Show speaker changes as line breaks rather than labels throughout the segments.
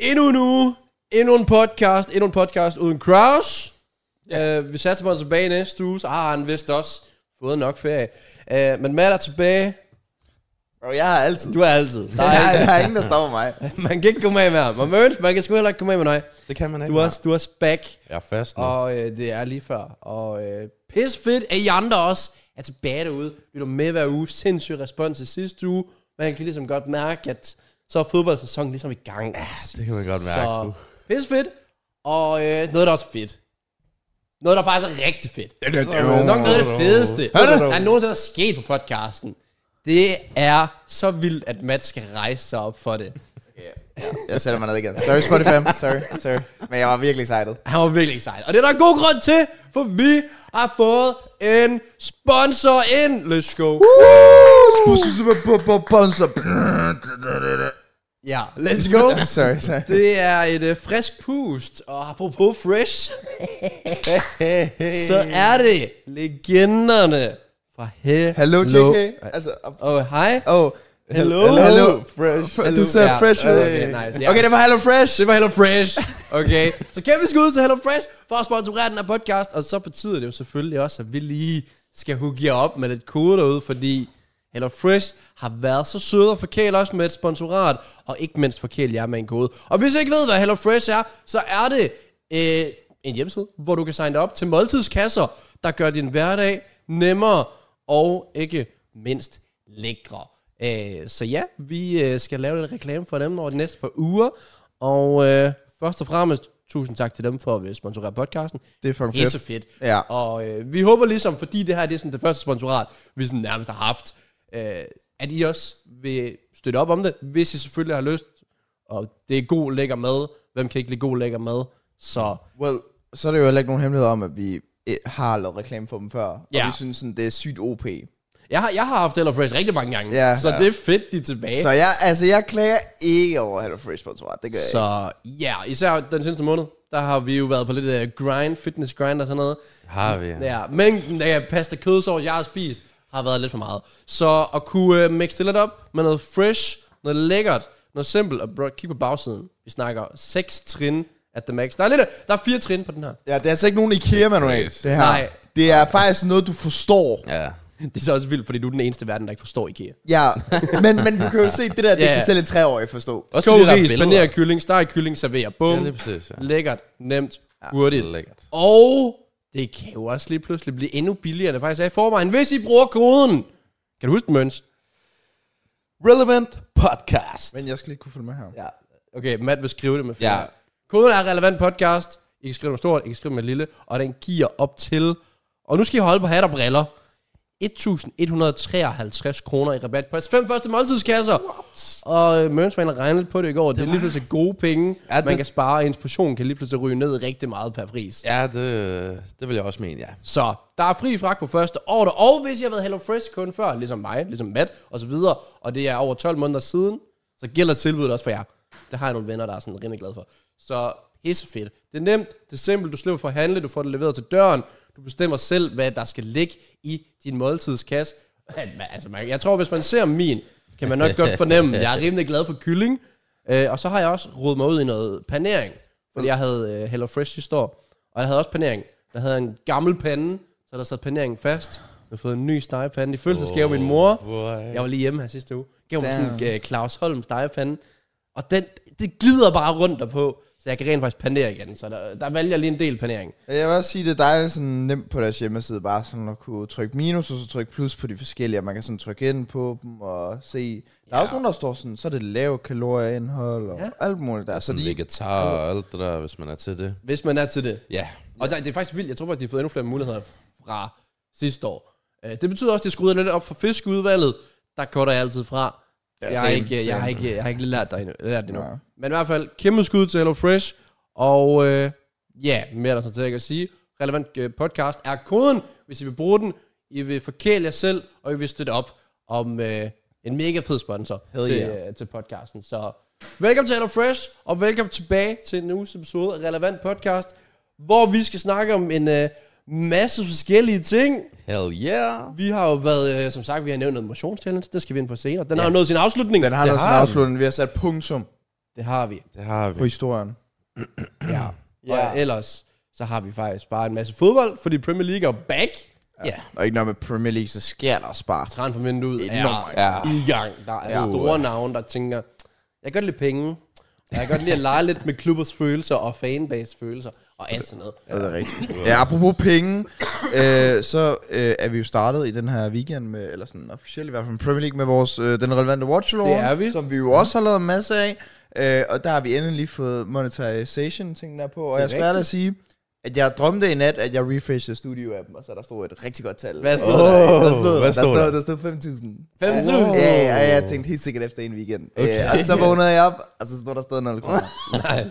Endnu en uge, endnu en podcast, endnu en podcast uden Kraus. Ja. Uh, vi satser på han er tilbage i næste uge, så har han vist også fået nok ferie. Uh, men Matt er tilbage.
Bro, jeg har altid.
Du er altid. Der
Der
er,
er, der er ingen, der stopper mig.
man kan ikke komme af med ham. Og Merns, man kan sgu heller ikke komme af med dig.
Det kan man ikke.
Du er også, du er også back,
Jeg er fast nu.
og øh, det er lige før. Og øh, pis fedt, at I andre også er tilbage derude. Lytter med hver uge. Sindssyg respons i sidste uge. Man kan ligesom godt mærke, at så er fodboldsæsonen ligesom i gang. Ja,
det kan man godt mærke.
Så
Uh.
pisse fedt. Og øh, noget, der også er fedt. Noget, der faktisk er rigtig fedt. Det er nok noget af det fedeste, der nogensinde er sket på podcasten. Det er så vildt, at Matt skal rejse sig op for det.
Jeg sætter mig ned igen. Sorry, Spotify. Sorry, sorry. Men jeg var virkelig excited.
Han var virkelig excited. Og det er der god grund til, for vi har fået en sponsor ind. Let's go. Ja, let's go.
Sorry, sorry.
Det er et øh, frisk pust, og apropos fresh, så er det legenderne fra Hello,
Hello, JK. Altså,
Og hej.
oh.
Hello.
Hello, fresh. Du sagde
Ja,
fresh.
okay,
øh.
nice, ja.
Okay, det var Hello Fresh.
altså, Det var Hello Fresh, okay? så kæmpe skud til Hello Fresh for at sponsorere den her podcast, og så betyder det jo selvfølgelig også, at vi lige skal hooke jer op med lidt kode derude, fordi Hello Fresh har været så søde og forkæle os med et sponsorat, og ikke mindst forkæle jer med en kode. Og hvis I ikke ved, hvad Hello Fresh er, så er det øh, en hjemmeside, hvor du kan signe dig op til måltidskasser, der gør din hverdag nemmere og ikke mindst lækre. Øh, så ja, vi øh, skal lave lidt reklame for dem over de næste par uger. Og øh, først og fremmest, tusind tak til dem for at øh, sponsorere podcasten.
Det er fucking
Det er
fedt.
så fedt.
Ja.
Og øh, vi håber ligesom, fordi det her det er sådan det første sponsorat, vi sådan nærmest har haft, øh, at I også vil støtte op om det, hvis I selvfølgelig har lyst. Og det er god lækker mad. Hvem kan ikke lide god lækker mad? Så
Well, så er det jo heller ikke nogen hemmelighed om, at vi eh, har lavet reklame for dem før.
Ja.
Og vi synes sådan, det er sygt OP.
jeg har, jeg har haft HelloFresh rigtig mange gange,
Ja.
så
Ja.
det er fedt, de er tilbage.
Så jeg, altså, jeg klager ikke over Hello Fresh sponsorat. Det gør jeg ikke.
Så ja, især den seneste måned, der har vi jo været på lidt øh, grind, fitness grind og sådan noget.
Har vi. Ja.
Ja, mængden af pasta kødsovs, jeg har spist, har været lidt for meget. Så at kunne øh, mixe det lidt op med noget fresh, noget lækkert, noget simpelt, og bro, kig på bagsiden. Vi snakker seks trin at the max. Der er, lidt, øh, der er fire trin på den her.
Ja, det er altså ikke nogen IKEA-manual, det her.
Nej.
Det er faktisk noget, du forstår.
ja.
Det er så også vildt, fordi du er den eneste i verden, der ikke forstår IKEA.
Ja, men, men du kan jo se, det der, det
Ja,
kan
ja.
selv en treårig forstå.
Også
Kog
fordi der er
ris,
billeder.
paner kylling, steg kylling, server.
Ja,
Bum.
lige præcis. Ja.
lækkert, nemt, hurtigt.
Lækkert.
Og det kan jo også lige pludselig blive endnu billigere, end det faktisk er i forvejen, hvis I bruger koden. Kan du huske den, Møns?
Relevant podcast.
Men jeg skal lige kunne følge med her.
Ja. Okay, Matt vil skrive det med flere. Ja.
Ja.
Koden er relevant podcast. I kan skrive det med stort, I kan skrive det med lille, og den giver op til, og nu skal I holde på hat og briller, 1.153 kroner i rabat på jeres fem første måltidskasser. What? Og øh, Mørens var inde og regne lidt på det i går. Det, det er lige pludselig gode penge. Ja,
Ja,
det... Man
det-
kan spare, og ens portion kan lige pludselig ryge ned rigtig meget per pris.
Ja, det, det vil jeg også mene, ja.
Så der er fri fragt på første order, og hvis I har været HelloFresh kun før, ligesom mig, ligesom Matt og så videre, og det er over 12 måneder siden, så gælder tilbuddet også for jer. Det har jeg nogle venner, der er sådan rimelig glade for. Så pisse fedt. Det er nemt, det er simpelt, du slipper for at handle, du får det leveret til døren, du bestemmer selv, hvad der skal ligge i din måltidskasse. Men, Altså, man, jeg tror, hvis man ser min, kan man nok godt fornemme, jeg er rimelig glad for kylling, øh, og så har jeg også rodet mig ud i noget panering, fordi jeg havde øh, HelloFresh sidste år, og jeg havde også panering. Der havde jeg en gammel pande, så der sad paneringen fast. Jeg har fået en ny stegepande i følelsesgave oh, min mor.
Boy.
Jeg var lige hjemme her sidste uge. Gav mig
Damn.
sådan en øh, Claus Holm stegepande. Og den, det glider bare rundt derpå, så jeg kan rent faktisk panere igen. Så der, der vælger jeg lige en del panering.
Jeg vil også sige, det er dejligt sådan nemt på deres hjemmeside, bare sådan at kunne trykke minus, og så trykke plus på de forskellige, og man kan sådan trykke ind på dem og se. Der er også nogen, der står sådan, så er det lav kalorieindhold og
Ja.
ja. alt muligt der. Så
Sådan
de,
vegetar og alt det der, hvis man er til det.
Hvis man er til det.
Ja.
Og der, det er faktisk vildt. Jeg tror faktisk, de har fået endnu flere muligheder fra sidste år. Øh, Det betyder også, at de skruer lidt op for fiskeudvalget. Der korter jeg altid fra. Ja, jeg, har
same,
ikke, jeg,
same.
har ikke, jeg har ikke lige lært dig endnu, lært det endnu.
Nej.
Men i hvert fald, kæmpe skud til HelloFresh. Og øh, ja, mere er der så til ikke at sige. Relevant øh, podcast er koden, hvis I vil bruge den. I vil forkæle jer selv, og I vil støtte op om øh, en mega fed sponsor
Hell
til,
yeah.
øh, til podcasten. Så velkommen til HelloFresh, og velkommen tilbage til en uges episode af Relevant Podcast, hvor vi skal snakke om en øh, masse forskellige ting.
Hell yeah.
Vi har jo været, øh, som sagt, vi har nævnt noget motionschallenge, det skal vi ind på senere. Den ja. har jo nået sin afslutning.
den har
Det
der sådan
den.
afslutning, vi har sat punktum.
Det har vi.
Det har vi.
på historien.
Ja.
Ja.
Og ellers, så har vi faktisk bare en masse fodbold, fordi Premier League er back. Ja.
Og ikke nok med Premier League, så sker der også bare.
Transfervinduet er
Enormt.
Ja.
i gang. Der er
Ja.
store navne, der tænker, jeg kan godt lide penge, og jeg kan godt lide at lege lidt med klubbers følelser og fanbase følelser og alt sådan noget.
Ja, det er rigtigt. Ja, apropos penge, øh, så øh, er vi jo startet i den her weekend, med, eller sådan officielt i hvert fald med Premier League, med vores, øh, den relevante watch
Det er vi.
som vi jo også har lavet en masse af. Øh, og der har vi endelig fået monetization ting der på, og
Det er
jeg skal at
rigtigt.
sige, at jeg drømte i nat, at jeg refreshede studio-appen, og så der stod et rigtig godt tal.
Hvad stod
Åh,
der?
Hvad stod
der?
der?
Stod, der stod 5.000.
5.000?
Ja, ja, og jeg tænkte helt sikkert efter en weekend. Okay. Øh, og så vågnede jeg op, og så stod der stadig 0 kroner.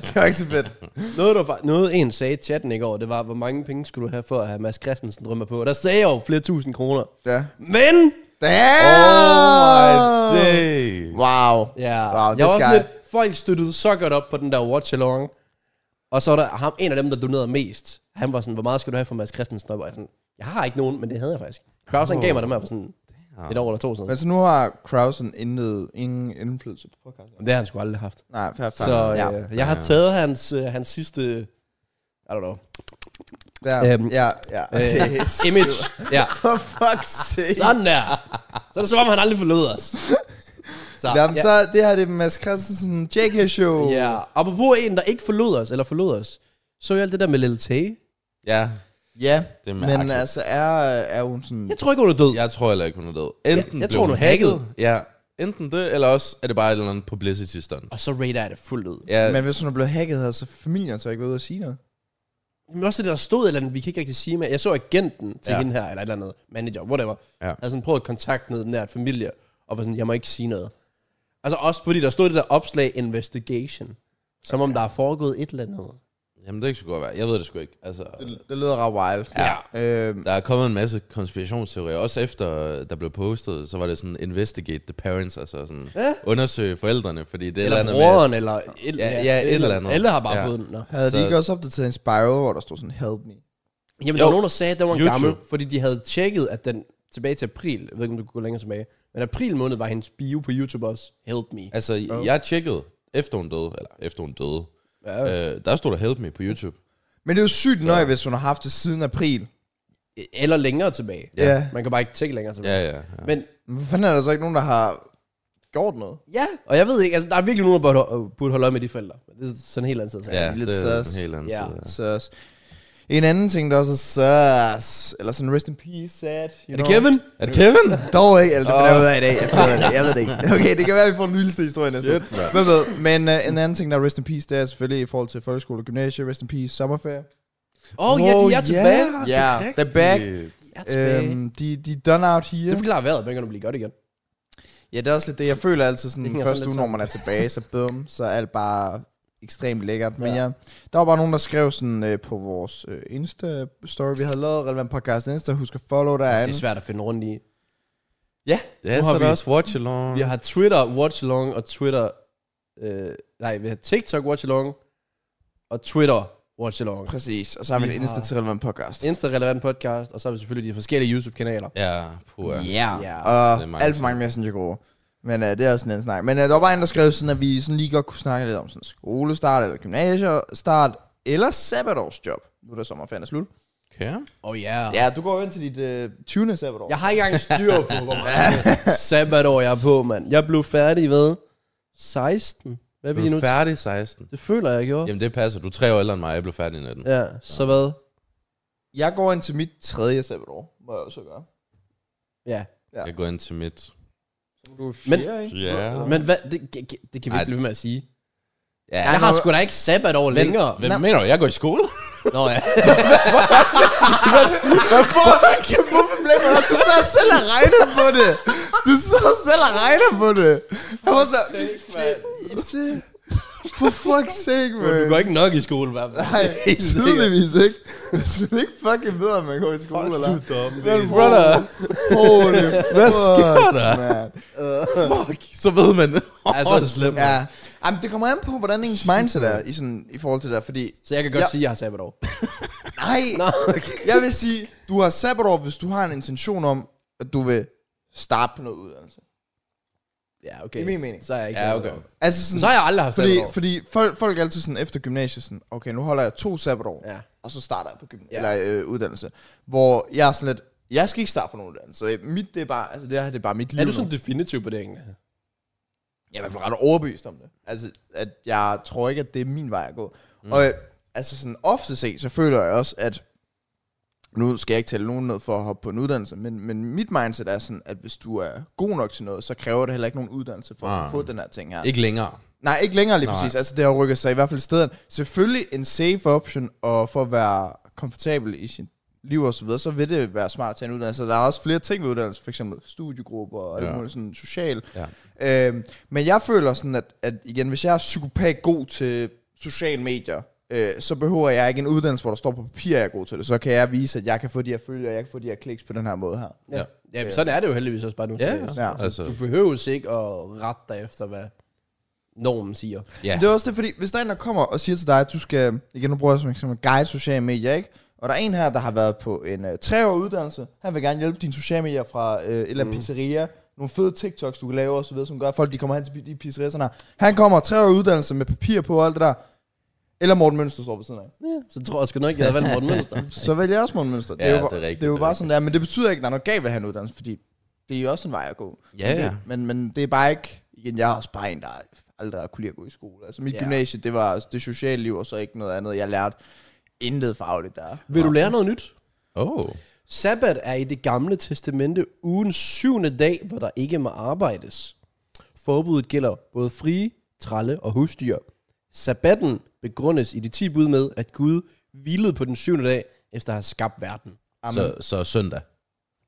det var ikke så fedt.
Noget, der, fa- noget en sagde i chatten i går, det var, hvor mange penge skulle du have for at have Mads Christensen drømmer på? Og der sagde jeg jo flere tusind kroner.
Ja.
Men!
Damn!
Oh my day.
Wow.
Ja,
Wow,
jeg
det
var også
skal
lidt, folk støttede så godt op på den der watch along. Og så var der ham, en af dem, der donerede mest. Han var sådan, hvor meget skal du have for Mads Christensen? Og jeg var sådan, jeg har ikke nogen, men det havde jeg faktisk. Kraus, han gav mig dem her for sådan et år eller to siden.
Men så nu har Krausen intet, ingen indflydelse på podcasten.
Det har han sgu aldrig haft.
Nej, fair, fair.
Så
ja.
øh, jeg har taget hans, øh, hans sidste, I don't know,
Der,
øhm,
ja, ja.
øh,
Okay.
image. Ja.
For fuck's sake.
Sådan der. Så er det som om, han aldrig forlod os. Så,
Jamen,
ja.
så det her det er Mads Christensen JK Show.
ja. Apropos en, der ikke forlod os, eller forlod os, så jeg alt det der med Lil Tay.
Ja.
ja.
Det er
men
øh,
mærkeligt.
altså, er, er hun sådan...
Jeg tror ikke, hun er død.
Jeg tror heller ikke, hun er død. Enten
jeg
blev
tror, hun er hacket.
Ja. Enten det, eller også er det bare et eller andet publicity stunt.
Og så rater jeg det fuldt ud.
Ja,
Men hvis hun er blevet hacket, havde så familien så ikke været ude at sige noget.
Men også det, der stod et eller andet, vi kan ikke rigtig sige, men jeg så agenten til ja.
Ja.
hende her, eller et eller andet manager, whatever,
Ja.
havde sådan prøvet at kontakte noget nært familie, og var sådan, jeg må ikke sige noget. Altså også fordi der stod det der opslag, investigation, som om der er foregået et eller andet.
jamen det er ikke så godt være. Jeg ved det sgu ikke. Altså,
Det, det lyder ret wild.
Ja.
Øhm,
der er kommet en masse konspirationsteorier. Også efter øh, der blev postet, så var det sådan, investigate the parents, altså sådan,
Ja.
undersøge forældrene, fordi det er et
Eller
andet med,
broren, eller et,
Ja, ja, et eller andet.
Alle har bare ja.
Ja.
fået den. Nå.
havde så... de
så-
ikke også opdateret en spiral, hvor der stod sådan, help me?
Jamen, der
Jo.
var nogen, der sagde, at den var en
YouTube.
gammel, fordi de havde tjekket, at den tilbage til april, jeg ved ikke, om du kan gå længere tilbage, men april måned var hendes bio på YouTube også, help me.
Altså, oh. jeg tjekkede, efter hun døde, eller efter hun døde, ja. øh, der stod der help me på YouTube.
Men det er jo sygt nøje, hvis hun har haft det siden april.
Eller længere tilbage.
Ja. ja.
Man kan bare ikke tjekke længere tilbage.
Ja, ja. ja.
Men
Men Hvorfor fanden er der så ikke nogen, der har gjort noget?
Ja, og jeg ved ikke, altså der er virkelig nogen, der burde, burde holde øje med de forældre. Det er sådan en helt anden side. af sagen.
ja
lidt
det er
sus.
en helt anden
Ja.
ja. side. Ja.
Søs. En anden ting, der også er søs, eller sådan rest in peace, sad. You
Er det Kevin?
Er det Kevin?
Dog ikke, eller det finder jeg ud af i dag. Jeg finder ud af det. Jeg ved det ikke. Okay, det kan være, at vi får den vildeste historie næste uge. Hvem ved. Men uh, en anden ting, der er rest in peace, det er selvfølgelig i forhold til folkeskole og gymnasie, rest in peace, sommerferie.
Åh, oh, ja, de er tilbage.
Ja,
Ja,
det
they're
er
back.
rigtigt.
De er tilbage. Øhm,
Øhm, de, de er done out
det
here.
forklarer vejret, begynder at blive godt igen.
Ja, det er også lidt det. Jeg føler altid
Det
sådan,
hænger
den
sådan
første
lidt
uge, når
sammen.
man er tilbage, så bum, så er alt bare ekstremt lækkert. Men
Ja.
ja. der var bare nogen, der skrev sådan øh, på vores øh, Insta-story, vi havde lavet, relevant podcast Insta, husk at follow derinde.
Det er svært at finde rundt i.
Ja,
Ja,
Nu
så
har
er der
vi-
også watch along.
Vi har Twitter Watch Along og Twitter... Øh, nej, vi har TikTok Watch Along og Twitter Watch Along.
præcis. Og så har vi,
Vi
en
har-
Insta til relevant podcast.
Insta Relevant Podcast, og så har vi selvfølgelig de forskellige YouTube-kanaler.
Ja, puha.
Yeah.
Ja.
Det er
Og
mange
alt for mange messengergrupper. Men øh, det er også en anden snak. Men øh, der var bare en, der skrev sådan, at vi sådan lige godt kunne snakke lidt om sådan skolestart, eller gymnasiestart, eller sabbatårsjob. Nu er der sommerferien er slut.
Okay.
Oh, yeah.
Ja, du går jo ind til dit øh, 20. sabbatår.
Jeg har ikke engang styr på, hvor meget sabbatår jeg er på, mand. Jeg blev færdig ved 16. Hvad er vi
Du
nu?
er færdig 16.
Det føler jeg, jeg gjorde.
Jamen det passer. Du er tre år ældre end mig, jeg blev færdig i 19.
Ja, så hvad?
Jeg går ind til mit tredje sabbatår, må jeg også gøre.
Ja.
Ja.
Jeg går ind til mit.
Så du er
Men-
fjerde, ikke?
Ja.
Eller-
Men hvad, det, det- det kan vi
Ej.
ikke blive ved med at sige.
Ja,
Jeg
nu-
har sgu da ikke sabbat over længere.
Hvem mener du? Jeg går i skole?
Nå ja.
Hvorfor? Hvorfor blev man op? Du sad selv og regnede på det. Du sad selv og regnede på det. Jeg var så... For fuck's sake, man.
Du går ikke nok i skole i hvert fald.
Nej, tydeligvis ikke. Hvis man ikke fucking ved, om man går i skole eller
du
ej.
dum.
Men
Brother.
Holy Hvad
sker der? Fuck, så ved man det.
Altså, Ja, så er det slemt.
Ja. Jamen, det kommer an på, hvordan ens mindset er i, sådan, i forhold til det der, fordi...
Så jeg kan godt
Ja.
sige, at jeg har sabbat over.
Nej, jeg vil sige, du har sabbatår, hvis du har en intention om, at du vil starte på noget uddannelse.
Ja, okay.
Det er min mening.
Så er jeg ikke
Ja,
så-
okay.
Altså sådan,
Så har jeg aldrig haft
fordi,
sabbatår.
fordi folk, folk er altid sådan efter gymnasiet sådan, okay, nu holder jeg to sabbatår,
Ja.
og så starter jeg på gym-
Ja.
ja. eller, øh, uddannelse. Hvor jeg er sådan lidt, jeg skal ikke starte på nogen uddannelse. Så mit, det er bare, altså det her, det er bare mit liv
Er du
nu.
sådan definitiv på det egentlig?
jeg er i hvert fald ret overbevist om det. Altså, at jeg tror ikke, at det er min vej at gå. Mm. Og øh, altså sådan ofte set, så føler jeg også, at nu skal jeg ikke tale nogen ned for at hoppe på en uddannelse, men, men mit mindset er sådan, at hvis du er god nok til noget, så kræver det heller ikke nogen uddannelse for
Nej.
at få den her ting her.
Ikke længere.
Nej, ikke længere lige
Nej.
præcis. Altså, det har rykket sig i hvert fald i stedet. Selvfølgelig en safe option, og for at være komfortabel i sin liv og så videre, så vil det være smart at tage en uddannelse. Altså, Der er også flere ting ved uddannelse, f.eks. studiegrupper og
Ja.
ja. muligt sådan social.
Ja.
Øhm, men jeg føler sådan, at, at igen, hvis jeg er psykopat god til sociale medier, øh, så behøver jeg ikke en uddannelse, hvor der står på papir, at jeg er god til det. Så kan jeg vise, at jeg kan få de her følger, jeg kan få de her kliks på den her måde her.
Ja. ja. men sådan er det jo heldigvis også bare nu.
Ja,
Så-
Ja.
altså.
Du behøver ikke at rette dig efter, hvad normen siger.
Ja.
Det er også det, fordi hvis der er en, der kommer og siger til dig, at du skal, igen nu bruger jeg som eksempel guide sociale medier, ikke? Og der er en her, der har været på en øh, treårig uddannelse. Han vil gerne hjælpe dine sociale medier fra øh, et eller andet pizzeria. Nogle fede TikToks, du kan lave osv., som gør, at folk de kommer hen til de pizzerier. Sådan her. Han kommer treårig uddannelse med papir på og alt det der. Eller Morten Mønster står ved siden af.
Ja. Så tror jeg sgu nok, jeg havde valgt Morten Mønster.
Så vælger jeg også Morten Mønster.
Ja,
jo bare-
det er rigtigt,
det er jo
det er
bare sådan der. Men det betyder ikke, at der er noget galt ved at have en uddannelse, fordi det er jo også en vej at gå.
Ja,
Men
ja.
det- Men, men det er bare ikke... Igen, jeg er også bare en, der aldrig har kunne lide at gå i skole. Altså mit
Ja.
yeah. gymnasie, det var det sociale liv, og så ikke noget andet. Jeg lærte intet fagligt der.
Vil du lære noget nyt?
Oh.
Sabbat er i det gamle testamente ugens syvende dag, hvor der ikke må arbejdes. Forbuddet gælder både frie, tralle og husdyr. Sabbatten begrundes i de ti bud med, at Gud hvilede på den syvende dag, efter at have skabt verden.
Amen.
Så, så søndag.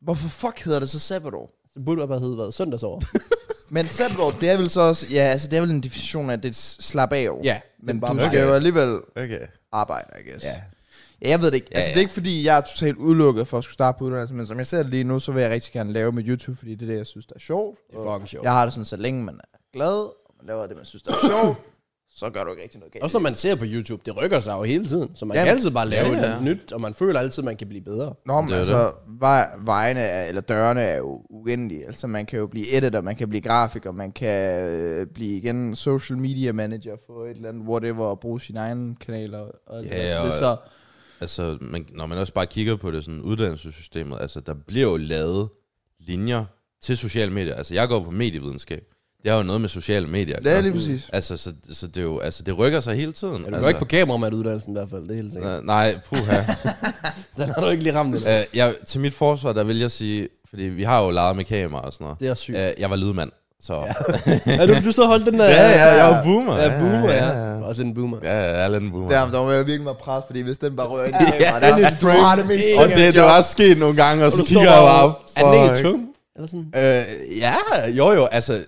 Hvorfor fuck hedder det så sabbatår?
Så burde det bare hedde hvad? Søndagsår?
Men sabbatår, det er vel så også... Ja, altså det er vel en definition af, at det er slap af år.
ja.
Men
bare
du
mig.
skal jo alligevel
Okay.
arbejde, I guess.
Ja.
Ja, jeg ved det ikke.
Ja,
altså, det
ja.
er ikke, fordi jeg er totalt udelukket for at skulle starte på uddannelse, men som jeg ser det lige nu, så vil jeg rigtig gerne lave med YouTube, fordi det er det, jeg synes, der er sjovt.
Det er fucking sjovt.
Jeg har det sådan, så længe man er glad, og man laver det, man synes, der er sjovt, så gør du ikke rigtig noget galt.
Også når man ser på YouTube, det rykker sig jo hele tiden. Så man
Ja,
kan
men-
altid bare lave
Ja,
ja,
ja.
ja. noget nyt, og man føler altid, man kan blive bedre.
Nå, men
Det er
altså, vej, vejene er, eller dørene er jo uendelige. Altså, man kan jo blive editor, man kan blive grafiker, man kan øh, blive igen social media manager, få et eller andet whatever, og bruge sine egne kanaler. Og alt
Ja,
det, der. så, det er så,
og- Altså, man, når man også bare kigger på det sådan uddannelsessystemet, altså der bliver jo lavet linjer til sociale medier. Altså jeg går på medievidenskab. Det har jo noget med sociale medier. at
det er
gøre.
lige præcis.
Altså, så, så det er jo, altså det rykker sig hele tiden.
Ja, du
altså,
går ikke på kameramaduddannelsen i hvert fald, det er helt sikkert.
Øh, Nej, puha.
Den har du ikke lige ramt endnu.
Øh, jeg, til mit forsvar, der vil jeg sige, fordi vi har jo leget med kamera og sådan noget.
Det er sygt.
Øh, jeg var lydmand, så... Ja,
Ja, du, du så holdt den der...
er jo boomer.
Ja, boomer, ja.
ja, ja.
Du er Også en boomer.
Ja, jeg er lidt en boomer.
Der, der må jeg virkelig være pres, fordi hvis den bare rører ind i
Ja,
kameraet, der-
den er
du har det mest
og det, det var også sket nogle gange, og, så kigger jeg bare op.
Er den ikke
fuck.
tung? Eller sådan?
Øh, ja, jo jo, altså,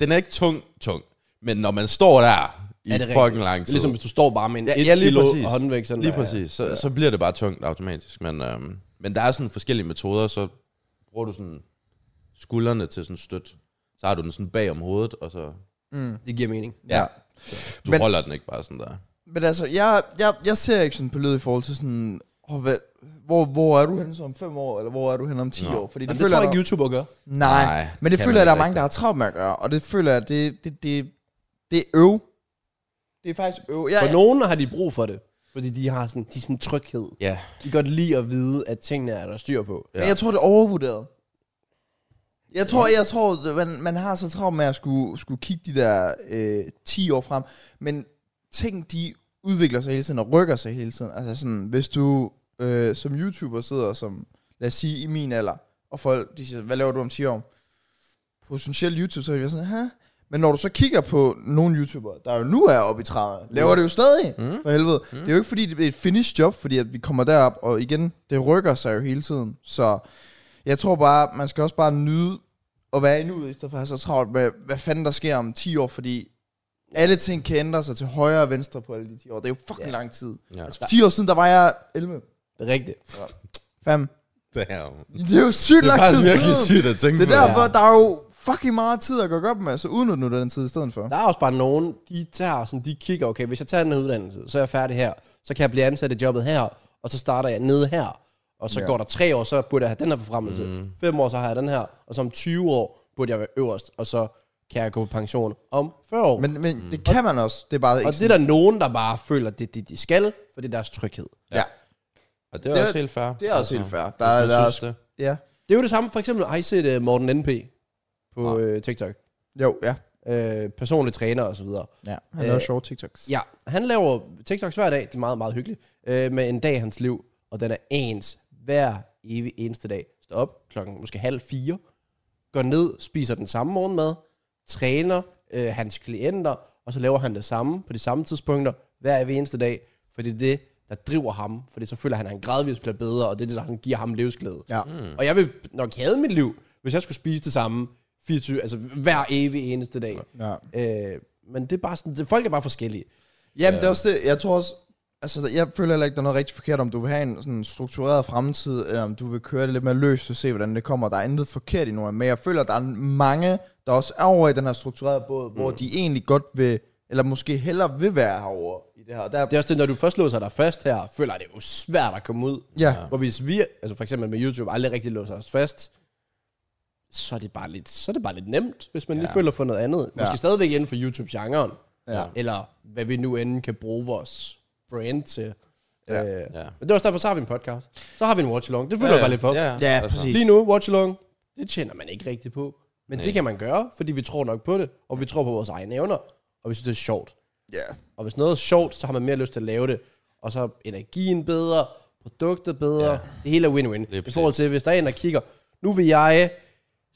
den er ikke tung, tung. Men når man står der i
Er det
fucking
rigtigt?
lang tid.
Ligesom hvis du står bare med en
Ja,
1
ja, lige
kilo
præcis.
håndvægt. Sådan
lige
der.
præcis, så, så bliver det bare tungt automatisk. Men, øhm, men der er sådan forskellige metoder, så bruger du sådan skuldrene til sådan støt. Så har du den sådan bag om hovedet, og så...
Det giver mening.
Ja. Du
Men-
men, holder den ikke bare sådan der.
Men altså, jeg, jeg, jeg ser ikke sådan på lyd i forhold til sådan, oh, hvad, hvor, hvor er du henne så om fem år, eller hvor er du henne om 10
Nå.
år? Fordi det,
Jamen, det
føler
tror jeg
jeg,
ikke, YouTuber gør.
Nej,
Nej,
Nej, men det
kan
føler
man
jeg, der er
ikke
mange, der har travlt med at gøre, og det føler jeg, det, det, det, det er øv. Det er faktisk øv. Jeg,
For nogen har de brug for det. Fordi de har sådan, de er sådan tryghed.
Ja.
De kan godt lide at vide, at tingene er der styr på.
Men jeg tror, det er overvurderet. Jeg tror, jeg tror man, man har så travlt med at skulle, skulle kigge de der øh, 10 år frem, men ting, de udvikler sig hele tiden og rykker sig hele tiden. Altså sådan, hvis du øh, som YouTuber sidder som, lad os sige, i min alder, og folk, de siger, hvad laver du om 10 år? Potentielt YouTube, så er jeg sådan, hæ? Men når du så kigger på nogle YouTubere, der jo nu er oppe i 30'erne, laver det jo stadig, mm. for helvede. Mm. Det er jo ikke, fordi det er et finished job, fordi at vi kommer derop, og igen, det rykker sig jo hele tiden. Så jeg tror bare, man skal også bare nyde at være i nuet, i stedet for at have så travlt med, hvad fanden der sker om 10 år, fordi alle ting kan ændre sig til højre og venstre på alle de 10 år. Det er jo fucking
Ja.
yeah. lang tid.
Ja.
Altså, for 10 år siden, der var jeg 11.
Det er rigtigt.
5.
Damn.
Det er jo sygt
Det er
lang tid
faktisk virkelig
siden.
sygt at tænke
Det
på.
er derfor, der er jo fucking meget tid at gå op med, så udnyt nu den tid i stedet for.
Der er også bare nogen, de tager sådan, de kigger, okay, hvis jeg tager den her uddannelse, så er jeg færdig her, så kan jeg blive ansat i jobbet her, og så starter jeg nede her, og så ja.
Ja.
går der tre år, så burde jeg have den her forfremmelse. Mm. Fem år, så har jeg den her, og så om 20 år burde jeg være øverst, og så kan jeg gå på pension om 40 år. Men,
Men, men mm. det kan man også. Det er bare
og
ikke
det er der nogen, der bare føler, det er det, de skal, for det er deres tryghed.
Ja.
Og det er
Det er-
også helt fair.
Det er også helt fair. Der,
Der,
er,
hvis
der
man
er,
synes det.
ja.
Det er jo det samme, for eksempel, har I set uh, Morten NP på øh, TikTok?
Jo, ja.
Øh, personlig træner og så videre.
ja. Han laver
Øh,
sjove TikToks.
Ja, han laver TikToks hver dag, det er meget, meget hyggeligt, øh, med en dag i hans liv, og den er ens hver evig eneste dag. Står op klokken måske halv fire, går ned, spiser den samme morgenmad, træner øh, hans klienter, og så laver han det samme på de samme tidspunkter hver evig eneste dag, for det er det, der driver ham, for det så føler han, at han gradvist bliver bedre, og det er det, der sådan giver ham livsglæde. Hmm.
Ja.
Og jeg vil nok have mit liv, hvis jeg skulle spise det samme 24, altså hver evig eneste dag.
ja.
Øh, men det er bare sådan, det, folk er bare forskellige.
Jamen, ja. det er også det. Jeg tror også, altså, jeg føler heller ikke, der er noget rigtig forkert, om du vil have en sådan struktureret fremtid, eller om du vil køre det lidt mere løst og se, hvordan det kommer. Der er intet forkert i nogen, men jeg føler, der er mange, der også er over i den her strukturerede båd, hvor de egentlig godt vil, eller måske hellere vil være herover i det her. Og Der,
Det er også det, når du først låser dig fast her, føler jeg, det er jo svært at komme ud.
ja,
Hvor hvis vi, altså for eksempel med YouTube, aldrig rigtig låser os fast, så er det bare lidt, så er det bare lidt nemt, hvis man ja. lige føler for noget andet. Måske
Ja.
stadigvæk inden for YouTube-genren,
Ja.
eller hvad vi nu end kan bruge vores brand til.
Ja.
Øh,
Ja.
Men det er også derfor, så har vi en podcast. Så har vi en watch-along. Det føler ja, jeg bare lidt for.
Ja,
ja
altså.
præcis.
Lige nu, watch-along, det tjener man ikke rigtigt på. Men Nej. det kan man gøre, fordi vi tror nok på det, og vi tror på vores egne evner, og vi synes, det er sjovt.
Ja.
Og hvis noget er sjovt, så har man mere lyst til at lave det. Og så er energien bedre, produktet bedre. Ja. Det hele er
Lige
win-win. I
præcis.
forhold til, hvis der er en, der kigger, nu vil jeg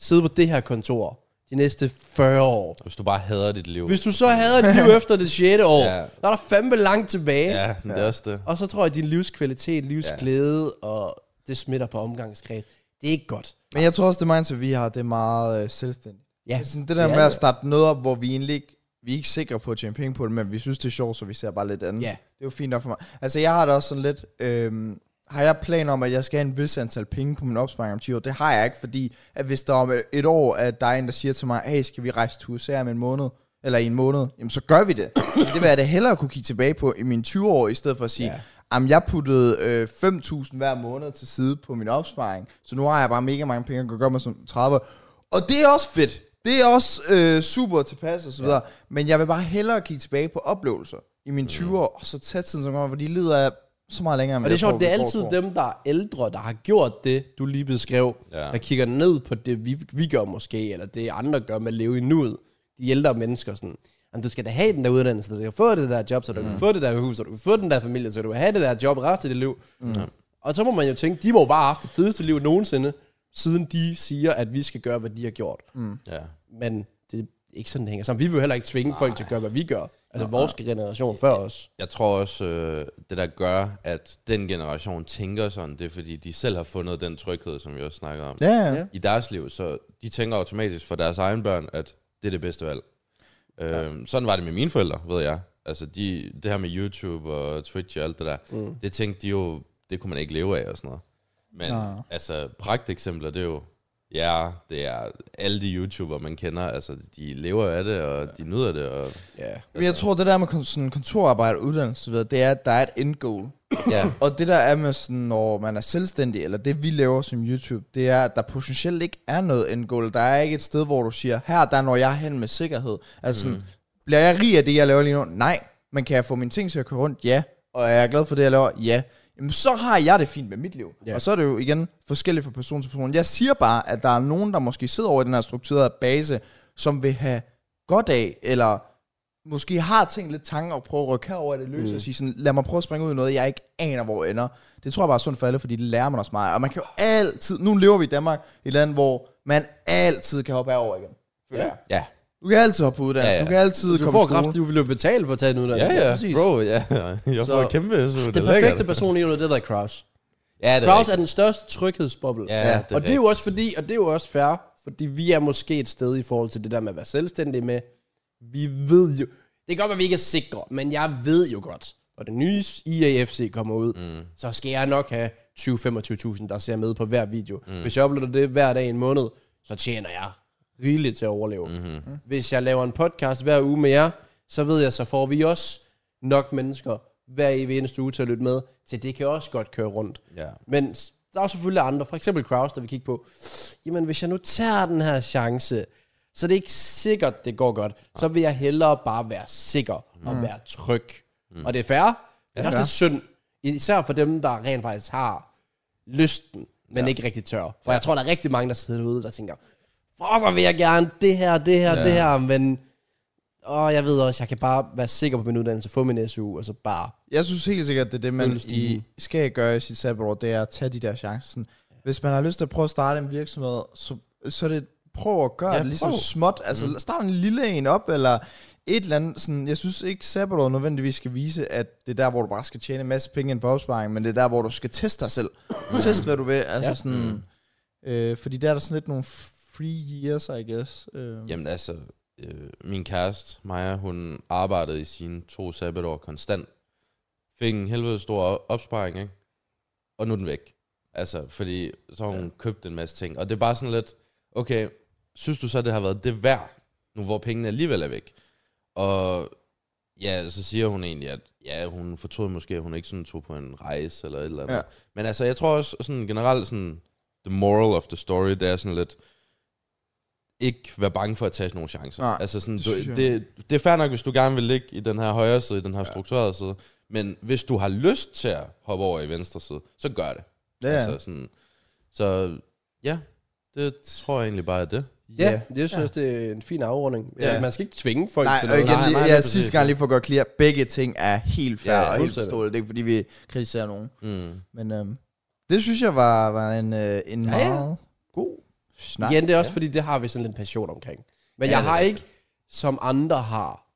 sidde på det her kontor de næste 40 år.
Hvis du bare hader dit liv.
Hvis du så havde et liv efter det 6. år,
Ja.
ja. der er der fandme langt tilbage. Ja.
Ja, men det er også det.
Og så tror jeg, at din livskvalitet, livsglæde, ja. og det smitter på omgangskreds. Det er ikke godt.
Men jeg tror også, det mindset, vi har, det er meget øh, selvstændigt.
Ja,
Det, er sådan, det
det
der
er
med at
det.
starte noget op, hvor vi egentlig ikke, vi er ikke sikre på at tjene penge på det, men vi synes, det er sjovt, så vi ser bare lidt andet.
Ja.
Det er jo fint nok for mig. Altså, jeg har det også sådan lidt... Øhm, har jeg planer om, at jeg skal have en vis antal penge på min opsparing om 10 år? Det har jeg ikke, fordi at hvis der om et år, at der er en, der siger til mig, hey, skal vi rejse til USA om en måned? Eller i en måned? Jamen, så gør vi det. det vil jeg da hellere kunne kigge tilbage på i mine 20 år, i stedet for at sige,
Ja.
ja. Jamen, jeg puttede øh, 5.000 hver måned til side på min opsparing, så nu har jeg bare mega mange penge, og kan gøre mig som 30. Og det er også fedt. Det er også øh, super tilpas og så videre. Ja. Men jeg vil bare hellere kigge tilbage på oplevelser i
Mm.
mine 20 år, og så tage tiden som kommer, fordi lider jeg så meget længere, end
Og det er
jeg tror,
sjovt, det er
vi går
altid
på.
dem, der er ældre, der har gjort det, du lige beskrev, ja.
Ja.
der kigger ned på det, vi, vi gør måske, eller det andre gør med at leve i nuet. De ældre mennesker sådan, Jamen, du skal da have den der uddannelse, så du kan få det der job, så du mm. kan få det der hus, så du kan få den der familie, så du kan have det der job resten af dit liv. Mm. Og så må man jo tænke, de må jo bare have haft det fedeste liv nogensinde, siden de siger, at vi skal gøre, hvad de har gjort. Mm.
Ja.
Men det er ikke sådan, det hænger sammen. Vi vil jo heller ikke tvinge Nej. folk til at gøre, hvad vi gør. Altså vores generation før os.
Jeg tror også, øh, det der gør, at den generation tænker sådan, det er fordi, de selv har fundet den tryghed, som vi også snakker om.
Ja, ja.
Ja.
i deres liv, så de tænker automatisk for deres egen børn, at det er det bedste valg. Ja. Øhm, sådan var det med mine forældre, ved jeg. Altså de, det her med YouTube og Twitch og alt det der, mm. det tænkte de jo, det kunne man ikke leve af og sådan noget. Men
Nå.
altså pragteksempler, det er jo, ja, det er alle de YouTuber, man kender, altså de lever af det, og de nyder det, og
Ja.
Men jeg tror, det der med kon- sådan kontorarbejde og uddannelse, og så videre, det er, at der er et end goal.
ja,
Og det der er med sådan, når man er selvstændig, eller det vi laver som YouTube, det er, at der potentielt ikke er noget end goal. Der er ikke et sted, hvor du siger, her der når jeg hen med sikkerhed. Altså sådan, bliver jeg rig af det, jeg laver lige nu? Nej. Men kan jeg få mine ting til at køre rundt? Ja. Og er jeg glad for det, jeg laver? Ja. Jamen, så har jeg det fint med mit liv.
Ja.
Yeah. Og så er det jo igen forskelligt fra person til person. Jeg siger bare, at der er nogen, der måske sidder over i den her strukturerede base, som vil have godt af, eller måske har tænkt lidt tanker og prøver at rykke herover, at det løser mm. og sige sådan, lad mig prøve at springe ud i noget, jeg ikke aner, hvor ender. Det tror jeg bare er sundt for alle, fordi det lærer man også meget. af. Og man kan jo altid, nu lever vi i Danmark, et land, hvor man altid kan hoppe herover igen. føler jeg.
ja,
Du kan altid hoppe på uddannelse,
Ja,
ja,
ja.
ja. du kan altid
Du
komme
får
i skole.
kraft, du vil jo betale for at tage en uddannelse.
ja, ja,
præcis.
bro, ja, jeg får
Så-
et kæmpe SU, det,
Den
er lækkert.
perfekte person i det, det har været Kraus.
ja, det er
Kraus er
rigtigt.
den største tryghedsboble.
Ja, det er
og det er jo
rigtigt.
også fordi, og det er jo også fair, fordi vi er måske et sted i forhold til det der med at være selvstændig med. Vi ved jo, det kan godt være, at vi ikke er sikre, men jeg ved jo godt, når det nye IAFC kommer ud, mm. så skal jeg nok have 20-25.000, der ser med på hver video. Mm. Hvis jeg uploader det hver dag i en måned, så tjener jeg rigeligt til at overleve. Mm-hmm. Hvis jeg laver en podcast hver uge med jer, så ved jeg, så får vi også nok mennesker hver evig eneste uge til at lytte med, til det kan også godt køre rundt.
Ja.
Men s- der er jo selvfølgelig andre, for eksempel Kraus, der vi kigger på. Jamen, hvis jeg nu tager den her chance, Så det er ikke sikkert, det går godt. Så vil jeg hellere bare være sikker og være tryg. Og det er Mm. fair. Det er også lidt synd. Især for dem, der rent faktisk har lysten, men ikke rigtig tør. For jeg tror, der er rigtig mange, der sidder ude, der tænker, fuck, hvor vil jeg gerne det her, det her, ja. det her, men åh, jeg ved også, jeg kan bare være sikker på min uddannelse, få min SU, og så bare
Jeg synes helt sikkert, det er det, man
Følg
i,
stigen.
skal gøre i sit sabbatår, det er at tage de der chancen. Hvis man har lyst til at prøve at starte en virksomhed, så, så er det prøv at gøre ja,
Ja,
det ligesom
prøv.
småt. Altså mm. start en lille en op, eller et eller andet. Sådan, jeg synes ikke, sabbatår nødvendigvis skal vise, at det er der, hvor du bare skal tjene en masse penge ind på opsparing, men det er der, hvor du skal teste dig selv. teste, hvad du vil. Altså ja.
Ja.
sådan, øh, fordi der er der sådan lidt nogle free years, I guess. Øh,
Jamen altså, øh, min kæreste, Maja, hun arbejdede i sine to sabbatår konstant. Fik en helvede stor o- opsparing, ikke? Og nu er den væk. Altså, fordi så har hun ja. købt en masse ting. Og det er bare sådan lidt, okay, synes du så, det har været det værd, nu hvor pengene alligevel er væk? Og ja, så siger hun egentlig, at ja, hun fortrød måske, at hun ikke sådan tog på en rejse eller et eller andet.
Ja.
Ja. Men altså, jeg tror også sådan generelt sådan, the moral of the story, det er sådan lidt, ikke være bange for at tage sådan nogle chancer.
Nej,
altså sådan,
det
du,
synes jeg.
det, det er fair nok, hvis du gerne vil ligge i den her højre side, i den her ja. strukturerede side, men hvis du har lyst til at hoppe over i venstre side, så gør det.
ja,
Altså sådan, så ja, det tror jeg egentlig bare er det.
Ja, yeah. det synes jeg, det er en fin afrunding.
Ja.
Ja. Man skal ikke tvinge folk
Nej,
til
og
noget.
igen,
Nej,
nej,
nej,
nej,
lige
ja,
præcis,
sidste gang lige for at gøre clear, begge ting er helt fair
Ja,
ja, og helt
fuldstændig.
forståeligt. Det er ikke fordi, vi kritiserer nogen.
Mm.
Men øhm, det synes jeg var, var en, øh, en
Ja,
meget
ja.
god snak.
igen, det er også fordi, det har vi sådan lidt passion omkring. Men
Ja,
ja, jeg
det
har
er det.
ikke, som andre har,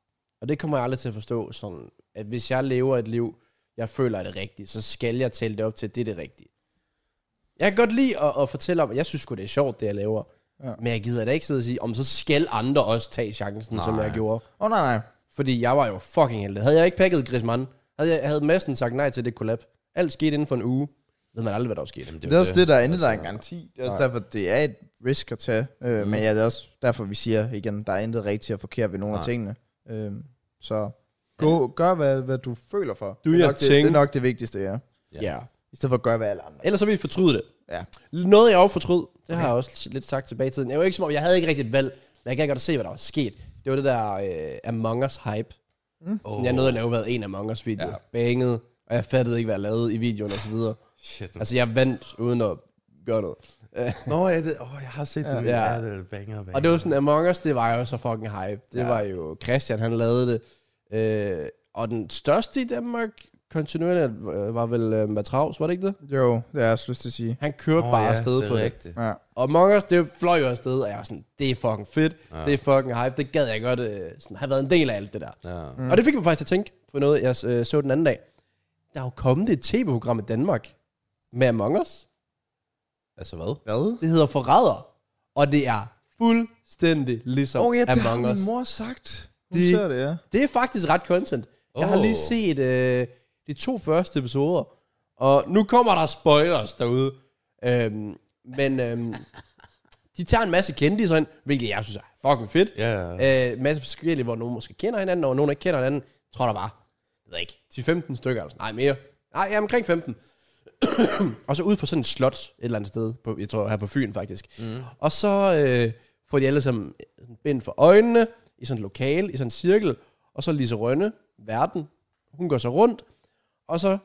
og det kommer jeg aldrig til at forstå, sådan, at hvis jeg lever et liv, jeg føler er det rigtige, så skal jeg tælle det op til, at det er det rigtige. Jeg kan godt lide at, at fortælle om, at jeg synes sgu, det er sjovt, det jeg laver.
Ja.
Ja. Men jeg gider da ikke sidde og sige, om så skal andre også tage chancen, Nej. som
Nej.
jeg gjorde.
Åh, oh, nej, nej.
Fordi jeg var jo fucking heldig. Havde jeg ikke pakket Griezmann, havde, jeg, havde Madsen sagt nej til det kollab. Alt skete inden for en uge. Ved man aldrig, hvad der var sket.
Jamen,
Det er også det, der endelig der er en
Altså,
garanti. Det er også derfor, det er et risk at tage. Øh, mm. Men ja, det er også derfor, vi siger igen, der er intet rigtigt og forkert ved nogle af
Nej.
tingene. Øh, så gå, gør, hvad, hvad du føler for.
Do
det, er
your
nok det, det
thing.
er nok det vigtigste, ja.
Ja. ja.
I stedet for at gøre, hvad alle andre.
Ellers så ville vi fortryde det.
Ja.
Noget jeg også fortrød, det har jeg også lidt sagt tilbage i tiden. Jeg var ikke som om, jeg havde ikke rigtigt et valg, men jeg kan godt se, hvad der var sket. Det var det der øh, Among Us hype. Oh. Jeg nåede at lave hvad en Among Us video. Ja. Banget, og jeg fattede ikke, hvad jeg lavede i videoen og så videre.
Shit.
Altså jeg vandt uden at gøre noget.
Nå, jeg, det, oh, jeg har set det.
Ja.
det er banger, banger.
Og det var sådan, Among Us, det var jo så fucking hype. Det
Ja.
ja. var jo, Christian han lavede det. Øh, og den største i Danmark, kontinuerligt, øh, var vel øh, Matraus, var det ikke det?
Jo, det er jeg også lyst til at sige.
Han kørte oh, bare ja, afsted på det.
rigtigt.
Ja.
Og Among Us, det fløj jo afsted, og jeg var sådan, det er fucking fedt,
Ja.
ja. det er fucking hype, det gad jeg godt øh, sådan, have været en del af alt det der.
Ja.
Mm. Og det fik mig faktisk til at tænke på noget, jeg øh, så den anden dag. Der er jo kommet et tv-program i Danmark med Among Us.
Altså hvad?
Hvad?
Det hedder Forræder, og det er fuldstændig ligesom
Åh oh, ja, det har
Among Us.
min mor sagt. Hun
Det-
ser det, ja.
Det er faktisk ret content. Oh. Jeg har lige
Åh.
set øh, de to første episoder, og nu kommer der spoilers derude. Øhm, men øhm, de tager en masse kendiser ind, hvilket jeg synes er fucking fedt.
Ja, ja.
Øh, masse forskellige, hvor nogen måske kender hinanden, og nogen ikke kender hinanden. Jeg tror der var, jeg ved ikke, 10-15 stykker eller sådan. Nej, mere. Nej, ja, omkring 15. og så ud på sådan et slot et eller andet sted, på, jeg tror her på Fyn faktisk. Mm. Og så øh, får de alle sammen sådan bind for øjnene, i sådan et lokale, i sådan en cirkel. Og så Lise Rønne, verden, hun går så rundt, og så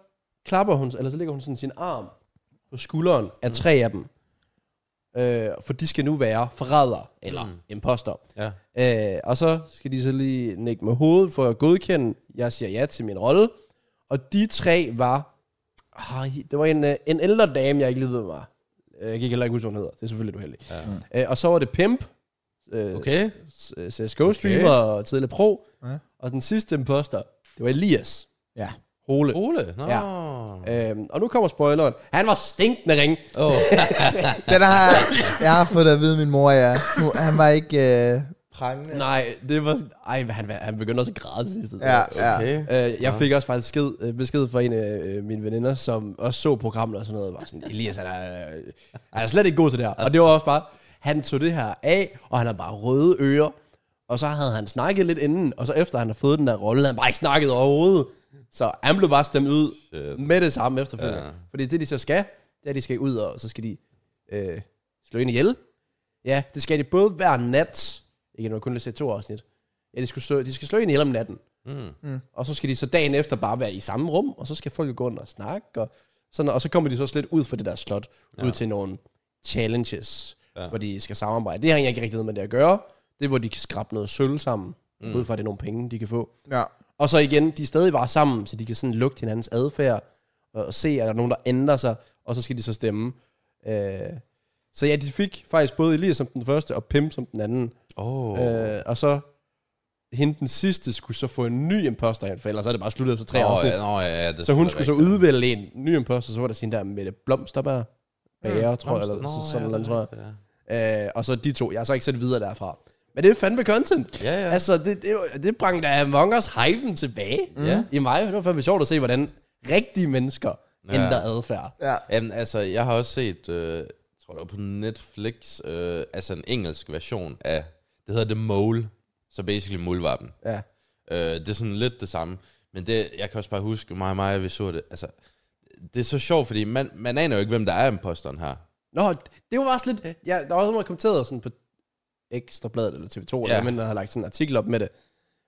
klapper hun, eller så lægger hun sådan sin arm på skulderen af tre af dem. Øh, for de skal nu være forrædere, eller mm. imposter.
ja.
Øh, og så skal de så lige nikke med hovedet for at godkende, jeg siger ja til min rolle. Og de tre var... Ah, det var en, øh, en ældre dame, jeg ikke lige ved mig. Jeg kan heller ikke huske, hvad hun hedder. Det er selvfølgelig du heldig. Ja. Øh, og så var det Pimp, øh, okay.
Okay.
CSGO-streamer og tidligere pro.
Ja.
Ja. Og den sidste imposter, det var Elias
Ja.
Hole.
Ole? Nå.
Ja. Øhm, og nu kommer spoileren. Han var stinkende ring.
Oh.
Den har jeg, jeg har fået det at vide, min mor, ja. Nu, han var ikke øh, prangende.
Nej, det var... sådan- Ej, han, han begyndte også at græde til sidst.
Ja, ja.
Okay.
Øh, jeg fik også faktisk sked, øh, besked fra en af øh, mine veninder, som også så programmet og sådan noget, var sådan, Elias, han er, øh, han er slet ikke god til det her. Og det var også bare, han tog det her af, og han har bare røde ører, og så havde han snakket lidt inden, og så efter han har fået den der rolle, havde han bare ikke snakket overhovedet. Så han blev bare stemt ud
Shit.
med det samme efterfølgende.
Ja.
Ja. Fordi det, de så skal, det er, at de skal ud, og så skal de øh, slå en ihjel. Ja, det skal de både hver nat Igen, man kun lige se to afsnit. Ja, de, skulle slå, de skal slå ind i om natten.
Mm.
Og så skal de så dagen efter bare være i samme rum, og så skal folk jo gå rundt og snakke, og, sådan, og så kommer de så også lidt ud fra det der slot, ja. ud til nogle challenges, ja.
Ja.
hvor de skal samarbejde. Det har jeg ikke rigtig noget med det at gøre. Det er, hvor de kan skrabe noget sølv sammen, mm. ud fra at det er nogle penge, de kan få.
Ja.
Og så igen, de er stadig bare sammen, så de kan sådan lugte hinandens adfærd, og, og se, at der er nogen, der ændrer sig, og så skal de så stemme. Øh, så ja, de fik faktisk både Elias som den første, og Pim som den anden.
Oh.
Øh, og så hende den sidste skulle så få en ny imposter ind, for ellers er det bare sluttet efter tre oh, afsnit.
ja, nå, ja, ja, det er
så hun
selvfølgelig
skulle så
rigtigt.
udvælge en ny imposter, så var der sin der Mette Blomsterbær, bager, mm, tror jeg,
Blomster-
eller
Nå,
så- sådan
ja,
noget,
det
tror
er
jeg.
rigtigt,
Øh, og så de to. Jeg har så ikke set videre derfra. Men det er fandme content.
Ja, ja.
Altså, det, det, var- det brang da Among Us-hypen tilbage
Ja.
i mig. Det var fandme sjovt at se, hvordan rigtige mennesker ja.
Ja.
ændrer adfærd.
Ja.
Jamen, altså, jeg har også set, øh, jeg tror det var på Netflix, øh, altså en engelsk version af, det hedder The Mole, så basically muldvarpen.
Ja.
Øh, det er sådan lidt det samme, men det, jeg kan også bare huske, mig og mig, vi så det, altså, det er så sjovt, fordi man, man aner jo ikke, hvem der er imposteren her.
Nå, det var også lidt... Ja, der var også nogen, der kommenterede sådan på Ekstrabladet eller TV2, ja. eller
Ja.
men der har lagt sådan en artikel op med det,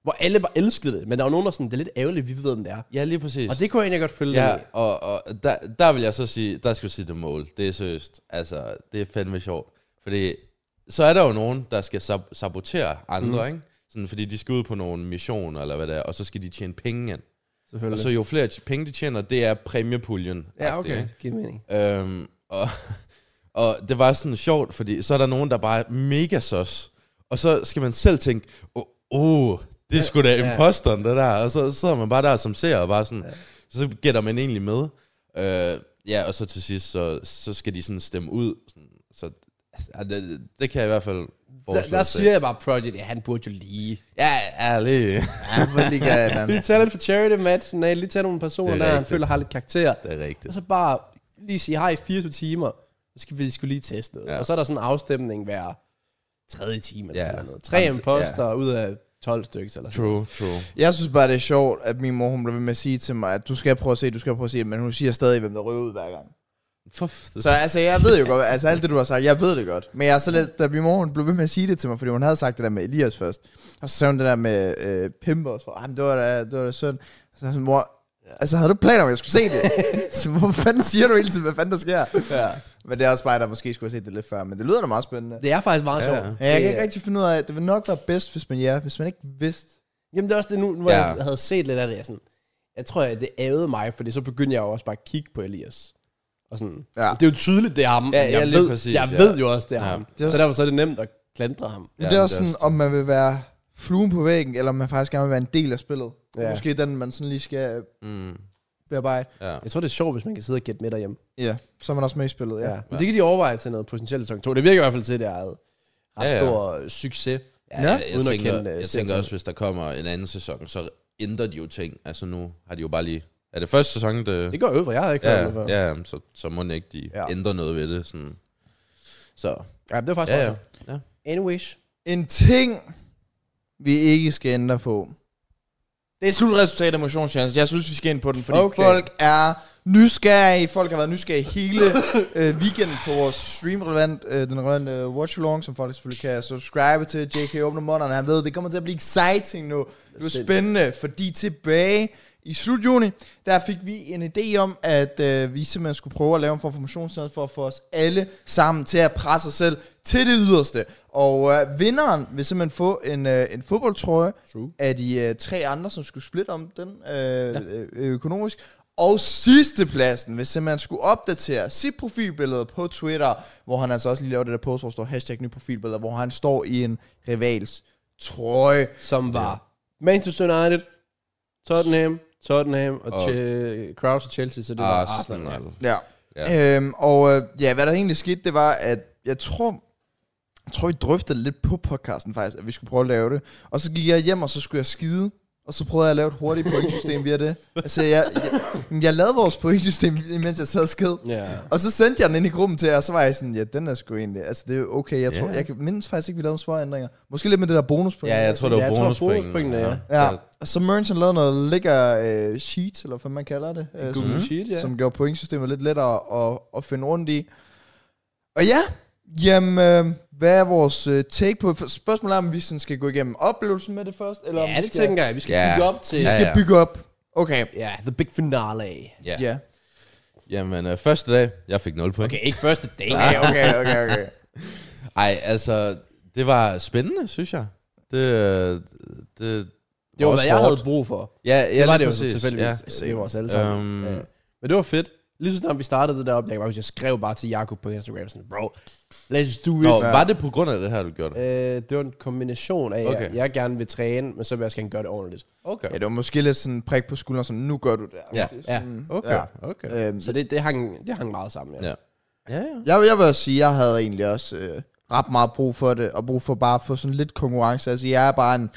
hvor alle bare elskede det, men der var nogen, der sådan, det er lidt ærgerligt, vi ved, hvem det er.
Ja, lige præcis.
Og det kunne jeg egentlig godt følge
Ja,
lidt af.
og, og der, der vil jeg så sige, der skal du sige det mål. Det er seriøst. Altså, det er fandme sjovt. Fordi så er der jo nogen, der skal sab- sabotere andre, mm. ikke? Sådan, fordi de skal ud på nogle missioner, eller hvad det er, og så skal de tjene penge ind. Og
Selvfølgelig.
så jo flere t- penge de tjener, det er præmiepuljen.
ja, okay. Giver mening.
Øhm, og, og det var sådan sjovt, fordi så er der nogen, der bare er mega sos. Og så skal man selv tænke, åh, oh, det er sgu da
ja.
imposteren, det der. Og så sidder man bare der som ser, og bare sådan, ja. så gætter man egentlig med. Øh, ja, og så til sidst, så, så skal de sådan stemme ud. Sådan, så altså, ja, det, det kan jeg i hvert fald
Der,
foreslå.
der
at se.
siger jeg bare, Project, ja, han burde jo lige.
Ja, ærlig.
Ja, hvor ligger jeg, mand?
Lige tage lidt for charity matchen af, lige tage nogle personer,
Det er
der han
rigtigt.
føler har lidt karakter.
Det er rigtigt.
Og så bare lige sige hej i 24 timer. Så skal vi skulle lige teste noget. Ja.
Ja.
Og så er der sådan en afstemning hver tredje time eller
Ja.
sådan noget. Tre
Jamen, det-
imposter ud af 12 stykker eller sådan
True, true.
Jeg synes bare, det er sjovt, at min mor, hun blev ved med at sige til mig, at du skal prøve at se, du skal prøve at se, men hun siger stadig, hvem der ryger ud hver gang.
For f-
Så altså, jeg ved jo godt, altså alt det, du har sagt, jeg ved det godt. Men jeg er så lidt, da min mor, hun blev ved med at sige det til mig, fordi hun havde sagt det der med Elias først. Og så sagde hun det der med øh, Pimpe også, for, "Ah, men det var da, det var da synd. Så sagde jeg sådan, mor, altså havde du planer om, at jeg skulle se det? så hvor fanden siger du hele tiden, hvad fanden der sker? Ja. Men det er også mig, der måske skulle have set det lidt før, men det lyder da meget spændende.
noget. Det er faktisk meget
Ja,
sjovt.
ja.
Ja, jeg
Det-
kan ikke rigtig finde ud af, det vil nok være bedst, hvis man, ja, hvis man ikke vidste.
Jamen det er også det nu, hvor ja.
Ja.
jeg havde set lidt af det. Jeg, sådan, jeg tror, at det ævede mig, fordi så begyndte jeg jo også bare at kigge på Elias. Og sådan, ja.
Ja.
Det er jo tydeligt, det er ham.
Ja,
men
ja,
jeg,
lige
ved,
præcis,
jeg
ja.
ved jo også, det er ja.
Ja.
ham.
Det er
så
også-
derfor så er det nemt at klandre ham.
Men
Ja,
det er
men
også
det er
sådan,
også
om man vil være fluen på væggen, eller om man faktisk gerne vil være en del af spillet.
Ja.
Ja. Måske den, man sådan lige skal
mm,
bearbejde.
ja.
Jeg tror, det er sjovt, hvis man kan sidde og gætte med derhjemme.
Ja, så er man også med i spillet, ja.
Ja. Men det kan de overveje til noget potentielt sæson 2. Det virker i hvert fald til, at det er en ret
Ja,
ja,
ja.
stor succes.
Ja,
Ja.
ja, jeg,
Uden at
tænker,
kende, øh,
jeg
serien.
tænker også, hvis der kommer en anden sæson, så ændrer de jo ting. Altså nu har de jo bare lige... Er det første sæson, det...
Det går øvrigt, jeg havde ikke hørt
ja,
det før. Ja.
ja, ja, så, så må den ikke de
Ja.
ja. ændre noget ved det. Sådan. Så,
ja, det var faktisk
ja,
ja,
ja. ja.
Anyways.
En ting, vi ikke skal ændre på, det er slutresultatet af Motion Challenge. Jeg synes, vi skal ind på den, fordi
Okay.
okay. folk er nysgerrige. Folk har været nysgerrige hele øh, weekenden på vores stream relevant, øh, den relevante øh, watch along, som folk selvfølgelig kan subscribe til. JK åbner månederne, han ved, det kommer til at blive exciting nu. Det er spændende, fordi tilbage i slut juni, der fik vi en idé om, at øh, vi simpelthen skulle prøve at lave en form for motionssæde for at få os alle sammen til at presse os selv til det yderste. Og øh, vinderen vil simpelthen få en, øh, en fodboldtrøje
True.
af de øh, tre andre, som skulle splitte om den øh, ja. økonomisk. Og sidstepladsen, hvis man skulle opdatere sit profilbillede på Twitter, hvor han altså også lige laver det der post, hvor der står hashtag nye profilbilleder, hvor han står i en rivals trøje.
Som var ja. Manchester United, Tottenham, Tottenham og, og
Og-
Che- Kraus og Chelsea, så det var Arsenal.
Arsenal.
Ja.
Ja.
ja. Øhm, og øh, ja, hvad der egentlig skete, det var, at jeg tror, jeg tror, vi drøftede det lidt på podcasten faktisk, at vi skulle prøve at lave det. Og så gik jeg hjem, og så skulle jeg skide. Og så prøvede jeg at lave et hurtigt pointsystem via det. Altså, jeg, jeg, jamen, jeg lavede vores pointsystem, imens jeg sad og sked.
Ja.
Og så sendte jeg den ind i gruppen til jer, og så var jeg sådan, ja, den er sgu egentlig, altså det er jo okay, jeg tror,
Ja.
jeg kan mindes faktisk ikke, vi lavede nogle små ændringer. Måske lidt med det der bonuspoint.
ja, jeg tror, det
Ja,
var
jeg tror,
bonuspointene.
bonuspointene, ja.
Ja, og så Merchant lavede noget lækker øh, sheet, eller hvad man kalder det, øh,
Google
som,
Sheet, ja.
som gjorde pointsystemet lidt lettere at, at finde rundt i. Og ja, Jamen, øh, hvad er vores øh, take på? For- Spørgsmålet er, om vi sådan skal gå igennem oplevelsen med det først, eller om
Ja,
vi
det
skal,
tænker jeg. Vi skal
Ja.
bygge op til...
vi
Ja,
skal
Ja, ja.
bygge op. Okay,
yeah, the big finale.
Ja.
ja.
Jamen, øh, første dag, jeg fik 0 point.
Okay, ikke første dag.
Okay, okay, okay, okay.
Ej, altså, det var spændende, synes jeg. Det, øh, det,
Det var,
også
hvad jeg
hårdt.
havde brug for.
Ja, ja,
Det var
lige
det jo så
præcis.
tilfældigvis. Ja. Det var os alle sammen.
Øhm.
Ja. Men det var fedt. Lige så snart vi startede det der oplæg, var, jeg skrev bare til Jakob på Instagram, sådan, bro, let's do it.
Nå, var det på grund af det her, du gjorde
Øh,
det?
det var en kombination af, okay.
Okay.
at jeg gerne vil træne, men så vil jeg også gerne gøre det ordentligt.
Okay.
Ja, det var måske lidt sådan prik på skulderen, sådan, nu gør du det.
Ja,
Det er
ja,
sådan,
Okay, ja. Øh, okay.
Øhm,
Så det, det, hang, det hang meget sammen, ja.
Ja. Ja, ja.
jeg, jeg vil også sige, jeg havde egentlig også øh, ret meget brug for det, og brug for bare at få sådan lidt konkurrence. Altså, jeg er bare en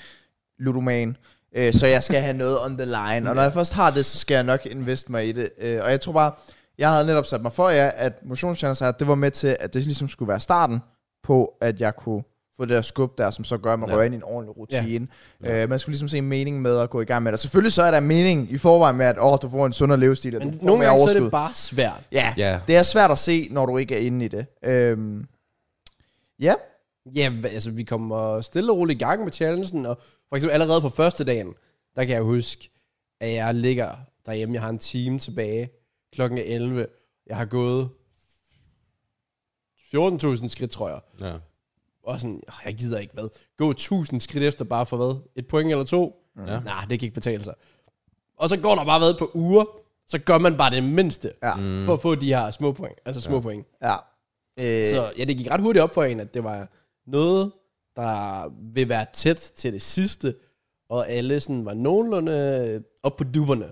ludoman, øh, så jeg skal have noget on the line. Og når jeg først har det, så skal jeg nok invest mig i det. Øh, og jeg tror bare, jeg havde netop sat mig for jer, at motionschancer, det var med til, at det ligesom skulle være starten på, at jeg kunne få det der skub der, som så gør, at man ja.
Ja.
rører ind i en ordentlig rutine. Ja. Øh, man skulle ligesom se en mening med at gå i gang med det. Og selvfølgelig så er der mening i forvejen med, at åh, du får en sundere levestil, og
Men
du får
nogle
mere
gange så
overskud.
er det bare svært.
Ja,
Ja.
det er svært at se, når du ikke er inde i det. Øhm, ja,
Ja, hva- altså vi kommer stille og roligt i gang med challengen, og for eksempel allerede på første dagen, der kan jeg huske, at jeg ligger derhjemme, jeg har en time tilbage, klokken er 11, jeg har gået 14.000 skridt, tror jeg,
ja.
og sådan, "Åh, jeg gider ikke hvad, gå 1000 skridt efter bare for hvad, et point eller to, ja. nej, det kan ikke betale sig. Og så går der bare hvad på uger, så gør man bare det mindste,
Ja.
for at få de her små point, altså små ja. point.
ja. Øh,
Så ja, det gik ret hurtigt op for en, at det var noget, der vil være tæt til det sidste, og alle sådan var nogenlunde øh, op på duberne.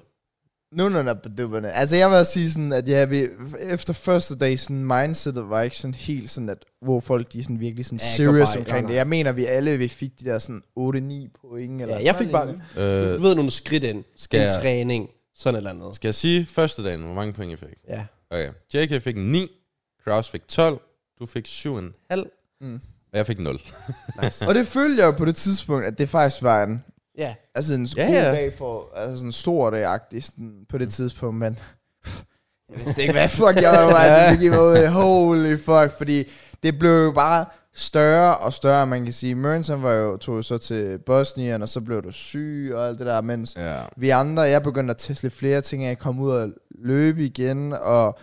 nu når der på dupperne. Altså jeg vil også sige sådan, at ja, vi, efter første dag, sådan mindsetet var ikke sådan helt sådan, at hvor folk de er sådan virkelig sådan
Ja,
ja,
går
serious
bare i-
omkring
nej,
det.
nej.
Jeg mener, vi alle vi fik de der sådan 8-9 point. Eller
Ja, jeg fik
sådan
bare
noget.
Øh,
du ved, nogle skridt ind,
skal
en
jeg-
træning, sådan et eller andet.
skal jeg sige første dagen, hvor mange point jeg fik?
Ja.
Okay. JK fik 9, Kraus fik 12, du fik 7,5,
Mm.
mm. og jeg fik 0.
Nice.
Og det følte jeg jo på det tidspunkt, at det faktisk var en,
ja.
altså en
Ja,
ja, god
ja.
dag for, altså sådan en stor dag sådan, på det tidspunkt, men jeg vidste ikke, hvad fuck jeg var på vej til. Det gik mig ud i, holy fuck, fordi det blev jo bare større og større, man kan sige. Mørensen var jo, tog jo så til Bosnien, og så blev du syg og alt det der, mens
Ja.
vi andre, jeg begyndte at teste lidt flere ting, jeg kom ud og løbe igen, og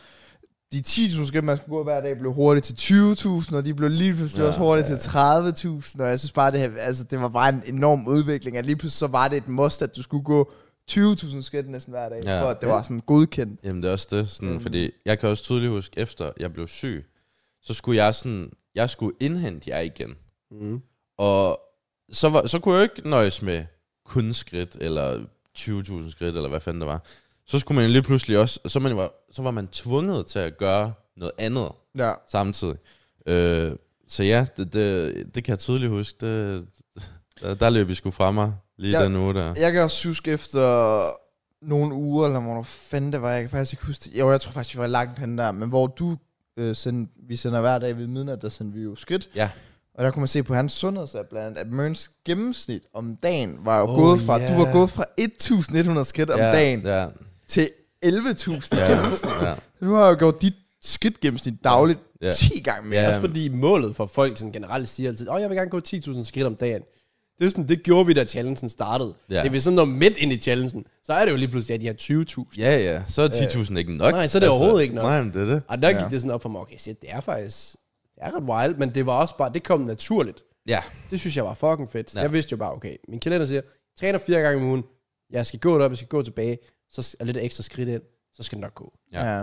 de 10.000 skridt, man skulle gå hver dag, blev hurtigt til 20.000, og de blev lige pludselig ja,
Ja,
også hurtigt til 30.000, og jeg synes bare, det, her, altså, det var bare en enorm udvikling, at lige pludselig så var det et must, at du skulle gå 20.000 skridt næsten hver dag, ja.
Ja.
for at det var sådan godkendt.
Jamen det er også det, sådan, mm. fordi jeg kan også tydeligt huske, efter jeg blev syg, så skulle jeg sådan, jeg skulle indhente jer igen.
Mm.
Og så, var, så kunne jeg jo ikke nøjes med kun skridt, eller 20.000 skridt, eller hvad fanden det var. Så skulle man jo lige pludselig også, så, man var, så var man tvunget til at gøre noget andet
Ja.
samtidig. Øh, så ja, det, det, det kan jeg tydeligt huske. Det, der, der løb I sgu fra mig lige
Ja.
ja. den uge der.
Jeg kan også huske efter nogle uger, eller hvornår fanden det var, jeg kan faktisk ikke huske det. Jo, jeg tror faktisk, vi var langt hen der, men hvor du øh, sendte, vi sender hver dag ved midnat, der sendte vi jo skridt.
Ja.
Og der kunne man se på hans sundhedsapp blandt andet, at Mørns gennemsnit om dagen var jo oh,
Oh,
gået fra,
ja.
du var gået fra 1.100 skridt om
ja,
dagen
Ja,
til 11.000 ja.
ja, ja.
Du har jo gjort dit skridt gennemsnit dagligt ja.
Ja.
10 gange mere.
Ja.
Ja.
Også fordi målet for folk sådan generelt siger altid, åh, jeg vil gerne gå 10.000 skridt om dagen. Det, er sådan, det gjorde vi, da challengen startede.
Ja.
Ja. Det vil sådan når midt ind i challengen, så er det jo lige pludselig, at de har 20.000.
ja, ja. Så er 10.000 ikke nok. altså.
Nej, så er det overhovedet ikke nok.
Nej, men det er det.
Og der
Ja.
ja. gik det sådan op for mig, okay, shit, det er faktisk, det er ret wild, men det var også bare, det kom naturligt.
Ja,
Det synes jeg var fucking fedt. Ja.
Ja.
Jeg vidste jo bare, okay, min kalender siger, jeg træner fire gange om ugen, jeg skal gå derop, jeg skal gå tilbage, så er lidt ekstra skridt ind, så skal det nok gå.
Ja.
Ja.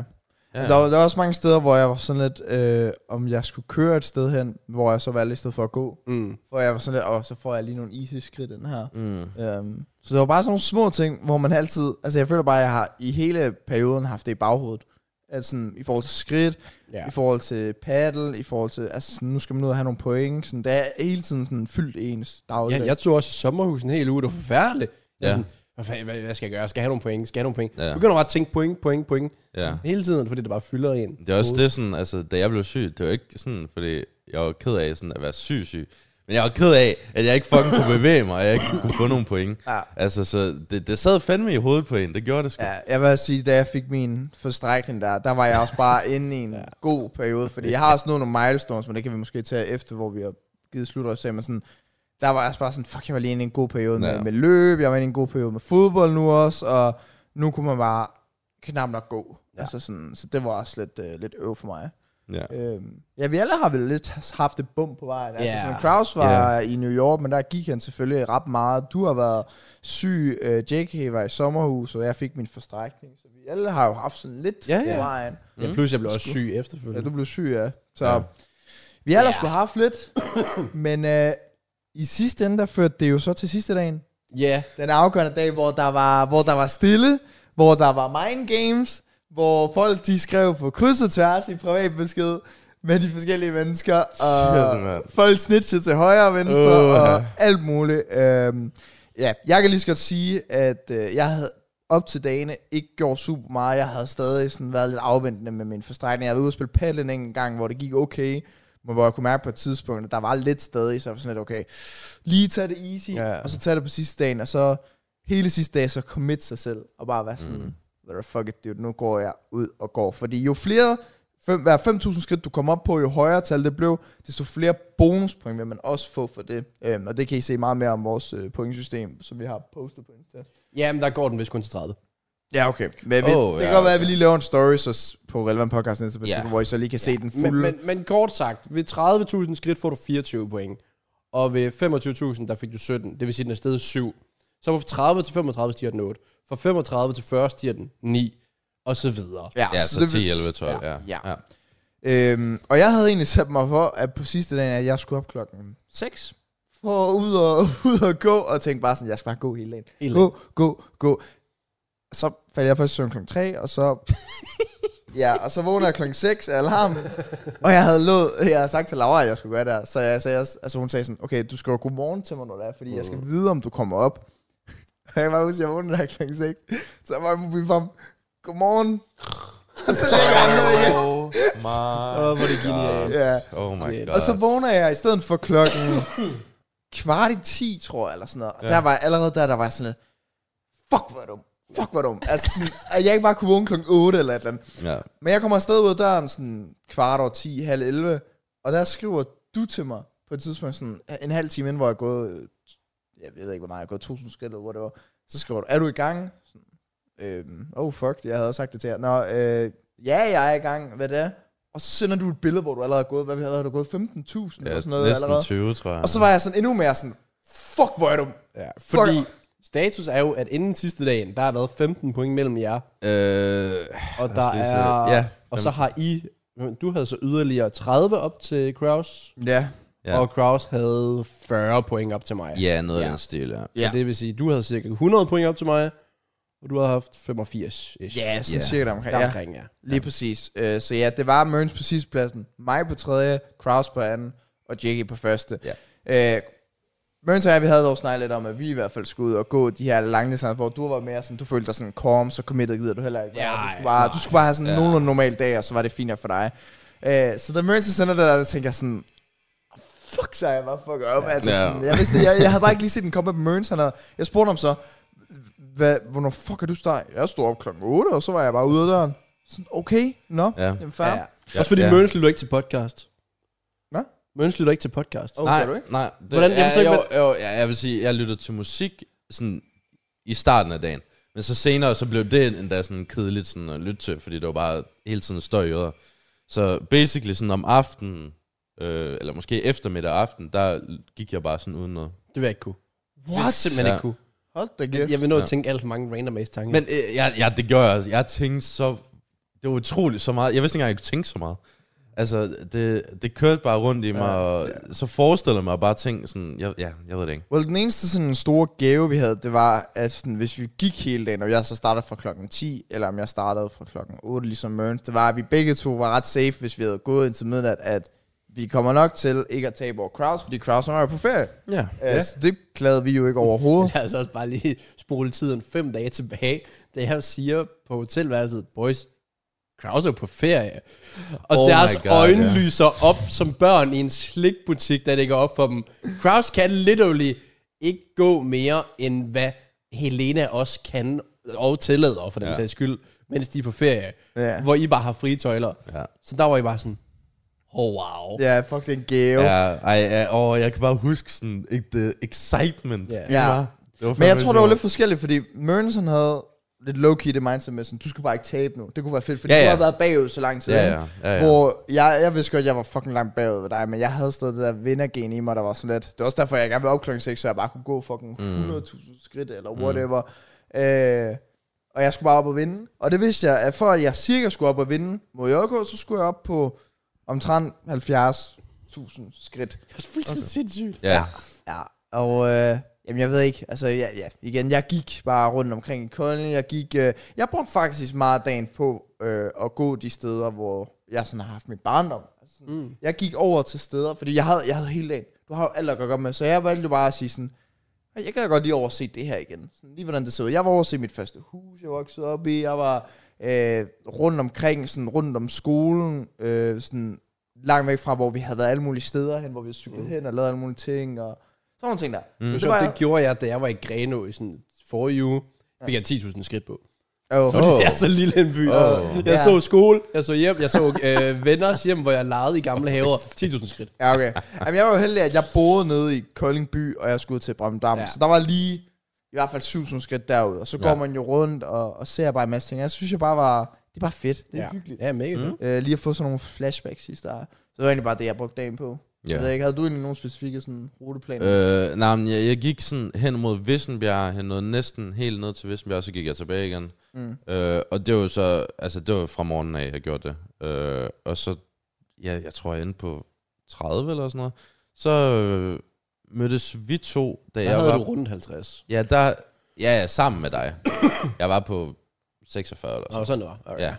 ja.
Der, var- der var også mange steder, hvor jeg var sådan lidt, øh, om jeg skulle køre et sted hen, hvor jeg så valgte i stedet for at gå.
Mm.
Hvor jeg var sådan lidt, og så får jeg lige nogle easy skridt den her.
Mm.
Um, så det var bare sådan nogle små ting, hvor man altid, altså jeg føler bare, at jeg har i hele perioden haft det i baghovedet. Altså sådan, i forhold til skridt, ja.
Ja.
i forhold til paddle, i forhold til, altså sådan, nu skal man ud og have nogle point. Sådan, det er hele tiden sådan fyldt ens dagligdag.
Jeg, jeg tog også i sommerhus en hel uge, det var forfærdeligt. Jeg
Ja.
ja. sådan, hvad, fanden- hvad, hvad, skal jeg gøre? Skal jeg have nogle point? Skal jeg have nogle point?
Ja.
Ja. Begynder bare at tænke point, point, point.
ja.
Hele tiden, fordi det bare fylder en.
Det er også det sådan, altså, da jeg blev syg, det var ikke sådan, fordi jeg var ked af sådan at være syg syg. Men jeg var ked af, at jeg ikke fucking kunne bevæge mig, og jeg ikke kunne få nogle point.
Ja.
Altså, så det, det sad fandme i hovedet på en, det gjorde det sgu. Ja.
Ja, jeg vil også sige, da jeg fik min forstrækning der, der var jeg også bare inde i en ja. god periode, fordi jeg har også nået nogle milestones, men det kan vi måske tage efter, hvor vi har givet slutresultat, men sådan, der var jeg også bare sådan, fuck, jeg var lige inde i en god periode med,
Ja.
med løb, jeg var inde i en god periode med fodbold nu også, og nu kunne man bare knap nok gå. Ja. Altså sådan, så det var også lidt, øh, lidt øv for mig.
Ja.
Øhm, ja, vi alle har vel lidt haft et bump på vejen. Altså,
Ja.
sådan, Kraus var i New York, men der gik han selvfølgelig ret meget. Du har været syg, øh, JK var i sommerhus, og jeg fik min forstrækning. Så vi alle har jo haft sådan lidt
Ja,
på
ja.
vejen.
Ja, plus jeg blev også syg
Ja,
efterfølgende.
du blev syg, ja. Så
Ja.
ja. vi alle
Ja.
har skulle have haft lidt. men øh, i sidste ende, der førte det jo så til sidste dagen.
Ja,
Den afgørende dag, hvor der var, hvor der var stille, hvor der var mind games, hvor folk de skrev på kryds og tværs i privatbesked med de forskellige mennesker, og
Shit, mand.
folk snitchede til højre og venstre,
Åh,
uh.
ja.
og alt muligt. Øhm, ja, jeg kan lige så godt sige, at øh, jeg havde op til dagene ikke gjort super meget. Jeg havde stadig sådan været lidt afventende med min forstrækning. Jeg havde været ude og spille paddle en enkelt gang, hvor det gik okay, men hvor jeg kunne mærke på et tidspunkt, at der var lidt stadig, så jeg var sådan lidt, okay, lige tage det easy,
Ja.
ja. og så tage det på sidste dagen, og så hele sidste dag, så commit sig selv, og bare være sådan, mm. fuck it, dude, nu går jeg ud og går. Fordi jo flere, fem, hver 5.000 skridt, du kommer op på, jo højere tal det blev, desto flere bonuspoint vil man også få for det. Øhm, og det kan I se meget mere om vores øh, pointsystem, som vi har postet på Insta.
jamen der går den vist kun til 30.
Ja, okay. Men vi,
Åh,
oh, det kan
ja,
godt være, at vi
okay.
lige laver en story så s- på Relevant Podcast næste på
Ja.
yeah. hvor I så lige kan se den fulde.
Men, men, men kort sagt, ved 30.000 skridt får du 24 point, og ved 25.000, der fik du 17, det vil sige, den er stedet 7. Så fra 30 til 35 stiger den 8, fra 35 til 40 stiger den 9, og så videre.
Ja, så
det
10,
vil-
11, 12, ja.
Ja.
ja.
Øhm, og jeg havde egentlig sat mig for, at på sidste dagen, at jeg skulle op klokken 6 for ud og, ud og gå, og tænkte bare sådan, jeg skal bare gå hele dagen.
Hele
Gå, gå, gå. Så faldt jeg først i søvn klokken 3, og så... ja, og så vågner jeg klokken 6 af alarmen, og jeg havde, lået, jeg havde sagt til Laura, at jeg skulle gøre det her, så jeg sagde også, altså hun sagde sådan, okay, du skal jo godmorgen til mig, når det er, fordi jeg skal vide, om du kommer op. Og jeg kan bare huske, at jeg vågnede der klokken 6, så var jeg mobil frem, godmorgen, og så lægger jeg ned igen.
Oh my
Åh, hvor er det genialt.
Ja.
Oh my god.
Og så vågner jeg i stedet for klokken kvart i 10, tror jeg, eller sådan noget. Og
Ja.
ja. der var jeg allerede der, der var jeg sådan lidt, fuck, hvor er dum. Fuck, hvor er dum. Altså, sådan, at jeg ikke bare kunne vågne klokken 8 eller et eller andet.
Ja.
Men jeg kommer afsted ud af døren sådan kvart over 10, halv 11, og der skriver du til mig på et tidspunkt sådan en halv time inden, hvor jeg er gået, øh, jeg ved ikke, hvor meget jeg er gået, 1000 skridt eller whatever. Så skriver du, er du i gang? Sådan, øhm, oh fuck, jeg havde også sagt det til jer. Nå, øh, ja, jeg er i gang, hvad det er? Og så sender du et billede, hvor du allerede er gået, hvad vi havde, du gået 15.000
Ja,
eller sådan noget
næsten
allerede.
20, tror jeg.
Og så var jeg sådan endnu mere sådan, fuck, hvor er du?
Ja, fordi
Fuck.
status er jo, at inden sidste dagen, der har været 15 point mellem jer,
Øh,
og der
det er så-
er...
ja,
og så har I... Du havde så yderligere 30 op til Kraus,
Ja.
Ja.
ja. og Kraus havde 40 point op til mig.
ja, noget af
Ja.
den stil, ja.
Ja. Så det vil sige, du havde cirka 100 point op til mig, og du havde haft 85 ish.
Ja, sådan
Ja.
yeah. cirka omkring.
Der
Ja.
omkring, ja.
Lige ja. præcis. Øh, så ja, det var Mørns på sidste pladsen, mig på tredje, Kraus på anden, og Jackie på første. Ja. Øh, Mørns og jeg, vi havde dog snakket lidt om, at vi i hvert fald skulle ud og gå de her lange distancer, hvor du var mere sådan, du følte dig sådan calm, så committed gider du heller ikke. være.
Ja,
du, skulle bare, du skulle bare have sådan
Ja.
ja. nogenlunde normal dag, og så var det fint nok for dig. Øh, så da Mørns sender det der, der tænker jeg sådan, fuck, så jeg bare fuck op. Altså,
Ja.
sådan, jeg, vidste, jeg, jeg havde bare ikke lige set den komme op på Mørns. Han havde, jeg spurgte ham så, Hvad, hvornår fuck er du steg? Jeg stod op klokken 8, og så var jeg bare ude af døren. Sådan, okay, nå,
Ja.
ja. jamen fair. Ja,
ja.
ja.
ja. Også fordi
Ja.
ja. Mørns lytter ikke til podcast.
Hvad?
Mørns lytter ikke til podcast.
Oh,
nej,
gør du ikke?
nej. Det,
Hvordan- jeg
jeg,
forstår ikke,
jo, jo, ja, jeg vil sige, jeg lyttede til musik sådan, i starten af dagen. Men så senere, så blev det endda sådan kedeligt sådan, at lytte til, fordi det var bare hele tiden støj i øret. Så basically sådan om aftenen, øh, eller måske eftermiddag og aften, der gik jeg bare sådan uden noget.
Det vil jeg ikke kunne. Det vil jeg
What?
simpelthen
Ja.
ikke kunne.
Hold da kæft.
Jeg vil nå
Ja.
at tænke alt for mange random ass tanker.
Men øh, jeg, jeg, det gjorde jeg også. Jeg tænkte så... Det var utroligt så meget. Jeg vidste ikke engang, jeg kunne tænke så meget. Altså, det, det kørte bare rundt i mig, ja, og så forestillede jeg mig bare ting sådan... Jeg, ja, jeg ved det ikke.
Well, den eneste sådan store gave, vi havde, det var, at sådan, hvis vi gik hele dagen, og jeg så startede fra klokken 10, eller om jeg startede fra klokken 8, ligesom Mørns, det var, at vi begge to var ret safe, hvis vi havde gået indtil midnat, at vi kommer nok til ikke at tabe over Kraus, fordi Kraus var jo på ferie.
Ja.
Ja. Så det klagede vi jo ikke overhovedet.
Lad os også bare lige spole tiden fem dage tilbage, da jeg siger på hotelværelset, boys, Kraus er jo på ferie. Og oh
Oh
deres
my
God,
God,
øjne
ja.
lyser op som børn i en slikbutik, der ligger op for dem. Kraus kan literally ikke gå mere, end hvad Helena også kan og tillader, for den ja. sags skyld, mens de er på ferie.
Ja.
Hvor I bare har frie tøjler.
Ja.
Så der var I bare sådan, oh wow.
Ja, fuck, det er en gave.
Ja, ej, ja, åh, jeg kan bare huske sådan et uh, excitement.
Ja.
Ja.
Det var
Men jeg
fandme
tror, det var
sjovt.
lidt forskelligt, fordi Mørens han havde lidt low-key det mindset med sådan, du skal bare ikke tabe nu. Det kunne være fedt, fordi
Ja,
ja, ja.
ja.
du har været bagud så lang tid.
Ja,
ikke?
ja, ja, ja.
Hvor jeg, jeg vidste godt, at jeg var fucking langt bagud ved dig, men jeg havde stadig det der vindergen i mig, der var sådan lidt. Det var også derfor, jeg gerne ville op klokken 6, så jeg bare kunne gå fucking
Mm.
100.000 skridt eller whatever. Øh, og jeg skulle bare op og vinde. Og det vidste jeg, at for at jeg cirka skulle op og vinde mod JK, så skulle jeg op på omtrent 70.000 skridt.
Det er fuldstændig sindssygt.
Ja.
Ja, og øh, jamen, jeg ved ikke, altså ja, ja, igen, jeg gik bare rundt omkring i Kolding, jeg gik, øh, jeg brugte faktisk meget dagen på øh, at gå de steder, hvor jeg sådan har haft min barndom. Altså, sådan, mm. Jeg gik over til steder, fordi jeg havde, jeg havde hele dagen, du har jo alt at gøre godt med, så jeg valgte jo bare at sige sådan, "Hey, jeg kan godt lige over se det her igen, sådan, lige hvordan det ser ud. Jeg var over at se mit første hus, jeg voksede op i, jeg var øh, rundt omkring, sådan rundt om skolen, øh, sådan langt væk fra, hvor vi havde været alle mulige steder hen, hvor vi havde cyklet mm. hen og lavet alle mulige ting, og sådan nogle ting der. Mm.
Det, var, det gjorde jeg, da jeg var i Greno i sådan forrige uge. Fik jeg 10.000 skridt på.
Oh.
Fordi oh. jeg er så lille en by. Oh. Jeg
Ja.
så skole, jeg så hjem, jeg så øh, venners hjem, hvor jeg legede i gamle haver. 10.000 skridt.
Ja, okay. Jamen, jeg var jo heldig, at jeg boede nede i Kolding by, og jeg skulle ud til Brøndam.
Ja.
Ja. Så der var lige i hvert fald 7.000 skridt derud, og så går
Ja.
ja. man jo rundt og, og ser bare en masse ting. Jeg synes, jeg bare var, det er bare fedt. Det er ja. hyggeligt.
Ja, mega mm.
Øh, lige at få sådan nogle flashbacks sidste der. Så det var egentlig bare det, jeg brugte dagen på.
Ja.
Jeg ved ikke, havde du egentlig nogle specifikke sådan, ruteplaner?
Øh, nej, men jeg, jeg gik sådan hen mod Vissenbjerg, hen nåede næsten helt ned til Vissenbjerg, og så gik jeg tilbage igen.
Mm.
Øh, og det var jo så, altså det var fra morgenen af, jeg gjorde det. Øh, og så, ja, jeg tror jeg endte på 30 eller sådan noget. Så øh, mødtes vi to, da
Der
jeg
havde
var...
du rundt 50.
Ja, der, ja, ja, sammen med dig. jeg var på 46 eller sådan
Nå, sådan det var. Okay.
Ja.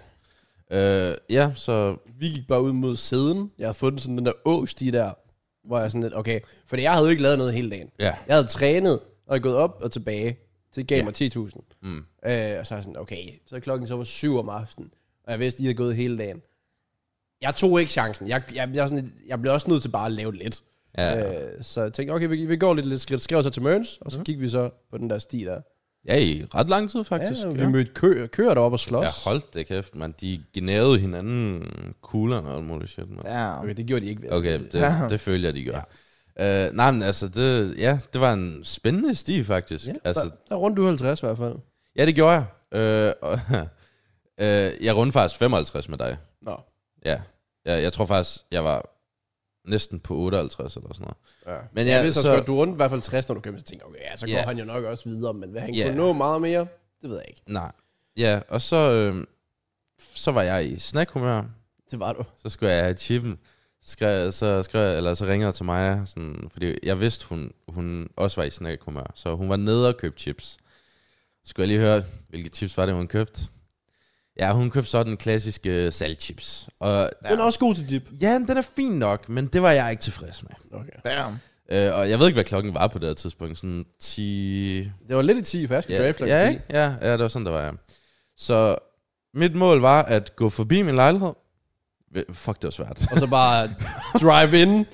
noget. Øh, ja, så
Vi gik bare ud mod siden. Jeg havde fundet sådan den der åsti der, hvor jeg sådan lidt, okay. Fordi jeg havde jo ikke lavet noget hele dagen.
ja.
Jeg havde trænet, og jeg gået op og tilbage. Det gav ja. mig 10.000.
Mm.
Øh, og så er jeg sådan, okay, så er klokken så var syv om aftenen, og jeg vidste, I havde gået hele dagen. Jeg tog ikke chancen. Jeg, jeg, jeg, er sådan, lidt- jeg blev også nødt til bare at lave lidt.
Ja,
Øh, så jeg tænkte, okay, vi, vi går lidt, lidt skridt. Skrev så til Mørns,
Mhm.
og så gik vi så på den der sti der.
ja, i ret lang tid faktisk.
Ja, vi mødte køer, køer deroppe og slås.
Ja, hold det kæft, man. De gnævede hinanden kuglerne og alt muligt shit, man.
Ja.
Okay, det gjorde de ikke. ved at
Okay,
sige.
det, det føler jeg, de gør. Ja. Uh, nej, men altså, det, ja, det var en spændende sti, faktisk.
Ja, altså,
altså,
der, der er rundt du 50 i hvert fald.
ja det gjorde jeg. Uh, og, uh, jeg rundte faktisk 55 med dig.
Nå.
Ja. ja. Jeg tror faktisk, jeg var næsten på 58 eller sådan noget.
Ja.
Men
Jeg vidste også godt, du rundt i hvert fald 60, når du købte, så tænkte jeg, okay, ja, så går
Ja.
han jo nok også videre, men hvad han
Ja.
kunne nå meget mere, det ved jeg ikke.
Nej. Ja, og så, øh, så var jeg i snackhumør.
Det var du.
Så skulle jeg have chippen. Så skrev, så, skrev, eller så ringer jeg til Maja, sådan, fordi jeg vidste, hun, hun også var i snakkumør. Så hun var nede og købte chips. Så skulle jeg lige høre, hvilke chips var det, hun købte? Ja, hun købte så den klassiske øh, saltchips. Og,
Ja. Den er også god til dip.
ja, den er fin nok, men det var jeg ikke tilfreds med.
Okay.
Damn.
Øh, og jeg ved ikke, hvad klokken var på det her tidspunkt. Sådan 10...
Det var lidt i 10, for jeg skulle
Ja,
drive klokken
ja,
10.
ikke? ja, ja, det var sådan, der var jeg. Så mit mål var at gå forbi min lejlighed. Fuck, det var svært.
Og så bare drive in,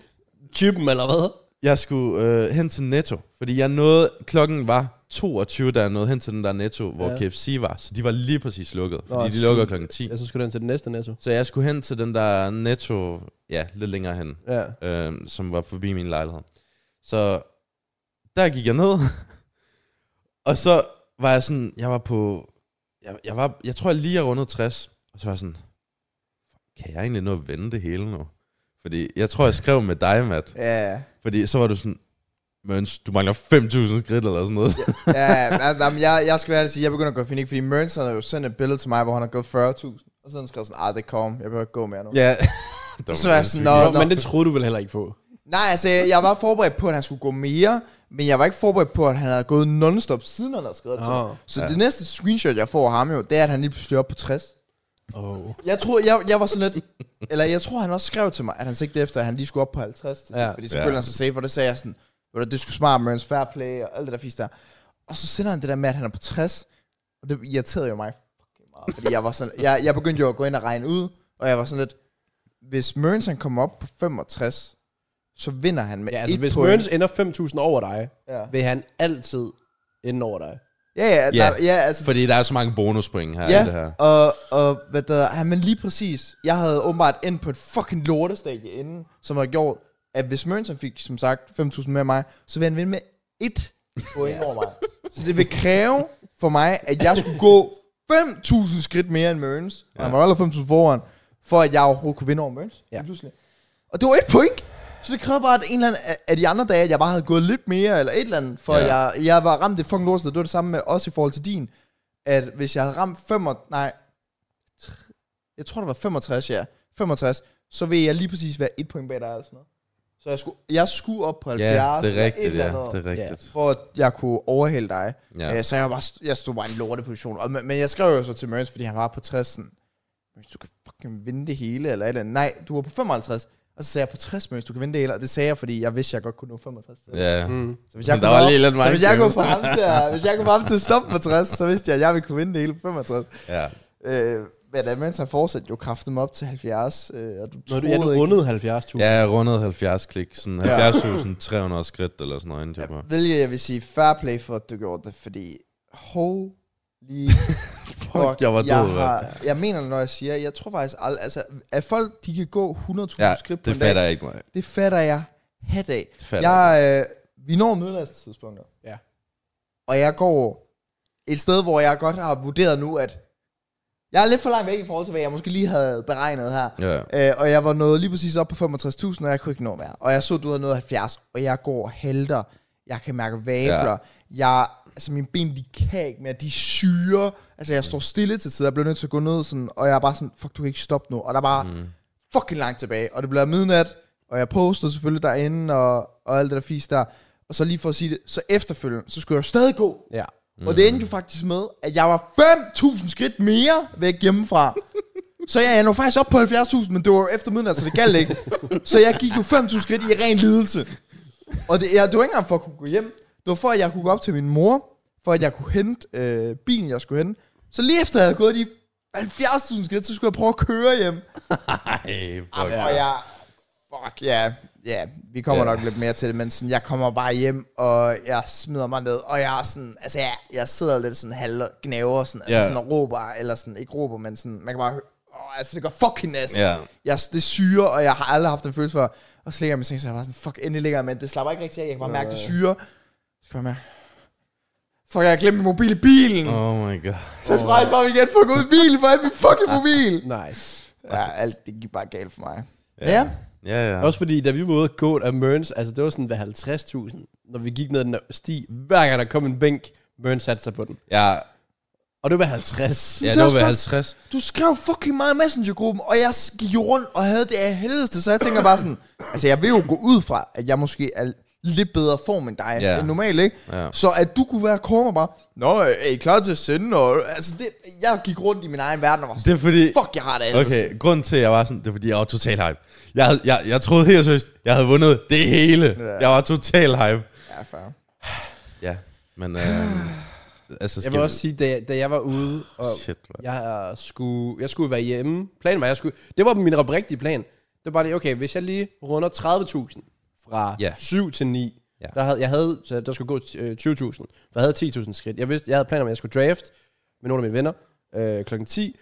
chippen eller hvad?
Jeg skulle øh, hen til Netto, fordi jeg nåede, klokken var 22, da jeg nåede hen til den der Netto, hvor
Ja.
ja. KFC var. Så de var lige præcis lukket, fordi de
skud.
lukker klokken 10.
Jeg så skulle den til den næste næste.
Så jeg skulle hen til den der Netto, ja, lidt længere hen,
Ja.
øh, som var forbi min lejlighed. Så der gik jeg ned, og så var jeg sådan, jeg var på, jeg, jeg, var, jeg tror jeg lige er rundet 60, og så var jeg sådan, kan jeg egentlig nå at vende det hele nu? Fordi jeg tror, jeg skrev med dig, Matt.
Ja,
Fordi så var du sådan, Møns, du mangler 5.000 skridt eller sådan noget.
ja altså, jamen, jeg, jeg skal være ærlig og sige, jeg begynder at gå i panik, fordi Mørens har jo sendt et billede til mig, hvor han har gået 40.000. Og så har han skrev sådan, ah, det kom, jeg behøver ikke gå mere nu.
Ja.
Så var jeg sådan, nå,
Nå,
nå.
men det troede du vel heller ikke på.
Nej, altså, jeg var forberedt på, at han skulle gå mere, men jeg var ikke forberedt på, at han havde gået non-stop, siden han havde skrevet det. til mig.
Ah.
Så det næste screenshot, jeg får af ham jo, det er, at han lige pludselig er oppe på 60.
Oh.
Jeg tror, jeg, jeg var sådan lidt... eller jeg tror, han også skrev til mig, at han sigtede efter, at han lige skulle op på 50. Til
Ja.
ja. Fordi selvfølgelig
Ja.
ja. han så safe, og det sagde jeg sådan, "Ved du, det skulle smart, Mørens fair play og alt det der fisk der. Og så sender han det der med, at han er på 60. Og det irriterede jo mig fucking meget. februar, fordi jeg var sådan, jeg, jeg begyndte jo at gå ind og regne ud, og jeg var sådan lidt, hvis Mørens han kommer op på 65, så vinder han med
Ja,
ja,
altså
et
hvis
point.
Mørens ender 5.000 over dig,
Ja.
vil han altid ende over dig.
Ja, ja,
Ja.
der, ja, altså,
Fordi der er så mange bonuspoint her. i Det
ja,
her.
og, og hvad der, ja, men lige præcis, jeg havde åbenbart endt på et fucking lortestadie inden, som havde gjort, at hvis Mørens han fik, som sagt, 5.000 mere end mig, så ville han vinde med et point over mig. Så det vil kræve for mig, at jeg skulle gå 5.000 skridt mere end Mørens, og han var allerede 5.000 foran, for at jeg overhovedet kunne vinde over Mørens.
Ja.
Ja. Pludselig. Og det var et point. Så det krævede bare, at en eller anden af- af de andre dage, at jeg bare havde gået lidt mere, eller et eller andet, for
Ja.
ja. jeg, jeg var ramt det fucking lort, det var det samme med også i forhold til din, at hvis jeg havde ramt 5, nej, tr- jeg tror det var 65, ja, 65, så ville jeg lige præcis være et point bag dig, eller sådan noget. Så jeg skulle, jeg skulle op på 70,
Ja, det
eller
er
et
rigtigt,
eller
ja.
andet,
Det er rigtigt.
for at jeg kunne overhælde dig.
Ja.
Ja. Øh, så jeg, var bare, jeg stod bare i en lorteposition. Og, men, men jeg skrev jo så til Mørens, fordi han var på 60. Sådan, Mørens, du kan fucking vinde det hele, eller et eller andet. Nej, du var på 55. Og så sagde jeg på 60, Mørens, du kan vinde det hele. Og det sagde jeg, fordi jeg vidste, jeg godt kunne nå 65.
Ja.
Mm.
Så hvis jeg,
Men der
kunne
var
op-
lige lidt
så
meget
hvis jeg, kunne
tvivl.
få ham til at, hvis jeg kunne få ham til at stoppe på 60, så vidste jeg, at jeg ville kunne vinde det hele på 65.
ja.
Øh, men da mens han fortsatte jo kraftede mig op til 70, øh, og du
Når du,
troede
ja, du
ikke-
rundede 70.000.
Ja, jeg rundede 70 klik. Sådan 70.300 skridt eller sådan noget. endte jeg på.
Hvilket jeg vil sige fair play for, at du gjorde det, fordi holy fuck,
jeg var død,
jeg,
mand.
har, jeg mener, det, når jeg siger, jeg tror faktisk aldrig, altså, at folk, de kan gå 100.000
Ja,
skridt på
det
en
fatter
dag,
jeg ikke. Nej.
det fatter jeg hat af.
Det fatter jeg
Jeg, øh, vi når midnatstidspunkter.
Ja.
Og jeg går et sted, hvor jeg godt har vurderet nu, at jeg er lidt for langt væk i forhold til, hvad jeg måske lige havde beregnet her.
ikke. Ja.
Øh, og jeg var nået lige præcis op på 65.000, og jeg kunne ikke nå mere. Og jeg så, du havde nået 70, og jeg går og halter. Jeg kan mærke vabler.
Ja.
Ja. Jeg, altså mine ben, de kan ikke mere. De syre. Altså jeg står stille til tid. Jeg bliver nødt til at gå ned, sådan, og jeg er bare sådan, fuck, du kan ikke stoppe nu. Og der er bare mm. fucking langt tilbage. Og det bliver midnat, og jeg poster selvfølgelig derinde, og, og alt det der fisk der. Og så lige for at sige det, så efterfølgende, så skulle jeg jo stadig gå
ja.
Mm. Og det endte jo faktisk med, at jeg var 5.000 skridt mere væk hjemmefra. så jeg, jeg nåede faktisk op på 70.000, men det var jo efter midnat, så det galt ikke. så jeg gik jo 5.000 skridt i ren lidelse. Og det, jeg, det var ikke engang for at kunne gå hjem. Det var for, at jeg kunne gå op til min mor, for at jeg kunne hente øh, bilen, jeg skulle hente. Så lige efter jeg havde gået de 70.000 skridt, så skulle jeg prøve at køre hjem.
Ej, fuck.
Ja. Og jeg, fuck ja, yeah, ja, yeah, vi kommer
Ja.
nok lidt mere til det, men sådan, jeg kommer bare hjem, og jeg smider mig ned, og jeg er sådan, altså jeg, jeg sidder lidt sådan halv og gnaver, sådan, altså
Ja.
sådan og råber, eller sådan, ikke råber, men sådan, man kan bare høre, åh, altså det gør fucking næsten.
Ja.
Jeg, det syre, og jeg har aldrig haft en følelse for, og så ligger jeg med seng, så jeg var sådan, fuck, endelig ligger jeg, men det slapper ikke rigtig af, jeg kan bare mærke det syre. Så kan jeg mærke, fuck, jeg har glemt min mobil i bilen. Oh.
Oh my god.
Så sprang jeg bare igen for at gå ud i bilen, for at min fucking mobil.
Nice.
Ja, alt det gik bare galt for mig. Ja. ja.
Ja, ja.
Også fordi, da vi var ude og gå af Mørns, altså det var sådan ved 50.000, når vi gik ned ad den der sti, hver gang der kom en bænk, Mørns satte sig på den.
Ja,
Og det var 50.
ja
er
det var
også
ved
bare-
50.
du skrev fucking meget i messengergruppen, og jeg s- gik jo rundt og havde det af helvede til, så jeg tænker bare sådan, altså jeg vil jo gå ud fra, at jeg måske er lidt bedre form end dig,
Ja.
yeah. end normalt, ikke?
Ja.
Så at du kunne være kommet og bare, Nå, er I klar til at sende? Og, altså det, jeg gik rundt i min egen verden og var sådan,
Det er fordi...
fuck, jeg har det af helvede til."
Okay, grunden til, at jeg var sådan, det er fordi, jeg var total hype. Jeg, havde, jeg, jeg troede helt seriøst, jeg havde vundet det hele.
Ja.
Jeg var total hype.
Ja, fair.
Ja, men... Øh, altså,
Jeg
skal
vil
vi-
også sige, da, da jeg var ude, og
Shit, mand.
jeg, øh, skulle, jeg skulle være hjemme. Planen var, jeg skulle... Det var min oprigtige plan. Det var bare det, okay, hvis jeg lige runder 30.000 fra
Ja.
yeah. 7 til 9,
Ja.
der, havde, jeg havde, så der skulle gå øh, 20.000, for jeg havde 10.000 skridt. Jeg vidste, jeg havde planer om, at jeg skulle draft med nogle af mine venner øh, klokken 10,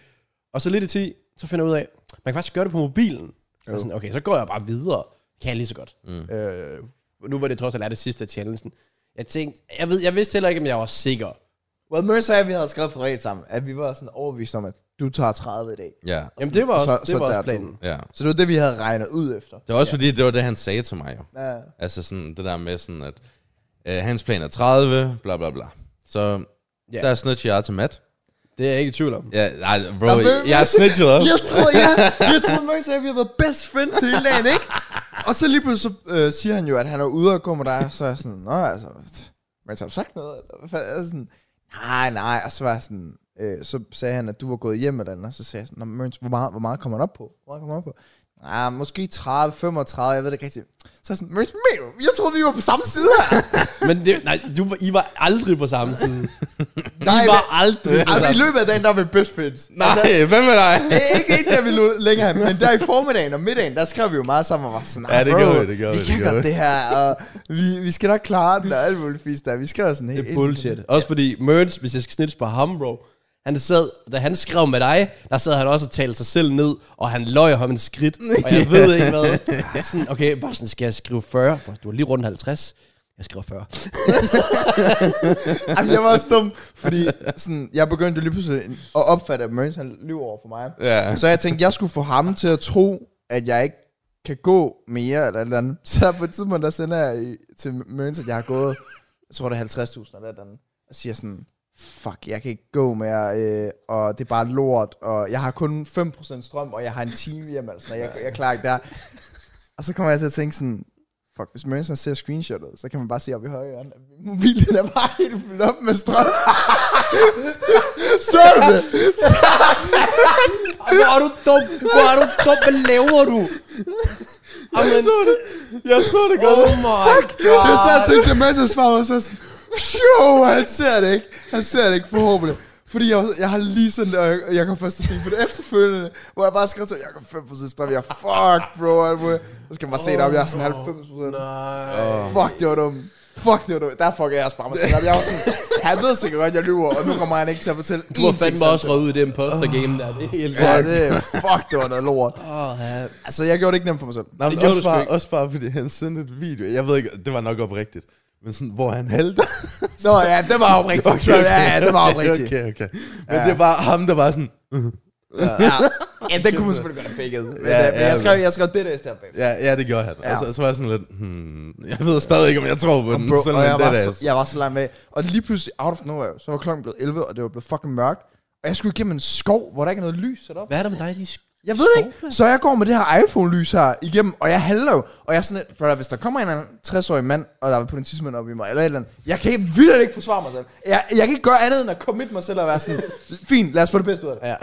og så lidt i 10, så finder jeg ud af, man kan faktisk gøre det på mobilen. Så, er jeg sådan, okay, så går jeg bare videre. Kan jeg lige så godt. Mm. Øh, nu var det trods alt er det sidste af challengen. Jeg tænkte, jeg, ved, jeg vidste heller ikke, om jeg var sikker.
Well, Mørs og jeg, vi havde skrevet for regel sammen, at vi var sådan overbevist om, at du tager 30 i dag.
Ja,
Jamen det var også,
Så-
det
så
var
der
også
er du.
planen.
ja.
Så det var det, vi havde regnet ud efter.
Det var også fordi, det var det, han sagde til mig jo.
Ja.
Altså sådan det der med sådan, at øh, hans plan er 30, bla bla bla. Så
Ja.
yeah. der snitcher jeg til Matt.
Det er jeg ikke i tvivl om.
Ja, nej, bro,
Nå, men-
jeg er snitchet
Jeg
også.
tror, jeg, jeg tror, Mørk sagde, at vi har været best friends hele dagen, ikke? Og så lige pludselig så, øh, siger han jo, at han er ude og gå med dig, så er jeg sådan, nå altså, men har du sagt noget? Eller hvad fanden? Jeg er sådan, nej, nej, og så var jeg sådan, øh, så sagde han, at du var gået hjem med den, og så sagde jeg sådan, nå, Mørk, hvor meget, hvor meget kommer han op på? Hvor meget kommer han op på? Ah, måske 30, 35, jeg ved det ikke rigtigt. Så er jeg sådan, Mørk, mener du? jeg troede, vi var på samme side her.
Men det, nej, du, var- I var aldrig på samme side.
Nej,
Vi var
men,
aldrig
altså, i løbet af dagen, der var vi best friends.
Nej, hvad med dig?
Altså, ikke, ikke da vi lå længere, men der i formiddagen og middagen, der skrev vi jo meget sammen og var sådan, "Ah,
Ja, det
bro,
gjorde vi, det gjorde
vi.
vi, det
kan
gjorde
godt
vi."
det her, og vi, vi skal nok klare den og alt muligt fisk der. Vi skrev sådan helt...
Det er bullshit. Også fordi Merns, hvis jeg skal snitche på ham, bro, han sad, da han skrev med dig, der sad han også og talte sig selv ned, og han løj ham en skridt, og jeg ved ikke hvad. Sådan, okay, bare sådan, skal jeg skrive 40? Bro, Du er lige rundt 50. Jeg skriver 40.
Jamen, jeg var også dum, fordi sådan, jeg begyndte lige pludselig at opfatte, at Mørens han lyver over for mig.
Ja.
Så jeg tænkte, jeg skulle få ham til at tro, at jeg ikke kan gå mere eller et eller andet. Så på et tidspunkt, der sender jeg i- til Mørens, at jeg har gået, jeg tror det er 50.000 eller et eller andet, og siger sådan, fuck, jeg kan ikke gå mere, øh, og det er bare lort, og jeg har kun 5% strøm, og jeg har en time hjemme, eller sådan, noget. jeg, jeg klarer ikke der. Og så kommer jeg til at tænke sådan, fuck, hvis Mørens han ser screenshotet, så kan man bare se op i højre hjørne, at min mobil den er bare helt fyldt op med strøm. så er det.
Hvor er du dum? Hvor er du dum? Hvad laver du? Amen.
Jeg så det godt.
Oh my god.
Jeg sad og tænkte, at Mads svar var så sådan, show, han ser det ikke. Han ser det ikke, forhåbentlig. Fordi jeg, jeg har lige sådan, og jeg, jeg kom først til at tænke på det efterfølgende, hvor jeg bare skrev til, jeg kom 5% strøm, jeg fuck, bro, alt muligt. Så skal man bare se det op, jeg er sådan 90%.
Nej.
Fuck, det var dumt. Fuck, det var dumt. Der fucker jeg også bare mig selv op. Jeg var sådan, han ved sikkert godt, jeg lyver, og nu kommer han ikke til at fortælle
Du har
én ting
fandme også
samtidig.
røget ud i det imposter game der. Det er helt
Ja,
sikkert.
det, fuck, det var noget lort.
Åh, ja.
Altså, jeg gjorde det ikke nemt for mig selv.
Nej, men
Det gjorde
også,
du sgu
bare,
ikke.
også bare, fordi han sendte et video. Jeg ved ikke, det var nok oprigtigt. Men sådan, hvor han halter.
Nå ja, det var oprigtigt. Okay, okay, ja, ja, det var
okay,
oprigtigt.
Okay, okay. Men det var ham, der var sådan,
ja. ja, den kunne man selvfølgelig godt have faked. Men,
Ja,
ja, men
ja,
jeg, skrev,
men-
jeg skrev det der i stedet bagefter.
ja, ja det gjorde han. Ja.
Ja.
Og så, så var jeg sådan lidt, hmm, jeg ved stadig ikke, om jeg tror på den.
Bro,
selvom
og jeg
det
var,
der er-
så, jeg var så langt med. Og lige pludselig, out of nowhere, så var klokken blevet 11, og det var blevet fucking mørkt. Og jeg skulle igennem en skov, hvor der ikke er noget lys sat op.
Hvad er der med dig? De sk-
Jeg ved det ikke. Så jeg går med det her iPhone-lys her igennem, og jeg halder jo. Og jeg er sådan lidt, brother, hvis der kommer en eller anden 60-årig mand, og der er politismand oppe i mig, eller et eller andet, jeg kan ikke, vildt ikke forsvare mig selv. Jeg, jeg kan ikke gøre andet end at commit mig selv og være sådan, fint, lad os få det bedste ud af det.
Ja.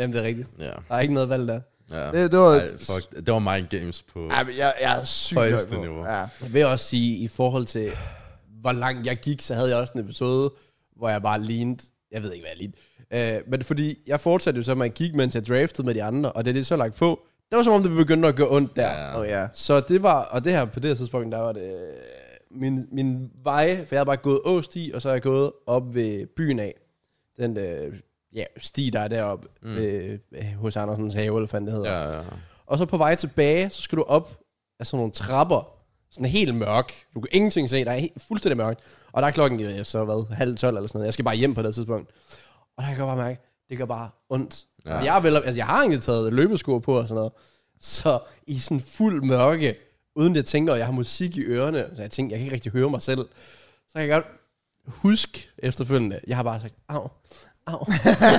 Jamen, det er rigtigt.
Ja,
Der er ikke noget valg der.
ja.
Det, det var...
Ej, fuck, det var mind games på...
Ej, men jeg, jeg er sygt høj
Højeste
på.
niveau.
Ja.
Jeg vil også sige, i forhold til, hvor langt jeg gik, så havde jeg også en episode, hvor jeg bare lignede, jeg ved ikke, hvad jeg lignede. Øh, men fordi, jeg fortsatte jo så med at kigge, mens jeg draftede med de andre, og det er det så lagt på. Det var som om, det begyndte at gøre ondt der.
Ja.
Oh, ja.
Så det var, og det her på det her tidspunkt, der var det øh, min, min vej, for jeg havde bare gået Åsti, og så er jeg gået op ved byen af. Den øh, ja, sti, der er deroppe mm. øh, hos Andersens have, eller hvad fanden det hedder.
Ja, ja.
Og så på vej tilbage, så skal du op af sådan nogle trapper. Sådan helt mørk. Du kan ingenting se. Der er helt, fuldstændig mørkt. Og der er klokken, ja, så hvad, halv tolv eller sådan noget. Jeg skal bare hjem på det her tidspunkt. Og der kan jeg bare mærke, det gør bare ondt. Ja. Jeg, er vel, altså, jeg har egentlig taget løbesko på og sådan noget. Så i sådan fuld mørke, uden det jeg tænkte, og jeg har musik i ørerne, så jeg tænkte, jeg kan ikke rigtig høre mig selv. Så kan jeg godt huske efterfølgende, jeg har bare sagt, au, au,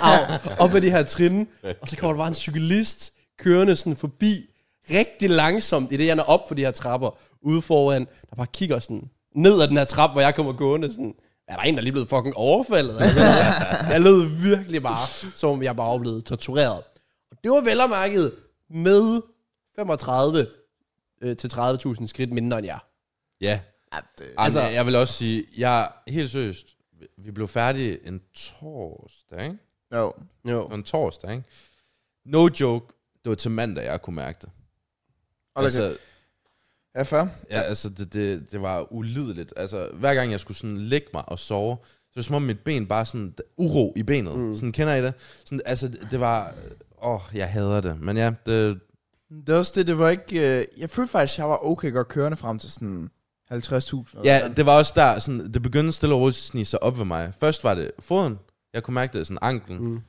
au, op ad de her trin, og så kommer der bare en cyklist kørende sådan forbi, rigtig langsomt, i det jeg når op på de her trapper, ude foran, der bare kigger sådan ned ad den her trappe, hvor jeg kommer gående, sådan, er der en, der er lige blevet fucking overfaldet? eller sådan noget? jeg lød virkelig bare, som om jeg bare var blevet tortureret. Og det var vel og mærket med 35 øh, til 30.000 skridt mindre end jeg.
ja.
Altså-
Altså, Jamen, jeg vil også sige, jeg helt seriøst, vi- vi blev færdige en torsdag, ikke?
Jo.
Jo.
På en torsdag, ikke? No joke, det var til mandag, jeg kunne mærke det.
Okay.
Altså,
Ja, fair.
ja, altså det, det, det var ulideligt. Altså, hver gang jeg skulle sådan lægge mig og sove, så var det som om mit ben bare sådan, uro i benet. Mm. Sådan, kender I det? Sådan, altså, det, det var, åh, jeg hader det. Men ja, det,
Det er også det, det var ikke... Øh, jeg følte faktisk, at jeg var okay godt kørende frem til sådan 50.000. eller
Ja,
sådan.
det var også der, sådan, det begyndte stille og roligt at snige sig op ved mig. Først var det foden, jeg kunne mærke det, sådan anklen. Mm.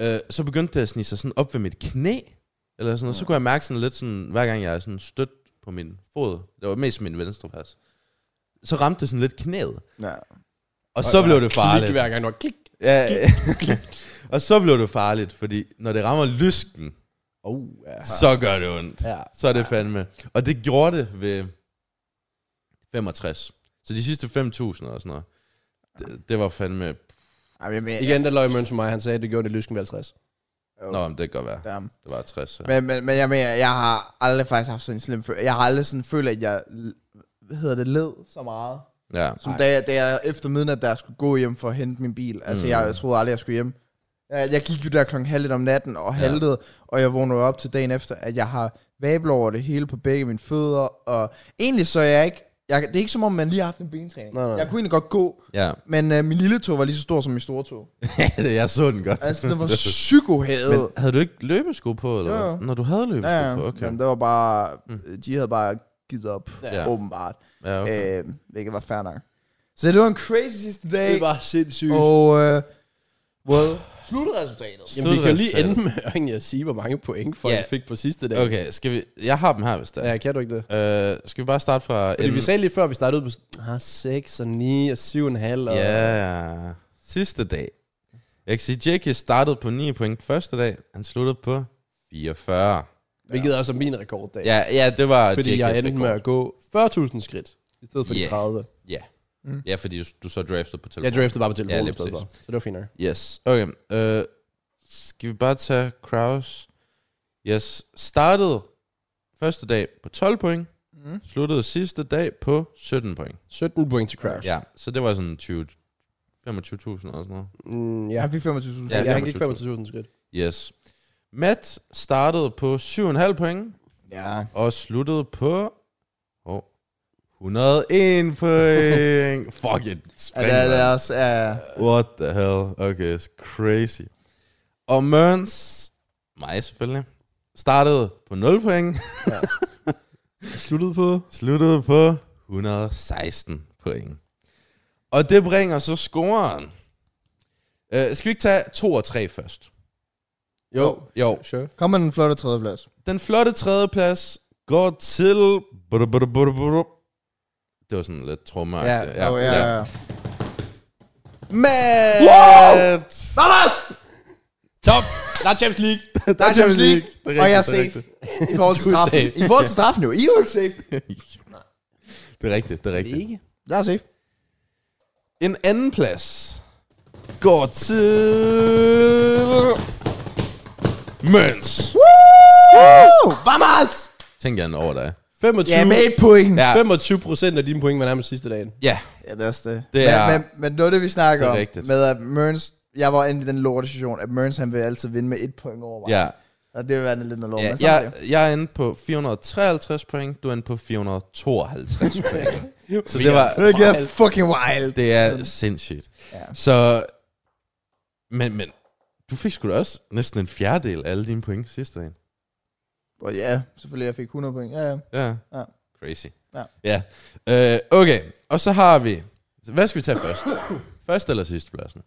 Øh, så begyndte det at snige sig sådan op ved mit knæ, eller sådan noget. Så kunne jeg mærke sådan lidt, sådan, hver gang jeg sådan stødt på min fod, det var mest min venstre pas, så ramte det sådan lidt knæet.
ja.
Og så blev det
Klik
farligt.
hver gang, du var klik.
Ja, og så blev det farligt, fordi når det rammer lysken,
Oh, ja.
så gør det ondt.
Ja.
Så er det fandme. Og det gjorde det ved 65. Så de sidste 5.000 og sådan noget. Det, det var fandme...
Ej, men jeg mener,
Igen, der løg Møns for mig. Han sagde, at det gjorde det lysken ved 50.
Jo,
Nå, men det kan godt være.
damn.
Det var 60. Ja.
Men, men, men jeg mener, jeg har aldrig faktisk haft sådan en slem følelse. Jeg har aldrig sådan følt, at jeg... l- Hvad hedder det? Led så meget.
Ja.
Som da, jeg- da jeg efter midnat, der skulle gå hjem for at hente min bil. Altså, mm. jeg, jeg troede aldrig, jeg skulle hjem. Jeg, jeg gik jo der klokken halv et om natten og haltede, og jeg vågnede op til dagen efter, at jeg har vabler over det hele på begge mine fødder. Og egentlig så er jeg ikke... Jeg, det er ikke som om, man lige har haft en bentræning.
Nej, nej.
Jeg kunne egentlig godt gå,
Ja.
men øh, min lille tog var lige så stor som min store tog.
jeg så den godt.
Altså, det var psykohavet.
Men havde du ikke løbesko på, eller
Jo, jo.
hvad? Når du havde løbesko
Ja,
på, okay.
men det var bare, de havde bare givet op, ja. åbenbart.
Ja, okay.
Okay. Øh, hvilket var fair nok. Så det var en crazy sidste dag.
Det var sindssygt. Oh.
Og øh, well, slutresultatet.
Jamen, vi kan jo lige
Slutresultatet.
ende med egentlig at sige, hvor mange point folk
Ja.
yeah. fik på sidste dag.
Okay, skal vi... Jeg har dem her, hvis det er.
Ja, kan du ikke det?
Øh, skal vi bare starte fra...
Fordi vi
enden?
sagde lige før, vi startede ud på s- ah, 6 og 9 og 7,5 og...
Ja, sidste dag. Jeg kan sige, JK startede på 9 point første dag. Han sluttede på 44.
Hvilket er også min rekorddag.
Ja, ja det var
fordi
JK's
jeg endte
rekord.
med at gå 40.000 skridt, i stedet for yeah. de
Ja.
30.
Ja. Ja, fordi du, du så draftede på telefonen.
Jeg draftede bare på telefonen
Ja,
ja,
lige
i stedet for.
præcis.
Så det var fint nok.
Yes, okay. Øh, skal vi bare tage Kraus? Yes, startede første dag på 12 point, mm. sluttede sidste dag på 17 point.
17 point til Crash.
Ja, så det var sådan 20, 25.000 eller sådan noget.
Mm, ja.
Han fik 25.000.
ja,
Ja,
ja, han gik
25.000.
25.000 skridt.
Yes. Matt startede på 7,5 point
ja.
og sluttede på oh, 101 point. Fuck it.
Ja,
Spring,
det, er, det
mand.
er også, ja.
What the hell? Okay, it's crazy. Og Mørns, mig selvfølgelig, startede på 0 point,
Sluttede på...
sluttede på 116 point. Og det bringer så scoren. Uh, skal vi ikke tage 2 og 3 først?
Jo.
Jo,
Sure.
Kom med den flotte tredjeplads.
den flotte tredjeplads går til... Det var sådan lidt trummer.
Og, ja, ja.
Matt!
Wow! Thomas! Top! Der er Champions League!
Der er Champions League,
Det er
og jeg er
rigtigt, det er
safe. I forhold til
Du er
straffen.
safe.
I forhold til straffen jo. I er jo ikke safe.
Det er rigtigt, det er rigtigt.
Ikke?
Jeg er safe.
En anden plads går til... Møns.
Woo! Vamos!
Tænk gerne over dig.
25,
Ja, med et point.
Ja.
Ja,
25 procent af dine point var nærmest sidste dagen.
Ja,
det er også det.
Det
men,
er-
men, men nu er det, vi snakker
Det er
om,
rigtigt.
med at Mørns... Jeg var inde i den lorte situation, at Mørns han vil altid vinde med et point over mig.
ja.
Og det vil være lidt noget lort.
ja.
men sådan er det
Jeg,
jo.
jeg er inde på 453 point, du er inde på 452 point. Så det
Mega
var...
Det er fucking wild.
Det er sindssygt.
Ja.
Så... Men, men... Du fik sgu da også næsten en fjerdedel af alle dine point sidste dag.
Og ja, selvfølgelig, jeg fik 100 point. Ja, ja.
Ja.
Ja.
Crazy.
Ja.
ja. Øh, okay, og så har vi... Hvad skal vi tage først? Først eller sidste pladsen?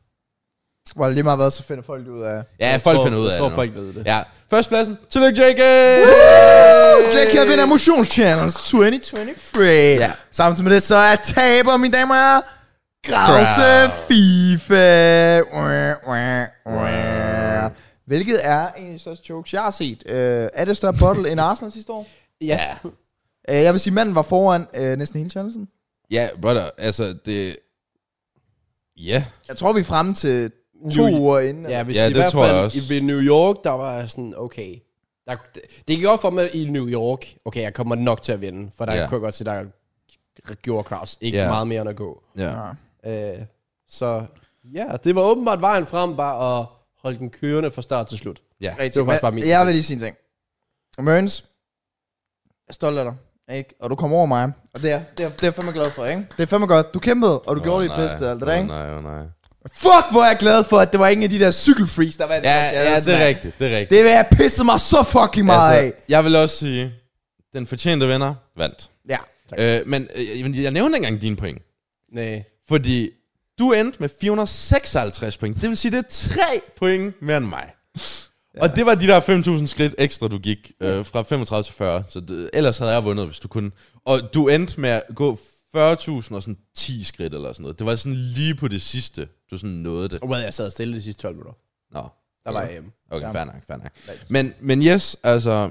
Well, lige meget hvad, så finder folk det ud af...
Ja,
Jeg
folk
tror-
finder ud af
jeg tror,
det
folk ved det.
nu. Ja, førstpladsen. Tillykke, JK!
Jack her Øh. vinder Motions Challenge 2023.
Ja.
Ja. Samtidig med det, så er taber, mine damer og herrer, Krause
Krav.
FIFA. Wah, wah, wah. Hvilket er en af de største jokes, jeg har set. Uh, er det større bottle end Arsenal sidste år?
Ja.
Uh, jeg vil sige, manden var foran uh, næsten hele challengen.
Ja, brother, altså det... Ja,
Jeg tror, vi er fremme til to
Juli.
uger inden.
Ja, hvis
Ja,
i
det
hvert
tror jeg
fald
også.
i- ved New York, der var jeg sådan, okay. Der, det, det gik op for mig i New York. Okay, jeg kommer nok til at vinde, for der
Ja.
kunne jeg godt se, der gjorde Kraus ikke
Ja.
meget mere end at gå.
ja.
Øh, så ja, det var åbenbart vejen frem, bare at holde den kørende fra start til slut.
Ja.
Det var faktisk bare min.
Jeg, jeg vil lige sige en ting. Mørens, jeg er stolt af dig. Ikke? Og du kom over mig. Og det er, det er, det er jeg fandme glad for, ikke? Det er fandme godt. Du kæmpede, og du oh, gjorde dit bedste, og alt det der,
Åh,
ikke?
Nej, oh, nej.
Fuck, hvor er jeg glad for, at det var ingen af de der cykelfreaks, der vandt.
Ja,
vores
ja,
challenge,
det er
mand.
rigtigt, det er rigtigt.
Det vil jeg pisse mig så fucking meget altså, af.
jeg vil også sige, den fortjente vinder vandt.
Ja.
Øh, men øh, men jeg nævnte ikke engang dine point.
Nej.
Fordi du endte med 456 point. Det vil sige, det er 3 point mere end mig. Ja. Og det var de der 5.000 skridt ekstra, du gik øh, fra 35 til 40. Så det, ellers havde jeg vundet, hvis du kunne. Og du endte med at gå 40.000 og sådan 10 skridt eller sådan noget. Det var sådan lige på det sidste, du sådan nåede
Oh.
det.
Well, jeg sad stille de sidste 12 minutter.
Nå,
Der var øhm, jeg hjemme.
okay,
Ja.
fair nok, fair nok. Men, men yes, altså,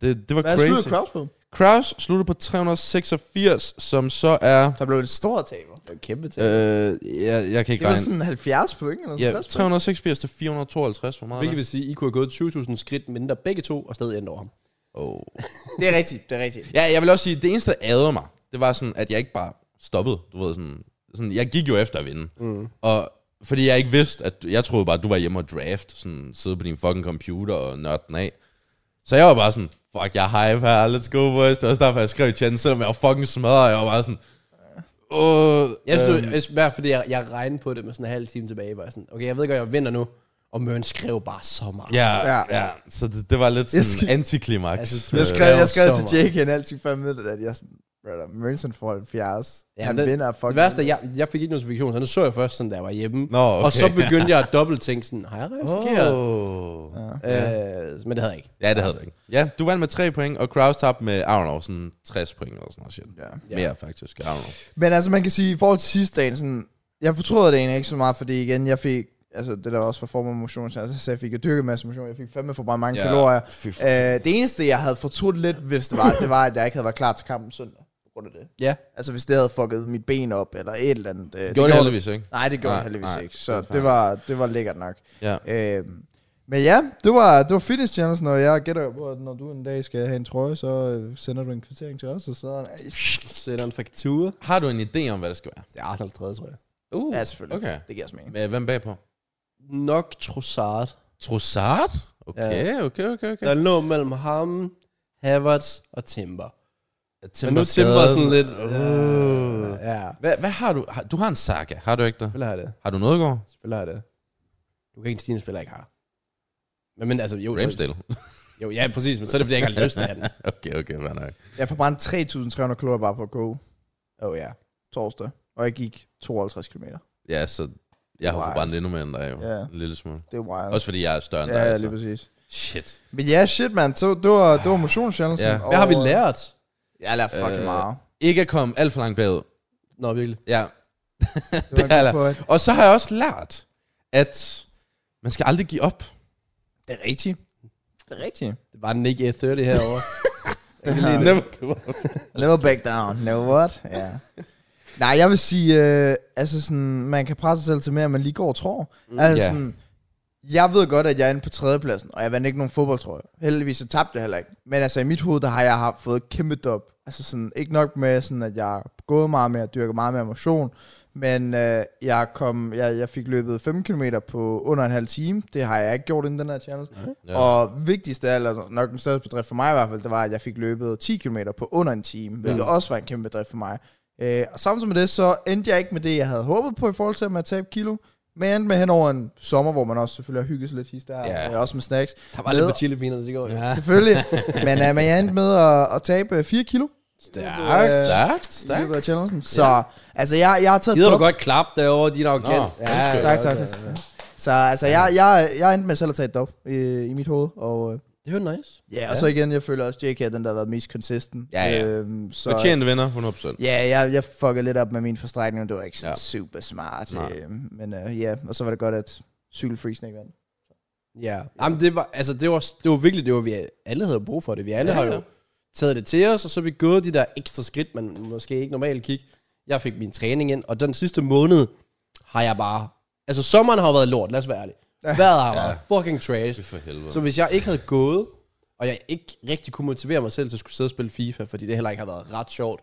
det, det var
Hvad slutter
crazy.
Kraus på?
Kraus sluttede på 386, som så er...
Der blev et stort taber.
Det var et kæmpe til.
Øh, jeg, jeg kan
Det
ikke
var
regne.
sådan 70 point eller
Ja,
sådan 60 point.
386 til 452, hvor meget er
Hvilket
det?
vil sige, I kunne have gået 20.000 skridt mindre begge to, og stadig endte over ham.
Oh.
Det er rigtigt, det er rigtigt.
Ja, jeg vil også sige, det eneste, der adede mig, det var sådan, at jeg ikke bare stoppet. Du ved, sådan, sådan, jeg gik jo efter at vinde.
Mm.
Og fordi jeg ikke vidste, at jeg troede bare, at du var hjemme og draft, sådan sidde på din fucking computer og nørde den af. Så jeg var bare sådan, fuck, jeg er hype her, let's go boys. Det var også derfor, jeg skrev i chatten, selvom jeg var fucking smadret. Jeg var bare sådan, åh,
Jeg stod,
øhm,
øhm. bare fordi jeg, jeg regnede på det med sådan en halv time tilbage, var jeg sådan, okay, jeg ved godt, jeg vinder nu, og Mørn skrev bare så meget.
Ja,
Ja.
ja. ja. Så det, det var lidt
Jeg
sådan
skal-
antiklimaks.
Altså,
Jeg
Øh,
skrev,
det er
jeg skrev
jo
til
så
Jake en altid før middag, at jeg sådan, brother, Mørensen får 70. Ja,
Ja,
han
men det-
vinder fucking...
Det værste er, jeg, jeg fik ikke notifikation, så nu så jeg først sådan, da jeg var hjemme.
Nå, okay.
Og så begyndte jeg at dobbelttænke sådan, har jeg reageret? Oh.
oh.
Øh, men det havde jeg ikke.
Ja, det havde du ikke. Ja, du vandt med 3 point, og Kraus tabte med, I don't know, sådan 60 point eller sådan noget shit.
Ja.
Ja.
Ja. Mere faktisk, I don't know.
Men altså, man kan sige, i forhold til sidste dagen, sådan, jeg fortryder det egentlig ikke så meget, fordi igen, jeg fik, altså det der også var form af motion, altså, så jeg fik jo dyrket en masse motion, jeg fik fandme for bare mange
Ja.
ja. kalorier.
Fy f-
Øh, det eneste, jeg havde fortrudt lidt, hvis det var, det var, at jeg ikke havde været klar til kampen søndag, på grund af det.
Ja.
Altså, hvis det havde fucket mit ben op, eller et eller andet. Øh,
Gjorde det heldigvis, ikke?
Nej, det gjorde
Nej,
nej, heldigvis
nej,
ikke,
det
så
er
det
fair.
var, det var lækkert nok.
Ja.
Øh, men ja, det var, det var fitness challenge, og jeg gætter jo på, at når du en dag skal have en trøje, så øh, sender du en kvittering til os, og så...
Sender en faktur.
Har du en idé om, hvad det skal være?
Det er Arsenal 3, tror jeg.
Uh,
Ja, selvfølgelig.
Okay.
Det giver os mening.
Med, hvem bagpå?
Nok Trossard.
Trossard? Okay, okay, okay, okay.
Der lå mellem ham, Havertz og Timber.
Timber
Men nu er Timber
skadet.
sådan lidt...
Øh.
Øh, ja,
Hvad, hvad har du? Har- Du har en saga, har du ikke det?
selvfølgelig har jeg det.
Har du noget, går?
Selvfølgelig har jeg det. Du kan ikke sige, at en spiller ikke har. Men, men altså, jo, så-
Ramsdale.
Jo, ja, præcis, men så er det, fordi jeg ikke har lyst til at have den.
Okay, okay, hvad nok.
Jeg forbrændte 3.300 kalorier bare på at gå
Åh, oh, ja.
torsdag, og jeg gik 52 km.
Ja, så jeg har
Wow.
forbrændt endnu mere end dig, jo.
Ja.
En lille smule.
Det er wild.
Også fordi jeg er større end dig.
ja,
altså.
lige præcis.
Shit.
Men ja, shit, man. Så, det var, det var motionschancen.
Ja.
Hvad har vi lært?
Jeg har lært fucking
Øh,
meget.
Ikke at komme alt for langt bagud.
Nå, virkelig.
Ja.
Det
det
var
er
en
der.
god point.
Og så har jeg også lært, at man skal aldrig give op.
Det er rigtigt. Det er rigtigt.
Det var den ikke i 30 herovre.
Det
Ja.
har
Never give up.
Never back down. No what? Ja. Nej, jeg vil sige, øh, altså sådan, man kan presse sig selv til mere, end man lige går og tror. Mm, altså
Ja.
yeah. sådan, jeg ved godt, at jeg er inde på tredjepladsen, og jeg vandt ikke nogen fodboldtrøje. Heldigvis så tabte jeg heller ikke. Men altså i mit hoved, der har jeg haft fået kæmpe dop. Altså sådan, ikke nok med sådan, at jeg har gået meget mere, dyrket meget mere motion, men øh, jeg, kom, jeg, jeg fik løbet 5 km på under en halv time. Det har jeg ikke gjort inden den her challenge. Ja. Og vigtigst af alt, eller nok den største bedrift for mig i hvert fald, det var, at jeg fik løbet 10 km på under en time, hvilket ja. også var en kæmpe bedrift for mig. Øh, og samtidig med det, så endte jeg ikke med det, jeg havde håbet på i forhold til at man tabe kilo, men jeg endte med hen over en sommer, hvor man også selvfølgelig har hygget sig lidt hister,
Ja.
ja. og også med snacks.
Der var lidt på chilipinerne til i går. Ja.
Selvfølgelig. men, øh, men jeg endte med at, at tabe øh, 4 kilo
Stærkt.
Øh, i
Stærkt,
løbet
stærkt.
af challengen. Så ja. altså, jeg, jeg har taget
Gider du
dop-
godt klappe derovre, din arrogant?
Nå, undskyld.
Tak, tak, tak. Så altså, jeg, jeg, jeg endte med selv at tage et dop i, i mit hoved, og... Øh,
Det var nice.
Ja, og så igen, jeg føler også, JK er den, der har været mest consistent.
Ja, ja.
Øhm, så,
Fortjente vinder, 100%.
Ja, jeg, jeg fuckede lidt op med min forstrækning, men det var ikke sådan
Ja.
ja. super smart.
Nej.
Øhm, men øh, ja, og så var det godt, at cykelfreezen ikke vandt.
Ja. Jamen, det var, altså, det var, det var virkelig, det var, vi alle havde brug for det. Vi alle
Ja,
ja, har
ja.
jo taget det til os, og så er vi gået de der ekstra skridt, man måske ikke normalt gik. Jeg fik min træning ind, og den sidste måned har jeg bare... Altså, sommeren har jo været lort, lad os være ærlige. Vejret har været fucking trash.
Det er for helvede.
Så hvis jeg ikke havde gået, og jeg ikke rigtig kunne motivere mig selv til at skulle sidde og spille FIFA, fordi det heller ikke har været ret sjovt,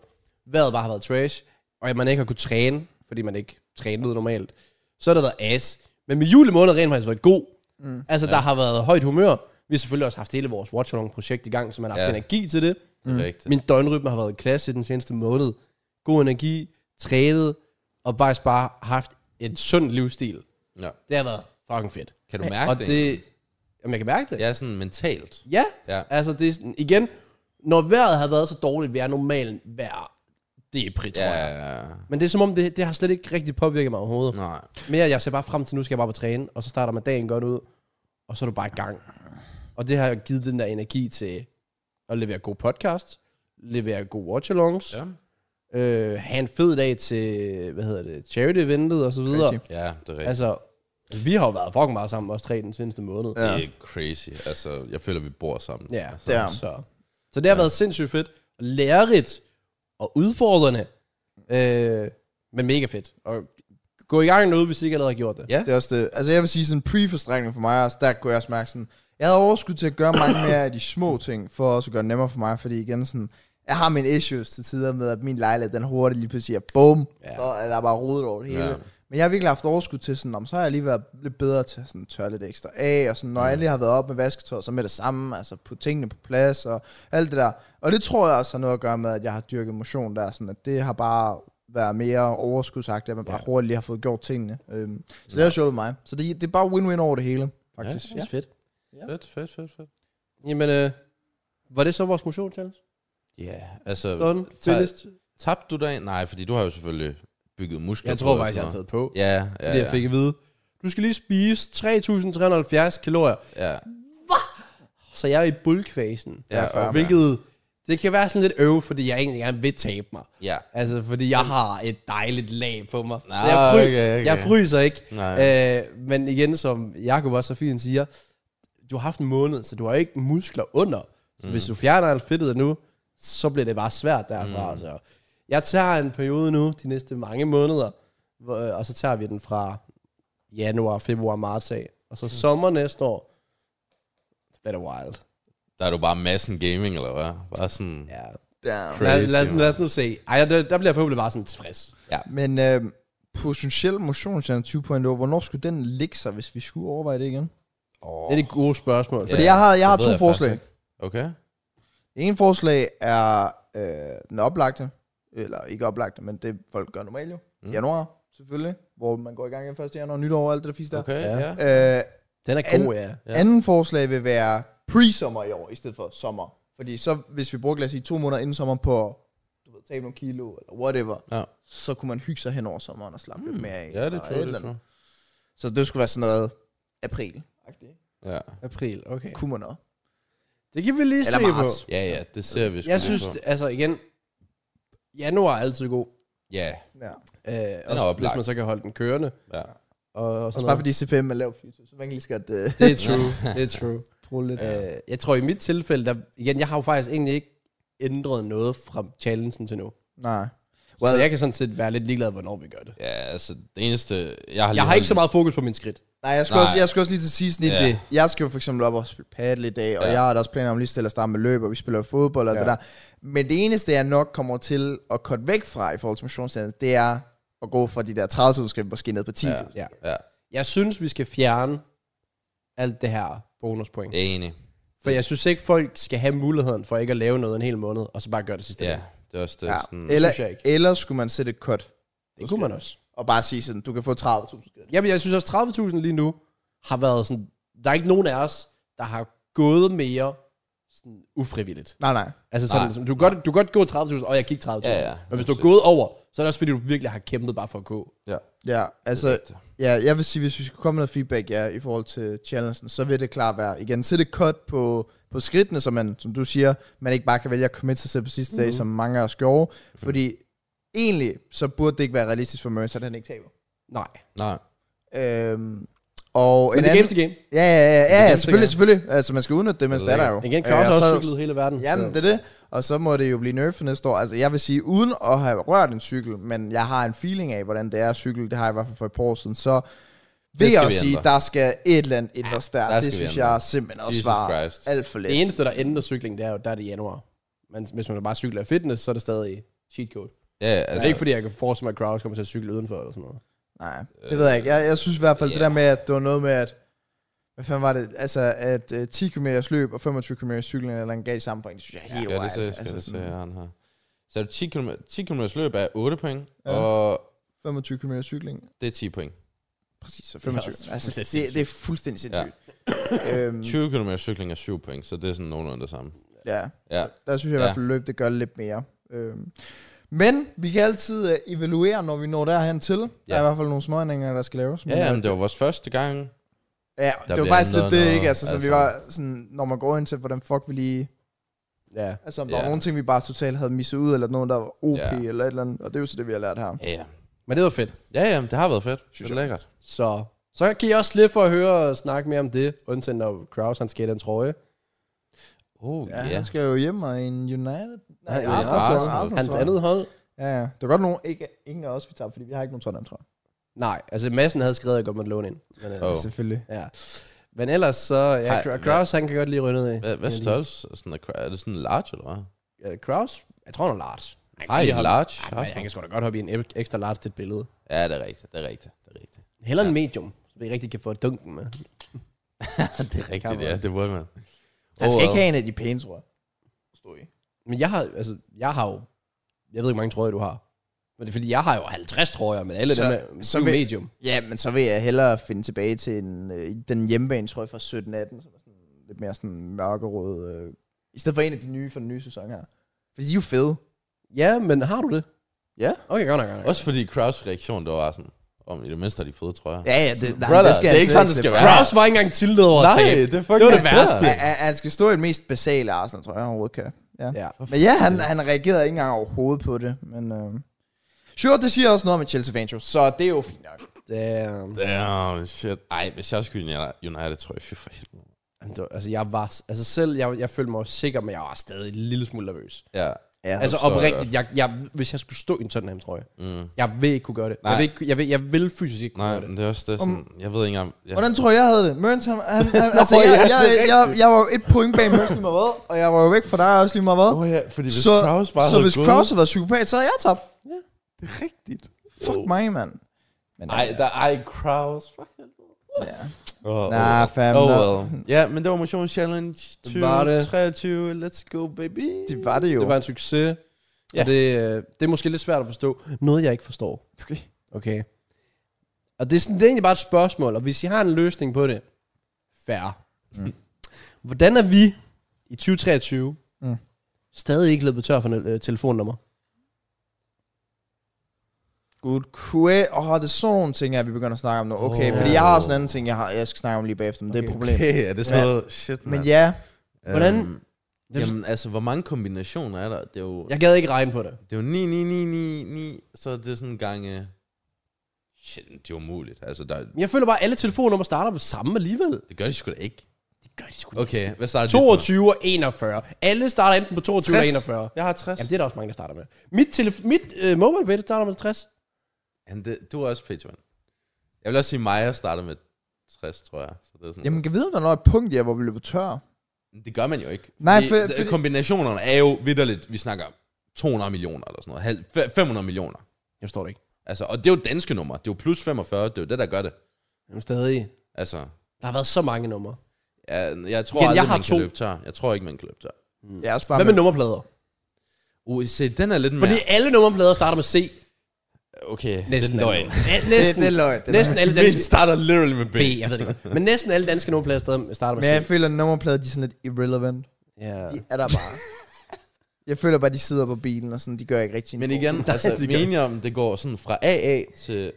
vejret bare har været trash, og at man ikke har kunnet træne, fordi man ikke trænede normalt, så har det været ass. Men med juli måned rent faktisk været god. Mm. Altså, ja. der har været højt humør. Vi har selvfølgelig også haft hele vores watch-along-projekt i gang, så man har haft
Ja.
ja. energi til det.
Mm.
Det er rigtigt.
Min døgnrytme har været i klasse den seneste måned. God energi, trænet, og faktisk bare haft en sund livsstil.
Ja.
Det har været fucking fedt.
Kan du mærke
og
det?
det... Jamen, jeg kan mærke det.
Ja, sådan mentalt.
Ja,
Ja.
ja. altså det er sådan, igen, når vejret har været så dårligt, vil jeg normalt være depri, tror
Ja,
jeg.
ja, ja.
Men det er som om, det, det har slet ikke rigtig påvirket mig overhovedet.
Nej.
Mere, jeg ser bare frem til, nu skal jeg bare på træne, og så starter man dagen godt ud, og så er du bare i gang. Og det har givet den der energi til at levere god podcast, levere gode watch-alongs,
Ja.
ja. øh, have en fed dag til, hvad hedder det, charity-eventet og så videre.
Rigtig.
Ja, det er rigtigt.
Altså, vi har jo været fucking meget sammen, os tre den seneste måned.
Ja.
Det er crazy. Altså, jeg føler, vi bor sammen.
Ja,
Altså,
det er-
Så, så det har ja. været sindssygt fedt, og lærerigt og udfordrende, øh, men mega fedt. Og gå i gang derude, hvis I ikke allerede har gjort det.
Ja.
Det er også det. Altså jeg vil sige sådan pre-forstrækning for mig også, der kunne jeg også mærke sådan, jeg havde overskud til at gøre mange mere af de små ting, for også at gøre det nemmere for mig, fordi igen sådan, Jeg har mine issues til tider med, at min lejlighed, den hurtigt lige pludselig er bum,
Ja.
ja. så er der bare rodet over det hele.
Ja.
Ja. Men jeg har virkelig haft overskud til sådan, om så har jeg lige været lidt bedre til sådan, at tørre lidt ekstra af, og sådan, når jeg
Mm.
endelig har været op med vasketøj, så med det samme, altså putte tingene på plads, og alt det der. Og det tror jeg også har noget at gøre med, at jeg har dyrket motion der, sådan at det har bare været mere overskudsagtigt, at man bare
Ja.
hurtigt lige har fået gjort tingene. Øhm, så det har sjovt med mig. Så det, det er bare win-win over det hele, faktisk.
Det er fedt.
Ja. Fedt, fedt, fedt, fedt.
Jamen, øh, var det så vores motion challenge?
Ja, altså...
Sådan,
ta-
finished.
Tabte du dagen? Nej, fordi du har jo selvfølgelig bygget muskler
Jeg
på
tror
og
faktisk, jeg har
sådan
taget på. Ja,
noget. Ja, ja,
det jeg fik at vide. Du skal lige spise 3.370 kalorier.
ja.
Så jeg er i bulkfasen.
Ja,
Derfor.
okay.
Hvilket, det kan være sådan lidt øv, fordi jeg egentlig gerne vil tabe mig.
Ja.
Altså, fordi jeg har et dejligt lag på mig.
Nå,
jeg, fry-
okay, okay.
jeg fryser ikke.
Nej.
Øh, men igen, som Jacob også så fint siger, du har haft en måned, så du har ikke muskler under. Så mm. hvis du fjerner alt fedtet nu, så bliver det bare svært derfra. Mm. Så jeg tager en periode nu, de næste mange måneder, hvor, øh, og så tager vi den fra januar, februar, marts af. Og så
Mm.
sommer næste år, det bliver det wild.
Der er du bare massen gaming, eller hvad? Bare sådan...
Ja. Lad,
Damn.
lad,
Crazy,
lad, lad os nu se. Ej, der, der bliver jeg forhåbentlig bare sådan tilfreds.
Men øh, potentiel motionschallenge 20.0, hvornår skulle den ligge sig, hvis vi skulle overveje det igen?
Det er det gode spørgsmål.
Fordi jeg har, jeg har
Det ved
to
jeg faktisk
forslag.
ikke. Okay.
Det ene forslag er øh, den oplagte, eller ikke oplagte, men det folk gør normalt jo.
Mm.
Mm. Januar, selvfølgelig, hvor man går i gang igen 1. januar, nytår og alt det der fisk der.
Okay,
Ja.
ja. ja.
Øh,
Den er god, ja.
Ja.
ja. Anden forslag vil være pre-sommer i år, i stedet for sommer. Fordi så, hvis vi bruger, lad os sige, to måneder inden sommeren på du ved, tabe nogle kilo, eller whatever,
Ja. Hmm.
så kunne man hygge sig hen over sommeren og slappe mm. lidt mere af.
Ja,
eller
det
et
tror jeg,
eller
det
andet.
tror jeg.
Så det skulle være sådan noget april.
Ja.
April, okay.
Kunne man noget.
Det kan vi lige
Eller
se
marts.
på.
ja, ja, det ser vi sgu
Jeg
lidt
synes,
på.
det- altså igen, januar er altid god.
Ja,
Ja.
Øh,
er
også, hvis
oplagt.
man så kan holde den kørende.
ja.
Og, og sådan
Også
noget.
bare fordi CPM er lav future, så man kan lige så godt øh,
Det er true, det er true.
bruge lidt. Ja.
Øh, jeg tror i mit tilfælde, der, igen, jeg har jo faktisk egentlig ikke ændret noget fra challengen til nu.
Nej.
Well,
Well-
så jeg kan sådan set være lidt ligeglad, hvornår vi gør det.
Ja, altså, det eneste... Jeg har, lige
Jeg har ikke
holdt-
så meget fokus på min skridt.
Nej, jeg skulle,
Nej.
Også, jeg skulle også lige til sidst lige
Ja.
det. Jeg skal jo for eksempel op og spille paddle i dag, og
Ja.
ja. jeg har da også planer om lige stille at starte med løb, og vi spiller fodbold og
Ja.
ja. det der. Men det eneste, jeg nok kommer til at korte væk fra i forhold til motionsdannelse, det er at gå fra de der 30.000 skridt måske ned på 10.000. Ja.
Ja.
Ja,
Jeg synes, vi skal fjerne alt det her bonuspoint.
jeg er enig.
For jeg synes ikke, folk skal have muligheden for ikke at lave noget en hel måned, og så bare gøre det sidste.
Ja,
dag.
det er også det.
Ja.
Sådan,
Eller,
synes jeg ikke.
eller skulle man sætte et cut
Det kunne man også.
og bare sige sådan, du kan få 30.000 skridt.
Jamen, jeg synes også, 30.000 lige nu har været sådan... Der er ikke nogen af os, der har gået mere sådan ufrivilligt.
Nej, nej.
Altså sådan,
Nej.
som- du, kan godt, du kan godt gå 30.000, og jeg gik 30.000.
Ja, ja.
Men hvis du er gået over, så er det også fordi, du virkelig har kæmpet bare for at gå.
ja.
Ja, altså,
Det er rigtigt.
Ja, jeg vil sige, hvis vi skal komme med noget feedback ja, i forhold til challengen, så vil det klart være, igen, sæt et cut på, på skridtene, så man, som du siger, man ikke bare kan vælge at committe sig selv på sidste
Mhm.
mm-hmm. dag, som mange af os gjorde, fordi egentlig, så burde det ikke være realistisk for Mørens, at han ikke taber.
Nej.
Nej.
Øhm, og
Men
en
det er
anden,
games to game.
ja, ja, ja, ja,
games,
ja,
det
selvfølgelig,
er.
selvfølgelig. Altså, man skal udnytte det, mens
Jeg
det
ved
er der
ikke.
jo.
Igen kan
Øh,
også
og
have
så-
cyklet hele verden.
Jamen, det er det. Og så må det jo blive nerf næste år. Altså, jeg vil sige, uden at have rørt en cykel, men jeg har en feeling af, hvordan det er at cykle, det har jeg i hvert fald for et par år siden, så vil
skal
jeg
vi
også sige,
ændre.
der skal et eller andet ændres der.
der
der
skal
det
vi
synes
ændre.
jeg simpelthen også
Jesus
var
Christ.
alt for let.
det eneste, der ændrer cykling, det er jo, der er det i januar. Men hvis man bare cykler i fitness, så er det stadig cheat code. Altså,
Ja,
det
altså...
er ikke fordi, jeg kan forestille mig, at crowds kommer til at cykle udenfor eller sådan noget.
Nej, det ved jeg ikke. Jeg, jeg synes i hvert fald, yeah. det
Ja.
der med, at det var noget med, at hvad fanden var det? Altså, at øh, 10 km løb og 25 km cykling eller en gal sammenbring, det synes jeg er helt
Ja, det
wild.
ser jeg, skal
altså,
det se,
sådan
jeg har den her. Så er det 10 km, 10 km løb er 8 point,
Ja.
og
25 km cykling.
det er 10 point.
Præcis, så
Det er også
25. Altså,
fuldstændig
det, det er fuldstændig sindssygt. Ja. øhm,
20 km cykling er 7 point, så det er sådan nogenlunde det samme.
ja.
Ja,
Der synes jeg i
Ja.
hvert fald, løb det gør lidt mere. Øhm. Men vi kan altid øh, evaluere, når vi når derhen til. Der
Ja.
er i hvert fald nogle småændringer, der skal laves.
ja, ja men det var vores første gang.
ja det var
bliver
faktisk lidt
ændret
det,
noget,
ikke? Altså, så altså. vi
altså.
var sådan, når man går ind til, hvordan fuck vi lige...
Ja.
Altså, om der ja.
Ja.
var nogle ting, vi bare totalt havde misset ud, eller nogen, der var OP,
Ja.
ja. eller et eller andet. Og det er jo så det, vi har lært her.
Ja, ja.
Men det var fedt.
Ja, ja, men det har været fedt. Synes det er lækkert.
Så, så kan I også slippe for at høre og snakke mere om det, undtagen når Kraus han skater en trøje.
Oh,
Ja, han skal jo hjem og en United...
Han-
Nej,
ja,
Arsenal, Arsenal,
Arsenal.
Arsenal, Arsenal,
Hans
tror jeg.
andet hold?
Ja, ja. Det var godt nogen, ikke, ingen af os, vi tager, fordi vi har ikke nogen Tottenham, tror jeg.
Nej, altså Madsen havde skrevet, at jeg godt måtte låne ind. Men, øh,
Åh.
oh.
Jo.
Selvfølgelig.
ja. Men ellers så, ja,
Hej,
Kra- Kraus han kan godt lige runde ned. i.
Hvad, hvad
Ja, lige-
størrelse? Er, sådan, er det sådan en large, eller hvad?
Ja, Kraus Jeg tror, han er large.
Nej, en
han-
large.
Ej, han kan sgu da godt hoppe i en ek- ekstra large til et billede.
Ja, det er rigtigt, det er rigtigt, det er rigtigt.
Heller en medium, så vi rigtig kan få dunken med.
det er rigtigt, ja, det burde man.
Han skal
Oh,
ikke have en af de pæne, tror jeg. Forstår I?
Men jeg har, altså, jeg har jo, jeg ved ikke, hvor mange trøjer du har. Men det er fordi, jeg har jo 50 trøjer, men alle
Så-
så, dem er
så
så
vil-
medium.
Ja, men så vil jeg hellere finde tilbage til en, øh, den hjemmebane, tror jeg, fra 17-18, som er sådan lidt mere sådan mørkerød. Øh, I stedet for en af de nye fra den nye sæson her. Fordi de er jo fede.
Ja, men har du det?
Ja.
Okay, godt nok, godt nok.
Også fordi Kraus' reaktion, der var sådan, om i det mindste har de fede trøjer.
Ja, ja, det, nej,
Brother,
det, skal
det er
han slet
ikke sådan, det skal
slippe.
være.
Kraus var ikke engang tiltet over at tabe.
det er
Det var det
svært.
værste.
Han, han- han skal stå i den mest basale Arsenal, tror jeg, han overhovedet kan. Ja.
Ja.
Men ja, han, han reagerede ikke engang overhovedet på det. Men, øh... Sure, det siger også noget med Chelsea Fans, jo, så det er jo fint nok.
Damn.
Damn, shit. Ej, hvis jeg skulle i United, tror jeg, fy for helvede.
Jamen, det var- Altså, jeg var, altså selv, jeg, jeg følte mig jo sikker, men jeg var stadig en lille smule nervøs.
Ja.
Ja,
Altså
forstår jeg
oprigtigt, jeg, jeg, hvis jeg skulle stå i en Tottenham trøje,
Mm.
jeg vil ikke kunne gøre det.
Nej.
Jeg vil, ikke, jeg, vil, jeg vil fysisk ikke kunne
Nej,
gøre det.
men det er også det, sådan, jeg ved ikke engang... Ja.
Hvordan tror jeg, jeg havde det? Mørens, han, han, han altså,
Nå,
jeg,
ja,
jeg,
det er
jeg, jeg, jeg var jo et point bag Mørens lige meget hvad, og jeg var jo væk fra dig også lige meget hvad.
Åh oh, ja, fordi hvis
så
Kraus bare
så
havde
hvis
gået-
Kraus havde været psykopat, så havde jeg tabt.
Det er rigtigt.
Fuck
Oh.
mig, mand. Men, altså,
Ej, der er ej, Kraus. For helvede.
ja.
Oh,
Nah, fam,
Oh,
no.
well. Ja, men det var Motion Challenge
Det var det.
2023. Let's go, baby.
Det var det jo.
Det var en succes. Ja.
Ja.
Og det, øh, det er måske lidt svært at forstå. Noget, jeg ikke forstår.
Okay.
Okay. Og det er, sådan, det er egentlig bare et spørgsmål, og hvis I har en løsning på det, fair. Mm. Hvordan er vi i 2023
Mm.
mm. stadig ikke løbet tør for øh, telefonnummer?
Good quit. Åh, oh, det er sådan nogle ting, at vi begynder at snakke om nu. Okay,
Åh.
fordi jeg har også en anden ting, jeg, har, jeg skal snakke om lige bagefter, men det er et problem.
Okay, er det sådan noget shit,
Men
mand.
ja,
Hvordan-
Øhm,
Jeg-
jamen, altså, hvor mange kombinationer er der? Det er jo,
Jeg gad ikke regne på det.
det er jo 9, 9, 9, 9, 9, så er det sådan gange... Shit, det er umuligt. Altså, der,
Men Jeg føler bare, at alle telefonnummer starter på samme alligevel.
det gør de sgu da ikke.
Det gør de sgu
Okay, hvad starter dit med?
22 og 41. Alle starter enten på 22 og 41.
Jeg har 60.
Jamen, det er der også mange, der starter med. Mit, telef- mit øh, mobile beta starter med 60.
Jamen, det, du er også Patreon. Jeg vil også sige, at Maja starter med 60, tror jeg. Så det, er sådan,
jamen kan vi vide, om der er noget punkt, jeg hvor vi løber tør?
det gør man jo ikke.
Nej,
fordi,
for-
d-
fordi-
Kombinationerne er jo vidderligt, vi snakker 200 millioner eller sådan noget. Halv- fe- 500 millioner.
Jeg forstår det ikke.
Altså, og det er jo danske numre. Det er jo plus 45, det er jo det, der gør det.
Jamen, stadig.
Altså,
Der har været så mange numre.
jeg, jeg tror
Igen,
aldrig,
jeg har
man kan
to.
løbe tør. Jeg tror ikke, man kan løbe tør.
Jeg er også bare
Hvad med nummerplader?
Uh, se, den er lidt mere...
Fordi alle nummerplader starter med C.
Okay,
Næsten
det er løgn.
alle. Ja, næsten,
Det- det er løgn, det er
næsten alle
Min
danske...
starter literally med B.
B, jeg ved det ikke. Men næsten alle danske nummerplader stadig- starter med
Men jeg
C.
føler, at nummerplader, de er sådan lidt irrelevant.
Ja.
De er der bare. jeg føler bare, de sidder på bilen, og sådan, de gør ikke rigtig en
Men
forskel.
igen, altså,
det
vi
gør
er enige om, det går sådan fra AA til...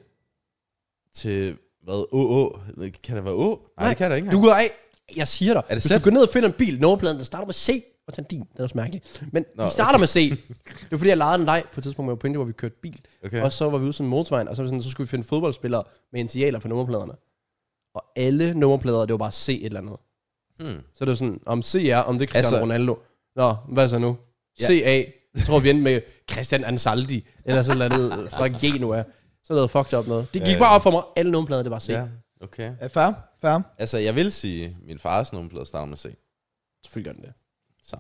Til... Hvad? Å, Å. Kan det være Å? Nej,
Nej,
det kan der ikke.
Du går af... Jeg siger dig.
Er det
Hvis
sæt?
du går ned og finder en bil, nummerpladen, der starter med C. Og tager din. Det er også mærkeligt. Men Nå, de starter okay. med C. Det var fordi, jeg lejede en leg på et tidspunkt med Opinio, hvor vi kørte bil.
Okay.
Og så var vi ude sådan motorvejen, og så, var vi sådan, så skulle vi finde fodboldspillere med initialer på nummerpladerne. Og alle nummerplader, det var bare C et eller andet.
Hmm.
Så er det var sådan, om CR, om det er Cristiano
Altså-
altså, Ronaldo. Nå, hvad så nu?
Ja.
CA, jeg tror vi endte med Christian Ansaldi, eller sådan noget andet fra Genua. Sådan noget fucked up noget. Det
Ja,
gik
ja.
bare op for mig. Alle nummerplader, det var C.
Ja,
Ja.
okay.
Ja, fair, fair.
Altså, jeg vil sige, min fars nummerplade starter med C.
Selvfølgelig gør den det.
Så.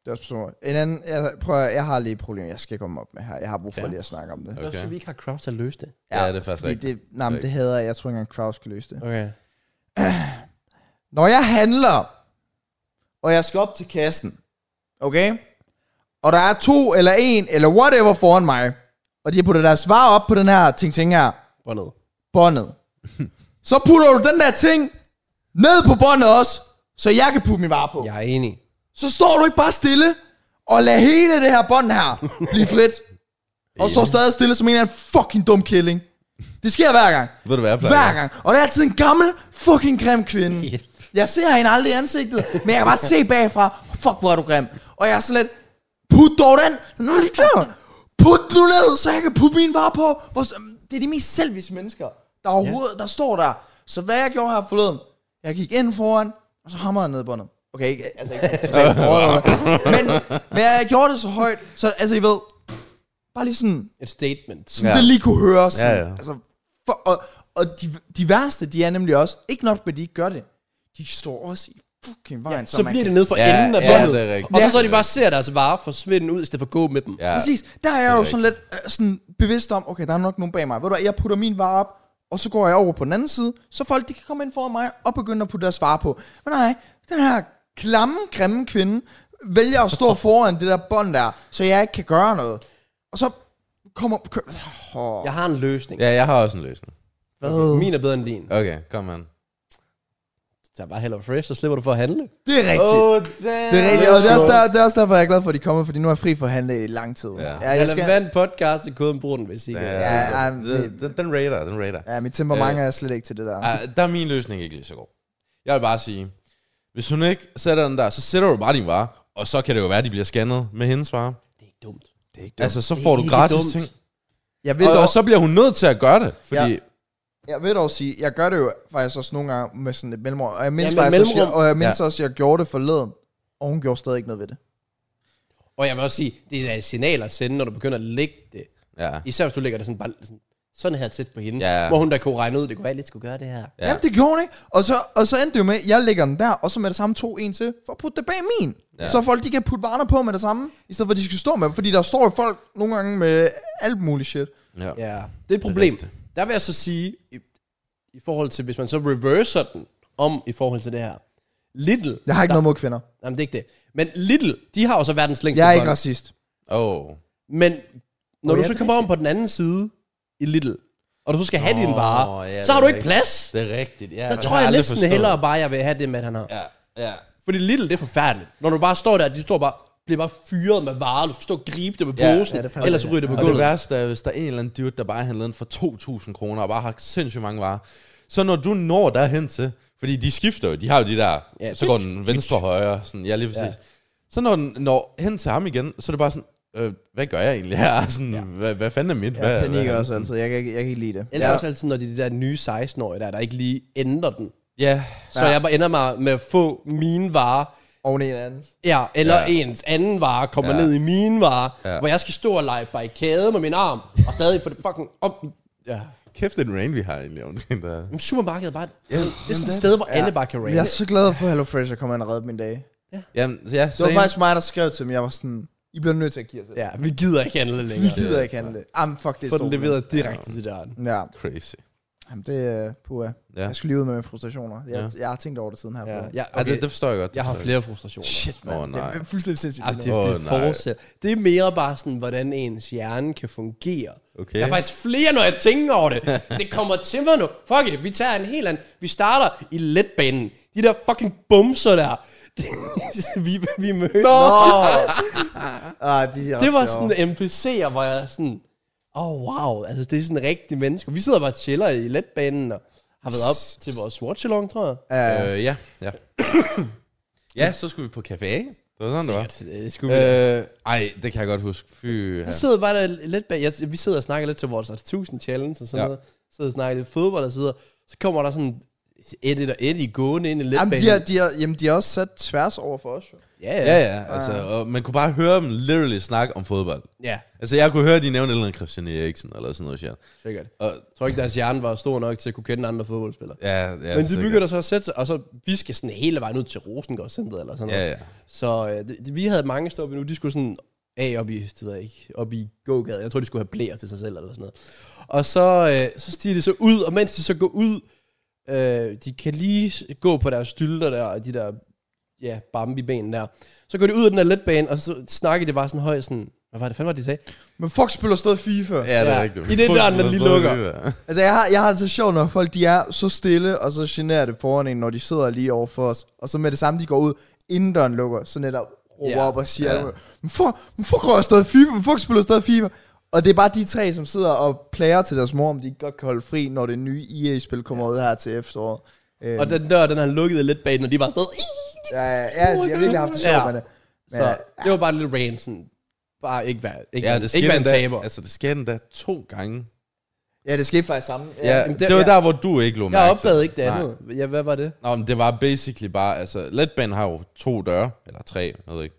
Det er også personligt. En anden, jeg, prøv, at- jeg har lige et problem, jeg skal komme op med her. Jeg har brug for
Ja.
lige at snakke om det.
Okay. Jeg synes, vi ikke har crowd til at løse det.
Ja, det er faktisk
fordi
rigtigt.
det, nej, men
Rigtigt.
det hader jeg. Jeg tror ikke engang, Kraus kan løse det.
Okay.
Når jeg handler, og jeg skal op til kassen, okay? Og der er to eller en, eller whatever foran mig, og de har puttet deres varer op på den her ting, ting her,
Hvor ned?
båndet. Så putter du den der ting ned på båndet også, så jeg kan putte min vare på. Ja.
Jeg er enig.
Så står du ikke bare stille, og lad hele det her bånd her blive frit. Og står stadig stille som en af en fucking dum killing. Det sker hver gang.
Ved du, hvad jeg plejer?
Hver gang. Og det er altid en gammel, fucking grim kvinde.
Yep.
Jeg ser hende aldrig i ansigtet, men jeg kan bare se bagfra, fuck, hvor er du grim. Og jeg er sådan lidt, put dog den, nu er det klar. Put nu ned, så jeg kan putte min vare på. Hvor, det er de mest selviske mennesker, der overhovedet, der står der. Så hvad jeg gjorde her forleden, jeg gik ind foran, og så hammerede jeg ned i båndet. Okay, ikke, altså ikke sådan totalt overlevet. men, men jeg gjorde det så højt, så altså I ved, bare lige sådan,
Et statement.
sådan
Ja.
ja. det lige kunne høres. Ja,
Ja,
ja.
ja.
Altså, for, og og de, de værste, de er nemlig også, ikke nok med, at de ikke gør det, de står også i fucking vejen.
så
man
bliver
kan-
det nede for
Ja,
enden af
ja,
båndet.
det er rigtigt.
og så,
Ja.
så de bare ser deres varer forsvinde ud, i stedet for at gå med dem.
Ja.
Præcis. Der er jeg jo
rigtigt.
sådan lidt øh, sådan bevidst om, okay, der er nok nogen bag mig. Ved du hvad, jeg putter min vare op, og så går jeg over på den anden side, så folk de kan komme ind foran mig og begynde at putte deres vare på. Men nej, den her klamme, grimme kvinde vælger at stå foran det der bånd der, så jeg ikke kan gøre noget. Og så kommer... kø- Åh,
Jeg har en løsning.
Ja, jeg har også en løsning.
hvad?
Min er bedre end din.
Okay, kom an.
Så bare Hello Fresh, så slipper du for at handle.
Det er rigtigt. Det er rigtigt, og det er, også der, det er også derfor, jeg er glad for, at de kommer, fordi nu er jeg fri for at handle i lang tid.
Ja.
ja jeg skal,
Relevant podcast i koden, brug den, hvis I kan.
Ja, ja,
den, den, den raider, den raider.
ja, mit temperament er slet ikke til det der.
Ja, der er min løsning ikke lige så god. Jeg vil bare sige, hvis hun ikke sætter den der, så sætter du bare din vare, og så kan det jo være, at de bliver scannet med hendes vare.
Det er dumt.
Det er ikke dumt.
Altså, så
Det er
får du
ikke
gratis
dumt.
ting.
Jeg ved
Og,
dog,
og, så bliver hun nødt til at gøre det, fordi...
Ja. Jeg vil dog sige, jeg gør det jo faktisk også nogle gange med sådan et mellemrum. Og jeg mindes,
Ja, med
ja, faktisk, også, jeg,
mellemrum.
og jeg mindes
Ja.
ja. også, jeg gjorde det forleden. Og hun gjorde stadig ikke noget ved det.
Og jeg vil også sige, det er et signal at sende, når du begynder at lægge det.
Ja,
Især hvis du lægger det sådan, bare sådan, sådan her tæt på hende,
Ja.
hvor hun der kunne regne ud, det kunne være, jeg lidt skulle gøre det her.
Ja.
Ja. Jamen, det gjorde hun ikke. Og så, og så endte det jo med, jeg lægger den der, og så med det samme to en til, for at putte det bag min.
Ja.
Ja. Så folk, de kan putte varerne på med det samme, i stedet for, at de skal stå med dem. Fordi der står jo folk nogle gange med alt muligt shit.
ja. ja.
Ja, det er et problem.
rigtigt.
Der vil jeg så sige, i, i forhold til, hvis man så reverser den om i forhold til det her. Little,
Jeg har ikke noget mod kvinder.
jamen det er ikke det, men Little, de har jo så verdens længste
Jeg er ikke
bånd.
racist.
Oh.
Men når
Åh,
du
ja,
så
det
kommer om på den anden side i Little, og du så skal have din
Nå,
vare,
ja,
så har
det
du
er
ikke
rigtigt.
plads.
Det er rigtigt, ja.
Der
det
tror
har
jeg
aldrig
næsten
forstået.
hellere bare, jeg vil have det, man han har.
Ja, ja.
Fordi Little, det er forfærdeligt. Når du bare står der, de står bare, bliver bare fyret med varer, du skal stå og gribe det med
Ja,
posen,
ja, det
ja,
er
ellers så ryger det på
Og det
gulvet.
værste er, hvis der er en eller anden dude, der bare har handlet den for 2.000 kroner, og bare har sindssygt mange varer, så når du når derhen til, fordi de skifter jo, de har jo de der,
Ja,
ja, så går den venstre og højre, sådan, ja lige præcis. Ja. Så når den når hen til ham igen, så er det bare sådan, øh, hvad gør jeg egentlig her? Sådan, ja. hvad, hvad fanden er mit?
Jeg
hvad,
panikker
hvad?
også altid. Jeg kan, ikke, jeg kan ikke lide det.
Eller
Jeg-
også altid, når de der nye 16-årige der, der ikke lige ændrer den.
Ja,
Så
Ja.
jeg bare ender mig med at få mine varer,
Oven i en anden.
ja, eller
Ja.
ja. ens anden vare kommer
Ja.
ja. ned i mine varer,
Ja.
ja. hvor jeg skal stå og lege barrikade med min arm, og stadig få det fucking op. Ja.
kæft det er en rain, vi har egentlig om det der.
Men supermarkedet er bare, ja, det er sådan et sted, hvor ja. alle bare kan rage.
Jeg er så glad for, at HelloFresh er kommet ind og reddet min dag.
Jamen, ja,
Det var faktisk mig, der skrev til dem. Jeg var sådan, I bliver nødt til at give jer selv.
Ja, vi gider ikke handle
Vi
længere.
gider ikke handle. Jamen, fuck, det er
Få den
stort.
leveret direkte til døren.
Ja,
crazy.
Jamen, det er puha.
Ja.
Ja. Jeg skulle lige ud med mine frustrationer. Jeg,
Ja.
ja. jeg har tænkt over det siden her.
Ja,
Ja.
ja,
Okay. Ja, det, det forstår jeg godt. det
Jeg har
forstår
flere frustrationer.
Shit, man.
Åh, nej.
Det er fuldstændig sindssygt.
Ja,
lige
det,
nu.
det,
Åh,
det
nej.
fortsætter. Det er mere bare sådan, hvordan ens hjerne kan fungere.
Okay.
Der er faktisk flere, når jeg tænker over det. det kommer til mig nu. Fuck it, vi tager en helt anden. Vi starter i letbanen. De der fucking bumser der. vi, vi mødte.
Ah, de er
Det var
sjove.
sådan NPC'er, hvor jeg sådan... Åh, oh, wow. Altså, det er sådan rigtige mennesker. Vi sidder bare og chiller i letbanen og har været op til vores watchalong, tror jeg.
jeg. Øh, ja, ja. ja, så skulle vi på café. Det var sådan, det var.
Det skulle vi da.
Øh, ej, det kan jeg godt huske. Fy,
Så
ja.
sidder vi bare der lidt bag, jeg, vi sidder og snakker lidt til vores 1000 challenge og sådan
Ja.
ja. noget. Sidder og snakker lidt fodbold og så videre. Så kommer der sådan Edit og Eddie gående ind i lidt
Jamen, de er, de er, jamen, de er også sat tværs over for os. jo.
Ja, ja.
ja,
ja.
ja altså,
Ah.
og man kunne bare høre dem literally snakke om fodbold.
ja.
Altså, jeg kunne høre, de nævnte et eller andet Christian Eriksen eller sådan noget shit.
Sikkert.
Og,
Jeg tror ikke, deres hjerne var stor nok til at kunne kende andre fodboldspillere.
ja, ja,
Men de
sikkert.
begynder så at sætte sig, og så vi skal sådan hele vejen ud til Rosengård Center eller sådan
Ja,
noget.
ja.
Så øh, det, det- vi havde mange stoppe nu, de skulle sådan af op i, det ved jeg ikke, op i gågade. Jeg tror, de skulle have blære til sig selv eller sådan noget. Og så, øh, så stiger de så ud, og mens de så går ud, øh, de kan lige s- gå på deres stylter der, og de der, ja, bambi-ben der. Så går de ud af den der letbane, og så snakker de bare sådan højt, sådan, hvad var det fanden, var det de sagde?
Men fuck spiller stadig FIFA.
Ja, det er
Ja.
rigtigt.
I det døren, der lige lukker.
Altså, jeg har, jeg har altså sjovt, når folk de er så stille, og så generer det foran en, når de sidder lige over for os. Og så med det samme, de går ud, inden døren lukker, så netop råber
Ja.
op og siger,
Ja.
ja. men fuck, men fuck rører stadig FIFA, men fuck spiller stadig FIFA. Og det er bare de tre, som sidder og plager til deres mor, om de ikke godt kan holde fri, når det nye EA-spil kommer ud her til efteråret. Øhm,
Og den dør, den har lukket i letbanen, og de var stadig,
Ja, ja, ja, de har virkelig haft det sjovt
Ja.
ja. med det. Men,
så
ja,
det var bare lidt rant, sådan, bare ikke være, ikke,
Ja,
ja,
det
ikke
skete
være en taber.
endda, altså, det skete endda to gange.
ja, det skete faktisk sammen.
Ja,
jamen,
det,
det-
var
ja.
der, hvor du ikke lå mærke
jeg
til
opdagede
det.
ikke det
Nej.
andet. Ja, hvad var det?
Nå, men det var basically bare, altså, letbanen har jo to døre, eller tre, jeg ved ikke.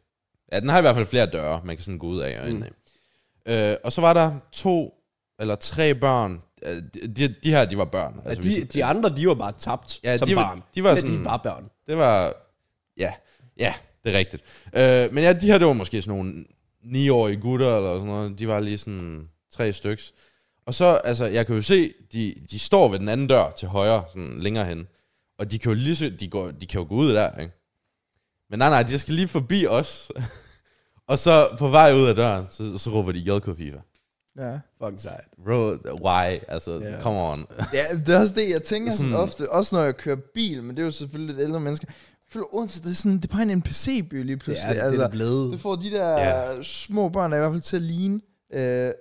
Ja, den har i hvert fald flere døre, man kan sådan gå ud af og ind af. Øh, og så var der to eller tre børn. Øh, de, de, de her, de var børn.
Altså,
vi-
de, de andre, de var bare tabt
Ja,
ja, som
de var-
barn.
de var
ja,
sådan-
de var børn.
Det var, Ja, ja, det er rigtigt. Øh, men ja, de her, det var måske sådan nogle 9-årige gutter eller sådan noget. De var lige sådan tre styks. Og så, altså, jeg kan jo se, de, de står ved den anden dør til højre, sådan længere hen. Og de kan jo lige så, de, går, de kan jo gå ud der, ikke? Men nej, nej, de skal lige forbi os. og så på vej ud af døren, så, så råber de JK FIFA.
Ja.
Fucking sejt.
Bro, why? Altså,
Ja.
yeah. come on.
ja, det er også det, jeg tænker sådan
Mm.
Sådan-
ofte. Også når jeg kører bil, men det er jo selvfølgelig lidt ældre mennesker. Jeg føler, Odense, det er, sådan, det er bare en NPC-by lige
Det
pludselig. altså.
er, det, er altså- det blevet.
Det får de der
Ja.
yeah. små børn der i hvert fald til at ligne. Øh,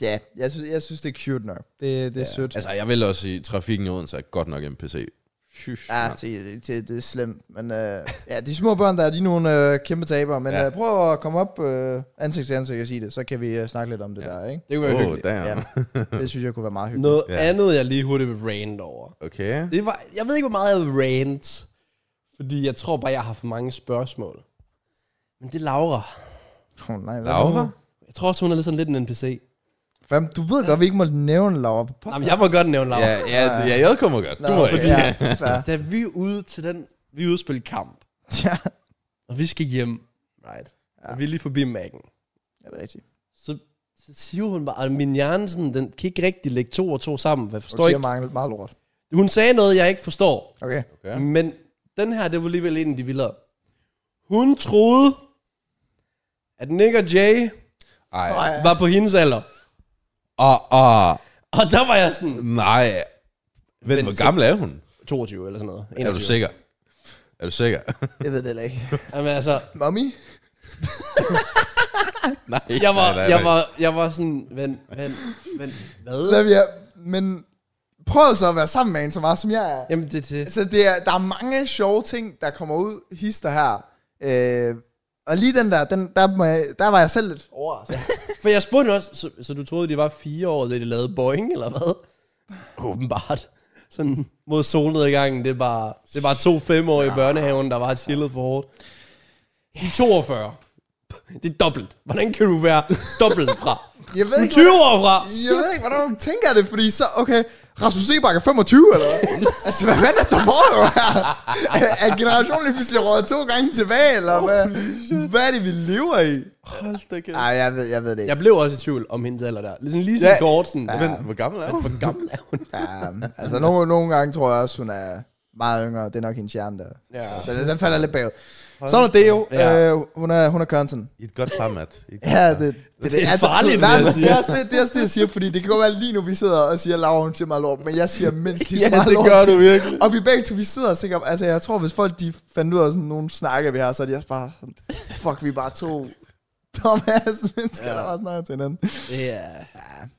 ja, jeg synes, jeg synes, det er cute nok. Det, det er
Ja.
yeah. sødt.
altså, jeg vil også sige, trafikken i Odense er godt nok NPC. Hyf,
Ja, det, det, det er slemt. Men øh, ja, de små børn der, de er nogle øh, kæmpe tabere. Men
Ja.
ja. øh, prøv at komme op øh, ansigt til ansigt og sige det. Så kan vi øh, snakke lidt om det ja. der, ikke?
Det kunne være
Oh,
hyggeligt.
damn.
Ja. Det synes jeg kunne være meget hyggeligt.
Noget
Ja.
andet, jeg lige hurtigt vil rant over.
Okay.
Det var, jeg ved ikke, hvor meget jeg vil rant, fordi jeg tror bare, jeg har for mange spørgsmål. Men det er Laura.
Oh, nej, hvad
Laura?
Jeg tror også, hun er lidt sådan lidt en NPC.
Fam, du ved godt, vi ikke må nævne Laura på podcast.
Jamen, jeg må godt nævne Laura.
Ja, ja, ja, jeg kommer godt. Du
Nå,
må ikke.
ja, fair.
Da vi er ude til den, vi er ude at spille kamp,
ja,
og vi skal hjem, right? Ja.
Ja.
Og vi er lige forbi Mac'en.
Ja, det er rigtigt.
Så, så siger hun bare, at min hjerne sådan, den kan ikke rigtig lægge to og to sammen. Hvad
Du
forstår
siger
ikke?
meget, meget lort.
Hun sagde noget, jeg ikke forstår.
Okay.
Ja.
Ja. Men den her, det var alligevel en af de vildere. Hun troede, at Nick og Jay
Ej.
var på hendes alder.
Åh, åh,
Og der var jeg sådan...
nej. Vent,
Men
hvor
så-
gammel er hun?
22 eller sådan noget. 21.
Er du sikker? Er du sikker?
Jeg ved det heller ikke.
Jamen, altså,
Mommy?
nej,
jeg var,
nej, nej,
jeg
nej.
var, jeg var sådan... Vent, vent, vent, hvad?
Lavia, men prøv så at være sammen med en så meget, som jeg er.
Jamen, det er det.
Så det er, der er mange sjove ting, der kommer ud, hister her. Øh, og lige den der, den, der, må jeg, der var jeg selv lidt overrasket.
For jeg spurgte hende også, så, så du troede, de var fire år, da de lavede Boeing, eller hvad? Åbenbart. Sådan mod solnedgangen, det er bare, det er bare to femårige i børnehaven, der var chillet for hårdt. De er 42. Det er dobbelt. Hvordan kan du være dobbelt fra?
Jeg ved
Du er
ikke,
20 år fra.
hvordan- jeg ved ikke, hvordan du tænker det, fordi så, okay, Rasmus Sebak er 25, eller hvad? altså, hvad fanden er der foregår her? Er- er generationen lige pludselig røget to gange tilbage, eller hvad? Hvad er det, vi lever i?
Hold da kæft.
Nej, jeg ved, jeg ved det ikke.
Jeg blev også i tvivl om hendes alder der. Ligesom lige ja.
Ja.
Gortsen. Ja.
Vent, hvor gammel er hun?
Hvor gammel er hun?
Ja, altså, nogle, nogle gange tror jeg også, hun er meget yngre. Det er nok hendes hjerne, der.
Ja.
Så den, den falder lidt bagud. Sådan er det jo.
Ja.
Øh, hun er, hun er Kørensen.
I et godt format. I et
Ja, det, det, det, altså-
er farligt,
nej,
vil jeg
men
sige.
det, er også det, det er også det, jeg siger, fordi det kan godt være lige nu, vi sidder og siger, Laura, hun siger meget lort, men jeg siger mindst lige så meget lort.
virkelig.
Og vi begge to, vi sidder sikkert, altså jeg tror, hvis folk de fandt ud af sådan nogle snakke, vi har, så er de også bare, sådan, fuck, vi er bare to dumbass mennesker,
Ja.
ja. der bare snakker til hinanden.
Ja.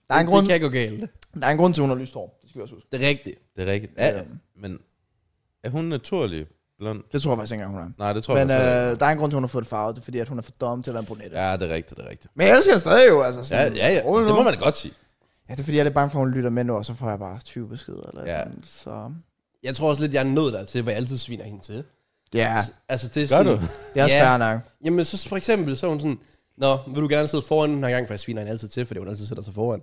Der er, en grund,
Det kan gå galt.
der er en grund til, at hun har lyst hår. Det skal vi også huske.
Det er rigtigt.
Det er rigtigt. Ja, men er hun naturlig blond?
Det tror jeg faktisk ikke engang, hun er.
Nej, det tror
Men
jeg faktisk
øh, der er en grund til, at hun har fået det farvet, det er fordi, at hun er for dum til at være en brunette.
ikke. Ja, det er rigtigt, det er rigtigt.
Men jeg elsker hende stadig jo, altså.
Ja,
Sådan,
ja, ja.
rolig
Det
nu.
må man da godt sige.
Ja, det er fordi, jeg er lidt bange for, at hun lytter med nu, og så får jeg bare 20 beskeder. Eller
Ja.
ja. Sådan, så...
Jeg tror også lidt, jeg er nødt dertil, hvor jeg altid sviner hende til.
Ja,
Altså, det er
Gør
sådan,
du?
det er også
Ja.
yeah. fair nok.
Jamen, så for eksempel, så er hun sådan, Nå, vil du gerne sidde foran den her gang, for jeg sviner hende altid til, fordi hun altid sætter sig foran.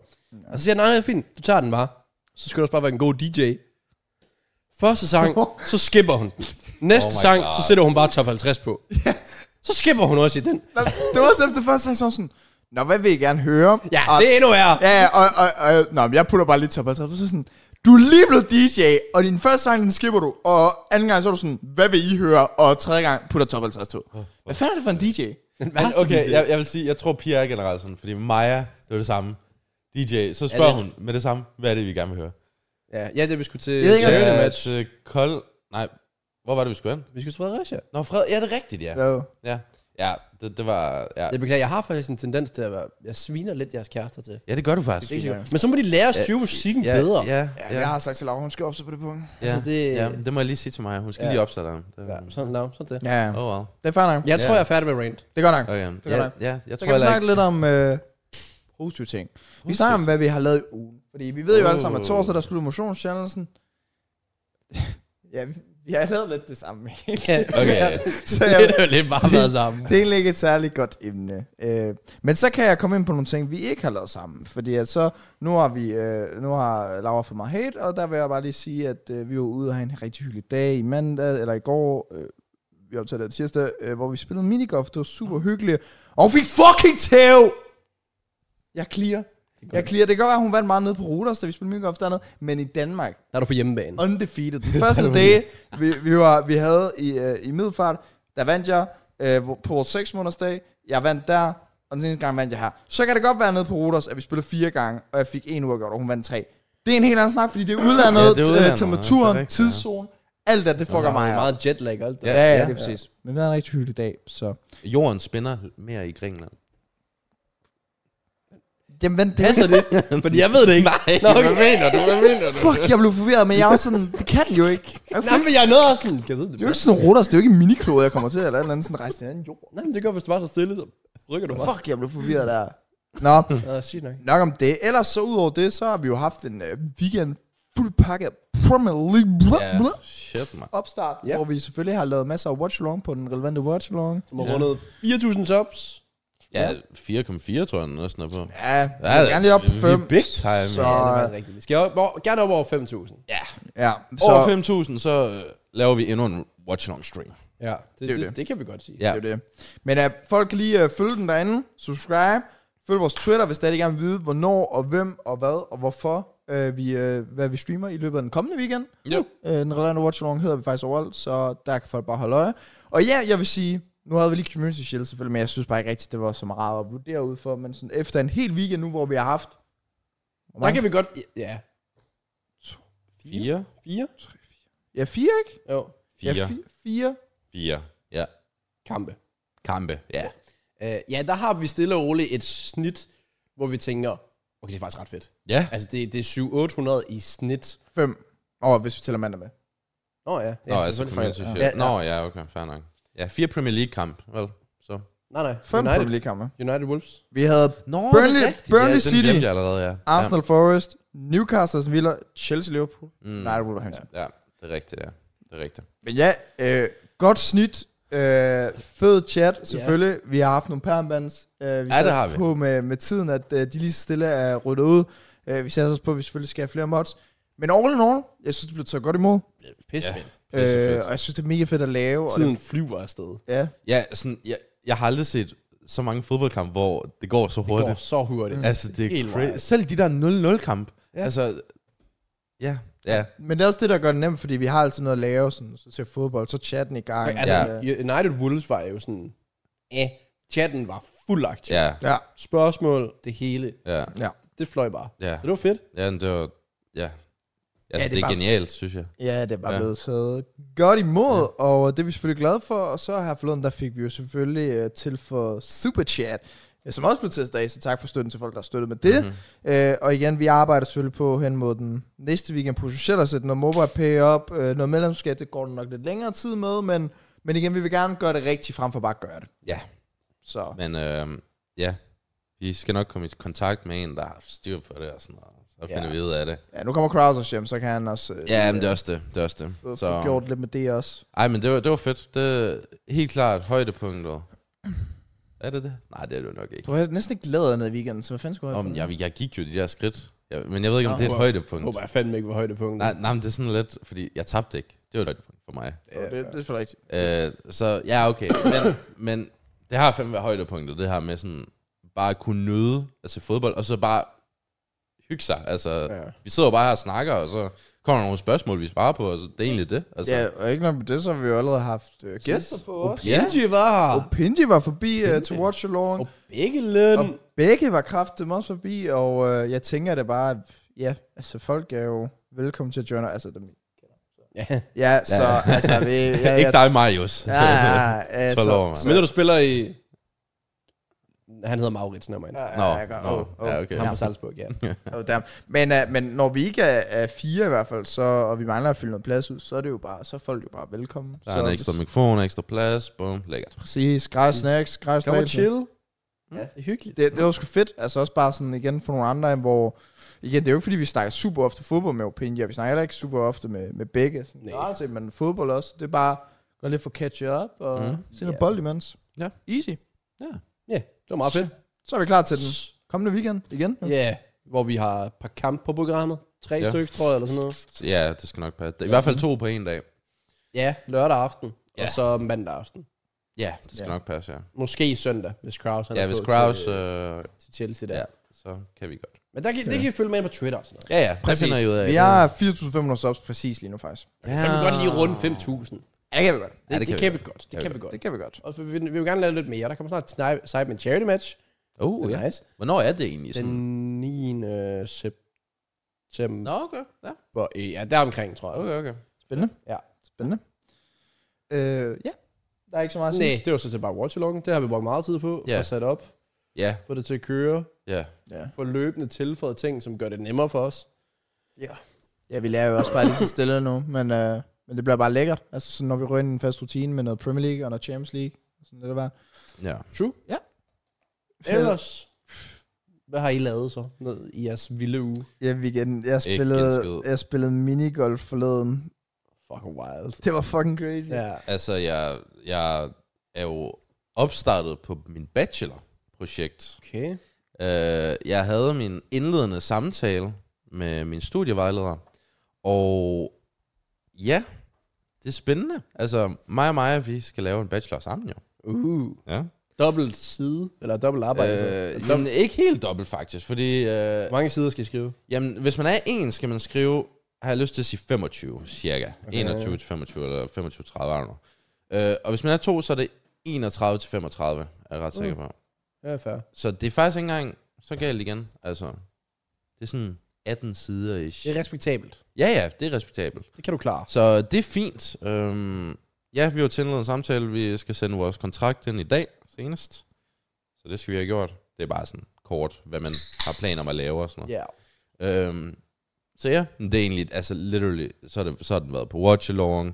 Og så siger jeg, nej, nej, fint, du tager den bare. Så skal du også bare være en god DJ. Første sang, så skipper hun den. Næste
Oh
oh
my
sang,
God.
så sætter hun bare top 50 på. Så skipper hun også i den.
Nå, Det var også efter første sang, så var hun sådan, Nå, hvad vil I gerne høre?
Ja,
Ah.
og,
det er endnu værre.
Ja, ja, og, og, og, nå, men jeg putter bare lidt top, og så er sådan, du er lige blevet DJ, og din første sang, den skipper du, og anden gang, så er du sådan, hvad vil I høre? Og tredje gang, putter top 50 to. Hvad fanden er det for en DJ?
Men okay, jeg, jeg vil sige, jeg tror, Pia er generelt sådan, fordi Maja, det var det samme. DJ, så spørger
det-
hun med det samme, hvad er det, vi gerne vil høre?
Ja, ja det vi skulle til
Jeg ved ikke, om-
Charity
Ja,
match.
til kold... Nej, hvor var det, vi skulle hen?
Vi skulle til Fredericia.
Nå, Fred, ja, det er rigtigt, ja.
Jo.
Ja, ja det, det var... Ja.
Jeg beklager, jeg har faktisk en tendens til at være... Jeg sviner lidt jeres kærester til.
ja, det gør du faktisk.
Det er
Men så må de lære at styre musikken
ja,
bedre.
Ja,
Ja,
ja,
jeg
ja,
har sagt til Laura, hun skal op så på det punkt.
ja,
altså, det-
ja, det må jeg lige sige til Maja. Hun skal
Ja.
lige opsætte ham. Det,
Ja, sådan, no, sådan det.
Ja,
Oh, wow.
det er fair nok.
Jeg tror,
Ja.
jeg er færdig med rant.
Det er godt nok.
Okay,
Det er
ja,
godt
ja, jeg
Så
tror
kan vi
heller
snakke
ikke...
lidt om øh, positive ting. Vi snakker om, hvad vi har lavet i ugen. Fordi vi ved jo alle sammen, at
Oh.
torsdag, der slutter motionschallengen. ja, vi, vi har lavet lidt det samme.
Ja.
Okay, ja.
så
det
jeg,
er jo lidt bare været sammen.
det er egentlig ikke et særligt godt emne. Øh, men så kan jeg komme ind på nogle ting, vi ikke har lavet sammen. Fordi at så, nu har, vi, øh, nu har Laura for mig hate, og der vil jeg bare lige sige, at øh, vi var ude og have en rigtig hyggelig dag i mandag, eller i går. Øh, vi optager det tirsdag, øh, hvor vi spillede minigolf. Det var super hyggeligt. Og hun fik fucking tæv! Jeg clear. Jeg clear. Det kan godt være, hun vandt meget nede på Ruders, da vi spillede minigolf dernede. Men i Danmark,
Der er du på hjemmebane.
undefeated. Den første date, vi, vi, var, vi havde i, øh, i Middelfart, der vandt jeg øh, hvor- på vores 6 måneders dag. Jeg vandt der, og den seneste gang vandt jeg her. Så kan det godt være nede på Roters, at vi spillede fire gange, og jeg fik en uafgjort, og hun vandt tre. Det er en helt anden snak, fordi det er udlandet,
Ja,
ja,
det er udlandet, ja. Det
temperaturen,
er rigtigt, ja.
tidszone, alt det, det
Altså, Der
fucker
er
mig meget.
meget jetlag og alt det.
Ja,
der.
Ja, ja, det er præcis. Men vi havde en rigtig hyggelig dag, så...
Jorden spænder mere i Grækenland.
Jamen, det
Passer det? Fordi jeg ved det ikke.
Nej,
Nå, okay.
mener du? Hvad mener du?
Fuck, jeg blev forvirret, men jeg er også sådan... Det kan det jo ikke. Jeg
Nej,
fik-
men jeg er noget også sådan. Jeg ved det.
Det er jo ikke sådan en Roters, det er jo ikke en miniklode, jeg kommer til, eller et eller andet sådan rejse til en anden jord.
Nej, men det gør, hvis du bare er så stille, så rykker du bare.
Fuck, jeg blev forvirret der. Nå,
Ja, sygt nok.
Nok om det. Ellers så udover det, så har vi jo haft en øh, weekend fuld pakket Premier League
Ja,
blah, blah,
shit, man.
opstart,
Ja.
hvor vi selvfølgelig har lavet masser af watch-along på den relevante watch-along.
Som har rundet 4.000 subs.
Ja, 4,4 tror jeg den næsten er på.
Ja, ja så er gerne lige op på
vi er
5.
big time.
Så,
Ja, det er faktisk rigtigt. Vi Skal jeg op, over- gerne op over 5.000?
Ja,
ja, så,
over 5.000, så øh, laver vi endnu en watch long stream.
Ja, det,
er jo
det,
det.
det, det kan vi godt sige.
Ja.
Det er jo det. Men øh, folk kan lige øh, følge den derinde, subscribe, følg vores Twitter, hvis stadig gerne vil vide, hvornår og hvem og hvad og hvorfor øh, vi, øh, hvad vi streamer i løbet af den kommende weekend.
Jo.
Øh, den relevante watch along hedder vi faktisk overalt, så der kan folk bare holde øje. Og ja, jeg vil sige, nu havde vi lige Community Shield selvfølgelig, men jeg synes bare ikke rigtigt, det var så meget at vurdere ud for, men sådan efter en hel weekend nu, hvor vi har haft... Hvor
Der
mange?
kan vi godt... Ja.
4?
4?
Ja, fire, ikke?
Jo.
Ja,
4.
fi- fire.
4. Ja.
Kampe.
Kampe. Ja.
Uh, ja, der har vi stille og roligt et snit, hvor vi tænker, okay, det er faktisk ret fedt.
Ja.
Altså, det, det er 7-800 i snit.
Fem. Åh, hvis vi tæller mandag med.
Nå ja. ja
Nå, altså
selvfølgelig.
Community Shield.
Ja,
Ja, Nå, ja, okay, fair nok. Ja, fire Premier League-kamp, vel? Så.
Nej, nej.
Fem Premier
United,
League-kampe.
United Wolves.
Vi havde
Nå,
Burnley- Burnley
ja,
City.
Den glemte jeg allerede, ja.
Arsenal ja. Forest, Newcastle Aston Villa, Chelsea Liverpool,
Ja, mm,
mm. nej, Wolverhampton.
ja, det er rigtigt, ja. Det er rigtigt.
Men ja, øh, godt snit. Øh, fed chat, selvfølgelig. Vi har haft nogle permbands. Øh, vi satte
det har
os
vi.
på med, med tiden, at øh, de lige så stille er ryddet ud. Øh, vi satte os på, at vi selvfølgelig skal have flere mods. Men all in all, jeg synes, det blev taget godt imod.
Pisse fedt.
Ja, det er så fedt.
Øh, og jeg synes, det er mega fedt at lave. Og det,
Tiden flyver afsted.
ja,
Ja, sådan, jeg, jeg har aldrig set så mange fodboldkampe, hvor det går så
Det går
hurtigt.
så hurtigt. Mm.
Går. Altså, det er
Helt
crazy.
wild.
Selv de der 0-0-kamp. Ja.
Ja.
Altså, ja, ja.
men det er også det, der gør det nemt, fordi vi har altid noget at lave. Sådan, så ser fodbold, så chatten i gang. Øh,
Altså,
Ja.
ja. United Wolves var jo sådan... Eh, chatten var fuld aktiv.
Ja,
Ja,
Spørgsmål, det hele,
ja,
det fløj bare.
ja.
Så det var fedt.
Ja, men det var, ja. Altså,
det
ja,
er
det er
bare-
genialt, synes jeg.
Ja, det var
Ja.
ja. blevet taget godt imod, ja. og det er vi selvfølgelig glade for. Og så her forleden, der fik vi jo selvfølgelig uh, til for Super Chat, øh, som også blev testet af, så tak for støtten til folk, der har støttet med
Mhm.
det. Mm-hmm. Uh, og igen, vi arbejder selvfølgelig på hen mod den næste weekend, potentielt at sætte noget mobile pay op, uh, noget medlemskab, det går der nok lidt længere tid med, men, men igen, vi vil gerne gøre det rigtigt, frem for bare at gøre det.
Ja.
Så
Men øh, ja, vi skal nok komme i kontakt med en, der har haft styr på det og sådan noget. Så finder
Ja.
vi ud af det.
ja, nu kommer Kraus hjem, så kan han også uh,
Ja, men det er også det. Det er også
få
det.
få
Så,
gjort lidt med det også.
ej, men det var, det var fedt. Det er helt klart højdepunktet. Er det det? Nej, det er det jo nok ikke.
Du har næsten ikke lavet noget i weekenden, så hvad fanden skulle jeg have
Om,
fundet?
jeg, jeg gik jo de der skridt, jeg, men jeg ved ikke, om
Nå,
det er et
hvor-
højdepunkt.
Håber jeg fandme ikke var højdepunktet.
Nej, nej, men det er sådan lidt, fordi jeg tabte ikke. Det var et højdepunkt for mig.
det, det, det er for rigtigt.
Øh, så ja, okay. Men, men det har fandme været højdepunktet, det her med sådan bare at kunne nøde altså fodbold, og så bare hygge sig. Altså, ja.
Ja.
Vi sidder jo bare her og snakker, og så kommer der nogle spørgsmål, vi svarer på, og det er egentlig det. Altså,
Ja, og ikke nok med det, så har vi jo allerede haft øh, gæster på os.
ja.
Benji var her.
Opinji var forbi uh, til Watch Along,
Og begge løn.
og begge var kraftigt også forbi, og øh, jeg tænker det bare, at, ja, altså folk er jo velkommen til at joine, altså dem.
Ja.
Ja, så altså, vi... Ja,
ikke dig, Marius.
Ja, ja, altså,
12 år, mand.
så-
Men når du spiller i... Han hedder Maurits, nærmere.
Ja, ja,
Nå,
ja, jeg gør-
nå,
oh, oh,
ja, okay.
Han
ja.
fra Salzburg, ja.
Oh, damn. men, uh, men når vi ikke er, er fire i hvert fald, så, og vi mangler at fylde noget plads ud, så er det jo bare, så er folk jo bare velkommen.
Der
så,
er en ekstra mikrofon, en ekstra plads, bum, lækkert.
Præcis, gratis
Præcis.
snacks, gratis
Det var
drikkelse.
chill.
Ja.
Ja, det er hyggeligt.
det, det var sgu fedt. Altså også bare sådan igen for nogle andre, hvor... Igen, det er jo ikke, fordi vi snakker super ofte fodbold med Opinja. Vi snakker heller ikke super ofte med, med begge. Sådan,
Nej.
Nej. Set, men fodbold også. Det er bare gå lidt for catch up og
Mhm.
mm. se noget
Ja.
bold imens.
Ja.
Easy.
Ja, det var meget fedt.
Så er vi klar til den kommende weekend igen.
Ja, hvor vi har et par kampe på programmet. Tre
Ja.
stykker, tror jeg, eller sådan noget.
Så, ja, det skal nok passe. I hvert fald to på en dag.
Ja, lørdag aften. ja.
Ja.
og så mandag aften.
Ja, det skal
Ja.
nok passe, ja.
Måske søndag, hvis Kraus han
Ja,
er
hvis
på
Kraus,
til,
øh,
til Chelsea der.
ja,
Ja.
så kan vi godt.
Men der kan, det kan I følge med ind på Twitter og sådan noget.
Ja, ja, præcis. Det finder I ud af.
Vi har 4.500 subs præcis lige nu, faktisk.
Ja. Så kan vi godt lige runde 5.000.
Ja, det kan vi godt.
Det, ja, det, det kan vi godt. Det
vi
kan vi godt.
Det kan vi godt.
Og vi, vi vil gerne lave lidt mere. Der kommer snart Sni- Sidemen Charity Match.
Oh,
Det
ja.
er nice.
Hvornår er det egentlig? Sådan?
Den 9. september.
Nå, okay. Ja,
Ja, deromkring, tror jeg.
okay, okay.
Spændende.
Ja.
Spændende. Øh, ja. Der er ikke så meget at sige.
Nej, det var så til bare watch along. Det har vi brugt meget tid på.
Ja.
Yeah. Få sat op.
Ja,
Få det til at køre.
ja.
Ja.
Få løbende tilføjet ting, som gør det nemmere for os.
ja, vi lærer jo også bare lige så stille nu, men, øh, men det bliver bare lækkert. Altså, sådan, når vi rører ind i en fast rutine med noget Premier League og noget Champions League. Sådan det, der var.
ja.
True.
Ja.
Ellers, hvad har I lavet så ned i jeres vilde uge?
Ja, weekenden. Jeg
Ikke en
spillede,
skid.
jeg spillede minigolf forleden.
Fuck wild.
Det var fucking crazy.
Ja.
Altså, jeg, jeg er jo opstartet på min bachelor-projekt.
Okay.
Øh, jeg havde min indledende samtale med min studievejleder, og ja, det er spændende. Altså, mig og Maja, vi skal lave en bachelor sammen, jo.
Uh.
Ja.
Dobbelt side, eller dobbelt arbejde. Øh,
Øh, jamen, ikke helt dobbelt, faktisk, fordi... Øh,
Hvor mange sider skal I skrive?
Jamen, hvis man er en, skal man skrive, har jeg lyst til at sige 25, cirka.
Okay.
Okay. 21 til 25, eller 25 til 30, I don't know. Øh, og hvis man er to, så er det 31 til 35, er jeg ret sikker på.
Ja, fair.
Så det er faktisk ikke engang så galt igen. Altså, det er sådan 18 sider ish.
Det er respektabelt.
Ja, ja, det er respektabelt.
Det kan du klare.
Så det er fint. Øhm, ja, vi har jo tændt en samtale. Vi skal sende vores kontrakt ind i dag senest. Så det skal vi have gjort. Det er bare sådan kort, hvad man har planer om at lave og sådan noget.
Ja.
Øhm, så ja, det er egentlig, altså literally, så har, det, så har den været på watch-along.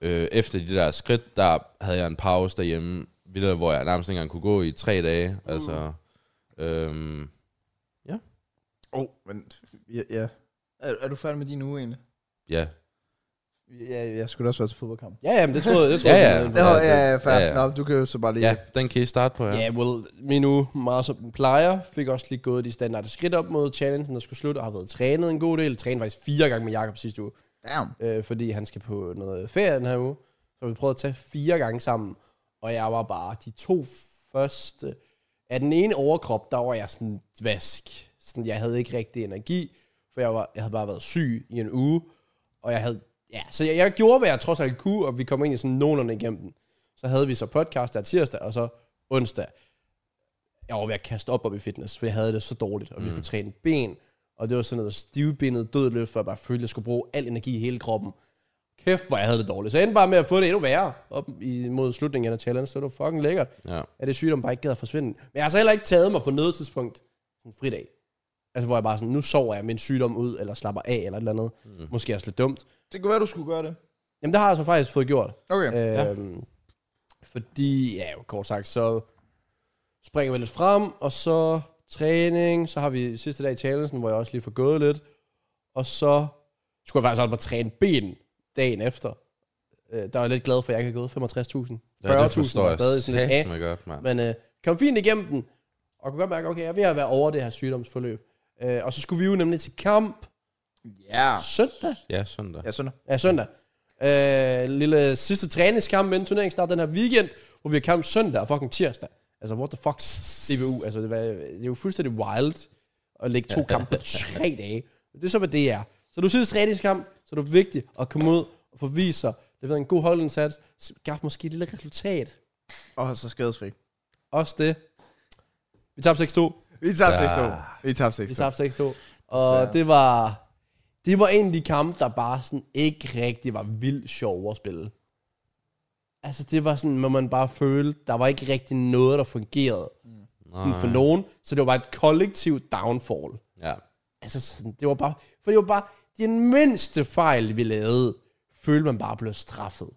Øh, efter de der skridt, der havde jeg en pause derhjemme, videre, hvor jeg nærmest ikke engang kunne gå i tre dage. Mm. Altså, øhm,
Åh, oh, men ja. ja. Er, er, du færdig med din uge egentlig?
ja.
Ja, jeg skulle da også være til fodboldkamp.
Ja, ja, men det tror jeg, det tror
Ja,
jeg.
ja.
sådan
Nå,
noget.
ja, ja, fair.
Ja,
Ja,
ja.
Nå, du kan jo så bare lige...
ja, den kan I starte på, ja.
Ja, yeah, well, min uge, meget som den plejer, fik også lige gået de standarde skridt op mod challengen, der skulle slutte, og har været trænet en god del. Trænet faktisk fire gange med Jakob sidste uge,
Damn.
øh, fordi han skal på noget ferie den her uge. Så vi prøvede at tage fire gange sammen, og jeg var bare de to første. Af den ene overkrop, der var jeg sådan vask. Sådan, jeg havde ikke rigtig energi, for jeg, var, jeg havde bare været syg i en uge, og jeg havde... Ja, så jeg, jeg gjorde, hvad jeg trods alt kunne, og vi kom egentlig sådan nogenlunde igennem den. Så havde vi så podcast der tirsdag, og så onsdag. Jeg var ved at kaste op op i fitness, for jeg havde det så dårligt, og mm. vi skulle træne ben, og det var sådan noget stivbenet dødløft, for jeg bare følte, jeg skulle bruge al energi i hele kroppen. Kæft, hvor jeg havde det dårligt. Så jeg endte bare med at få det endnu værre op i- mod slutningen af challenge, så det var fucking lækkert.
ja.
At det sygdom bare ikke gad at forsvinde. Men jeg har så heller ikke taget mig på noget tidspunkt sådan en fridag. Altså, hvor jeg bare sådan, nu sover jeg min sygdom ud, eller slapper af, eller et eller andet. Mm. Måske også lidt dumt.
Det kunne være, du skulle gøre det.
Jamen, det har jeg så faktisk fået gjort.
Okay. Øh,
Ja. Øhm, fordi, ja, jo, kort sagt, så springer vi lidt frem, og så træning, så har vi sidste dag i challengen, hvor jeg også lige får gået lidt, og så skulle jeg faktisk også bare træne ben dagen efter. Øh, der var jeg lidt glad for, at jeg ikke har gået 65.000. 40.000
Ja, det
var stadig sådan lidt af.
af. godt, mand.
Men øh, kom fint igennem den, og kunne godt mærke, okay, jeg er ved at være over det her sygdomsforløb. Øh, og så skulle vi jo nemlig til kamp
ja.
søndag.
Ja, søndag.
Ja, sådan.
Ja, søndag. Øh, lille sidste træningskamp inden turneringen starter den her weekend, hvor vi har kamp søndag og fucking tirsdag. Altså, what the fuck, DBU. Altså, det, var, det er jo fuldstændig wild at lægge to kampe på tre dage. Men Det er så, hvad det er. Så du sidste træningskamp, så er det vigtigt at komme ud og forvise sig. Det er en god holdindsats. Skaff måske et lille resultat.
Åh, så skadesfri.
Også det. Vi tabte 6-2.
Vi tabte
Ja.
6-2. Vi tabte 6-2.
Vi tabte 6-2.
Desværre.
Og det var, det var en af de kampe, der bare sådan ikke rigtig var vildt sjov at spille. Altså det var sådan, må man bare føle, der var ikke rigtig noget, der fungerede sådan for nogen. Så det var bare et kollektivt downfall.
Ja.
Altså sådan, det var bare, for det var bare, den mindste fejl, vi lavede, følte man bare blev straffet.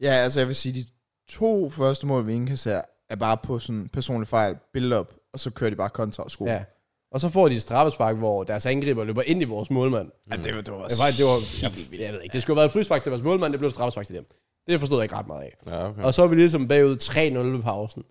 Ja, altså jeg vil sige, de to første mål, vi indkasserer, er bare på sådan personlig fejl, build-up, og så kører de bare kontra og score.
Ja. Og så får de et straffespark, hvor deres angriber løber ind i vores målmand.
ja det, var, det var
Det var, det var jeg, jeg ved ikke, det skulle have været et frispark til vores målmand, det blev et straffespark til dem. Det forstod jeg ikke ret meget af.
Ja, okay.
Og så er vi ligesom bagud 3-0 ved pausen.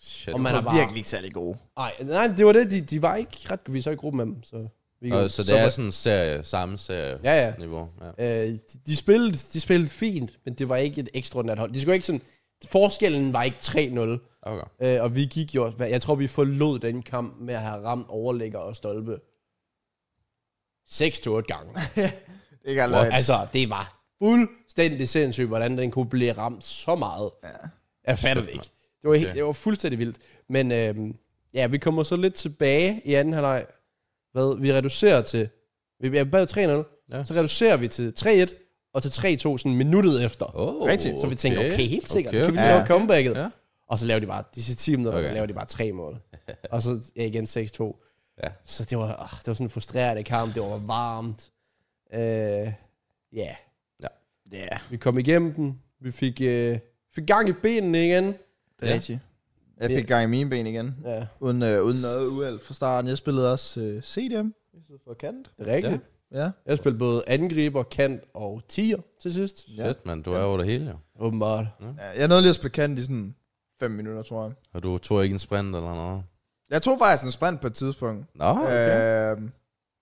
Shit.
Og man er
var
bare...
virkelig ikke særlig gode.
Ej, nej, det var det. De, de var ikke ret... Vi så i gruppen med dem, så... weekend.
Og, så det er sådan en serie, samme serie
Ja, ja.
niveau. Ja.
Øh, de- de, spillede, de spillede fint, men det var ikke et ekstraordinært hold. De skulle ikke sådan... Forskellen var ikke 3-0.
Okay.
Øh, og vi gik jo, hvad- jeg tror vi forlod den kamp med at have ramt overlægger og stolpe 6-8 gange.
Det er
What?
løgn.
Altså, det var fuldstændig sindssygt, hvordan den kunne blive ramt så meget. Ja. Jeg fatter det ikke. Det var, helt,
Ja.
det var fuldstændig vildt. Men øhm, ja, vi kommer så lidt tilbage i anden halvleg. Hvad? Vi reducerer til... Vi er bag 3-0. Ja.
Ja.
Så reducerer vi til 3-1 og til 3-2 sådan minuttet efter.
Oh,
Så vi tænker, okay, helt sikkert. Okay, okay. Kan vi
Ja.
lige lave comebacket?
Ja.
Og så laver de bare, de sidste 10 minutter, okay.
Okay.
laver de bare tre mål. og så ja, igen 6-2.
Ja.
Så det var, åh, det var sådan en frustrerende kamp, det var varmt. Øh, Ja,
Ja, det
vi kom igennem den, vi fik, øh, fik gang i benene igen.
er
Ja.
rigtigt. Jeg fik gang i mine ben igen.
Ja,
Uden, øh, uden noget uheld fra starten. Jeg spillede også øh, CDM. I stedet for kant.
det er rigtigt. Ja.
Ja.
Jeg spillede både angriber, kant og tiger til sidst.
Shit, man, du er over det hele, jo.
Åbenbart.
Ja, Jeg nåede lige at spille kant i sådan 5 minutter, tror jeg.
Og du tog ikke en sprint eller noget.
Jeg tog faktisk en sprint på et tidspunkt.
Nå, Ah, okay.
Øh,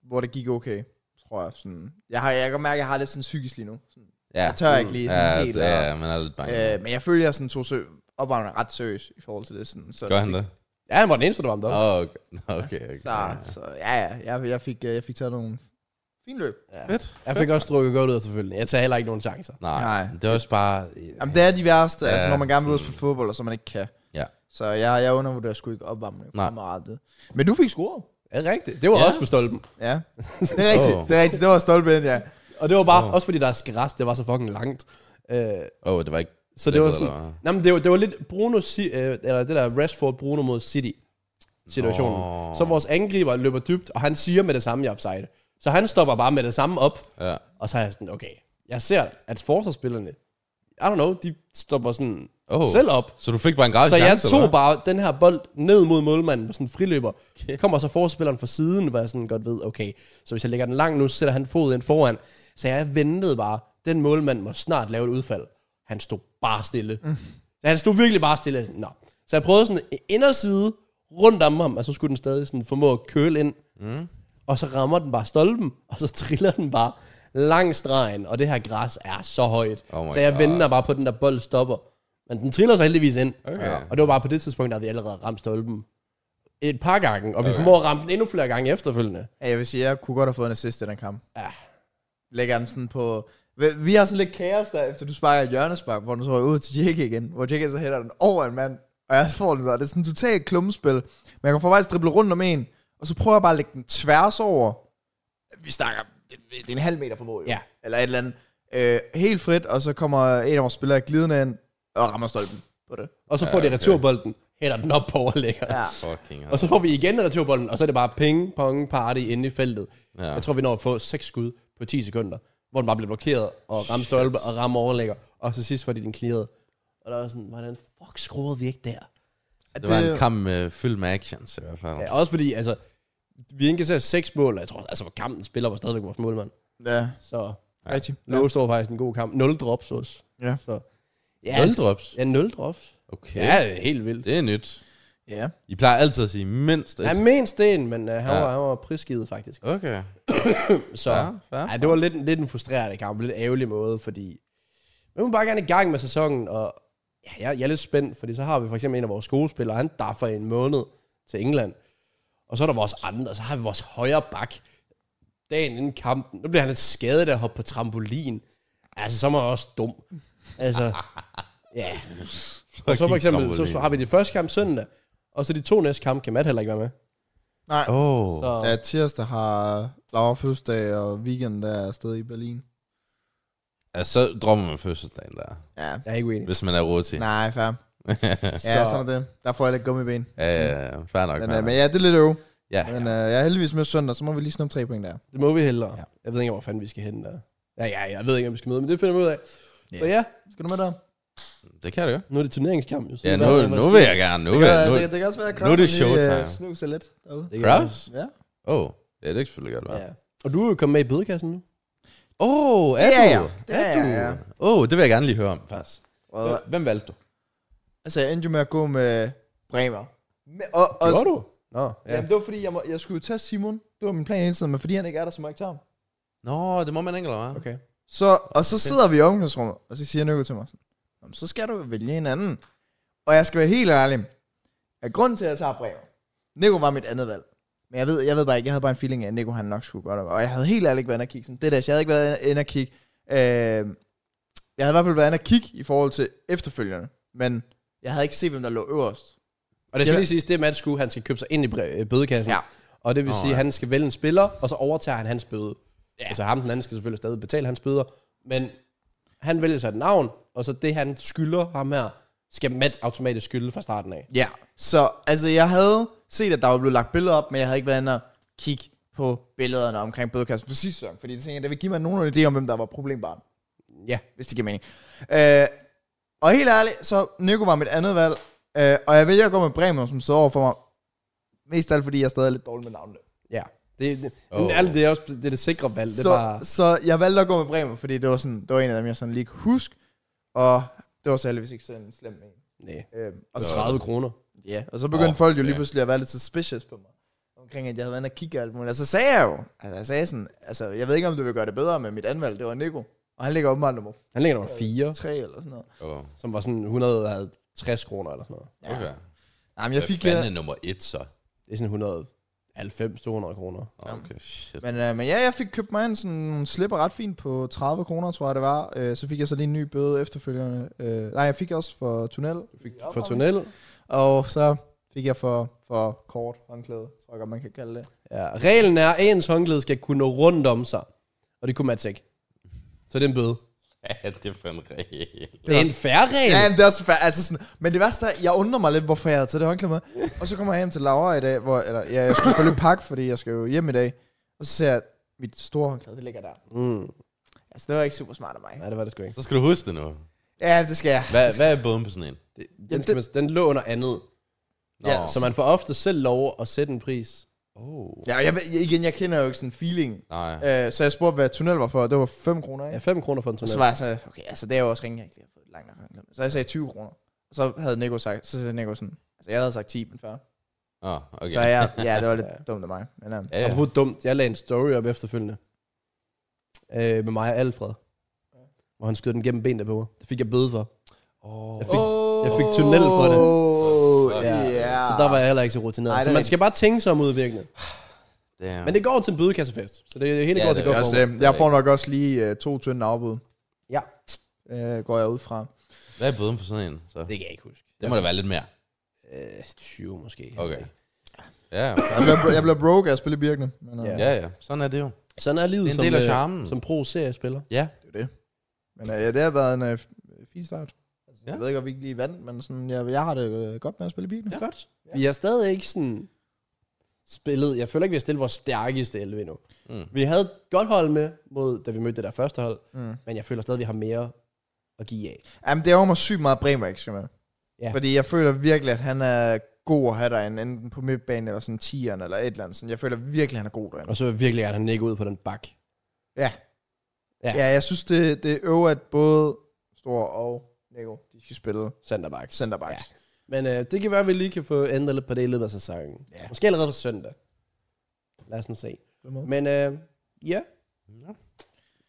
hvor det gik okay, tror jeg. Sådan. Jeg, har, jeg kan mærke, at jeg har lidt sådan psykisk lige nu. Sådan.
ja.
Jeg tør ikke lige sådan
ja,
helt.
det-
at-
Ja, man er lidt bange.
Øh, men jeg føler, at jeg sådan tog sø- opvarmning ret seriøst i forhold til det. Sådan, så
Gør han det?
Ja, han var den eneste, der var med.
Nå,
deroppe.
okay. Nå, okay, okay.
Så, så ja, ja jeg, jeg, fik, øh, jeg fik taget nogle fine løb.
Ja. Jeg fik også drukket godt ud af selvfølgelig. Jeg tager heller ikke nogen chancer.
Nej,
Nej.
det er også bare...
Jamen, det er de værste, ja,
Ja,
altså, når man gerne vil ud og
sådan-
spille fodbold, og så man ikke kan.
Ja.
Så jeg, jeg undervurderer sgu ikke opvarmning
Nej.
fremadrettet. Men du fik scoret.
Er det rigtigt? Det var ja.
Ja.
også på stolpen.
Ja, det er rigtigt.
Så.
Det er rigtigt. Det var stolpe ind, ja.
Og det var bare,
Åh.
også fordi der er græs, det var så fucking langt. Øh,
Åh, oh, det var ikke...
Så det var
Eller-
sådan... Nej, men det var, det var lidt Bruno... Si- øh, eller det der Rashford Bruno mod City situationen.
Nå.
Så vores angriber løber dybt, og han siger med det samme, jeg er offside. Så han stopper bare med det samme op,
Ja.
og så er jeg sådan, okay, jeg ser, at forsvarsspillerne, I don't know, de stopper sådan
Oh.
selv op.
Så du fik bare en gratis
Så jeg
chance, eller
tog
hvad?
bare den her bold ned mod målmanden på sådan en friløber. Kommer så forspilleren fra siden, hvor jeg sådan godt ved, okay, så hvis jeg lægger den langt nu, så sætter han fod ind foran. Så jeg ventede bare, den målmand må snart lave et udfald. Han stod bare stille. Mm. Han stod virkelig bare stille. Jeg Sådan, Nå. Så jeg prøvede sådan en inderside rundt om ham, og så skulle den stadig sådan formå at køle ind. Mm. Og så rammer den bare stolpen, og så triller den bare lang stregen, og det her græs er så højt.
Oh my
så jeg
God.
venter bare på, at den der bold stopper. Men den triller så heldigvis ind.
Okay.
Og det var bare på det tidspunkt, der havde vi allerede ramt stolpen et par gange, og vi formår at ramme den endnu flere gange efterfølgende.
ja. Jeg vil sige, jeg kunne godt have fået en assist i den kamp.
Ja.
Lægger den sådan på... Vi- Vi har sådan lidt kaos der, efter du sparker et hjørnespark, hvor du så røg ud til Jake igen. Hvor Jake så hætter den over en mand, og jeg får den så. Det er sådan totalt klumpespil. Men jeg kan faktisk drible rundt om en, og så prøver jeg bare at lægge den tværs over. Vi snakker, det, det er en halv meter fra mål, jo.
Ja.
Eller et eller andet. Øh, helt frit, og så kommer en af vores spillere glidende ind, og rammer stolpen på det.
Og så får de returbolden, hælder den op på overlægger. Ja.
Fucking hell.
Og så får vi igen returbolden, og så er det bare ping, pong, party inde i feltet. Ja.
Ja.
Jeg tror, vi når at få seks skud på 10 sekunder, hvor den bare bliver blokeret, og rammer stolpe, og rammer overlægger. Og så sidst får de den clearet. Og der var sådan, hvordan fuck skruede vi ikke der?
Det var en kamp med fyldt med actions i hvert fald.
øh, Ja, også fordi, altså, vi indkasserer seks mål, og jeg tror, altså, kampen spiller var stadigvæk vores målmand.
Ja,
Så
rigtig.
Lowe står faktisk en god kamp. 0 drops også.
Ja.
Så, ja,
Nul drops.
Ja, 0 drops.
Okay.
Ja, det er helt vildt.
Det er nyt.
Ja.
I plejer altid at sige mindst et.
Ja, mindst en, men uh, han,
Ja.
var, han var prisgivet faktisk.
Okay.
Så ja, ja, det var lidt, lidt en frustrerende kamp, lidt ærgerlig måde, fordi man må bare gerne i gang med sæsonen, og ja, jeg, jeg er lidt spændt, fordi så har vi for eksempel en af vores skuespillere, han daffer i en måned til England, og så er der vores andre, og så har vi vores højre bak dagen inden kampen. Nu bliver han lidt skadet af at hoppe på trampolin. Altså, så er man også dum. Altså, ja. Og så for eksempel, så så har vi de første kamp søndag, og så de to næste kampe kan Matt heller ikke være med.
Nej.
Åh. Oh.
Så,
Ja, tirsdag har Laura fødselsdag, og weekenden der er afsted i Berlin.
Ja, så drømmer man fødselsdagen der.
Ja.
jeg er ikke uenig.
Hvis man er råd til.
Nej, fair. Ja,
Så-
så. sådan er det. Der får jeg lidt gummiben.
Ja, ja, ja. Fair nok.
Men,
fair
øh, men
nok.
ja, det er lidt øv.
Ja.
Men øh, jeg er heldigvis med søndag, så må vi lige snuppe tre point der.
Det må vi hellere. Ja. Jeg ved ikke, hvor fanden vi skal hen der. Ja, ja, jeg ved ikke, om vi skal møde, men det finder vi ud af. Så ja,
Skal du med der?
Det kan det jo.
nu er det turneringskamp jo. så
Ja,
det
nu,
er i hvert fald,
nu
hvad
vil
der
jeg gerne. Nu
det,
vil
kan,
jeg. Nu,
det, det kan også være, at
nu er det
Kraus
showtime.
øh, snuser lidt derude.
sker. Det kan
Kraus?
være.
Ja.
Åh. Ja, det kan selvfølgelig godt være.
Ja. Og du er jo kommet med i bødekassen nu.
Åh, er
Ja, ja.
du?
Det
Er
er
du?
jeg, ja.
Åh, det vil jeg gerne lige høre om, faktisk.
Og,
Hvem valgte du?
altså, jeg endte jo med at gå med Bremer. Med, og, og,
Gjorde du? Nå,
Ja.
ja.
Jamen, det var fordi, jeg, må, jeg skulle jo teste Simon. Det var min plan hele tiden, men fordi han ikke er der, så må jeg ikke tage ham.
Nå, det må man ikke, eller hvad?
Okay.
Så, og så sidder vi i omklædningsrummet, og så siger Nyko til mig, sådan, "Nå, men så skal du vælge en anden. Og jeg skal være helt ærlig, at grunden til, at jeg tager brevet, Nico var mit andet valg. Men jeg ved, jeg ved bare ikke, jeg havde bare en feeling af, at Nico han nok skulle godt. Og jeg havde helt ærligt ikke været inde og kigge. Sådan, det der, jeg havde ikke været inde og kigge. Øh, jeg havde i hvert fald været inde og kigge i forhold til efterfølgerne. Men jeg havde ikke set, hvem der lå øverst.
Og det skal
Ja.
lige siges, det er Mads Skue, han skal købe sig ind i bre- øh, bødekassen.
Ja.
Og det vil
Nå,
sige,
ja.
at han skal vælge en spiller, og så overtager han hans bøde. Ja. Altså ham, den anden skal selvfølgelig stadig betale hans bøder. Men han vælger sig et navn, og så det, han skylder ham her, skal Matt automatisk skylde fra starten af.
Ja. Så altså, jeg havde set, at der var blevet lagt billeder op, men jeg havde ikke været inde og kigge på billederne omkring bødekassen for sidste sæson. Fordi det tænkte jeg, det vil give mig nogen idé om, hvem der var problembarn,
Ja.
hvis det giver mening. Øh, og helt ærligt, så Nico var mit andet valg, øh, og jeg vælger at gå med Bremen, som sidder over for mig. Mest af alt, fordi jeg stadig er lidt dårlig med navnene.
Ja. Det, det,
Åh.
oh. alt det er også det, er det sikre valg. Det er
så,
bare,
så jeg valgte at gå med Bremen, fordi det var, sådan, det var en af dem, jeg sådan lige kunne huske. Og det var så heldigvis ikke sådan en slem en.
nej,
Øh, og
og
så
30 kroner.
Ja, og så begyndte
Åh,
oh, folk jo lige
ja.
pludselig at være lidt suspicious på mig. Omkring, at jeg havde været inde og kigge og alt muligt. Og så sagde jeg jo, altså jeg sagde sådan, altså jeg ved ikke, om du vil gøre det bedre med mit anvalg, det var Nico. Og han ligger åbenbart nummer
Han ligger nummer 4,
3 eller sådan noget.
Åh,
som var sådan 160 kroner eller sådan noget.
okay.
Jamen,
Jeg
jeg fik... øh,
Hvad fanden
øh,
Jeg,
er nummer et, så?
Det er sådan 190 200 kroner.
Åh, Okay, shit.
men, øh, men ja, jeg fik købt mig en sådan nogle slipper ret fint på 30 kroner, tror jeg det var. Øh, så fik jeg så lige en ny bøde efterfølgende. Øh, nej, jeg fik også for tunnel.
Fik for tunnel.
Og så fik jeg for, for kort håndklæde, tror jeg godt, man kan kalde det.
Ja, reglen er, at ens håndklæde skal kunne nå rundt om sig. Og det kunne Mads ikke. Så det er en bøde.
Ja, det er fandme reelt.
Det er en færre regel.
Ja,
Ja.
men det er også fair. Altså sådan, men det værste er, jeg undrer mig lidt, hvorfor jeg havde taget det håndklæde med. Og så kommer jeg hjem til Laura i dag, hvor, eller ja, jeg skulle selvfølgelig pakke, fordi jeg skal jo hjem i dag. Og så ser jeg, at mit store håndklæde, det ligger der.
Mm.
Altså, det var ikke super smart af mig.
Nej, det var det sgu ikke.
Så skal du huske det nu.
Ja, det skal jeg.
Hvad, hvad er bøden på sådan en?
Det, den,
Jamen,
skal man, den lå under andet.
Nå,
Ja,
Så man får ofte selv lov at sætte en pris.
Oh.
Ja, jeg, ved- igen, jeg kender jo ikke sådan feeling.
Nej.
Øh, så jeg spurgte, hvad tunnel var for, og det var 5 kroner,
Ja,
ikke?
5 kroner for en
Og så
tunnel.
var jeg sådan, okay, altså det er jo også ringe, jeg ikke lige har fået langt nok håndklæde. Så jeg sagde 20 kroner. Og så havde Nico sagt, så sagde Nico sådan, altså jeg havde sagt 10, men før.
Åh,
Okay.
okay.
Så jeg, ja, det var lidt dumt af mig. Men, um,
Ja,
Ja.
ja.
Apropos dumt, jeg lagde en story op efterfølgende. Øh, med mig og Alfred. Hvor han skød den gennem benene på mig. Det fik jeg bøde for.
Oh.
Jeg fik, jeg fik tunnel for det.
Oh,
Ja.
yeah.
Så der var jeg heller ikke så rutineret.
Nej, det
så
er
man
rigtigt.
skal bare tænke sig om udviklende.
Damn.
Men det går til en bødekassefest. Så det hele
Ja,
går
det
til
er
godt
Jeg,
formål.
også, jeg får nok også lige øh, to tynde afbud.
Ja.
Øh, går jeg ud fra.
Hvad er bøden på sådan en? Så?
Det kan jeg ikke huske.
Det må da være lidt mere.
Øh, 20 måske.
Okay. Ja,
Jeg bliver, jeg bliver broke af at spille i Birkene. Men, øh,
Ja.
ja, ja. Sådan er det jo.
Sådan er livet
Det er en
som,
del af
øh,
charmen.
som pro-seriespiller.
Ja.
men øh, ja, det har været en øh, fin start.
Ja.
Ja. Jeg ved ikke, om vi ikke lige vandt, men sådan, jeg, jeg har det øh, godt med at spille i Birkene.
Det
Ja.
er godt. Vi har stadig ikke sådan spillet. Jeg føler ikke, vi har stillet vores stærkeste 11 endnu.
Mm.
Vi havde et godt hold med, mod, da vi mødte det der første hold,
Mm.
men jeg føler stadig, vi har mere at give af.
Jamen, det er mig sygt meget Bremer, ikke skal med.
Ja.
Ja. Fordi jeg føler virkelig, at han er god at have derinde, enten på midtbanen eller sådan 10'eren eller et eller andet. Sådan. Jeg føler virkelig, at han er god derinde.
Og så vil jeg virkelig gerne have Nick ud på den bak.
Ja.
Ja.
Ja, ja jeg synes, det, det øver, at både Stor og Nico, de skal spille
Centerback.
centerbacks.
Ja. Men øh, det kan være, at vi lige kan få ændret lidt på det i løbet af sæsonen.
Ja.
Måske allerede på søndag. Lad os nu se. Men øh, ja,
Ja.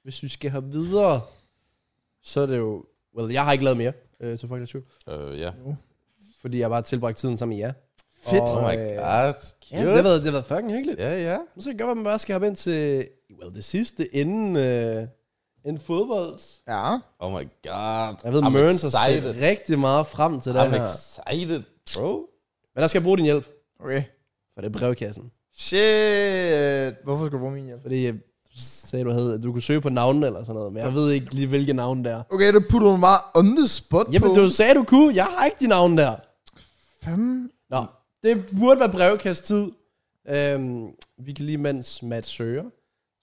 hvis vi skal have videre, så er det jo... Well, jeg har ikke lavet mere øh, til Fuck Natur,
Øh, ja.
fordi jeg bare har tilbragt tiden sammen med jer.
Fedt.
Og,
Oh my
øh,
god.
Ja, det har, været, det har været fucking hyggeligt.
Ja, ja.
Nu så kan det godt, at man bare skal hoppe ind til well, det sidste inden, øh, inden fodbold.
Ja.
Oh my god.
Jeg ved,
I'm
Mørens har
excited.
set rigtig meget frem til det
I'm
her.
excited, bro.
Men der skal jeg bruge din hjælp,
Okay.
for det er brevkassen.
Shit. Hvorfor skal du bruge min hjælp?
Fordi øh, du sagde, du, havde, at du kunne søge på navnene eller sådan noget, men jeg ved ikke lige, hvilke navne det er.
Okay, det putter du mig bare on the spot
Jamen,
på.
du sagde, du kunne. Jeg har ikke de navne der.
Fem.
Nå, det burde være brevkast-tid. Øhm, vi kan lige, mens Matt søger,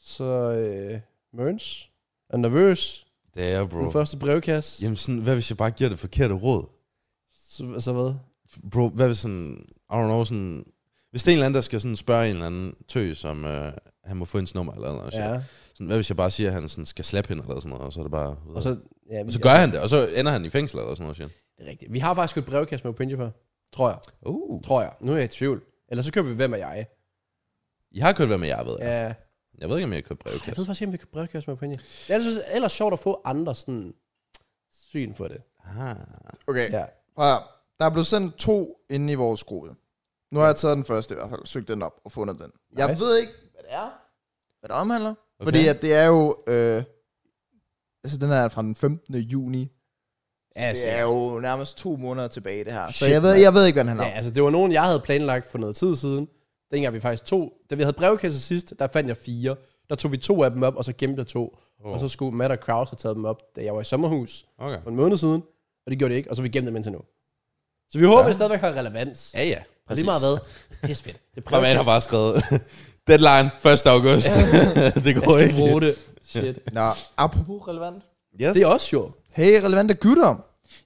så øh, Mørns er nervøs.
Det er jeg, bro.
Den første brevkast.
Jamen sådan, hvad hvis jeg bare giver det forkerte råd?
Så, så hvad?
Bro, hvad hvis sådan, I don't know, sådan... Hvis det er en eller anden, der skal sådan spørge en eller anden tøs, om øh, han må få hendes nummer eller noget. Ja.
Ja.
Sådan, hvad hvis jeg bare siger, at han sådan skal slappe hende eller sådan noget, og så er det bare...
Og så, ja,
og så gør han det, og så ender han i fængsel eller sådan noget. Shit.
Det er rigtigt. Vi har faktisk et brevkast med Opinje for. Tror jeg.
Uh.
Tror jeg. Nu er jeg i tvivl. Eller så køber vi hvem af jeg.
Jeg har købt, hvad med jeg ved. Ja.
Ja.
Jeg ved ikke, om jeg har købt
Jeg
brevkasse.
ved faktisk ikke, om vi kan brevkasse med Opinion. Det er ellers, ellers sjovt at få andre sådan syn på det.
Ah.
Okay.
Ja.
Prøv at høre. der er blevet sendt to inde i vores gruppe. Nu har jeg taget den første i hvert fald, søgt den op og fundet den. Nice. Jeg
Nice.
ved ikke, hvad det er, hvad det omhandler. Okay.
Okay.
Fordi at det er jo, øh, altså den er fra den 15. juni.
Ja,
Det er jo nærmest to måneder tilbage det her. Så
Shit,
jeg ved,
mand.
jeg ved ikke, hvad den handler
Ja,
om.
altså det var nogen, jeg havde planlagt for noget tid siden. Dengang vi faktisk to, da vi havde brevkasse sidst, der fandt jeg fire. Der tog vi to af dem op, og så gemte jeg to. Oh. Og så skulle Matt og Kraus have taget dem op, da jeg var i sommerhus
Okay.
for en måned siden. Og det gjorde det ikke, og så vi gemte dem indtil nu. Så vi håber, ja. det stadigvæk har relevans. Ja,
Ja, ja.
præcis. Lige meget hvad. Det er fedt. Det er
Og man har bare skrevet, deadline 1. august. det
Jeg
går
skal
ikke.
bruge det. Shit.
Nå, apropos relevant.
Yes.
Det er også jo.
Hey, relevante gutter.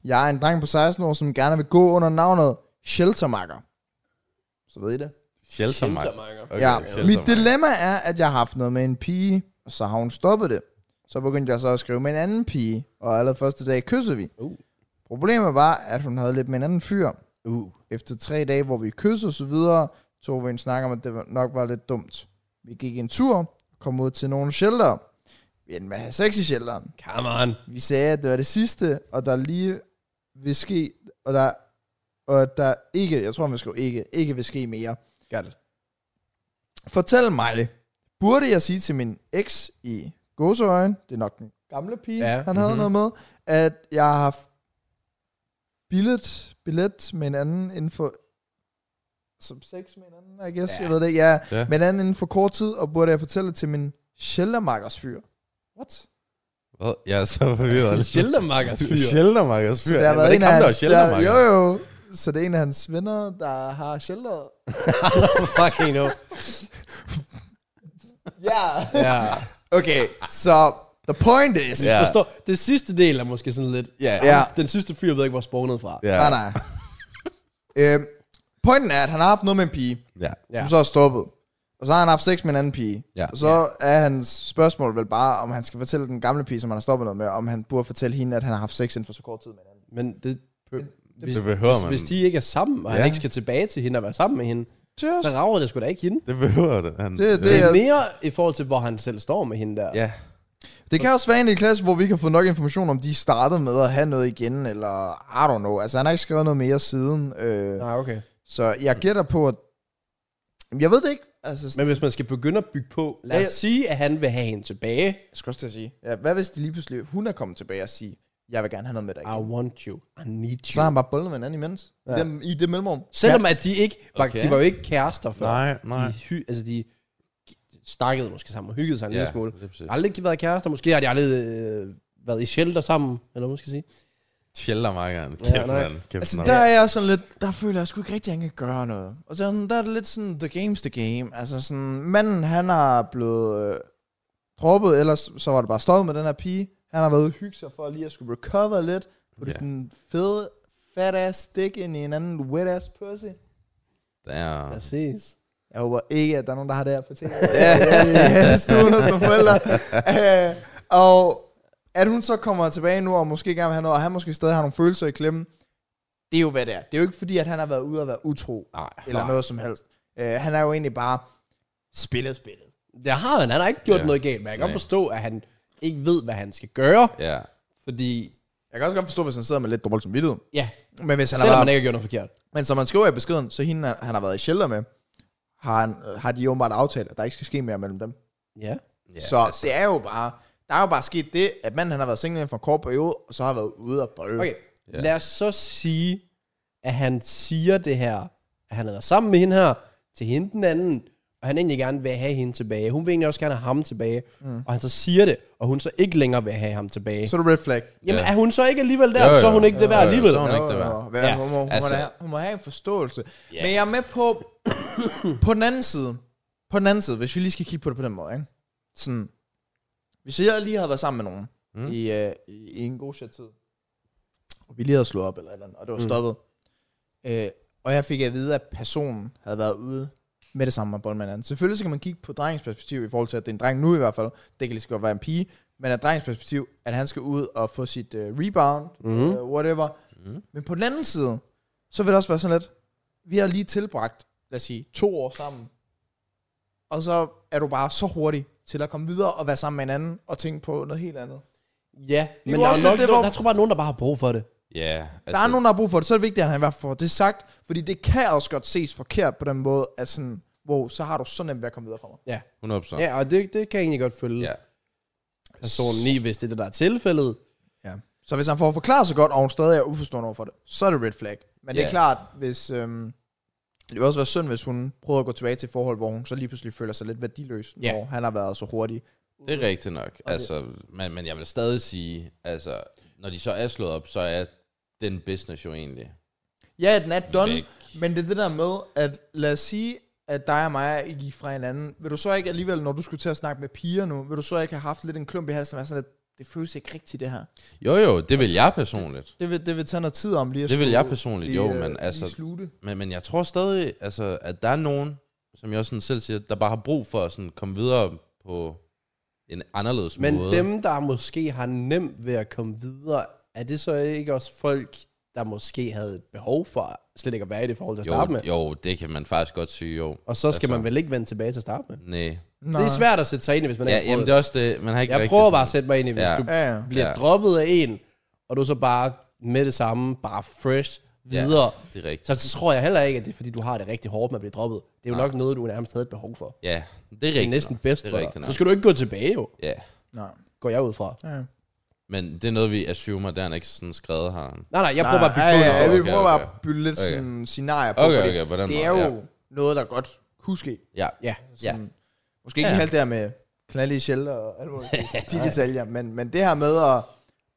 Jeg er en dreng på 16 år, som gerne vil gå under navnet Sheltermakker. Så ved I det.
Shelter mig. Okay,
ja,
shelter
mit
mig.
dilemma er, at jeg har haft noget med en pige, og så har hun stoppet det. Så begyndte jeg så at skrive med en anden pige, og allerede første dag kyssede vi.
Uh.
Problemet var, at hun havde lidt med en anden fyr.
Uh.
Efter tre dage, hvor vi kyssede og så videre, tog vi en snak om, at det var- nok var lidt dumt. Vi gik en tur, og kom ud til nogle shelter. Vi endte med at have sex i shelteren.
Come on.
Vi sagde, at det var det sidste, og der lige vil ske, og der, og der ikke, jeg tror, man skrev ikke, ikke vil ske mere.
Got it.
Fortæl mig, burde jeg sige til min eks i gåseøjen, det er nok den gamle pige, ja.
Ja,
han havde
mhm.
noget med, at jeg har haft billet, billet med en anden inden for som sex med en anden, I guess, ja.
Ja.
jeg ved det, ja, ja,
Ja.
med en anden inden for kort tid, og burde jeg fortælle til min sheltermarkers fyr. What?
Hvad? Jeg er så forvirret.
Sheltermarkers fyr.
Sheltermarkers fyr.
Så det har
Var
været
det
en
ikke
af
ham, der var
hans, der,
sheltermarker?
jo jo, så det er en af hans venner, der har shelteret.
Fucking no.
Ja.
Ja.
Okay, så the point is.
Ja.
ja. Forstår, det sidste del er måske sådan lidt...
Ja.
Ja.
Den sidste fyr ved ikke, hvor spawnet fra.
Ja.
Nej, nej. øhm, pointen er, at han har haft noget med en pige,
Ja.
ja.
Ja.
som så er stoppet. Og så har han haft sex med en anden pige.
Ja.
Og så er hans spørgsmål vel bare, om han skal fortælle den gamle pige, som han har stoppet noget med, om han burde fortælle hende, at han har haft sex inden for så kort tid med en anden.
Men det, det, hvis,
det behøver
hvis,
man.
hvis de ikke er sammen, og ja.
Ja.
han ikke skal tilbage til hende og være sammen med hende, så
Just.
rager det sgu da ikke hende.
Det behøver det. Han,
Det- det
Det
er-
er mere i forhold til, hvor han selv står med hende der.
Ja.
Det kan også være en i klasse, hvor vi ikke har fået nok information, om de startede med at have noget igen, eller I don't know. Altså, han har ikke skrevet noget mere siden. Øh,
Nej, okay.
Så jeg gætter på, at... Jamen, jeg ved det ikke. Altså,
Men hvis man skal begynde at bygge på, lad
Ja,
os
ja.
sige, at han vil have hende tilbage.
jeg skal også til at sige. Ja, hvad hvis det lige pludselig, hun er kommet tilbage og siger, jeg vil gerne have noget med dig
I
igen.
want you. I need
Så
you.
har han bare boldet med en anden imens. Ja. I,
Ja.
dem, I det mellemrum.
Selvom at de ikke var,
Okay.
okay. de var jo ikke kærester før.
Nej, nej.
De, hy, altså de snakkede måske sammen og hyggede sig en
Ja,
ja. lille smule.
det er præcis.
Har aldrig været kærester. Måske har de aldrig øh, været i shelter sammen, eller hvad man skal sige.
Sheltermarkeren.
Ja,
Kæft,
nej.
mand. Kæft,
Altså,
mand.
der er jeg sådan lidt, der føler jeg sgu ikke rigtig, at han kan gøre noget. Og så der er det lidt sådan, the game's the game. Altså sådan, manden han har blevet øh, droppet, ellers så var det bare stoppet med den her pige. Han har været ude at hygge sig for lige at skulle recover lidt. På det
Ja.
sådan fede, fat ass stick ind i en anden wet ass pussy.
Der er...
Altså, Præcis.
Jeg håber ikke, at der er nogen, der har det her på tv. Ja, stuen hos nogle forældre. Øh, og at hun så kommer tilbage nu, og måske gerne vil have noget, og han måske stadig har nogle følelser i klemmen, det er jo hvad det er. Det er jo ikke fordi, at han har været ude og være utro,
Nej.
eller noget som helst. Øh, han er jo egentlig bare spillet spillet.
Det har han. Han har ikke gjort
Ja.
ja. noget galt, men jeg kan
Nej.
godt forstå, at han ikke ved, hvad han skal gøre,
Ja.
fordi...
Jeg kan også godt forstå, hvis han sidder med lidt dårlig som vidtighed.
Ja,
Men hvis han har
selvom han
været,
ikke har gjort noget forkert.
men som han skriver i beskeden, så hende, han har været i shelter med, har, han, øh, har de jo åbenbart aftalt, at der ikke skal ske mere mellem dem.
Ja.
Ja,
Ja, så altså. det er jo bare, der er jo bare sket det, at manden han har været single inden for en kort periode, og så har været ude og bolle.
Okay,
Ja.
ja. lad os så sige, at han siger det her, at han har været sammen med hende her, til hende den anden, og han egentlig gerne vil have hende tilbage. Hun vil egentlig også gerne have ham tilbage, mm. og han så siger det, og hun så ikke længere vil have ham tilbage.
Så
Så,
er det red flag.
Jamen,
Ja.
er hun så ikke alligevel der,
Jo, jo,
så er hun ikke det
jo,
værd
jo,
alligevel.
så er hun ikke
Nå,
det
nå,
værd.
hvad-
Ja,
Hun, må, hun,
altså.
må, have- hun må have en forståelse.
Ja.
Men jeg er med på, på den anden side, på den anden side, hvis vi lige skal kigge på det på den måde, ikke? Sådan, hvis jeg lige havde været sammen med nogen mm.
Mm.
i, øh, i, i, en god shit tid, og vi lige havde slået op eller et eller andet, og det var
Mm.
stoppet, øh, og jeg fik at vide, at personen havde været ude med det samme med bolden med hinanden. Selvfølgelig så kan man kigge på drengens perspektiv i forhold til, at det er en dreng nu i hvert fald. Det kan lige så godt være en pige. Men af drengens perspektiv, at han skal ud og få sit øh, rebound,
Mhm.
øh, whatever.
Mhm.
Men på den anden side, så vil det også være sådan lidt, vi har lige tilbragt lad os sige, to år sammen, og så er du bare så hurtig til at komme videre og være sammen med en anden og tænke på noget helt andet.
Ja, men
jo
der er
også
nok,
lidt det,
det, hvor...
hvor-
der tror bare nogen, der bare har brug for det.
Ja,
Der
altså,
er nogen, der har brug for det, så er det vigtigt, at han i hvert fald får det sagt, fordi det kan også godt ses forkert på den måde, at sådan, wow, så har du så nemt ved at komme videre fra mig.
Ja,
100%. Ja.
ja og det, det kan jeg egentlig godt følge
ja.
ja. personen i, hvis det er det, der er tilfældet.
Ja. Så hvis han får forklaret sig godt, og hun stadig er uforstående overfor det, så er det red flag. Men det
Ja.
er klart, hvis... Øhm, det vil også være synd, hvis hun prøver at gå tilbage til et forhold, hvor hun så lige pludselig føler sig lidt værdiløs,
Ja.
ja. når han har været så hurtig.
Det er rigtigt nok. Altså, men, men jeg vil stadig sige, altså, når de så er slået op, så er den business jo egentlig
Ja, den er done,
Væk.
men det er det der med, at lad os sige, at dig og mig I gik fra hinanden. Vil du så ikke alligevel, når du skulle til at snakke med piger nu, vil du så ikke have haft lidt en klump i halsen, og være sådan lidt, det føles ikke rigtigt det her.
Jo jo, det vil jeg personligt.
Det vil, det vil tage noget tid om lige at
Det vil
skulle-
jeg personligt,
lige,
jo,
øh,
men
lige
altså-
Slutte.
Men, men jeg tror stadig, altså, at der er nogen, som jeg også sådan selv siger, der bare har brug for at sådan komme videre på en anderledes
Men
måde.
dem, der måske har nemt ved at komme videre, er det så ikke også folk, der måske havde et behov for slet ikke at være i det forhold til at starte
jo,
med?
jo, det kan man faktisk godt sige, jo.
Og så skal
Altså.
man vel ikke vende tilbage til at starte med?
Nej.
Nej. Det er svært at sætte sig ind i, hvis man
Ja,
ikke har
jamen
prøvet
det er også det, man har ikke
Jeg
rigtig
prøver
sådan-
bare at sætte mig ind i, hvis
Ja.
ja. du
Ja, ja.
bliver
Ja.
ja. droppet af en, og du så bare med det samme, bare fresh,
Ja,
videre. Ja.
det er rigtigt.
Så, så tror jeg heller ikke, at det er fordi, du har det rigtig hårdt med at blive droppet. Det er jo nok noget, du nærmest havde et behov for. Det
Ja, det er
er
rigtigt.
næsten
nok.
bedst
Det
for
er rigtigt
dig. Så
nok.
skal du ikke gå tilbage jo,
Ja,
Nej.
går jeg ud fra.
Ja.
men det er noget, vi assumer, der er ikke sådan skrevet her.
Nej, nej, jeg prøver bare at bygge ja,
ja, ja,
historie.
ja, vi prøver bare
Okay,
at bygge lidt
Okay.
okay. sådan scenarier på,
Okay,
fordi
okay, på den
det er
måde,
jo ja. noget, der godt kunne ske.
Ja,
Ja,
Sådan,
Ja.
ja. Måske ikke
Ja.
ja. helt der med knalde i shelter og alt muligt. de detaljer, men, men det her med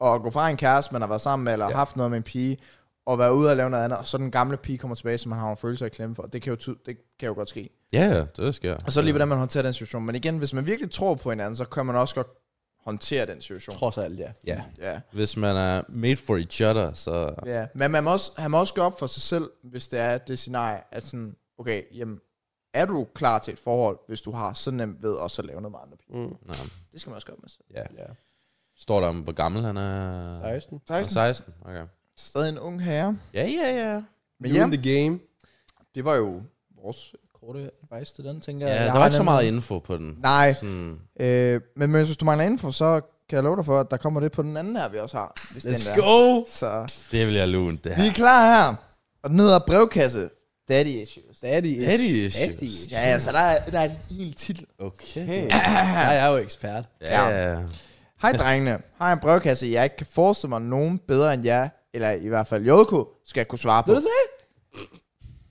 at, at gå fra en kæreste, man har været sammen med, eller ja. haft noget med en pige, og være ude og lave noget andet, og så den gamle pige kommer tilbage, som man har nogle følelser i klemme for. Det kan jo, ty- det kan jo godt ske.
ja, ja, det sker.
Og så lige, hvordan man håndterer den situation. Men igen, hvis man virkelig tror på hinanden, så kan man også godt håndtere den situation.
trods alt, ja.
Ja,
Ja.
hvis man er made for each other, så...
Ja, men man må også, han må også gå op for sig selv, hvis det er det scenarie, at sådan, okay, jamen, er du klar til et forhold, hvis du har så nemt ved også at lave noget med andre piger?
Mm.
Nå,
Det skal man også gøre med sig.
ja.
ja.
Står der om, hvor gammel han er?
16.
Han er
16.
16, okay.
Altså, Stadig en ung herre.
Ja, ja, ja.
Men
Men
you
ja.
in the game.
Det var jo vores korte advice til den, tænker
Ja,
jeg.
der
Jeg
var
har
ikke så
nemlig-
meget info på den.
Nej,
Sådan,
øh, men men hvis du mangler info, så kan jeg love dig for, at der kommer det på den anden her, vi også har. Hvis
Let's
den der.
go!
Så
det vil jeg lune, det
vi
her.
er klar her. Og ned ad brevkasse. Daddy issues.
Daddy is...
Daddy issues.
Daddy issues.
Ja, ja, så der er, der er en hel titel.
Okay.
Der er jeg jo ekspert.
Ja, ja.
Hej drengene, har en brevkasse, jeg ikke kan forestille mig nogen bedre end jer, eller i hvert fald Joko, skal kunne svare
Vil
på.
du sige?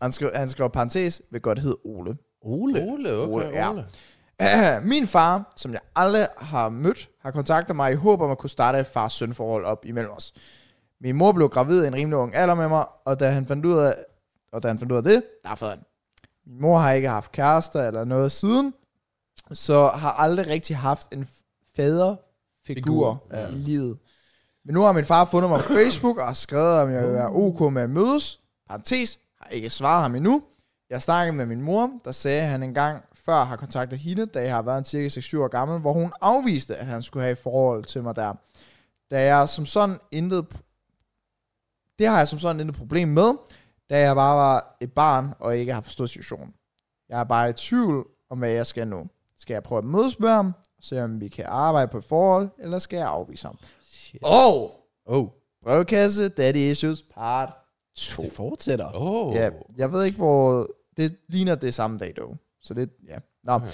Han skriver, han skriver parentes, vil godt hedde Ole.
Ole.
Ole,
Ole,
okay,
ja.
Ole.
Min far, som jeg aldrig har mødt, har kontaktet mig i håb om at kunne starte et far-søn-forhold op imellem os. Min mor blev gravid i en rimelig ung alder med mig, og da han fandt ud af, og da han fandt ud af det, der for han. Min mor har ikke haft kærester eller noget siden, så har aldrig rigtig haft en faderfigur
Figur,
ja. i livet. Men nu har min far fundet mig på Facebook og har skrevet, om jeg vil være ok med at mødes. Parentes, har ikke svaret ham endnu. Jeg snakkede med min mor, der sagde, at han engang før har kontaktet hende, da jeg har været en cirka 6-7 år gammel, hvor hun afviste, at han skulle have et forhold til mig der. Da jeg som sådan intet... Det har jeg som sådan intet problem med, da jeg bare var et barn og ikke har forstået situationen. Jeg er bare i tvivl om, hvad jeg skal nu. Skal jeg prøve at mødes med ham, se om vi kan arbejde på et forhold, eller skal jeg afvise ham?
Shit.
Og
Oh.
brevkasse, daddy issues, part 2.
Det fortsætter.
Oh.
Ja, jeg ved ikke, hvor... Det ligner det samme dag, dog. Så det... Ja. Nå. Okay.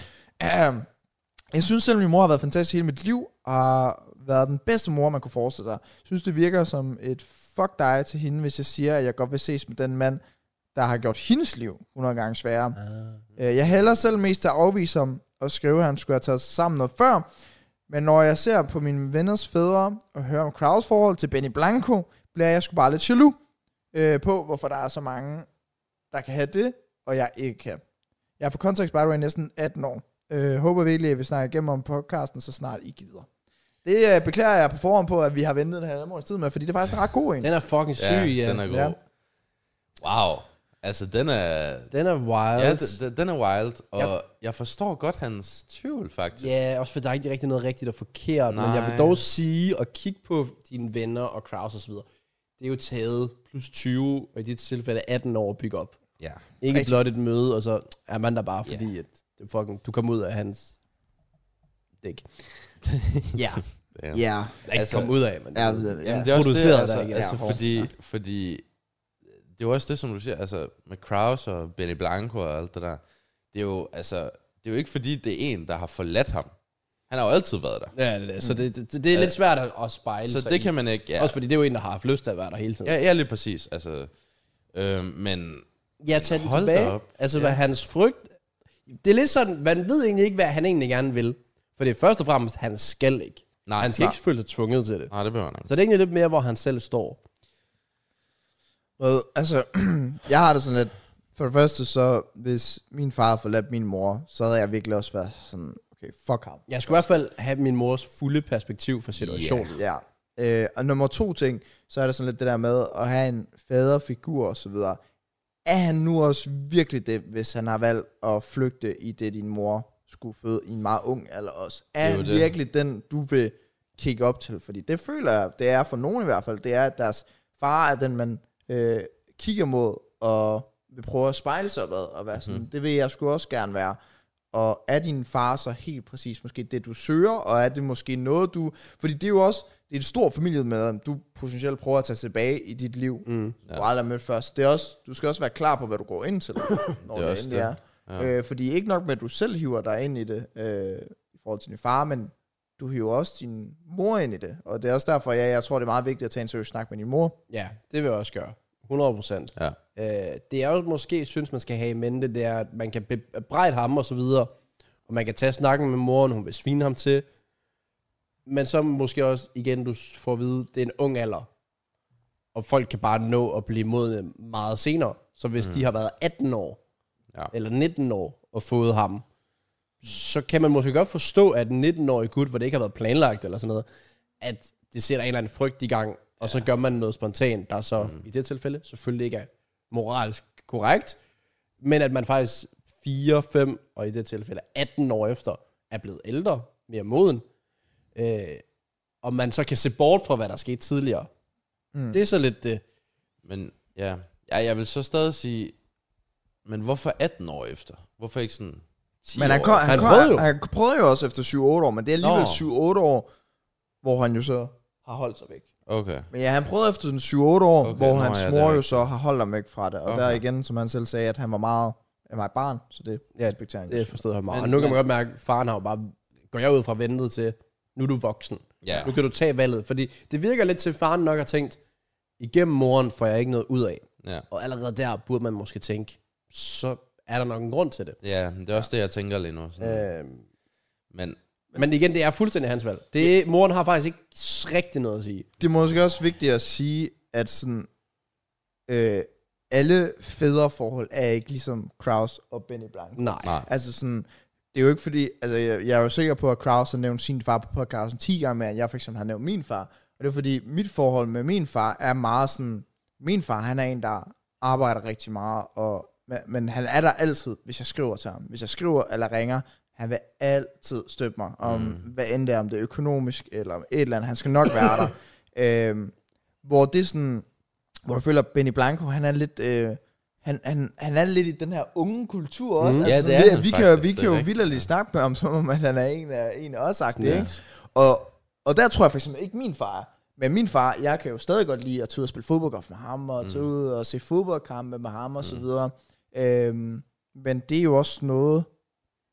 jeg synes selv, min mor har været fantastisk hele mit liv, og har været den bedste mor, man kunne forestille sig. Jeg synes, det virker som et fuck dig til hende, hvis jeg siger, at jeg godt vil ses med den mand, der har gjort hendes liv 100 gange sværere. Øh, Jeg hælder selv mest til at afvise ham og skrive, at han skulle have taget sig sammen noget før. Men når jeg ser på mine venners fædre og hører om Crowds forhold til Benny Blanco, bliver jeg sgu bare lidt jaloux øh, på, hvorfor der er så mange, der kan have det, og jeg ikke kan. Jeg er for kontekst, by the way, næsten 18 år. Øh, håber virkelig, at vi snakker igennem om podcasten, så snart I gider. Det øh, beklager jeg på forhånd på, at vi har ventet en halv måneds tid med, fordi det er faktisk en ret god en.
Den er fucking syg, ja.
den er god.
Ja.
Wow. Altså, den er...
Den er wild.
Ja, d- d- den er wild, og jeg forstår godt hans tvivl, faktisk.
Ja, også for der er ikke rigtig noget rigtigt og forkert, Nej. men jeg vil
Nej.
dog sige, at kigge på dine venner og crowds osv., det er jo taget plus 20, og i dit tilfælde 18 år at bygge op.
Ja.
Ikke
Rigtig.
blot et møde, og så er man der bare, fordi at det fucking, du kom ud af hans dæk. ja,
Ja.
Ja.
ikke
Altså,
altså, kom ud af, men
Ja, ja, ja.
Jamen, det er også det,
produceret
altså,
der igen.
altså
Ja, hårdt.
fordi, fordi øh, det er jo også det, som du siger, altså med Kraus og Benny Blanco og alt det der, det er jo, altså, det er jo ikke fordi, det er en, der har forladt ham. Han har jo altid været der.
ja det, er det. så det, det, det er lidt svært at, at spejle
Så
sig
det
i.
kan man ikke, ja.
Også fordi det er jo en, der har haft lyst til at være der hele tiden.
Ja, ja lige præcis, altså. Øh, men
Ja, tag den
Hold da
tilbage.
op.
Altså,
Ja.
hvad hans frygt... Det er lidt sådan, man ved egentlig ikke, hvad han egentlig gerne vil. For det er først og fremmest, han skal ikke.
Nej,
han skal
nej.
ikke føle sig tvunget til det.
nej, det behøver han ikke.
Så det er egentlig lidt mere, hvor han selv står.
Well, altså, jeg har det sådan lidt, for det første så, hvis min far havde forladt min mor, så havde jeg virkelig også været sådan, okay, fuck ham.
Jeg skulle i hvert fald have min mors fulde perspektiv for situationen. Yeah.
Ja. Øh, og nummer to ting, så er det sådan lidt det der med at have en faderfigur og så videre. Er han nu også virkelig det, hvis han har valgt at flygte i det, din mor skulle føde i en meget ung alder også? Er, er
Det er jo
han
det.
virkelig den, du vil kigge op til? Fordi det føler jeg, det er for nogen i hvert fald, det er, at deres far er den, man øh, kigger mod og vil prøve at spejle sig ved og være sådan, mm. det vil jeg sgu også gerne være. Og er din far så helt præcis måske det, du søger, og er det måske noget, du... Fordi det er jo også det er en stor familie med, du potentielt prøver at tage tilbage i dit liv, mm, ja. du aldrig har mødt først. Det er også, du skal også være klar på, hvad du går ind til, når det,
Det er
det
også
endelig er.
det.
Ja. Øh, fordi ikke nok med, at du selv hiver dig ind i det, øh, i forhold til din far, men du hiver også din mor ind i det. Og det er også derfor, ja, jeg tror, det er meget vigtigt at tage en seriøs snak med din mor.
Ja, det vil jeg også gøre. 100 procent.
Ja.
Øh, det er jo måske, synes man skal have i mente, det er, at man kan bebrejde ham og så videre, og man kan tage snakken med moren, hun vil svine ham til, men så måske også, igen, du s- får at vide, det er en ung alder, og folk kan bare nå at blive modne meget senere. Så hvis mm. de har været 18 år,
Ja.
eller 19 år, og fået ham, så kan man måske godt forstå, at en 19-årig gut, hvor det ikke har været planlagt eller sådan noget, at det sætter en eller anden frygt i gang, og så gør man noget spontant, der så mm. i det tilfælde selvfølgelig ikke er moralsk korrekt, men at man faktisk 4, 5 og i det tilfælde 18 år efter er blevet ældre, mere moden, øh, og man så kan se bort fra, hvad der skete tidligere. Mm. Det er så lidt det.
Men ja. ja, jeg vil så stadig sige, men hvorfor 18 år efter? Hvorfor ikke sådan 10
Men han,
år
kom,
efter?
Han
han, kom,
prøvede jo.
han, han prøvede jo også efter 7-8 år, men det er alligevel
Nå.
7-8 år, hvor han jo så har holdt sig væk.
Okay.
Men ja, han prøvede efter sådan 7-8 år, okay,
Okay,
hvor
nå
hans
ja, det er
mor jo
rigtigt.
så har holdt ham væk fra det. Og okay.
Okay.
der igen, som han selv sagde, at han var meget han var et barn, så det
Ja,
respekterer han.
Det forstod jeg meget.
Men-
og nu kan
men-
man godt mærke, at faren har jo bare, går jeg ud fra ventet til, nu er du voksen.
Ja.
Nu kan du tage valget. Fordi det virker lidt til, at faren nok har tænkt, igennem moren får jeg ikke noget ud af.
Ja.
Og allerede der burde man måske tænke, så er der nok en grund til det.
Ja, men det er også det, jeg tænker lige nu. Sådan.
Øh,
Men
men igen, det er fuldstændig hans valg. Det, moren har faktisk ikke rigtig noget at sige.
Det er måske også vigtigt at sige, at sådan, øh, alle fædreforhold er ikke ligesom Kraus og Benny Blank.
Nej.
Nej.
Altså sådan, det er jo ikke fordi, altså jeg, jeg er jo sikker på, at Kraus har nævnt sin far på podcasten 10 gange mere, end jeg for eksempel har nævnt min far. Og det er fordi, mit forhold med min far er meget sådan, min far han er en, der arbejder rigtig meget, og, men- men han er der altid, hvis jeg skriver til ham. Hvis jeg skriver eller ringer, han vil altid støtte mig, om mm. hvad end det er, om det er økonomisk eller om et eller andet. Han skal nok være der. øhm, hvor det er sådan, hvor jeg føler, at Benny Blanco, han er lidt... Øh, han, han, han er lidt i den her unge kultur også.
Mhm.
Altså,
Mm.
sådan
Ja, det er
lidt,
han
at vi, kan,
faktisk.
vi
Det
kan
er
jo
rigtigt,
vildt
ja.
snakke med ham, som om at han er en af, en af os
Ja.
ikke? Og, og der tror jeg for eksempel ikke min far er. Men min far, jeg kan jo stadig godt lide at tage ud og spille fodboldgolf med ham, og
Mm.
tage ud og se fodboldkampe med ham, og så videre. Øhm, men det er jo også noget,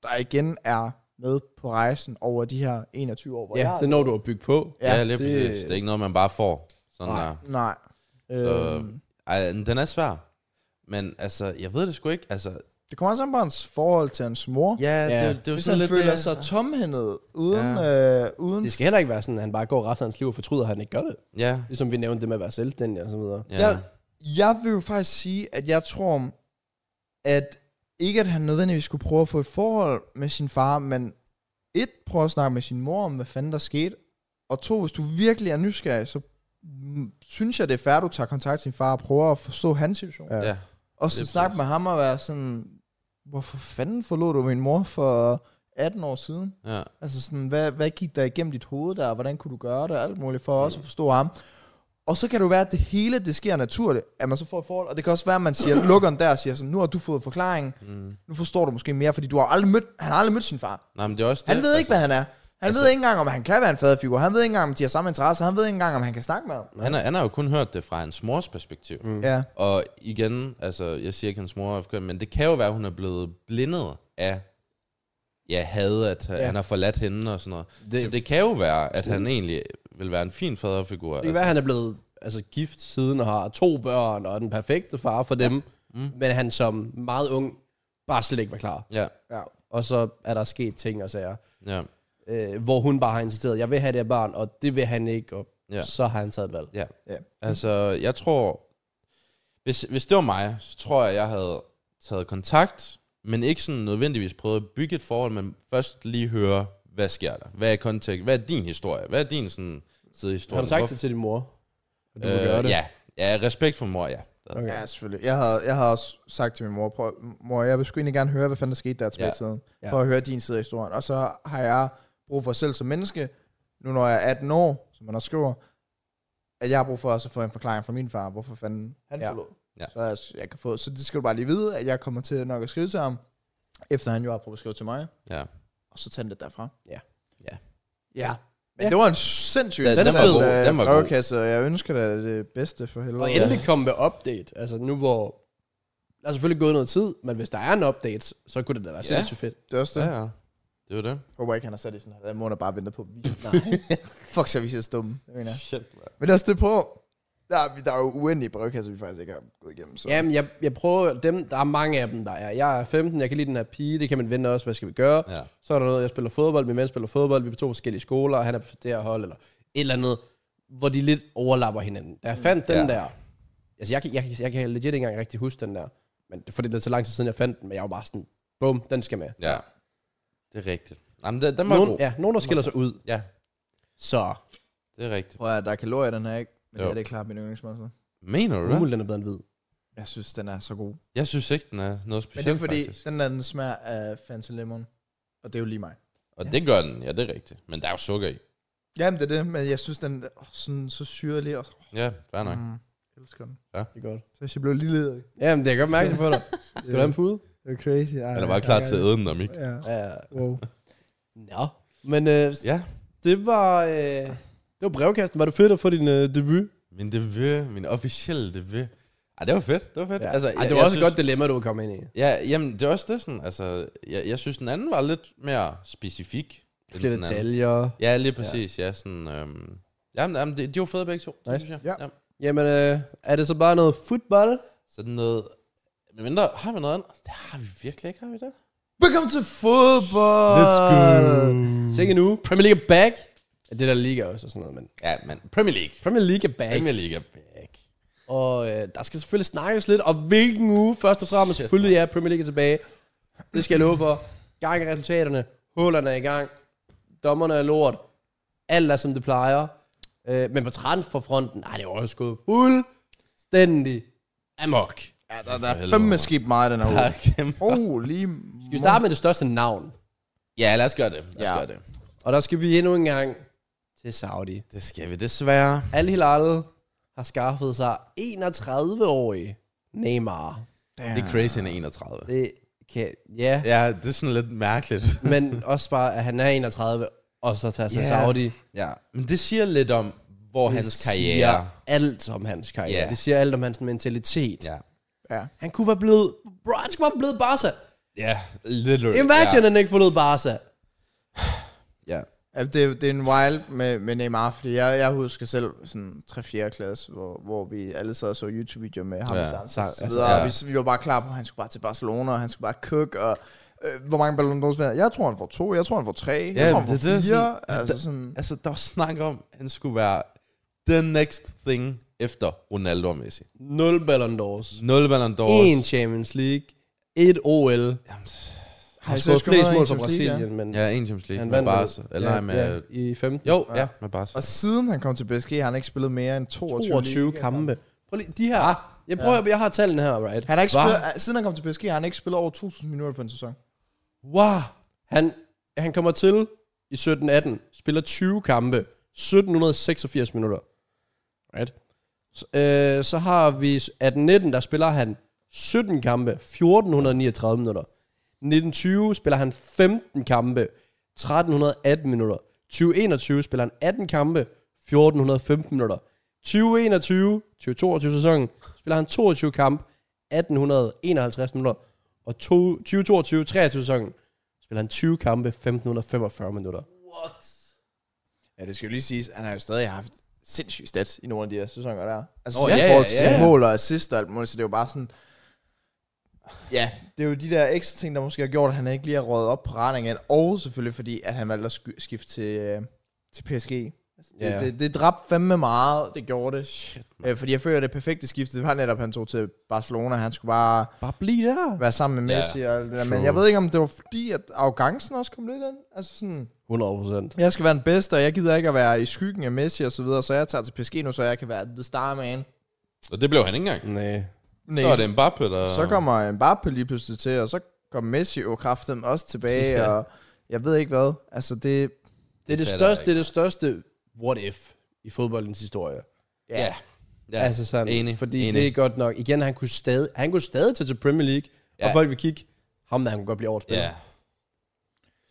der igen er med på rejsen over de her 21 år, hvor
Ja,
jeg...
det når du at bygge på.
ja, ja lige
det-
det... præcis. Det er ikke noget, man bare får. Sådan
Nej.
der.
Nej.
Så,
Øhm,
ej, men den er svær. Men altså, jeg ved det sgu ikke. Altså,
det kommer også an på hans forhold til hans mor.
ja,
Ja.
Det, det, er jo
Hvis
sådan
han
lidt...
føler
det- altså.
sig tomhændet, uden, øh, uden
Det skal heller ikke være sådan, at han bare går resten af hans liv og fortryder, at han ikke gør det.
Ja,
Ligesom vi nævnte det med at være selvstændig og så videre.
ja.
Ja. Jeg, jeg vil jo faktisk sige, at jeg tror, at ikke at han nødvendigvis skulle prøve at få et forhold med sin far, men et, prøve at snakke med sin mor om, hvad fanden der skete, og to, hvis du virkelig er nysgerrig, så mm, synes jeg, det er fair, at du tager kontakt til din far og prøver at forstå hans situation.
Ja.
ja.
Og så
det er
snakke
præcis.
med ham og være sådan, hvorfor fanden forlod du min mor for 18 år siden?
ja.
Altså sådan, hvad, hvad gik der igennem dit hoved der, og hvordan kunne du gøre det, og alt muligt for også at forstå ham. Og så kan det jo være, at det hele, det sker naturligt, at man så får et forhold. Og det kan også være, at man siger, lukker den der og siger sådan, nu har du fået forklaringen. Mm. Nu forstår du måske mere, fordi du har aldrig mødt, han har aldrig mødt sin far.
Nej, men det er også det.
Han ved ikke, hvad han er. Han altså,
altså-
ved ikke engang, om han kan være en faderfigur. Han ved ikke engang, om de har samme interesse. Han ved ikke engang, om han kan snakke med ham.
Han, har, han har jo kun hørt det fra hans mors perspektiv. Mm.
Ja.
Og igen, altså, jeg siger ikke, hans mor er afghan, men det kan jo være, hun er blevet blindet af ja, had, at ja. han har forladt hende og sådan noget.
Det-
Det, så det kan jo være, at han egentlig vil være en fin faderfigur.
Det kan være, at han er blevet altså, gift siden og har to børn og er den perfekte far for dem. Ja. Mm. Men han som meget ung bare slet ikke var klar.
Ja,
ja.
Og så er der sket ting og sager,
ja,
øh, hvor hun bare har insisteret, jeg vil have det her barn, og det vil han ikke, og ja.
Ja.
så har han taget et valg.
ja.
Ja.
Altså, jeg tror... Hvis, hvis det var mig, så tror jeg, jeg havde taget kontakt, men ikke sådan nødvendigvis prøvet at bygge et forhold, men først lige høre, hvad sker der? Hvad er kontekst? Hvad er din historie? Hvad er din sådan sidehistorie?
Har du sagt
Hvorfor-
det til din mor? At du øh,
Øh,
gøre det?
Ja. ja, respekt for mor, ja.
Okay.
Ja, selvfølgelig. Jeg har, jeg har også sagt til min mor, prøv, mor, jeg vil sgu egentlig gerne høre, hvad fanden der skete der tilbage i
Ja.
tiden.
Ja.
For at høre din side af historien. Og så har jeg brug for selv som menneske, nu når jeg er 18 år, som man også skriver, at jeg har brug for også at få en forklaring fra min far, hvorfor fanden han
Ja.
ja. forlod.
Ja.
Så, jeg, jeg kan få, så det skal du bare lige vide, at jeg kommer til nok at skrive til ham, efter han jo har prøvet at skrive til mig,
Ja.
og så tage det derfra.
Ja.
Ja.
Ja. Men
Ja.
det var en sindssyg
Den- den var
interessant,
god.
øh,
Den var god.
brevkasse, og jeg ønsker dig det bedste for helvede.
Og endelig kom med update. Altså nu hvor... Der er selvfølgelig gået noget tid, men hvis der er en update, så kunne det da være
Ja.
sindssygt fedt.
Det er også det.
Ja, ja. Det var det.
Jeg håber ikke, han har sat i sådan her måned og bare venter på at vise. Nej. Fuck, så er vi så dumme. Det mener jeg.
Shit, man.
Men lad os det på. Der er, der er jo uendelige brevkasser, vi faktisk ikke har gået igennem. Så.
Jamen, jeg, jeg prøver... Dem, der er mange af dem, der er. Jeg er 15, jeg kan lide den her pige, det kan min ven også, hvad skal vi gøre?
Ja.
Så er der noget, jeg spiller fodbold, min ven spiller fodbold, vi er på to forskellige skoler, han er på det her hold, eller et eller andet, hvor de lidt overlapper hinanden. Da jeg fandt den
Mm, Ja.
der... Altså, jeg, kan- jeg, kan- jeg kan legit ikke engang rigtig huske den der. Men det, fordi det er så lang tid siden, jeg fandt den, men jeg var bare sådan, bum, den skal med.
ja. Det er rigtigt. Jamen, det, den var
Nogen,
god.
ja, nogen, der skiller sig ud.
ja,
Så
det er rigtigt.
Prøv at høre, der er kalorier, i den her, ikke? Men
Jo.
det er det klart min yndlingsmåltid.
Mener du det?
muligt, den er bedre end hvid.
Jeg synes, den er så god.
Jeg synes ikke, den er noget
Men
specielt,
det er fordi,
faktisk.
den der, den smager af Fanta Lemon. Og det er jo lige mig.
Og det gør den, ja, det er rigtigt. Men der er jo sukker i.
Jamen, det er det, men jeg synes, den er åh, sådan så syrlig. Og,
Ja, fair nok.
mm, jeg elsker den.
Det er godt.
Så hvis jeg blev lige ledig.
Jamen, det er godt mærke på dig. Skal du have en pude?
Det er øh, crazy. Ej,
Han er bare klar til at æde den, om ikke?
Ja,
Ja.
wow.
Nå. Men øh,
Ja.
det var... Øh, det var brevkasten. Var det fedt at få din øh, debut?
Min debut, min officielle debut. Ej, det var fedt, det var fevet.
Ja.
Altså,
Altså, Ej, det var
jeg
også
synes-
et godt dilemma, du var kommet ind i.
Ja, jamen, det er også det sådan, altså, jeg, jeg synes, den anden var lidt mere specifik. end
Flere
den anden.
detaljer.
Ja, lige præcis, ja, sådan, øhm, jamen, jamen det, de var fede begge to, det
Nice.
synes jeg.
Ja.
Jamen, øh, er det så bare noget fodbold?
Sådan noget... Men mindre, har vi noget andet? Det har vi virkelig ikke, har vi det?
Velkommen til fodbold! Let's go!
Mm.
Sikke nu. Premier League er back. Ja, det der liga også og sådan noget, men...
Ja, men Premier League.
Premier League er back.
Premier League er back.
Og øh, der skal selvfølgelig snakkes lidt om hvilken uge, først og fremmest.
Shit,
Selvfølgelig er Premier League er tilbage. Det skal jeg love for. Gang i resultaterne. Hullerne er i gang. Dommerne er lort. Alt er, som det plejer. Øh, men på transferfronten, nej, det er også gået fuldstændig amok. Skal
Ja, der, der
For
er
helvede,
fandme
mand.
sket meget den her uge.
Okay.
Holy
vi starte med det største navn?
Ja, lad os gøre det. Lad os
Ja.
ja. gøre det.
Og der skal vi endnu en gang til Saudi.
Det skal vi desværre.
Al Hilal har skaffet sig 31-årig Neymar.
Det er crazy, han er 31.
Det kan, ja,
Ja, det er sådan lidt mærkeligt.
men også bare, at han er 31, og så tager sig yeah.
Ja.
Saudi.
Ja, men det siger lidt om, hvor det hans karriere...
siger alt om hans karriere.
Ja.
Det siger alt om hans mentalitet.
Ja.
Ja.
Han kunne være blevet... Bro, han skulle være blevet Barca.
Ja, literally.
Imagine, ja. han ikke forlod Barca.
Ja. ja.
Ja, det, er- det er en wild med, med Neymar, fordi jeg, jeg husker selv sådan 3-4. klasse, hvor, hvor vi alle sad og så YouTube-videoer med ham
Ja,
ja, og så
altså,
videre, og
ja.
vi, vi var bare klar på, at han skulle bare til Barcelona, og han skulle bare cook, og øh, hvor mange Ballon d'Ors vinder? Jeg tror, han får to, jeg tror, han får tre, ja, jeg tror, han
men
får
det er
fire. Sådan,
det, sådan-
altså sådan,
Altså, der var snak om, at han skulle være the next thing efter Ronaldo og Messi.
Nul Ballon d'Ors.
Nul Ballon d'Ors.
En Champions League. Et OL.
Jamen,
Han
I
scorede
slet ikke
flest
scoret
mål for
i Champions League,
Brasilien, men
Ja, en Champions League
han
med
vandt
Barca. Eller
ja,
nej, med...
ja, i 15.
Jo, ja, med Barca.
og siden han kom til PSG, har han ikke spillet mere end 22,
22
ligaer.
kampe. Prøv lige, de her... Jeg prøver, jeg har tallene her, right?
Han har ikke
Hva?
spillet, siden han kom til PSG, har han ikke spillet over 1000 minutter på en sæson.
Wow. Han, han kommer til i 17-18, spiller 20 kampe, 1786 minutter. Right? Så, øh, så har vi 18-19, der spiller han 17 kampe, 1439 minutter. 1920 spiller han 15 kampe, 1318 minutter. 2021 spiller han 18 kampe, 1415 minutter. 2021, 2022 sæsonen spiller han 22 kampe, 1851 minutter. Og to- 2022, 23 sæsonen spiller han 20 kampe, 1545 minutter.
Ja, det skal jo lige siges, han har jo stadig haft sindssygt stats i nogle af de her sæsoner der. Altså,
Åh,
oh, ja,
ja,
i forhold til
ja,
ja,
ja.
mål og assist og alt muligt, så det er jo bare sådan... Ja, det er jo de der ekstra ting, der måske har gjort, at han ikke lige har røget op på radingen, og selvfølgelig fordi, at han valgte at sky- skifte til, øh, til PSG. Altså, det,
Ja.
yeah. det, det dræbte fandme meget, det gjorde det. Shit, øh, fordi jeg føler, at det perfekte skifte, det var netop, at han tog til Barcelona, han skulle bare
Bare bliv der.
være sammen med
Ja,
Messi yeah, og alt det der.
true.
Men jeg ved ikke, om det var fordi, at arrogancen også kom lidt ind. Altså sådan...
100 procent.
Jeg skal være den bedste, og jeg gider ikke at være i skyggen af Messi og så videre, så jeg tager til PSG nu, så jeg kan være the star man.
Og det blev han ikke engang.
Nej.
Nej,
Så er det Mbappé, der...
så kommer Mbappé lige pludselig til, og så kommer Messi jo kraften også tilbage,
Ja.
ja. og jeg ved ikke hvad. Altså det...
Det er det,
fatter jeg
største,
ikke.
det er det største what if i fodboldens historie.
Ja. ja.
ja.
altså sådan,
enig,
fordi
enig.
det er godt nok. Igen, han kunne stadig, han kunne stadig tage til Premier League, ja. og
Ja.
folk vil kigge ham, der han kunne godt blive overspillet.
Ja.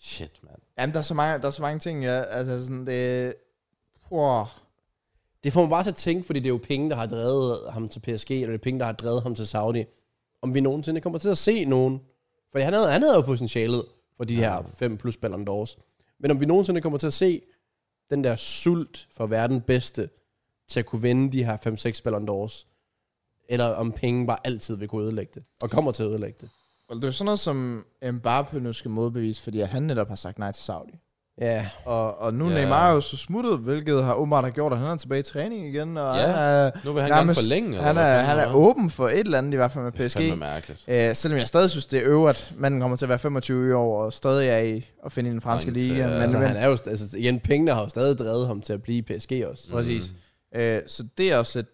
Shit, mand.
Jamen, der er, så mange, der er så mange ting, ja. Altså sådan, det... Wow.
Det får man bare til at tænke, fordi det er jo penge, der har drevet ham til PSG, eller det er penge, der har drevet ham til Saudi. Om vi nogensinde kommer til at se nogen. Fordi han havde, han havde jo potentialet for de her 5 plus Ballon d'Ors. Men om vi nogensinde kommer til at se den der sult for verden bedste til at kunne vinde de her 5-6 Ballon d'Ors. Eller om penge bare altid vil kunne ødelægge det. Og kommer til at ødelægge det.
Og det er jo sådan noget, som Mbappé nu skal modbevise, fordi at han netop har sagt nej til Saudi.
Ja,
Og, og nu
Ja.
yeah. Neymar er jo så smuttet, hvilket har åbenbart har gjort, at han er tilbage i træning igen, og
Ja.
han er...
Nu vil han
Nærmest-
gerne forlænge. eller
Han
hvad
er,
fanden
han
det
er
var?
åben for et eller andet, i hvert fald med
Det er
PSG.
fandme mærkeligt.
Øh, selvom jeg stadig synes, det er øvrigt, manden kommer til at være 25 i år, og stadig er i at finde i den franske
Frankrig,
liga. Men,
altså
men,
han er jo, st- altså igen, pengene har jo stadig drevet ham til at blive i PSG også.
præcis. Øh, så det er også lidt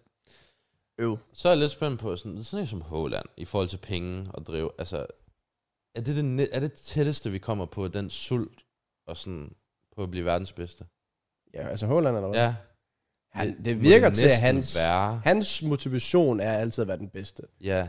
øv.
Mm. Så er jeg lidt spændt på sådan, sådan en som Holland, i forhold til penge og drive. Altså, er det det, næ- er det tætteste, vi kommer på den sult og sådan på at blive verdens bedste?
Ja, altså Håland eller hvad?
Ja.
Han, det,
må
virker til, at
næsten
hans,
Være.
hans motivation er altid at være den bedste.
Ja.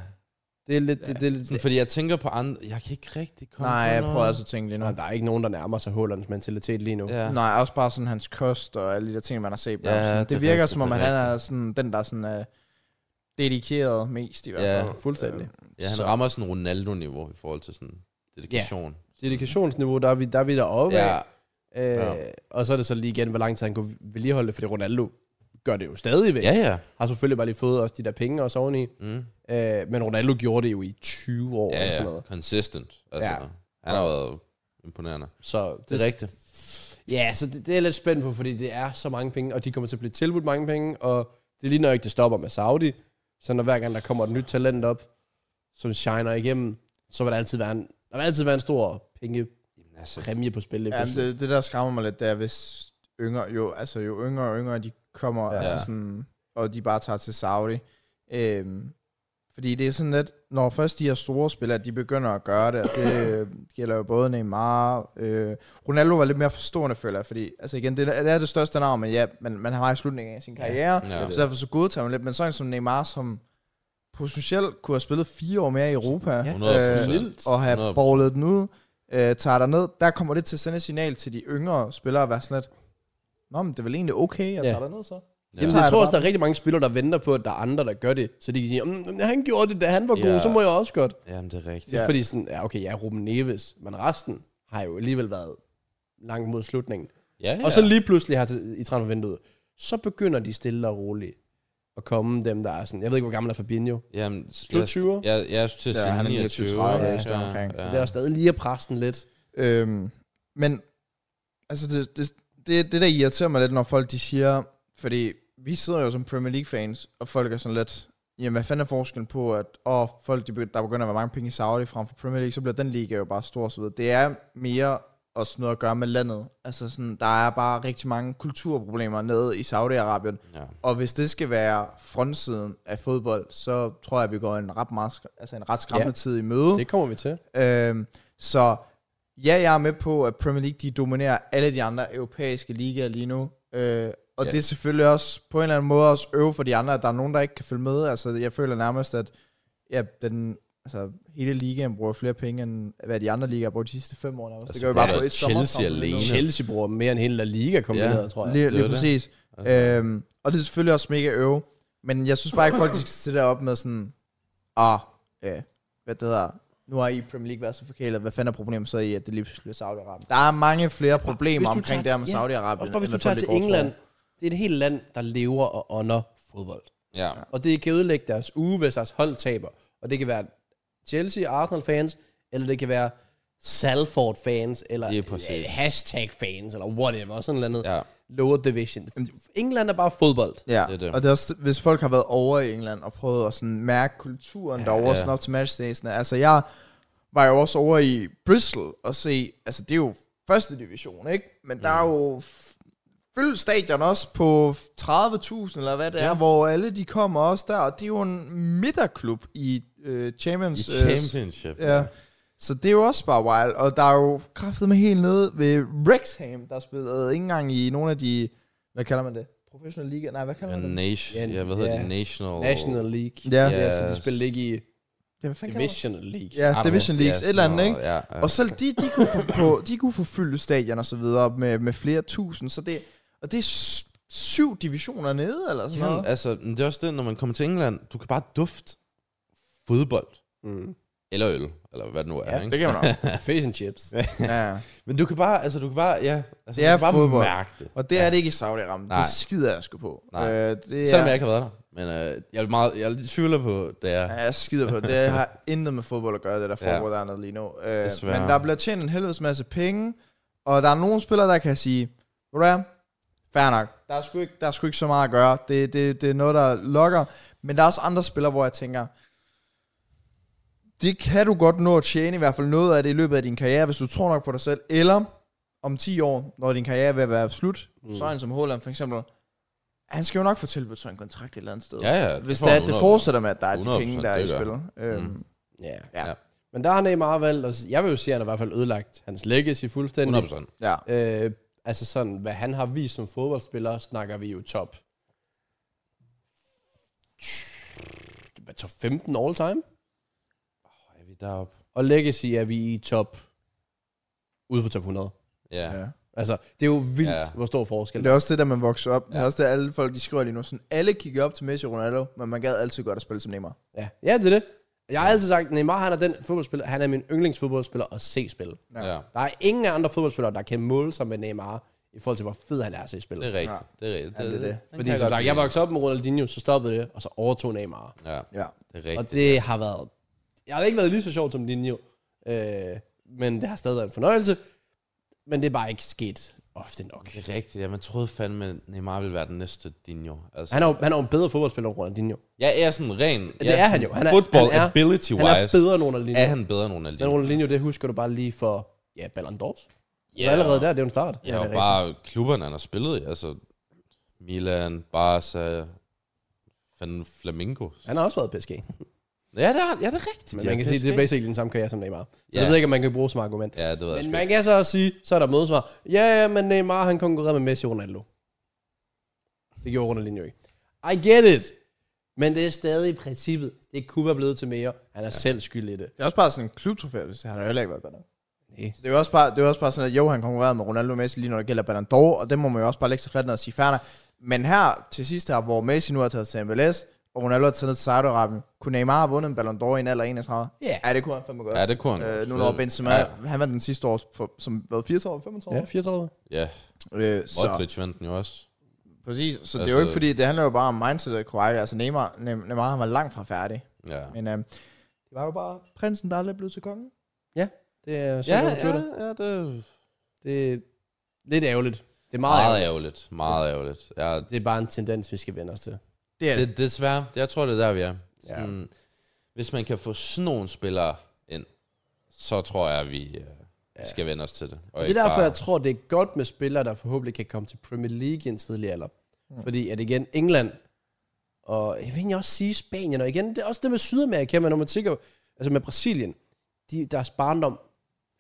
Det er lidt... Ja. Det, det,
Sådan,
det,
fordi jeg tænker på andre... Jeg kan ikke rigtig komme
Nej,
på
jeg
noget.
prøver altså at tænke lige nu.
Nå, der er ikke nogen, der nærmer sig Hollands mentalitet lige nu. Ja.
Ja.
Nej, også bare sådan hans kost og alle de der ting, man har set. på
Ja,
ham. Sådan, det,
det er
det virker
rigtigt,
som om,
det
at
er
han er sådan, den, der er sådan, uh, dedikeret mest i hvert
Ja,
fald. Øh,
fuldstændig.
ja, han
så-
rammer sådan Ronaldo-niveau i forhold til sådan dedikation.
Dedikationsniveau, der er vi, der er vi deroppe
Ja.
ja. Øh,
Ja.
Og så er det så lige igen, hvor lang tid han kunne vedligeholde det, fordi Ronaldo gør det jo stadigvæk.
Ja, ja.
Har selvfølgelig bare lige fået også de der penge også oveni.
Mm.
Øh, men Ronaldo gjorde det jo i 20 år
Ja,
eller sådan
ja.
noget.
Consistent. Altså,
Ja.
ja. Han har været imponerende.
Så det,
Det er rigtigt.
Ja, så det, det er jeg lidt spændt på, fordi det er så mange penge, og de kommer til at blive tilbudt mange penge, og det er lige når ikke det stopper med Saudi, så når hver gang der kommer et nyt talent op, som shiner igennem, så vil der altid være en, der vil altid være en stor pengepræmie
Jamen, altså,
på spil.
Ja,
Ja,
men det, det, der skræmmer mig lidt, det er, hvis yngre, jo, altså, jo yngre og yngre de kommer, ja.
Ja.
altså sådan, og de bare tager til Saudi. Øhm, fordi det er sådan lidt, når først de her store spillere, de begynder at gøre det, og det øh, gælder jo både Neymar, øh, Ronaldo var lidt mere forstående, føler jeg, fordi, altså igen, det, er- det er det største navn, men ja, man, man har i slutningen af sin karriere,
Ja, det er
ja, så derfor så godtager man lidt, men sådan som Neymar, som potentielt kunne have spillet fire år mere i Europa, ja.
100%.
og have
100%.
borlet den ud, øh, tager dig ned, der kommer det til at sende et signal til de yngre spillere at være sådan lidt, Nå, men det er vel egentlig okay, jeg
Ja.
tager dig ned så.
Jamen,
tager
jeg
jeg
tror
det
også, der
bare.
er rigtig mange spillere, der venter på, at der er andre, der gør det. Så de kan sige, "Mm, han gjorde det, da han var god,
Ja.
så må jeg også godt.
Jamen, det er rigtigt.
Det er
Ja.
fordi sådan, ja, okay, jeg er Ruben Neves, men resten har jo alligevel været langt mod slutningen.
Ja, ja.
Og så lige pludselig her til, i transfervinduet, så begynder de stille og roligt at komme dem, der er sådan, jeg ved ikke, hvor gammel er Fabinho.
Jamen, s-
Slut
jeg-
20'er.
Jeg, jeg, jeg synes til at
Ja,
sige
han er
29.
29,
ja,
sådan omkring.
Ja. Det er også stadig lige at presse den lidt.
Øhm, men, altså det, det, det, det der irriterer mig lidt, når folk de siger, fordi vi sidder jo som Premier League-fans, og folk er sådan lidt, jamen hvad fanden er forskellen på, at åh, folk, de, begy- der begynder at være mange penge i Saudi frem for Premier League, så bliver den liga jo bare stor og så videre. Det er mere også noget at gøre med landet. Altså sådan, der er bare rigtig mange kulturproblemer nede i Saudi-Arabien,
Ja.
Og hvis det skal være frontsiden af fodbold, så tror jeg, at vi går en ret, meget, sk- altså en ret skræmmende
Ja.
ja. tid i møde.
Det kommer vi til.
Øhm, så ja, jeg er med på, at Premier League de dominerer alle de andre europæiske ligaer lige nu. Øh, og Og
Ja.
ja. det er selvfølgelig også på en eller anden måde også øve for de andre, at der er nogen, der ikke kan følge med. Altså, jeg føler nærmest, at ja, den, altså, hele ligaen bruger flere penge, end hvad de andre ligaer har brugt de sidste fem år. Altså, det
Altså,
gør vi
det
bare
er
på
da
et
Chelsea
sommerkamp.
alene.
Chelsea bruger mere end hele La Liga kombineret, ja. tror jeg.
Lige,
det
lige
er det.
præcis.
Altså.
Øhm, og det er selvfølgelig også mega øve. Men jeg synes bare ikke, folk de skal sidde deroppe med sådan, ah, øh, hvad det hedder, nu har I i Premier League været så forkælet, hvad fanden er problemet så i, at det lige pludselig er Saudi-Arabien? Der er mange flere problemer
hvis du
omkring det
tager
her med
til-
Saudi-Arabien.
Også bare hvis du
end hvad
tager
folk
til
går og tror.
England. Det er et helt land, der lever og ånder fodbold.
Ja.
Og det kan ødelægge deres uge, hvis deres hold taber. Og det kan være Chelsea, Arsenal-fans, eller det kan være Salford-fans,
Det er
eller
præcis.
øh, hashtag-fans, eller whatever, sådan noget andet.
ja.
Lower division. England er bare fodbold.
Ja,
Det er
det
det.
det. og det er også, hvis folk har været over i England og prøvet at sådan mærke kulturen ja, derovre,
ja.
ja. sådan op til matchdagsene. Altså, jeg var jo også over i Bristol og se, altså det er jo første division, ikke? Men der er jo f- fyldt stadion også på 30.000 eller hvad det ja. er, hvor alle de kommer også der, og det er jo en midterklub i øh, Champions.
I
øh,
championship.
ja. Så det er jo også bare wild, og der er jo kraftet med helt nede ved Wrexham, der spillede ikke engang i nogle af de, hvad kalder man det? Professional liga? Nej, hvad kalder
Ja,
man det?
nation,
Ja,
ja, hvad hedder
ja.
det? National.
National League.
Ja.
ja så de
Yes.
spillede ikke i
Ja, hvad fanden kalder man det?
Divisional League.
Ja,
I don't
Division
know.
Leagues,
Ja,
et eller andet,
sådan
ikke?
noget. Ja, ja.
Og selv de, de, kunne få, på, de kunne få fyldt stadion og så videre med, med flere tusind, så det, og det er s- syv divisioner nede, eller sådan
Jamen,
noget.
altså, men det er også det, når man kommer til England, du kan bare dufte fodbold.
Mm.
Eller øl, eller hvad det nu er,
Ja,
ikke?
Det kan man også.
Fish and chips.
ja.
Men du kan bare, altså, du kan bare, ja, altså,
Det
du
er
kan bare
fodbold.
mærke det.
Og det er det ikke i Saudi-Arabien.
Nej.
Det skider jeg sgu på.
Nej.
Øh, det er,
Ja. Selvom jeg ikke har været der. Men øh, jeg, er meget, jeg er lidt tvivler på, det er.
Ja, jeg skider på det. Det har intet med fodbold at gøre, det der
Ja.
foregår ja. dernede lige nu. Øh,
Desværre.
men der bliver tjent en helvedes masse penge, og der er nogle spillere, der kan sige, ved du hvad, fair nok, der er sgu ikke, der er sgu ikke så meget at gøre. Det, det, det er noget, der lokker. Men der er også andre spillere, hvor jeg tænker, det kan du godt nå at tjene i hvert fald noget af det i løbet af din karriere, hvis du tror nok på dig selv. Eller om 10 år, når din karriere er ved at være slut, mm. så er en som Holland for eksempel, han skal jo nok få tilbudt sig en kontrakt et eller andet sted.
Ja, ja.
Hvis
får
det, er,
du
det
100%.
fortsætter med, at der er de
100%,
penge, der er i
det gør.
spil. Øhm,
Ja.
Ja.
Ja.
Men der har Neymar valgt, og jeg vil jo sige, at han har i hvert fald ødelagt hans legacy fuldstændig.
100%.
ja.
Øh, altså sådan, hvad han har vist som fodboldspiller, snakker vi jo top... Hvad, top 15 all time?
Hvor er vi deroppe?
Og legacy er vi i top... Ude for top 100.
Ja.
ja.
Altså, det er jo vildt,
Ja.
ja. hvor stor forskel
Det er også det, der man vokser op. Det er også det, alle folk de skriver lige nu. Sådan, alle kigger op til Messi og Ronaldo, men man gad altid godt at spille som Neymar.
Ja, ja det er det. Jeg har altid sagt, at Neymar han er den fodboldspiller, han er min yndlingsfodboldspiller at se spille.
ja. ja.
Der er ingen andre fodboldspillere, der kan måle sig med Neymar, i forhold til, hvor fed han er at se
Det
spille.
er rigtigt. Det er rigtigt.
Ja, det er det.
Den kan
Fordi som
godt
sagt, jeg
lide.
voksede op med Ronaldinho, så stoppede det, og så overtog Neymar.
Ja,
Ja.
det er
Og
rigtigt.
det har været... Jeg har ikke været lige så sjovt som Linjo, øh, men det har stadig været en fornøjelse. Men det er bare ikke sket ofte nok.
Det er rigtigt. Ja, man troede fandme, at Neymar ville være den næste Dinho. Altså,
Han er jo, han er jo en bedre fodboldspiller end Ronaldinho.
jeg er sådan ren...
Det
jeg
er han
sådan
jo. Han er-
Football
han er- Han
ability-wise.
er bedre end Ronaldinho.
er han bedre end Ronaldinho.
Men Ronaldinho, det husker du bare lige for... Ja, Ballon d'Ors. Så allerede der, det er jo en start.
Ja, og
det er
bare klubberne, han har spillet i. Altså, Milan, Barca, fanden Flamingo.
rigtigt. Han har også været i PSG.
Ja, det er, ja, det er rigtigt.
Men
ja,
man kan sige, det er basically den samme karriere som Neymar. Så
Ja.
jeg ved ikke, om man kan bruge som argument.
Ja, det ved jeg
Men
sgu
man
ikke.
kan så også sige, så er der modsvar. Ja, ja, men Neymar, han konkurrerede med Messi og Ronaldo. Det gjorde Ronaldinho ikke. I get it. Men det er stadig i princippet. Det kunne være blevet til mere. Han er ja. selv skyld i det.
Det er også bare sådan en klubtrofæ, hvis han har jo heller ikke været godt nok.
Nej.
Så Det er, jo også bare, det er jo også bare sådan, at jo, han konkurrerede med Ronaldo og Messi lige når det gælder Ballon d'Or, og det må man jo også bare lægge sig fladt ned og sige færdig. Men her til sidst her, hvor Messi nu har taget til MLS, og Ronaldo har taget ned til Saudi-Arabien, kunne Neymar have vundet en Ballon d'Or i en alder af 31?
Ja.
Ja, det kunne han fandme godt.
Ja, det kunne han
Øh,
godt.
nu når Benzema,
Ja,
ja. han vandt den sidste år, for, som hvad, 34 25 år?
Ja, 34.
Ja,
Øh, så,
Modric vandt den jo også.
Præcis, så altså, det er
Altså-
jo ikke fordi, det handler jo bare om mindsetet korrekt. Altså Neymar, Ne- Neymar han var langt fra færdig,
Ja.
men øhm, det var jo bare prinsen, der aldrig blev til kongen.
Det er
Ja,
sådan,
ja,
ja, ja.
ja, det er
Det er lidt ærgerligt. Det er meget,
meget
meget ærgerligt.
ærgerligt. Meget ærgerligt. Ja,
Det er bare en tendens, vi skal vende os til.
Det er det.
det, desværre. Jeg tror, det er der, vi er.
Ja.
Sådan, Hvis man kan få sådan nogle spillere ind, så tror jeg, vi øh, skal vende os til det. Og
Det
ikke
er derfor,
bare-
jeg tror, det er godt med spillere, der forhåbentlig kan komme til Premier League i en tidlig alder. Mm. Fordi at igen, England, og jeg vil egentlig også sige Spanien, og igen, det er også det med Sydamerika, men når man tænker, altså med Brasilien, de, deres barndom,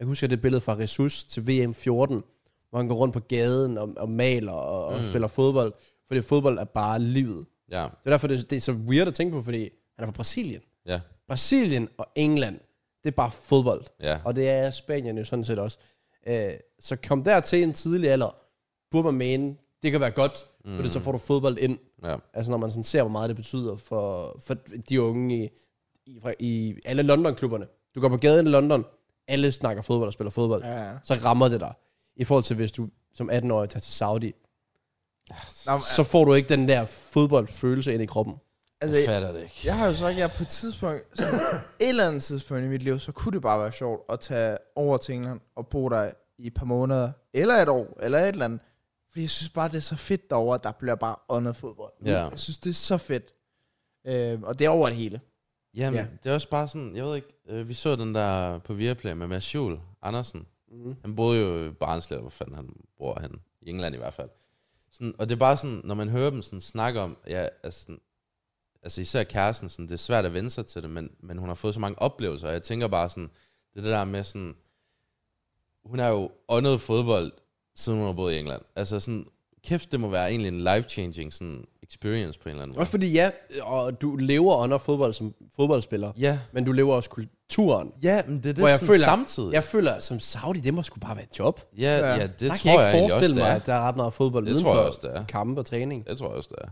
jeg husker det billede fra Jesus til VM 14, hvor han går rundt på gaden og, og maler og, og mm. spiller fodbold. Fordi fodbold er bare livet.
Ja,
Det er derfor, det, det er så weird at tænke på, fordi han er fra Brasilien.
ja,
Brasilien og England, det er bare fodbold.
ja.
Og det er Spanien jo sådan set også. Øh, så kom der til en tidlig alder, burde man mene, det kan være godt, mm. fordi så får du fodbold ind.
ja.
Altså når man sådan ser, hvor meget det betyder for, for de unge i, i, fra- i alle London-klubberne. Du går på gaden i London, alle snakker fodbold og spiller fodbold. Ja.
Ja.
Så rammer det dig. I forhold til, hvis du som 18-årig tager til Saudi,
Nå, men,
så får du ikke den der fodboldfølelse ind i kroppen.
altså,
Jeg fatter det ikke.
jeg har jo sagt, at jeg på et tidspunkt, sådan, et eller andet tidspunkt i mit liv, så kunne det bare være sjovt at tage over til England og bo der i et par måneder, eller et år, eller et eller andet. Fordi jeg synes bare, det er så fedt derovre, at der bliver bare åndet fodbold.
Ja.
Jeg synes, det er så fedt. Øh, og det er over det hele.
Jamen,
Ja.
ja. det er også bare sådan, jeg ved ikke, øh, vi så den der på Viaplay med Mads Juhl Andersen.
Mm.
Han boede jo i Barnsley, hvor fanden han bor han, i England i hvert fald. Sådan, og det er bare sådan, når man hører dem sådan, snakke om, ja, altså, sådan, altså især kæresten, sådan, det er svært at vende sig til det, men, men hun har fået så mange oplevelser, og jeg tænker bare sådan, det er det der med sådan, hun har jo åndet fodbold, siden hun har boet i England. Altså sådan, kæft, det må være egentlig en life-changing sådan, experience på en eller anden måde.
Også fordi ja, og du lever under fodbold som fodboldspiller,
Ja,
men du lever også kulturen.
ja men det er det
Hvor jeg
sådan,
føler-
samtidig.
Jeg føler, som Saudi, det må sgu bare være et job.
Ja,
Ja.
ja, ja det
der
tror jeg,
kan jeg ikke
egentlig også,
forestille
det
mig,
er.
at der er ret meget fodbold
Det
uden
tror jeg
for
også, det er.
kampe og træning.
Det tror jeg også, det er.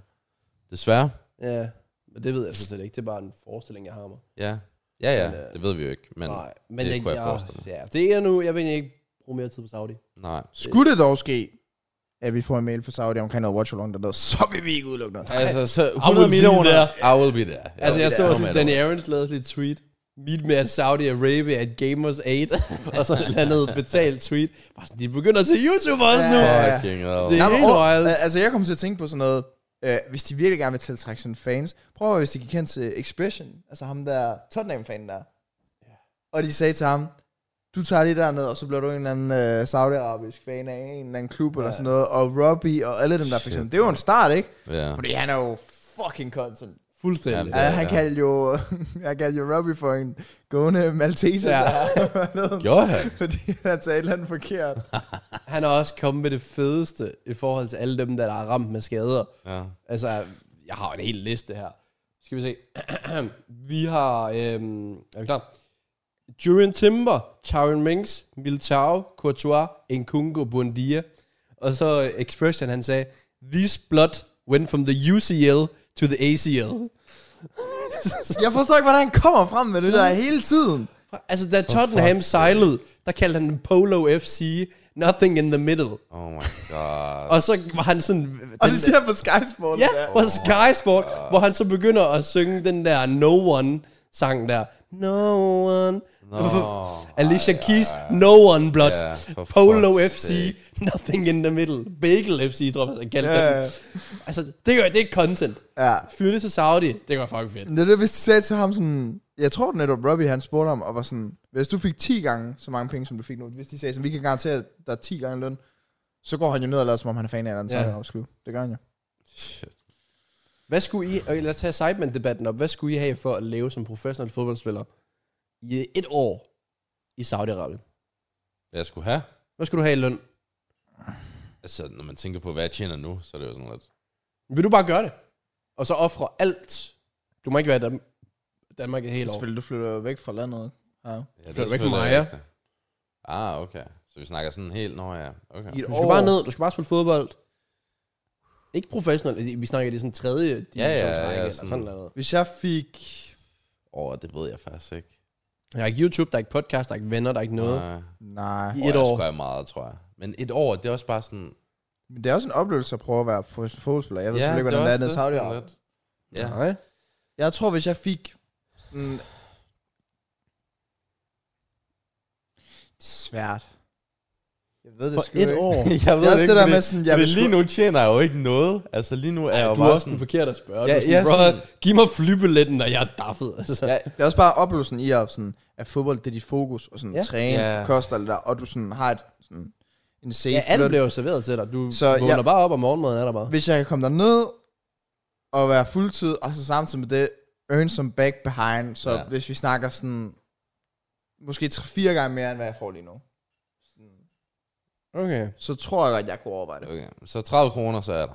Desværre.
Ja, men det ved jeg så slet ikke. Det er bare en forestilling, jeg har mig.
Ja. Ja, ja,
Men, øh,
det ved vi jo ikke. Men nej.
Nej, men
det
jeg,
kunne jeg
jeg,
forestille
ja, det er nu, jeg vil egentlig ikke bruge mere tid på Saudi.
nej.
Skulle det dog ske, at vi får en mail fra Saudi omkring noget watch along dernede, så vil vi ikke udelukke noget.
Altså, så
will
100
be
millioner.
there.
I will be there.
Altså, jeg så også,
at
at Danny Aarons lavede sådan et tweet. Meet me at Saudi Arabia at Gamers 8. og så et andet betalt tweet. Bare sådan, de begynder til YouTube også nu.
Ja.
Fucking hell.
Det er
Nå, men
helt
og-
wild.
øh, Altså, jeg kommer til at tænke på sådan noget, øh, hvis de virkelig gerne vil tiltrække sådan fans, prøv at høre, hvis de gik hen til Expression, altså ham der Tottenham-fan der, og de sagde til ham, du tager lige derned, og så bliver du en eller anden øh, saudiarabisk fan af en eller anden klub eller sådan noget, og Robbie og alle dem der for
Shit,
eksempel. Det er jo en start, ikke?
Ja.
Fordi han er jo fucking content.
Fuldstændig.
Ja,
Ja, han
ja.
kaldte jo, han kaldte jo Robbie for en gående malteser.
Ja.
Ja.
Gjorde han?
Fordi han sagde et eller andet forkert.
Han er også kommet med det fedeste i forhold til alle dem, der er ramt med skader.
Ja.
Altså, jeg har en hel liste her. Skal vi se. vi har... Øhm, er vi klar? Jurian Timber, Tyron Minks, Militao, Courtois, Nkunku, Buendia. Og så Expression, han sagde, This blood went from the UCL to the ACL.
Jeg forstår ikke, hvordan han kommer frem med det der hele tiden.
altså, da Tottenham sejlede, der kaldte han den Polo FC, nothing in the middle.
Oh my god.
Og så var han sådan...
Og
den-
det siger han på Sky Sports.
Ja, på Sky Sport, hvor han så begynder at synge den der No One sang der. No one.
Nå.
Alicia Keys, No One Blood.
Ja, for
Polo
fuck's
FC,
sake.
Nothing in the Middle. Bagel FC, tror jeg, jeg kaldte
Ja,
yeah.
ja.
den. Altså, det, gør, det er content.
ja.
Fyr det til Saudi, det var fucking fedt.
Men Det er det, hvis de sagde til ham sådan... Jeg tror netop, Robbie han spurgte ham, og var sådan... Hvis du fik 10 gange så mange penge, som du fik nu, hvis de sagde sådan, vi kan garantere dig 10 gange løn, så går han jo ned og lader, som om han er fan af den, så
Ja.
er han Det gør han jo.
Shit.
Hvad skulle I, okay, lad os tage Sideman-debatten op. Hvad skulle I have for at leve som professionel fodboldspiller i et år i Saudi-Arabien?
Jeg skulle have.
Hvad skulle du have i løn?
Altså, når man tænker på, hvad jeg tjener nu, så er det jo sådan lidt...
Vil du bare gøre det? Og så ofre alt. Du må ikke være i Dan- Danmark et helt år.
Selvfølgelig, du flytter væk fra landet. ikke? Ja.
Ja, det
Flytter væk fra
selvfølgelig
Maja.
rigtigt. Ah, okay. Så vi snakker sådan helt... Nå ja, okay.
I et
Du skal
år.
bare ned, du skal bare spille fodbold. Ikke professionelt, Altså, vi snakker i sådan tredje divisionsrække
ja,
eller
sådan.
sådan noget.
Hvis jeg fik...
Åh, oh, det ved jeg faktisk ikke.
Jeg har ikke YouTube, der er ikke podcast, der er ikke venner, der er ikke noget.
Nej.
Nej.
I
Åh,
et
jeg
år.
skulle have meget, tror jeg. Men et år, det er også bare sådan...
Men det er også en oplevelse at prøve at være professionel fodboldspiller. Jeg ved selvfølgelig ikke, hvordan det er nede i saudi
sådan lidt. Ja.
Nej.
Jeg tror, hvis jeg fik... Mm, det er svært. Jeg ved det
For
sgu
et
ikke.
år.
jeg
Det er også det der med sådan, jeg
jeg
vil
men lige
sgu...
nu tjener jeg jo ikke noget. Altså lige nu er jeg jo
Du er
bare
også den
sådan...
forkerte at spørge. Ja, du
Ja,
er sådan,
ja,
"Brother,
sådan-
giv mig flybilletten, når jeg er daffet. Altså. Ja.
Ja, det er også bare oplevelsen i at, sådan, at fodbold, det er dit fokus, og sådan
Ja.
ja. træne,
Ja.
ja. koster det der, og du sådan har et, sådan, en safe
Ja, alt
flirt.
blev jo serveret til dig. Du
Så
så, vågner
jeg-
bare op, og morgenmaden er der bare.
Hvis jeg kan komme derned og være fuldtid, og så samtidig med det, earn some back behind, så
Ja.
ja. hvis vi snakker sådan, måske 3-4 gange mere, end hvad jeg får lige nu. Sådan,
Okay.
så tror jeg godt, jeg kunne overveje det.
Okay. Så 30 kroner, så er der.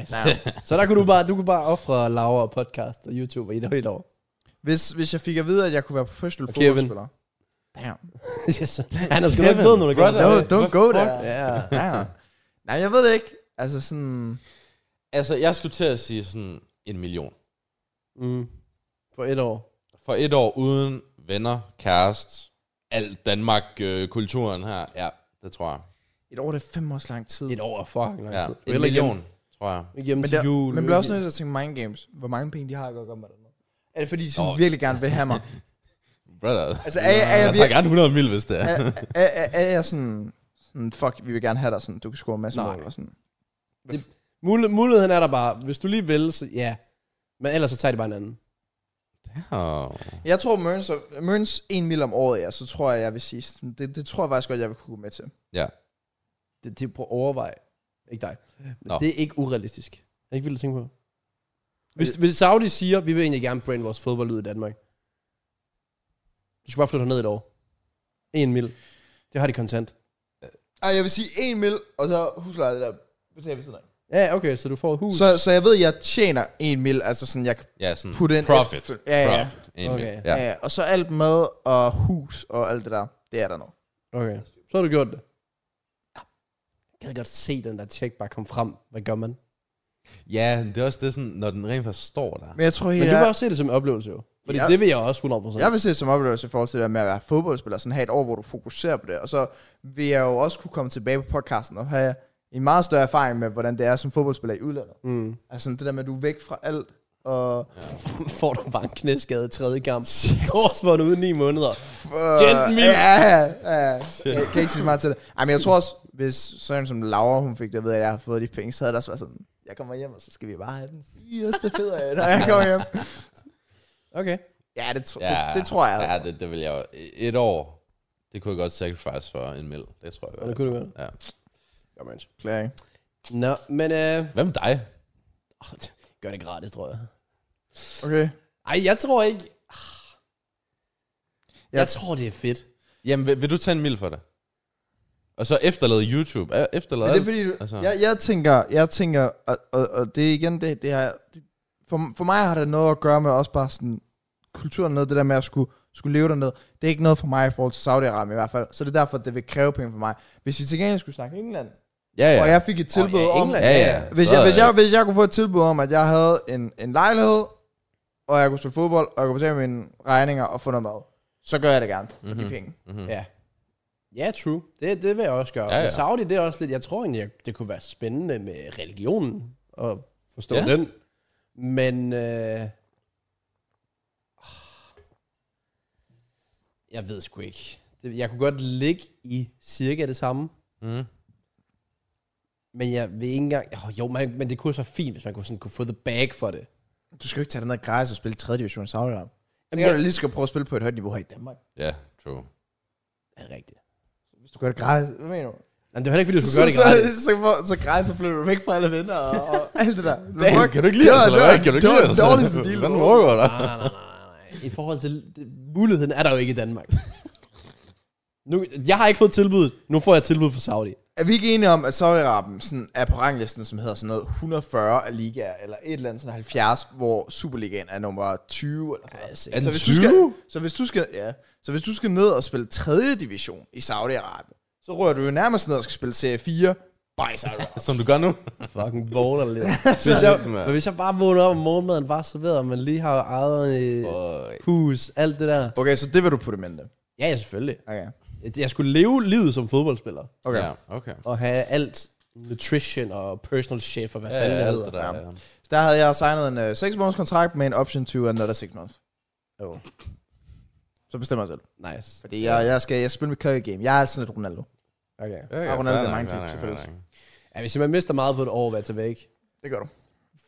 Nice.
Ja.
så der kunne du bare, du kunne bare ofre Laura og podcast og YouTuber i et helt år.
Hvis, hvis jeg fik at vide, at jeg kunne være professionel
Og Kevin.
fodboldspiller. Damn.
yes. Han har sgu nok ved, når du gør
brother.
det.
No,
Hvad
don't go
fuck?
there.
Ja.
Ja. Nej, jeg ved det ikke. Altså sådan...
Altså, jeg skulle til at sige sådan en million.
Mm. For et år.
For et år uden venner, kæreste, alt Danmark-kulturen her. Ja, det tror jeg.
Et år, det er fem års lang tid.
Et år er fucking lang
Ja,
tid.
en million, tror jeg.
Igennem
Men,
til
der,
jul.
man bliver også nødt til at tænke mind games. Hvor mange penge de har at gøre godt med det. Er det fordi, de sådan
Nå.
virkelig gerne vil have mig?
Brother.
Altså, er, jeg- er, jeg,
jeg tager
virkelig,
gerne 100 mil, hvis det er.
er, er, er, er jeg sådan, sådan... Fuck, vi vil gerne have dig sådan, du kan score en masse
Nej.
mål og sådan.
Mulighed, muligheden er der bare, hvis du lige vil, så ja. Men ellers så tager det bare en anden.
Oh.
Jeg tror, Mørns, Mørns en mil om året, ja, så tror jeg, jeg vil sige, sådan, det, det tror jeg faktisk godt, jeg vil kunne gå med til.
Det, det prøv at overveje. Ikke dig. Men
Nå.
det er ikke urealistisk. Jeg ikke vildt at tænke på. Hvis,
Øh.
hvis Saudi siger, vi vil egentlig gerne brande vores fodbold ud i Danmark. Du skal bare flytte ned et år. En mil. Det har de kontant.
Ej, jeg vil sige en mil, og så husleje det der betaler ved siden af.
Ja, okay, så du får et hus.
Så, så jeg ved, jeg tjener en mil, altså sådan, jeg kan
Ja, sådan
putte ind...
profit.
efter- Ja, ja,
Profit. En
Okay.
mil.
ja.
Ja.
ja. Og så alt mad og hus og alt det der, det er der noget.
Okay, så har du gjort det. Jeg kan godt se den der check bare komme frem. Hvad gør man?
ja, det er også det sådan, når den rent faktisk står der.
Men jeg tror
Men
helt,
du kan
jeg,
også se det som en oplevelse jo. Fordi
Ja.
det vil jeg også 100%.
jeg vil se det som oplevelse i forhold til det der med at være fodboldspiller, sådan have et år, hvor du fokuserer på det, og så vil jeg jo også kunne komme tilbage på podcasten og have en meget større erfaring med, hvordan det er som fodboldspiller i udlandet.
Mm.
Altså sådan det der med, at du er væk fra alt, og...
Får du bare en knæskade i tredje kamp. Korsbånd ude i ni måneder.
Øh,
Gentleman.
Ja, ja, ja. Jeg kan ikke sige så meget til det. Ej, men jeg tror også, hvis sådan som Laura, hun fik det, ved, at jeg har fået de penge, så havde det også været sådan, jeg kommer hjem, og så skal vi bare have den sidste federe af, når jeg kommer hjem.
Okay.
Ja, det, tro, det, det, tror jeg.
Ja, det, det vil jeg jo. Et år, det kunne jeg godt sacrifice for en mil. Det tror jeg
Og det
godt.
kunne du godt.
Ja.
Gør man ikke.
Klar, ikke?
Nå, men øh,
Hvad med dig?
åh, gør det gratis, tror jeg.
Okay.
Ej, jeg tror ikke... Ah. Jeg
Ja.
tror, det er fedt.
Jamen, vil, vil du tage en mil for det? Og så efterlade YouTube. Er- Efterlade
Men det er
alt?
fordi, du,
altså.
jeg, jeg tænker, jeg tænker og, og, og det er igen det, det her, det, for, for mig har det noget at gøre med også bare sådan, kulturen noget, det der med at skulle, skulle leve dernede, det er ikke noget for mig i forhold til Saudi-Arabien i hvert fald, så det er derfor, det vil kræve penge for mig. Hvis vi til gengæld skulle snakke England,
Ja, ja.
og jeg fik et tilbud
ja,
om,
England.
ja, ja.
Hvis
Så,
jeg, hvis,
øh,
jeg, hvis jeg kunne få et tilbud om, at jeg havde en, en lejlighed, og jeg kunne spille fodbold, og jeg kunne betale mine regninger og få noget mad, så gør jeg det gerne for mm-hmm. de
Mhm.
penge.
Mhm.
Ja. Ja, true. Det, det vil jeg også gøre.
Ja,
Ja, ja.
ja.
Men Saudi, det er også lidt... Jeg tror egentlig, at det kunne være spændende med religionen. Og forstå
Ja.
ja. den. Men... Øh, ah. jeg ved sgu ikke. Det- Jeg kunne godt ligge i cirka det samme.
Mhm.
Men jeg vil ikke engang... Oh, jo, man, men det kunne også være fint, hvis man kunne, sådan, kunne få the bag for det.
Du skal jo ikke tage den der gratis og spille 3. division i saudi Arabien.
Jamen,
Jeg kan
jeg,
du lige skal prøve at spille på et højt niveau her i Danmark.
Ja, true.
det er rigtigt.
Hvis du gør det gratis, hvad mener du?
Men det er heller ikke, fordi du
Så,
skal gøre det gratis.
så, så, så, så gratis, så flytter du væk fra alle venner og, og alt det der. Du
Damn,
fuck-
kan du ikke lide
Ja,
os, eller
det
Altså, hvad?
var
Kan du ikke
den
lide os?
dårligste deal.
Hvordan foregår der?
Nej, nej, nej, nej, nej. I forhold til... det- Muligheden er der jo ikke i Danmark. Nu, jeg har ikke fået tilbuddet. Nu får jeg tilbud fra Saudi.
Er vi ikke enige om, at Saudi-Arabien sådan er på ranglisten, som hedder sådan noget 140 af ligaer, eller et eller andet sådan 70, hvor Superligaen er nummer 20? Eller sådan noget.
Altså,
Er den
så hvis, du
20?
skal, så, hvis du skal, ja, så hvis du skal ned og spille 3. division i Saudi-Arabien, så rører du jo nærmest ned og skal spille Serie 4, bare i Saudi-Arabien.
Som du gør nu?
fucking boner lidt. Hvis jeg,
Shit, mand.
men hvis jeg bare vågner op om morgenmaden bare serveret, og man lige har eget øh, hus, alt det der.
Okay, så det vil du putte i mente.
Ja, ja, selvfølgelig.
Okay.
Jeg skulle leve livet som fodboldspiller.
okay.
Ja, okay.
Og have alt nutrition og personal chef og hvad
Ja,
fanden
ja,
det
alt
hedder.
det der.
Ja.
ja.
Så der havde jeg signet en øh, 6 måneders kontrakt med en option to another 6 months.
Jo.
Så bestemmer jeg selv.
Nice.
Fordi jeg, jeg skal jeg spiller mit career game. Jeg er sådan lidt Ronaldo.
Okay.
Ja, ja,
Ah, Ronaldo,
fair
det er mange
nok,
ting,
fair nok,
selvfølgelig.
fair nok.
Ja, hvis man mister meget på et år at være tilbage,
Det gør du.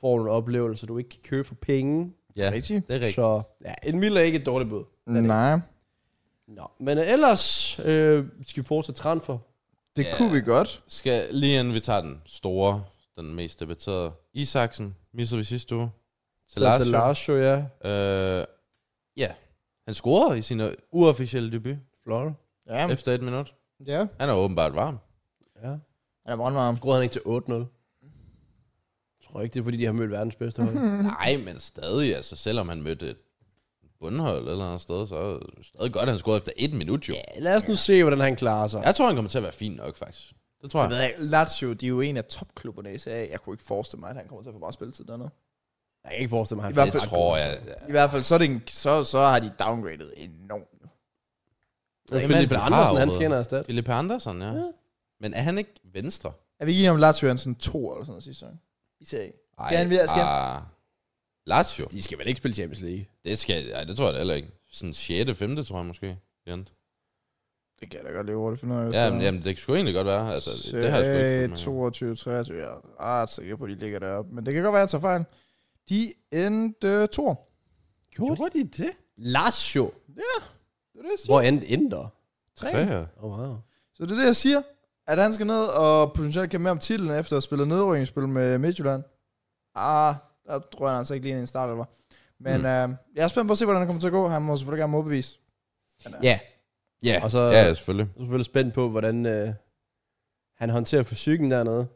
får du en oplevelse, du ikke kan købe for penge.
Ja,
Rigtigt?
det er rigtigt.
Så ja, en mil er ikke et dårligt bud.
Nej.
Nå. Men øh, ellers øh, skal vi fortsætte transfer.
Det
Ja.
kunne vi godt.
Skal, lige inden vi tager den store, den mest debatterede. Isaksen missede vi sidste uge. Til
Så
Lazio.
Til Lazio, ja.
Øh, ja, han scorede i sin uofficielle debut
Flot.
Ja.
efter et minut.
Ja.
Han er åbenbart varm.
Ja.
Han er brandvarm.
Skruede han ikke til 8-0? Jeg tror ikke, det er, fordi de har mødt verdens bedste hold.
Nej, men stadig, altså selvom han mødte et bundhold eller andet sted, så er det stadig godt, at han scorede efter et minut jo.
Ja, lad os nu se, hvordan han klarer sig.
Jeg tror, han kommer til at være fin nok, faktisk. Det tror
Jeg
jeg.
ved ikke, Lazio, de er jo en af topklubberne i serie. Jeg kunne ikke forestille mig, at han kommer til at få meget spilletid dernede.
Jeg kan ikke forestille mig, at han
I hvert
Det
fald-
tror jeg. Ja.
I hvert fald, så, er det en, så, så har de downgraded enormt.
Men
Jamen,
Philip
det har
Andersen, han
overhovedet.
skinner afsted.
Philippe Andersen, ja. Men er han ikke venstre?
Er vi ikke enige om, Lazio er en sådan to eller sådan noget sidste sæson? I serie. Skal han videre? Skal han?
ah, Lazio.
De skal vel ikke spille Champions League?
Det skal ej, det tror jeg da heller ikke. Sådan 6. 5. tror jeg måske. Jent.
Det kan jeg da godt lige hurtigt finde ud af. hvis
Ja,
der-
men, jamen, det skulle egentlig godt være. Altså, det, det har jeg sgu ikke
Serie
fulgt med.
22, 23, Ah, jeg er ret sikker på, at de ligger deroppe. Men det kan godt være, at jeg tager fejl. De endte to.
Gjorde de det?
Lazio.
Det er det, jeg siger.
Hvor endte Inter?
Tre.
Ja, ja.
Oh, wow.
Så det er det, jeg siger. At han skal ned og potentielt kæmpe med om titlen efter at spille nedrykningsspil med Midtjylland. Ah, der tror jeg altså ikke lige ind i en start, eller Men
Mm.
mm. øh, jeg er spændt på at se, hvordan det kommer til at gå. Han må selvfølgelig gerne modbevise.
Ja,
Ja,
og så
ja, ja selvfølgelig.
jeg er selvfølgelig spændt på, hvordan øh, han håndterer fysikken dernede.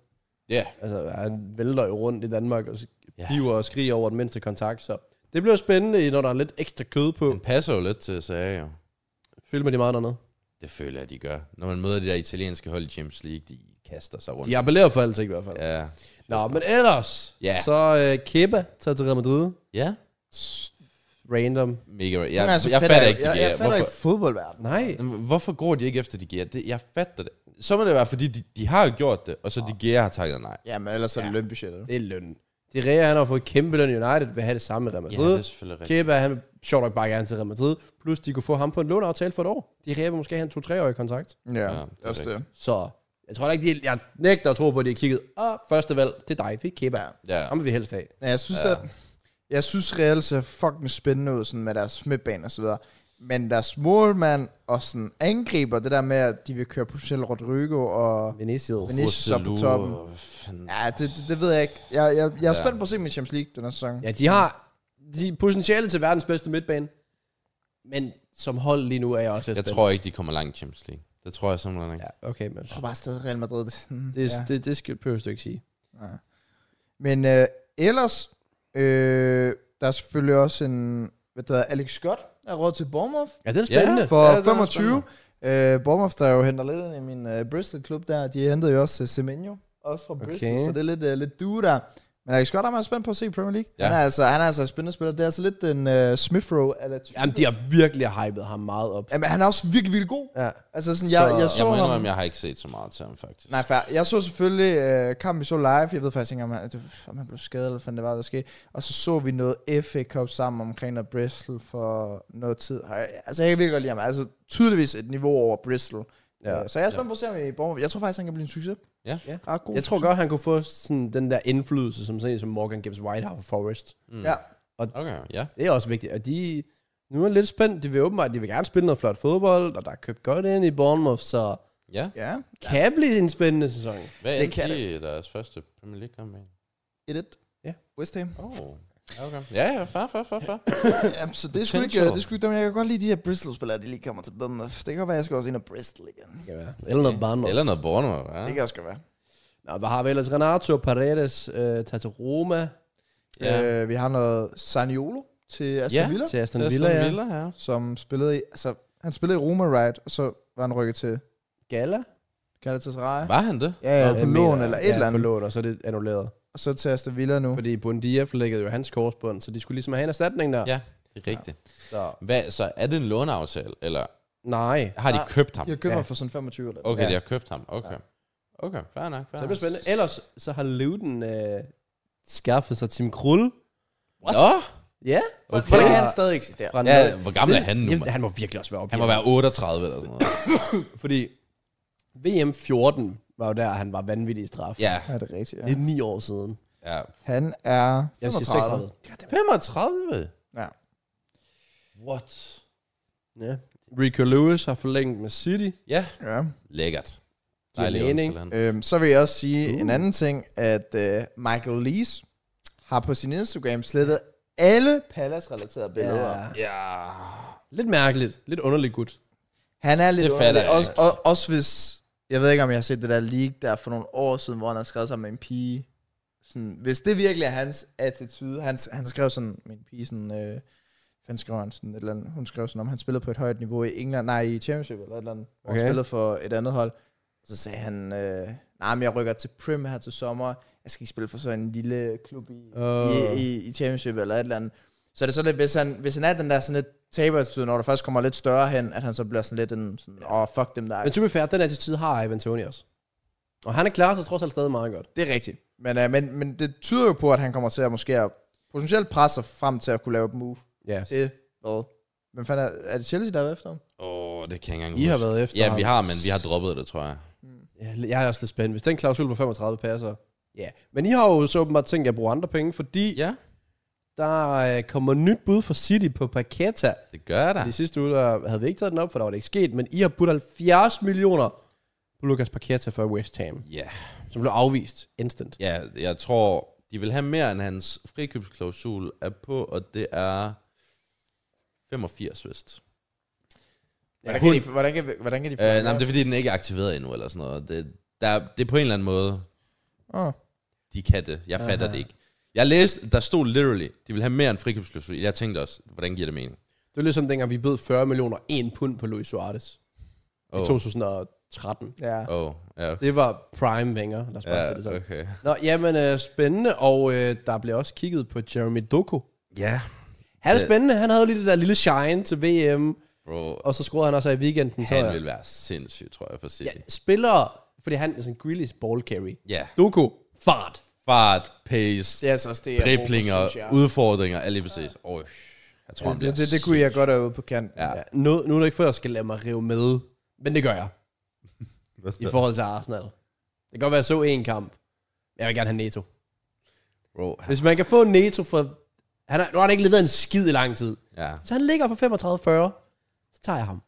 Ja.
Altså, han vælter jo rundt i Danmark og
Ja.
piver og skriger over den mindste kontakt, så det bliver spændende, når der er lidt ekstra kød på.
Han passer jo lidt til Sager, jo.
Filmer de meget dernede.
Det føler jeg, de gør. Når man møder de der italienske hold i Champions League, de kaster sig rundt.
De appellerer for alting i hvert fald. Ja.
Ja.
Nå, men ellers,
Ja.
så øh, Kepa tager til Real Madrid.
Ja.
Random.
Mega jeg,
Nogle gange,
jeg,
så
jeg fatter
jeg,
ikke, de
altså jeg, jeg, jeg
giver.
fatter
Hvorfor,
ikke fodboldverdenen.
Nej.
Jamen, Hvorfor går de ikke efter de giver? Det, jeg fatter det. Så må det være, fordi de, de har jo gjort det, og så de giver har takket nej.
Jamen, ellers er det ja. lønbudgettet.
Det er løn. De Rea, han har fået kæmpe løn i United, vil have det samme med Real Madrid.
det er selvfølgelig rigtigt.
Kepa, han vil sjovt nok bare gerne til Real Madrid. Plus, de kunne få ham på en låneaftale for et år. De Rea vil måske have en to-treårig kontrakt.
Ja, ja
det er
også det.
Så jeg tror da ikke, de, jeg nægter at tro på, at de har kigget. Og første valg, det er dig, vi er Kepa.
Ja.
Ham vil vi helst have.
Ja, jeg synes,
Ja.
ja. at, jeg synes Real ser fucking spændende ud sådan med deres midtbane og så videre. Men deres målmand og sådan angriber det der med, at de vil køre potentielt Rodrigo og...
Vinicius.
Vinicius. så på toppen. Ja, det, det, det ved jeg ikke. Jeg, jeg, jeg er
Ja.
spændt på at se min Champions League den her sæson.
Ja, de har de potentiale til verdens bedste midtbane. Men som hold lige nu er jeg også lidt
Jeg
spændt.
tror ikke, de kommer langt i Champions League. Det tror jeg simpelthen ikke.
Ja, okay, men
Jeg tror bare stadig Real Madrid. Det, er sådan,
det, ja.
ja.
det, det skal behøver du ikke sige.
Nej. Men øh, ellers, øh, der er selvfølgelig også en... Hvad der hedder, Alex Scott er råd til Bournemouth.
Ja, det er
Ja,
spændende.
for
Ja,
ja,
det er
25. Øh, Bournemouth, der jo henter lidt ind i min øh, Bristol-klub der, de hentede jo også øh, Semenyo, også fra Bristol,
Okay.
så det er lidt, øh, lidt due der. Men Alex Scott er meget spændt på at se i Premier League.
Ja.
Ja. Han, er altså, han er altså en spændende spiller. Det er altså lidt den øh, Smith Rowe. Eller
Jamen, de har virkelig hypet ham meget op.
Jamen, han er også virkelig, virkelig god.
Ja.
Altså, sådan, jeg,
Så-
så, jeg så
Jeg må
ham...
indrømme, jeg har ikke set så meget til ham, faktisk.
Nej, fair. Jeg så selvfølgelig øh, kampen, vi så live. Jeg ved faktisk ikke, om han, det, om han blev skadet, eller hvad fanden det var, der skete. Og så så vi noget FA Cup sammen omkring noget Bristol for noget tid. Og jeg- Altså, jeg kan virkelig godt lide ham. Altså, tydeligvis et niveau over Bristol.
Ja.
Ja. Så jeg er spændt på at se ham i Bournemouth. Jeg tror faktisk, han kan blive en succes.
Ja.
Ja.
Ret god.
Jeg tror godt, han kunne få sådan den der indflydelse, som sådan en som Morgan Gibbs White har for Forest.
Mm.
Ja.
Okay, ja.
Det er også vigtigt. Og de, nu er jeg lidt spændt. De vil åbenbart, de vil gerne spille noget flot fodbold, og der er købt godt ind i Bournemouth, så
Ja.
Ja,
kan blive en spændende sæson.
Hvad
Det
endte
kan
de i deres første Premier League kamp med?
et et.
Ja.
West Ham.
Oh. Okay. Ja, ja, far, far, far, far.
ja, så det er sgu ikke,
Potential.
øh, det er sgu ikke dem. Jeg kan godt lide de her Bristol-spillere, de lige kommer til Bournemouth. Det kan godt være, jeg skal også ind og Bristol igen.
Eller noget Bournemouth.
Eller noget Bournemouth, ja.
Det kan også godt være.
Nå, hvad har vi ellers? Renato Paredes øh, tager til Roma,
Ja.
Øh, vi har noget Saniolo til Aston
Ja.
Villa.
til Aston
Aston
Villa, ja.
Villa, ja.
som spillede i, altså, han spillede i Roma Ride, og så var han rykket til
Gala?
Galatasaray.
Var han det?
Ja, ja, på
jeg
lån
mener,
eller et
ja,
eller
på
andet.
lån, og så er det annulleret.
Og så til Aston Villa nu.
Fordi Bundia forlæggede jo hans korsbånd, så de skulle ligesom have en erstatning der.
Ja. Det er rigtigt.
Så,
Hvad, så er det en låneaftale, eller
nej.
har de
Nej.
købt ham?
Jeg køber
Ja.
ja. for sådan 25 eller
Okay,
Ja.
ja. de har købt ham. Okay. Okay, fair nok, fair
Så det bliver
nok.
spændende. Ellers så har Luton øh, skaffet sig Tim Krul.
What? Nå,
Ja.
okay.
Hvordan kan han stadig eksistere?
Fra
Ja,
Norwich.
hvor gammel er han nu,
Jamen,
mand?
han må virkelig også være op.
Han må være 38 eller sådan noget.
Fordi VM 14 var jo der, han var vanvittig i straf.
Ja,
Ja, det er rigtigt,
Det
ja.
er ni år siden.
ja.
Han er
Jeg siger
35.
36.
35?
Ja.
What?
Ja. Rico Lewis har forlænget med City.
Ja,
ja.
lækkert.
Giver
Dejlig
mening.
ung til
Øhm, så vil jeg også sige
Uh.
uh. en anden ting, at øh, Michael Lees har på sin Instagram slettet alle Palace-relaterede billeder.
Ja.
Ja.
han. Ja.
Lidt mærkeligt. Lidt underligt gut.
Han er lidt
Det fatter
underlig.
jeg
Også, og, også hvis... Jeg ved ikke, om jeg har set det der leak der for nogle år siden, hvor han har skrevet sig med en pige. Sådan, hvis det virkelig er hans attitude, han, han skrev sådan med en pige, sådan, øh, han skrev han sådan et eller andet, hun skrev sådan, om han spillede på et højt niveau i England, nej, i Championship eller et eller andet, okay.
Okay.
han spillede for et andet hold. Så sagde han, øh, nej, men jeg rykker til Prim her til sommer, jeg skal ikke spille for sådan en lille klub i,
Åh.
i, i, i Championship eller et eller andet. Så er det sådan lidt, hvis han, hvis han er den der sådan lidt taber når der først kommer lidt større hen, at han så bliver sådan lidt en, sådan, åh, oh, fuck dem der.
Men to be fair, den attitude har Ivan Tony også. Og han er klar sig trods alt stadig meget godt.
Det er rigtigt. Men, øh, men, men det tyder jo på, at han kommer til at måske at potentielt presse sig frem til at kunne lave et move
Ja.
til hvad? Men fanden er, er det Chelsea, der er efter ham?
Åh, oh, det kan jeg ikke engang
I har
huske.
været efter
Ja,
ham.
vi har, men vi har droppet det, tror jeg.
Ja, jeg er også lidt spændt. Hvis den klausul på 35 passer... Ja. Men I har jo så åbenbart tænkt at bruge andre penge, fordi
Ja,
der øh, kommer nyt bud fra City på Paqueta.
det gør jeg da.
I sidste uge der havde vi ikke taget den op, for der var det ikke sket, men I har puttet 70 millioner på Lucas Paqueta for West Ham,
Ja,
som blev afvist instant.
ja jeg tror, de vil have mere end hans frikøbsklausul er på, og det er 85, vist.
Hvordan kan, de, hvordan kan, hvordan kan de
Øh, nej, men det er fordi, den ikke er aktiveret endnu, eller sådan noget. Det, der, det er på en eller anden måde,
Ah.
oh.
de kan det. Jeg fatter det ikke. Jeg læste, der stod literally, de vil have mere end frikøbsklausul. Jeg tænkte også, hvordan giver det mening?
Det var ligesom dengang, vi bød 40 millioner en pund på Luis Suarez oh. i
Åh.
2013.
Ja.
Åh, oh, ja, okay.
Det var prime Wenger, lad os bare ja, sige det
Ja,
sådan.
okay.
Nå, jamen øh, spændende, og øh, der blev også kigget på Jeremy Doku.
Ja,
Han er
Ja.
spændende, han havde jo lige det der lille shine til VM,
bro.
og så scorede han også her i weekenden. Så
Han
jeg.
vil være sindssyg, tror jeg, for City.
Ja, spillere, fordi han er sådan en Grealish ball carry.
Ja.
Doku, fart.
Fart, pace,
Det er altså også det, jeg
driblinger,
håber, synes jeg.
udfordringer, alle lige præcis. Åh, oh, jeg tror, han
det,
bliver
det, det, det, kunne jeg godt have ude på kanten.
Ja.
Ja.
Nu, nu er det ikke før, jeg skal lade mig rive med, men det gør jeg. I
sindssyg.
forhold til Arsenal. Det kan godt være, jeg så en kamp. Jeg vil gerne have Neto.
Bro, han-
Hvis man kan få Neto for... Han har, nu har han ikke leveret en skid i lang tid.
ja,
Så han ligger for 35-40. Så tager jeg ham.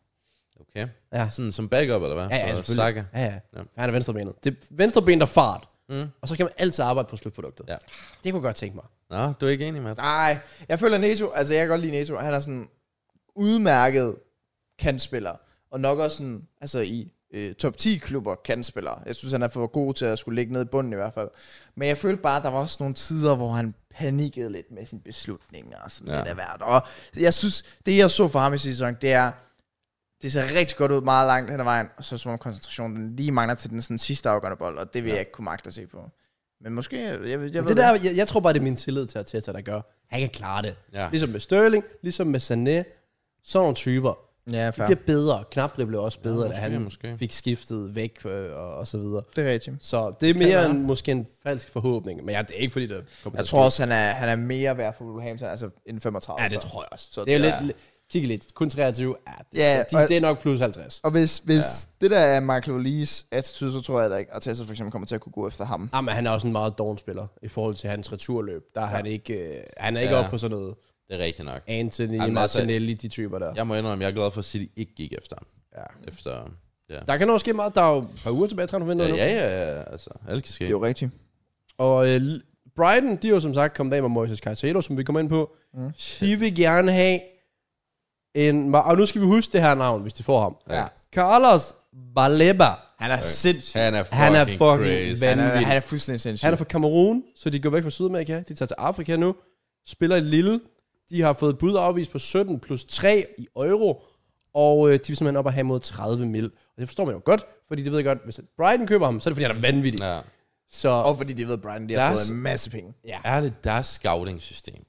okay.
Ja.
Sådan som backup, eller hvad?
Ja, ja,
For
selvfølgelig.
Saka.
Ja, ja.
Ja.
For Han er venstrebenet. Det er venstreben, der fart.
Mm.
Og så kan man altid arbejde på slutproduktet.
Ja.
Det kunne jeg godt tænke mig.
Nå, du er ikke enig med det?
Nej, jeg føler Neto, altså jeg kan godt lide Neto, han er sådan udmærket kantspiller, og nok også sådan, altså i øh, top 10 klubber kantspiller. Jeg synes, han er for god til at skulle ligge ned i bunden i hvert fald. Men jeg følte bare, at der var også nogle tider, hvor han panikkede lidt med sine beslutninger og sådan
Ja.
ja. lidt af hvert. Og jeg synes, det jeg så for ham i sidste sæson, det er, det ser rigtig godt ud meget langt hen ad vejen, og så som om koncentrationen lige mangler til den sådan, sidste afgørende bold, og det vil ja. jeg ikke kunne magte at se på. Men måske, jeg, jeg, jeg ved
Men det der, jeg, jeg tror bare, det er min tillid til Arteta, der gør. Han kan klare det.
Ja.
Ligesom med Sterling, ligesom med Sané. Sådan nogle typer.
ja,
Det
fair.
bliver bedre. Knap blev også bedre, ja,
måske,
da han
måske.
fik skiftet væk øh, og, og så videre.
det er rigtigt.
Så det er mere
være.
en, måske en falsk forhåbning, men ja, det er ikke fordi, det kommer
Jeg
til
tror også, han er, han er mere værd for Wolverhampton, altså en 35.
at- Ja, det
så.
tror jeg også. Så
Så
det er jo
det
lidt,
er-
lidt, kigge lidt, kun 23, ja, det,
Ja,
de,
og-
det er nok plus 50.
Og hvis, hvis ja. det der er Michael Lees attitude, så tror jeg da ikke, at Tessa for eksempel kommer til at kunne gå efter ham.
Ah, men han er også en meget doven spiller i forhold til hans returløb. Der er ja. han ikke, øh, han er ikke ja.
Ja.
oppe på sådan noget
Det er rigtigt nok.
Anthony,
altså-
Martinelli, de typer der. Ja.
Jeg må indrømme, jeg er glad for, at City ikke gik efter ham.
Ja.
Efter, ja.
Der kan også ske meget. Der er jo et par uger tilbage, i transfervinduet
Ja,
nu.
ja, ja, ja, altså, alt kan ske.
Det er jo rigtigt.
Og øh, L- Brighton, de er jo som sagt kommet af med Moises Caicedo, som vi kommer ind på. Mm. De vil gerne have en... Og nu skal vi huske det her navn, hvis de får ham.
Ja.
Carlos Baleba. Han er
Sindssygt.
Han er fucking,
Han er fucking
crazy.
vanvittig.
Han er, han er fuldstændig sindssyg.
Han er fra Kamerun, så de går væk fra Sydamerika. De tager til Afrika nu. Spiller i Lille. De har fået et bud afvist på 17 plus 3 i euro. Og øh, de vil simpelthen op og have mod 30 mil. Og det forstår man jo godt, fordi det ved jeg godt, hvis Brighton køber ham, så er det fordi, han er vanvittig. Ja.
Ja.
Så
Og fordi de ved, at Brian de har
Lars-
fået en masse penge.
ja.
Ærligt, deres scouting-system.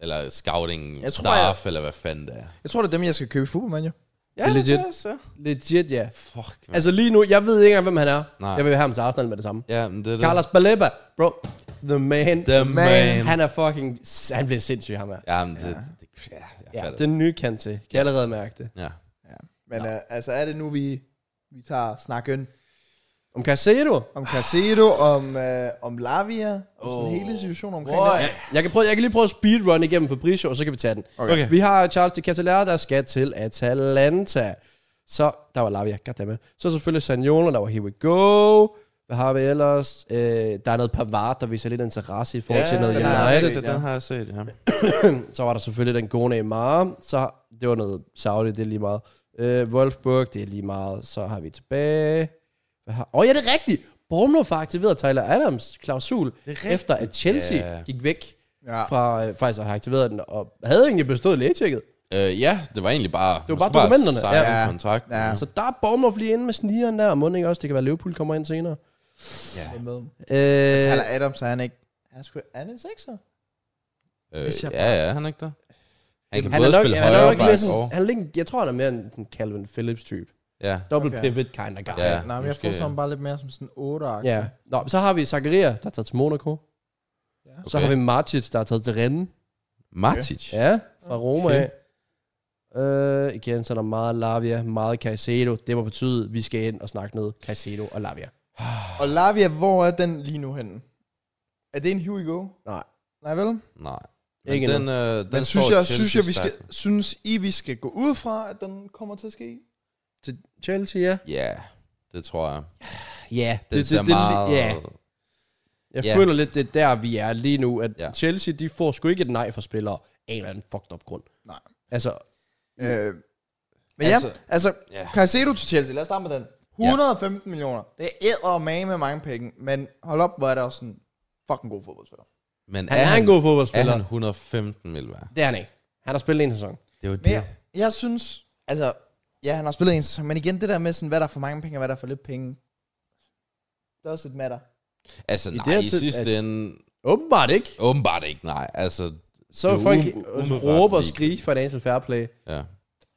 Eller scouting
Jeg tror,
staff, eller hvad fanden det er.
Jeg tror, det er dem, jeg skal købe i fodboldmand, jo.
Ja,
er legit.
tror jeg så.
legit, ja.
Fuck, man.
Altså lige nu, jeg ved ikke engang, hvem han er. Nej.
Nej.
Jeg vil have ham til Arsenal med det samme.
Ja, men det er det.
Carlos Baleba, bro. The man.
The man.
Han er fucking... Han bliver sindssyg, ham her.
Ja, men det, det, ja, jeg
Ja,
fatter det.
den nye kan til. Kan jeg allerede mærke det.
Ja.
Men øh, altså, er det nu, vi, vi tager snakken
Om Caicedo?
om Casedo, om, øh, om Lavia, og sådan
Åh.
hele situationen omkring wow. det?
Ja, jeg, kan prøve, jeg kan lige prøve at speedrun igennem Fabrizio, og så kan vi tage den.
Okay. Okay.
Vi har Charles de Catalera, der skal til Atalanta. Så der var Lavia, goddammit. Så selvfølgelig Saniola, der var Here We Go. Hvad har vi ellers? Øh, der er noget Pavard, der viser lidt interesse i forhold til noget
den har jeg
United.
set,
ja.
Den har jeg set, ja.
Så var der selvfølgelig den gode Neymar. Så det var noget Saudi, det er lige meget. Øh, Wolfsburg, det er lige meget. Så har vi tilbage. Hvad har... Åh, ja, det er rigtigt. Bournemouth har aktiveret Tyler Adams klausul,
rigtigt.
efter at Chelsea
Ja.
gik væk
Ja.
fra øh, faktisk at have aktiveret den, og havde egentlig bestået lægetjekket.
Øh, ja, det var egentlig bare... Det
var bare dokumenterne.
Ja.
Ja.
En kontrakt.
Ja.
Så der er Bournemouth lige inde med snigeren der, og må ikke også, det kan være, at Liverpool kommer ind senere.
Med.
Øh,
Tyler Adams er han ikke. Han er sgu han er en sekser.
Øh,
Hvis jeg
ja, ja, han er ikke der. Han kan
han
både
er nok,
spille
han er
højre
nok mere
back
sådan,
og...
han er lidt, en- jeg tror, han er mere en sådan Calvin Phillips-type.
Ja.
Double
Okay.
pivot kind of guy.
Ja.
Nej, men jeg
måske-
får sådan bare lidt mere som sådan en 8 -ark.
Ja. Nå, men så har vi Zakaria, der er taget til Monaco. Okay.
Okay.
Så har vi Martic, der er taget til Rennes.
Matic. Ja.
Ja, fra Roma
Okay.
okay. af. Øh, igen, så er der meget Lavia, meget Caicedo. Det må betyde, at vi skal ind og snakke ned Caicedo og Lavia.
Og Lavia, hvor er den lige nu henne? Er det en Here We Go?
Nej.
Nej vel?
Nej. Men
Ikke
ikke den, øh, den
Men
står
synes jeg,
Chelsea
synes jeg, vi skal,
stærkt.
synes I, vi skal gå ud fra, at den kommer til at ske?
Til Chelsea, ja.
Ja, det tror jeg.
Ja,
Den det, ser det, meget...
ja. Jeg
Ja.
føler lidt, det er der, vi er lige nu. At
Ja.
Chelsea, de får sgu ikke et nej for spillere af en eller anden fucked up grund.
Nej.
Altså,
Øh, men altså, ja,
Altså-
altså,
Ja.
Caicedo til Chelsea, lad os starte med den. 115 millioner. Det er æder med med mange penge, men hold op, hvor er der også en fucking god fodboldspiller.
Men
han er, er en god
Er
fodboldspiller.
han 115 vil være?
Det er han ikke. Han har spillet en sæson.
Det er jo det.
Men jeg, jeg synes, altså, ja, han har spillet en sæson, men igen det der med sådan, hvad der er for mange penge, og hvad der er for lidt penge. Det er også et matter.
Altså nej,
det her
i
tid-
sidste
altså-
ende...
Åbenbart ikke.
Åbenbart ikke, nej. Altså,
Så
Det
vil
er
folk
u- umiddelbart
råbe og
lige-
skrige Financial Fair Play.
ja.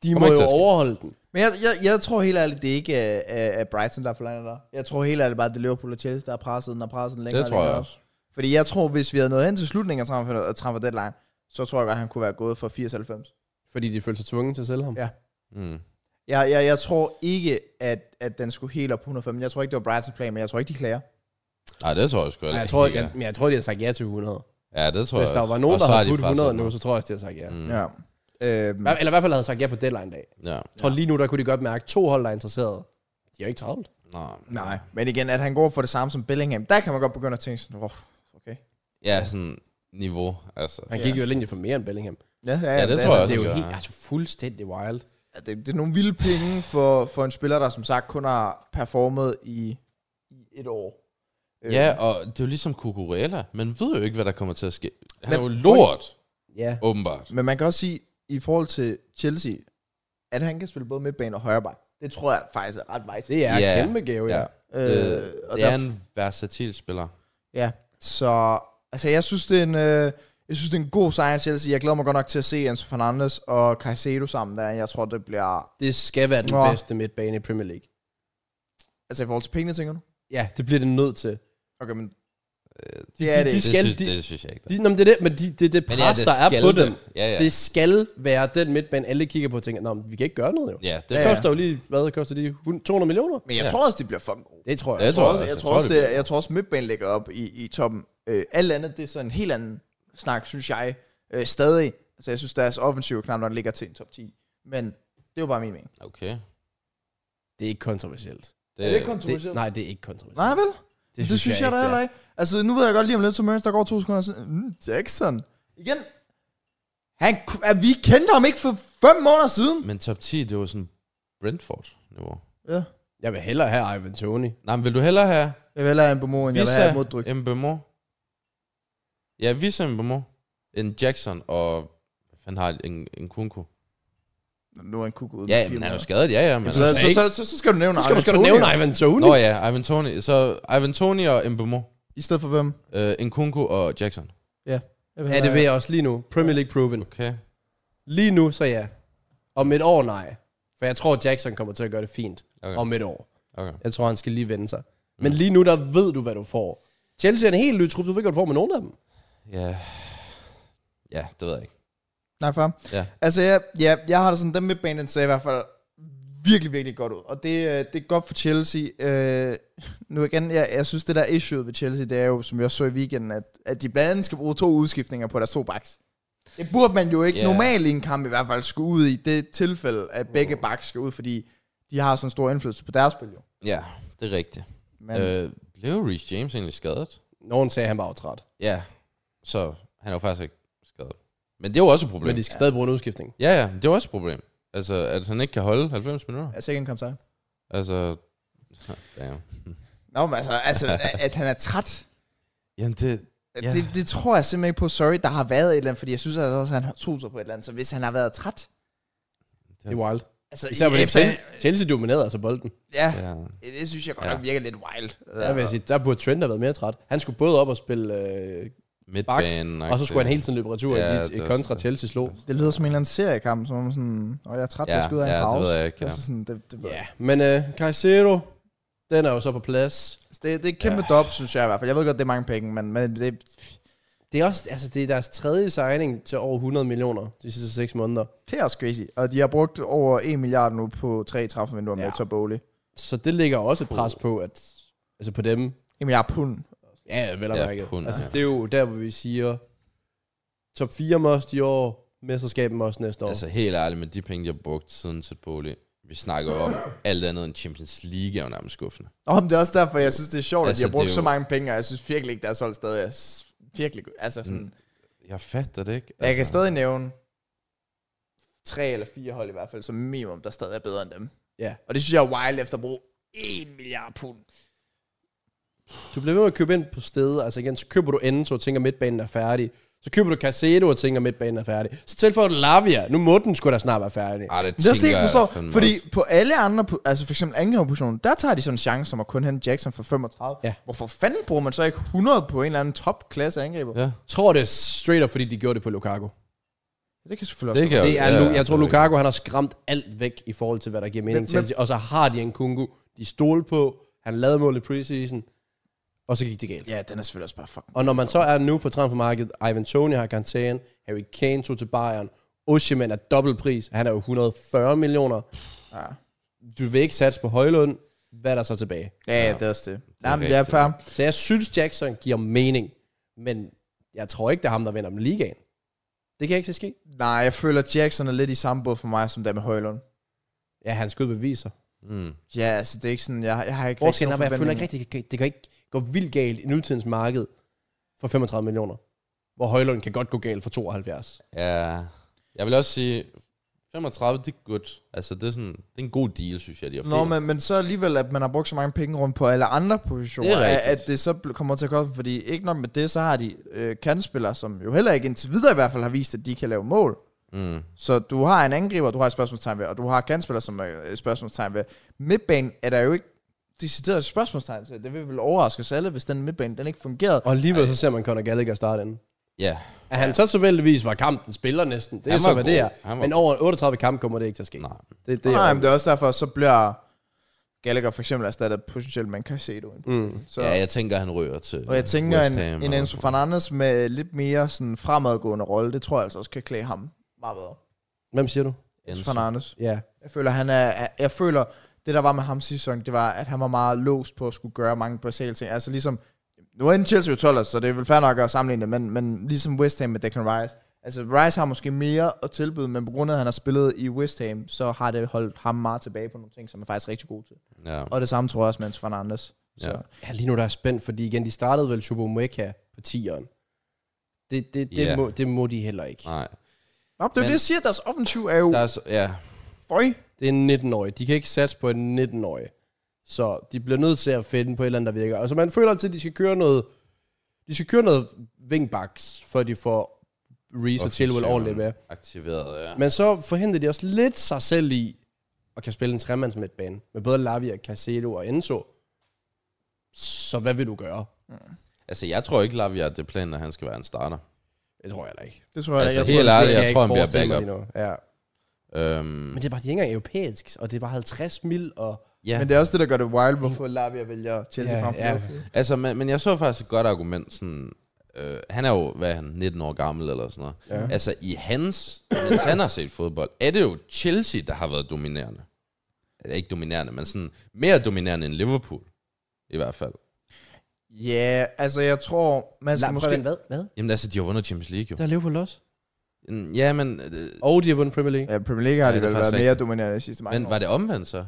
De
Kommer
må
ikke til
jo
at ske.
overholde den.
Men jeg, jeg, jeg tror helt ærligt, det ikke er, er, er Brighton, der forlanger der. Jeg tror helt ærligt bare, at det er Liverpool og Chelsea, der har presset den og presset den længere.
Det
og
tror jeg
længere.
også.
Fordi jeg tror, hvis vi havde nået hen til slutningen af transfer, af transfer deadline, så tror jeg godt, han kunne være gået for 94.
Fordi de følte sig tvunget til at sælge ham.
Ja.
Mm.
Jeg, jeg, jeg tror ikke, at, at den skulle helt op på 105. Jeg tror ikke, det var Brightons plan, men jeg tror ikke, de klager.
Nej, det tror jeg sgu
Ej,
heller
jeg tror,
ikke.
jeg, men jeg tror, de har sagt ja til 100.
Ja, det tror
Hvis
jeg
der
også.
var nogen,
Og
der
så
havde
de
budt
presset
100
den
nu,
op.
så tror jeg, også, de har sagt ja. Mm.
Mm.
Ja. Øhm,
Eller i hvert fald havde sagt ja på deadline dag.
Ja,
Jeg tror lige nu, der kunne de godt mærke, at to hold, der er interesserede. De er jo ikke travlt.
nej.
nej, men igen, at han går for det samme som Bellingham, der kan man godt begynde at tænke sådan, "Wow, okay.
Ja, sådan niveau, altså.
Han
Ja.
gik jo alene for mere end Bellingham.
Ja, ja,
det tror jeg
Det er jo
Ja.
helt, altså fuldstændig wild.
Ja, det, det er nogle vilde penge for, for en spiller, der som sagt kun har performet i, i et år. Øh,
Ja, og det er jo ligesom Kukurella. Man ved jo ikke, hvad der kommer til at ske. Han
Men
er jo lort,
Ja.
åbenbart.
Men man kan også sige, i forhold til Chelsea, at han kan spille både midtbane og højre bak. Det tror jeg faktisk er ret vejs.
Det er
Ja.
yeah. kæmpe gave, ja.
Ja.
Øh, og
det er
der,
en versatil spiller.
ja. Så altså, jeg synes, det er en... Øh, jeg synes, det er en god sejr, Chelsea. Jeg glæder mig godt nok til at se Enzo Fernandes og Caicedo sammen der. Jeg tror, det bliver...
Det skal være den
Nå.
bedste midtbane i Premier League.
Altså, i forhold til pengene, tænker du?
Ja, det bliver det nødt til.
Okay, men...
De,
Det er
de,
det.
de skal,
det, synes,
de,
det synes jeg ikke.
de, nå, men det er det, men de, det er det
Men
pres,
ja,
ja,
det
der er
skal
på
det.
dem.
Ja, ja.
Det skal være den midtbane, alle kigger på og tænker, Nå, men vi kan ikke gøre noget jo.
Ja, det,
Det
Ja, ja.
koster jo lige, hvad koster de? 200 millioner?
Men jeg
Ja.
tror også, det bliver fucking gode.
Det tror jeg.
Det
Jeg tror,
jeg
også,
også.
jeg,
Jeg
tror
tror,
også,
det
det, jeg tror også, midtbanen ligger op i, i toppen. Øh, alt andet, det er sådan en helt anden snak, synes jeg, øh, stadig. Altså, jeg synes, deres offensiv knap nok ligger til en top 10. Men det er jo bare min mening.
Okay.
Det er ikke kontroversielt.
Det,
er det
Det,
kontroversielt?
nej, det er ikke kontroversielt.
nej, vel? Det,
det
det synes jeg, jeg da heller ikke. Altså, nu ved jeg godt lige om lidt, så Mørens, der går to sekunder, og så, mm, Jackson. Igen. Han, ku- at vi kendte ham ikke for fem måneder siden.
Men top 10, det var sådan Brentford-niveau.
Ja.
Jeg vil hellere have Ivan Tony.
Nej, men vil du hellere have
Jeg vil have en Bomo, end jeg vil have moddryk.
Visa Mbemo? Ja, Visa Mbemo. En Jackson og... Han har en, en Kunko.
Nu er en kuk ude.
Ja, men han er jo skadet, ja, ja. Men
så,
altså,
så, så, så, så, skal du nævne
Så skal du,
Arne
skal du
Antonio.
nævne Ivan Tony?
Nå ja, Ivan Tony. Så Ivan Tony og Mbemo.
I stedet for hvem?
Øh, Nkunku og Jackson.
Jeg vil
ja, det
have-
vil jeg også lige nu. Premier League proven.
Okay.
Lige nu, så ja. Om et år, nej. For jeg tror, Jackson kommer til at gøre det fint
Okay.
om et år.
Okay.
Jeg tror, han skal lige vende sig. Men lige nu, der ved du, hvad du får. Chelsea er en helt ny trup. Du ved ikke, hvad du får med nogen af dem.
Ja. Ja, det ved jeg ikke.
Nej, far.
Ja.
Altså, jeg, ja, jeg har det sådan, den midtbane, den ser i hvert fald virkelig, virkelig godt ud. Og det, øh, det er godt for Chelsea. Øh, nu igen, jeg, jeg synes, det der issue ved Chelsea, det er jo, som jeg også så i weekenden, at, at de blandt andet skal bruge to udskiftninger på deres to backs. Det burde man jo ikke
Ja.
yeah. normalt i en kamp i hvert fald skulle ud i det tilfælde, at begge
Uh.
backs skal ud, fordi de har sådan stor indflydelse på deres spil jo.
Ja, det er rigtigt.
Men, øh.
Øh, blev Reece James egentlig skadet?
Nogen sagde, at han var træt.
Ja. Så han er jo faktisk ikke skadet. Men det er jo også et problem.
Men de skal stadig bruge en udskiftning.
Ja, ja, det er jo også et problem. Altså, at han ikke kan holde 90 minutter.
altså ikke en kamp sejr.
Altså, Damn.
Nå, men altså, altså at- at han er træt.
Jamen, det...
Ja. Det, det, tror jeg simpelthen ikke på. Sorry, der har været et eller andet, fordi jeg synes altså også, at han tog sig på et eller andet. Så hvis han har været træt...
Det er wild.
Altså,
Især
i
fordi
efter-
Chelsea- Chelsea dominerede altså bolden.
Ja,
Ja.
det, det synes jeg godt
Ja.
nok virker lidt wild.
Der, vil jeg sige, der burde Trent have været mere træt. Han skulle både op og spille, øh,
Midtbanen.
og så skulle han hele tiden løbe retur,
Ja,
ja,
det er også
kontra
det.
Chelsea slog.
Det lyder som en eller anden seriekamp, som om sådan, og jeg er træt,
Ja,
jeg skal ud af
ja,
en
det
pause.
ved jeg ikke, ja.
Altså sådan, det, det, ved jeg
Ja, men øh, Caicedo, den er jo så på plads.
ikke. det, det er et kæmpe ja. dop, synes jeg i hvert fald. Jeg ved godt, det er mange penge, men, men det,
Det er også altså, det er deres tredje signing til over 100 millioner de sidste 6 måneder.
det er også crazy. Og de har brugt over 1 milliard nu på tre træffervinduer ja.
Ja.
med Top Bowley.
Så det ligger også et pres på, at, altså på dem.
1 milliard pund.
Ja, vel og
Ja,
mærket.
pund,
altså,
ja.
det er jo der, hvor vi siger, top 4 must i år, mesterskabet must næste år.
Altså helt ærligt, med de penge, jeg har brugt siden til bolig, vi snakker jo om alt andet end Champions League er jo nærmest skuffende.
Og det er også derfor, jeg synes, det er sjovt, altså,
Altså,
at de har
det
brugt
er
så
jo-
mange penge, og jeg synes virkelig ikke, deres hold stadig er s- virkelig go- Altså sådan, mm,
Jeg fatter det ikke. Altså.
jeg kan stadig nævne tre eller fire hold i hvert fald, som minimum, der stadig er bedre end dem.
Ja.
Og det synes jeg er wild efter at bruge 1 milliard pund.
Du bliver ved med at købe ind på stedet, altså igen, så køber du Enzo og tænker, midtbanen er færdig. Så køber du Casedo og tænker, midtbanen er færdig. Så tilføjer du Lavia, nu må den skulle da snart være færdig.
Ej, det,
Det er også det,
tænker
jeg
jeg
ikke forstår.
fandme
Fordi
også.
på alle andre, po- altså for eksempel angrebspositionen, der tager de sådan en chance, som at kun hente Jackson for 35.
Ja.
Hvorfor fanden bruger man så ikke 100 på en eller anden topklasse angriber? Ja.
Ja,
Jeg tror det er straight up, fordi de gjorde det på Lukaku.
Det kan selvfølgelig
det
også
kan
Det er,
ja,
Lu- jeg tror,
det er
Lukaku han har skræmt alt væk i forhold til, hvad der giver mening
Men-
til Chelsea. Og så har de en kungu, de stole på, han lavede mål i preseason, og så gik det galt.
Ja, den er selvfølgelig også bare fucking...
Og når man så er nu på transfermarkedet, Ivan Tony har karantæne, Harry Kane tog til Bayern, Osimhen er dobbeltpris, han er jo 140 millioner.
Ja,
Du vil ikke satse på højlund, hvad er der så tilbage?
ja, ja det er også det.
er
Nej, men det er
rigtigt.
fair.
Så jeg synes, Jackson giver mening, men jeg tror ikke, det er ham, der vinder om ligaen. Det kan ikke så ske.
Nej, jeg føler, at Jackson er lidt i samme båd for mig, som der med Højlund.
Ja, han skal ud bevise sig.
Mm.
Ja, altså det er ikke sådan, jeg, jeg har ikke
Forskellen er, at jeg føler ikke
forventninger.
rigtig, det kan- det kan ikke gå vildt galt i nutidens marked for 35 millioner. Hvor Højlund kan godt gå galt for 72.
Ja. Jeg vil også sige, 35, det er godt. Altså, det er, sådan, det er en god deal, synes jeg, de har
Nå, men, men så alligevel, at man har brugt så mange penge rundt på alle andre positioner,
Det er
at,
rigtigt.
at det så bl- kommer til at koste, fordi ikke nok med det, så har de øh, kandspillere, som jo heller ikke indtil videre i hvert fald har vist, at de kan lave mål.
Mm.
Så du har en angriber, du har et spørgsmålstegn ved, og du har kandspillere, som er øh, et spørgsmålstegn ved. Midtbanen er der jo ikke decideret et spørgsmålstegn til. Det vil vel overraske os alle, hvis den midtbane den ikke fungerede.
Og alligevel så ser man Conor Gallagher starte inden.
Ja.
At han så tilfældigvis var kampen spiller næsten. Det er
Han
så,
var
hvad det
god.
er.
Han var
Men
god.
over 38 kampe kommer det ikke til at ske.
Nej.
Det, det
Det
er
Nej, men det er også derfor, så bliver Gallagher for eksempel erstattet potentielt med en Caicedo.
mm.
Så,
ja, jeg tænker, han rører til
Og jeg tænker,
West
en,
Ham
en
og-
Enzo Fernandes med lidt mere sådan fremadgående rolle, det tror jeg altså også kan klæde ham meget bedre.
Hvem siger du?
Enzo
Enzo.
Fernandes.
Ja.
Jeg føler, han er, jeg føler, det der var med ham sidste sæson, det var, at han var meget låst på at skulle gøre mange basale ting. Altså ligesom, nu er han Chelsea jo 12, så det er vel fair nok at sammenligne det, men, men ligesom West Ham med Declan Rice. Altså Rice har måske mere at tilbyde, men på grund af, at han har spillet i West Ham, så har det holdt ham meget tilbage på nogle ting, som er faktisk rigtig god til.
Ja.
Og det samme tror jeg også med Enzo Fernandes. Så.
Ja.
ja, lige nu der er spændt, fordi igen, de startede vel Chubo Mueka på 10'eren. Det, det, det,
Ja.
må, det må de heller ikke.
Nej.
Nå, det er jo
Men-
det, jeg siger, deres offensiv er jo...
Der er, så- ja.
Føj.
Det er en 19-årig. De kan ikke satse på en 19-årig. Så de bliver nødt til at finde på et eller andet, der virker. Altså man føler altid, at de skal køre noget, de skal køre noget wingbacks, for at de får Reese og Chilwell ordentligt med.
Aktiveret, ja.
Men så forhindrer de også lidt sig selv i at kan spille en tremands midtbane med både Lavia, Casedo og Enzo. Så hvad vil du gøre?
Altså, jeg tror ikke, Lavia, at det er planen, at han skal være en starter.
Det tror jeg heller ikke.
Det tror jeg
Altså,
altså, ikke.
helt
Jeg tror,
ærligt,
Det kan
jeg tror, han bliver
forestille mig
backup.
lige nu. Ja.
Øhm,
Men det er bare, de er ikke engang europæisk, og det er bare 50 mil, og
ja.
Men det er også det, der gør det wild, hvorfor Lavia vælger Chelsea
Ja,
frem for
ja.
Liverpool.
Altså, men, men jeg så faktisk et godt argument, sådan, øh, han er jo, hvad er han, 19 år gammel eller sådan noget. Ja. Altså, i hans, mens han har set fodbold, er det jo Chelsea, der har været dominerende. Eller ikke dominerende, men sådan mere dominerende end Liverpool, i hvert fald.
Ja, altså jeg tror, man skal
Nej,
måske...
prøv at- hvad? hvad?
Jamen altså, de har vundet Champions League jo.
Der er Liverpool også.
Mm, Ja, men, øh,
Og de har vundet Premier League.
Ja, Premier League har de
Ja, det er
vel
faktisk
været mere
rigtigt.
dominerende de sidste mange
men
år.
var det omvendt så?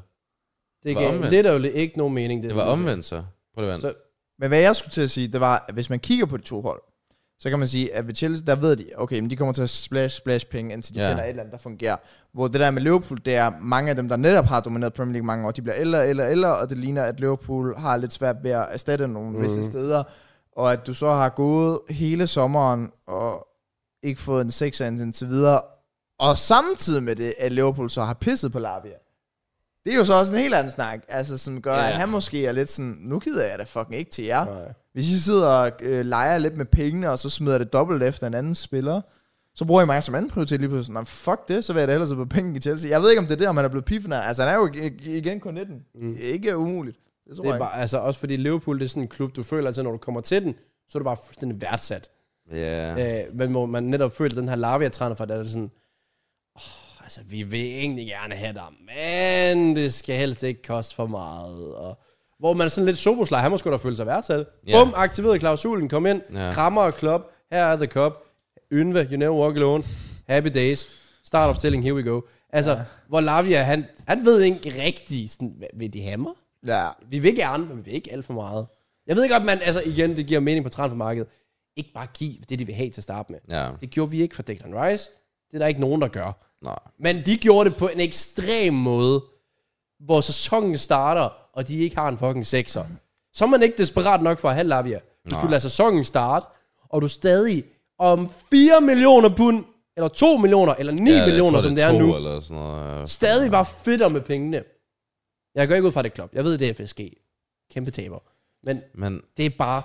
Det
var
gav
omvendt.
lidt og ikke nogen mening.
Det var omvendt så? Prøv det
Så-
vand.
Men hvad jeg skulle til at sige, det var, at hvis man kigger på de to hold, så kan man sige, at ved Chelsea, der ved de, okay, men de kommer til at splash, splash penge, indtil de
Ja.
ja. finder et eller andet, der fungerer. Hvor det der med Liverpool, det er mange af dem, der netop har domineret Premier League mange år, de bliver ældre, ældre, ældre, og det ligner, at Liverpool har lidt svært ved at erstatte nogle mm. visse steder, og at du så har gået hele sommeren og ikke fået en 6 indtil videre, og samtidig med det, at Liverpool så har pisset på Lavia. Det er jo så også en helt anden snak, altså, som gør,
Ja.
ja. at han måske er lidt sådan, nu gider jeg da fucking ikke til jer.
Nej.
Hvis I sidder og øh, leger lidt med pengene, og så smider det dobbelt efter en anden spiller, så bruger I mig som anden prioritet lige pludselig. Nej, fuck det, så vil jeg da hellere på penge i Chelsea. Jeg ved ikke, om det er der, man er blevet piffen af. Altså, han er jo i- i- igen kun 19. Mm. Ikke umuligt. Det
Det
tror det
er
jeg bare...
bare, altså også fordi Liverpool, det er sådan en klub, du føler altså, når du kommer til den, så er du bare fuldstændig værdsat.
Ja.
Øh, men hvor man netop føler den her Lavia-træner fra, der er det sådan, oh, altså vi vil egentlig gerne have dig, men det skal helst ikke koste for meget. Og, hvor man er sådan lidt soboslag, han må sgu da føle sig værdsat.
Ja.
Yeah. Bum, aktiveret klausulen, kom ind,
Ja.
yeah. krammer og klop, her er the cup, Ynve, you never walk alone, happy days, startopstilling, here we go. Altså, yeah. hvor Lavia, han, han ved ikke rigtigt, sådan, hvad- vil de hammer?
Ja.
Vi vil gerne, men vi vil ikke alt for meget. Jeg ved godt, man, altså igen, det giver mening på transfermarkedet. Ikke bare give det, de vil have til at starte med.
Ja.
Det gjorde vi ikke for Declan Rice. Det er der ikke nogen, der gør.
Nej.
Men de gjorde det på en ekstrem måde, hvor sæsonen starter, og de ikke har en fucking sekser. Så er man ikke desperat nok for at have Lavia. Hvis Nej. du lader sæsonen starte, og du stadig om 4 millioner pund, eller 2 millioner, eller 9
Ja,
ja,
jeg
millioner,
tror,
som det
er
er
to
nu,
Eller sådan noget.
stadig var fedtere med pengene. Jeg går ikke ud fra at det er klub. Jeg ved, det er FSG. Kæmpe taber. Men
Men
det er bare...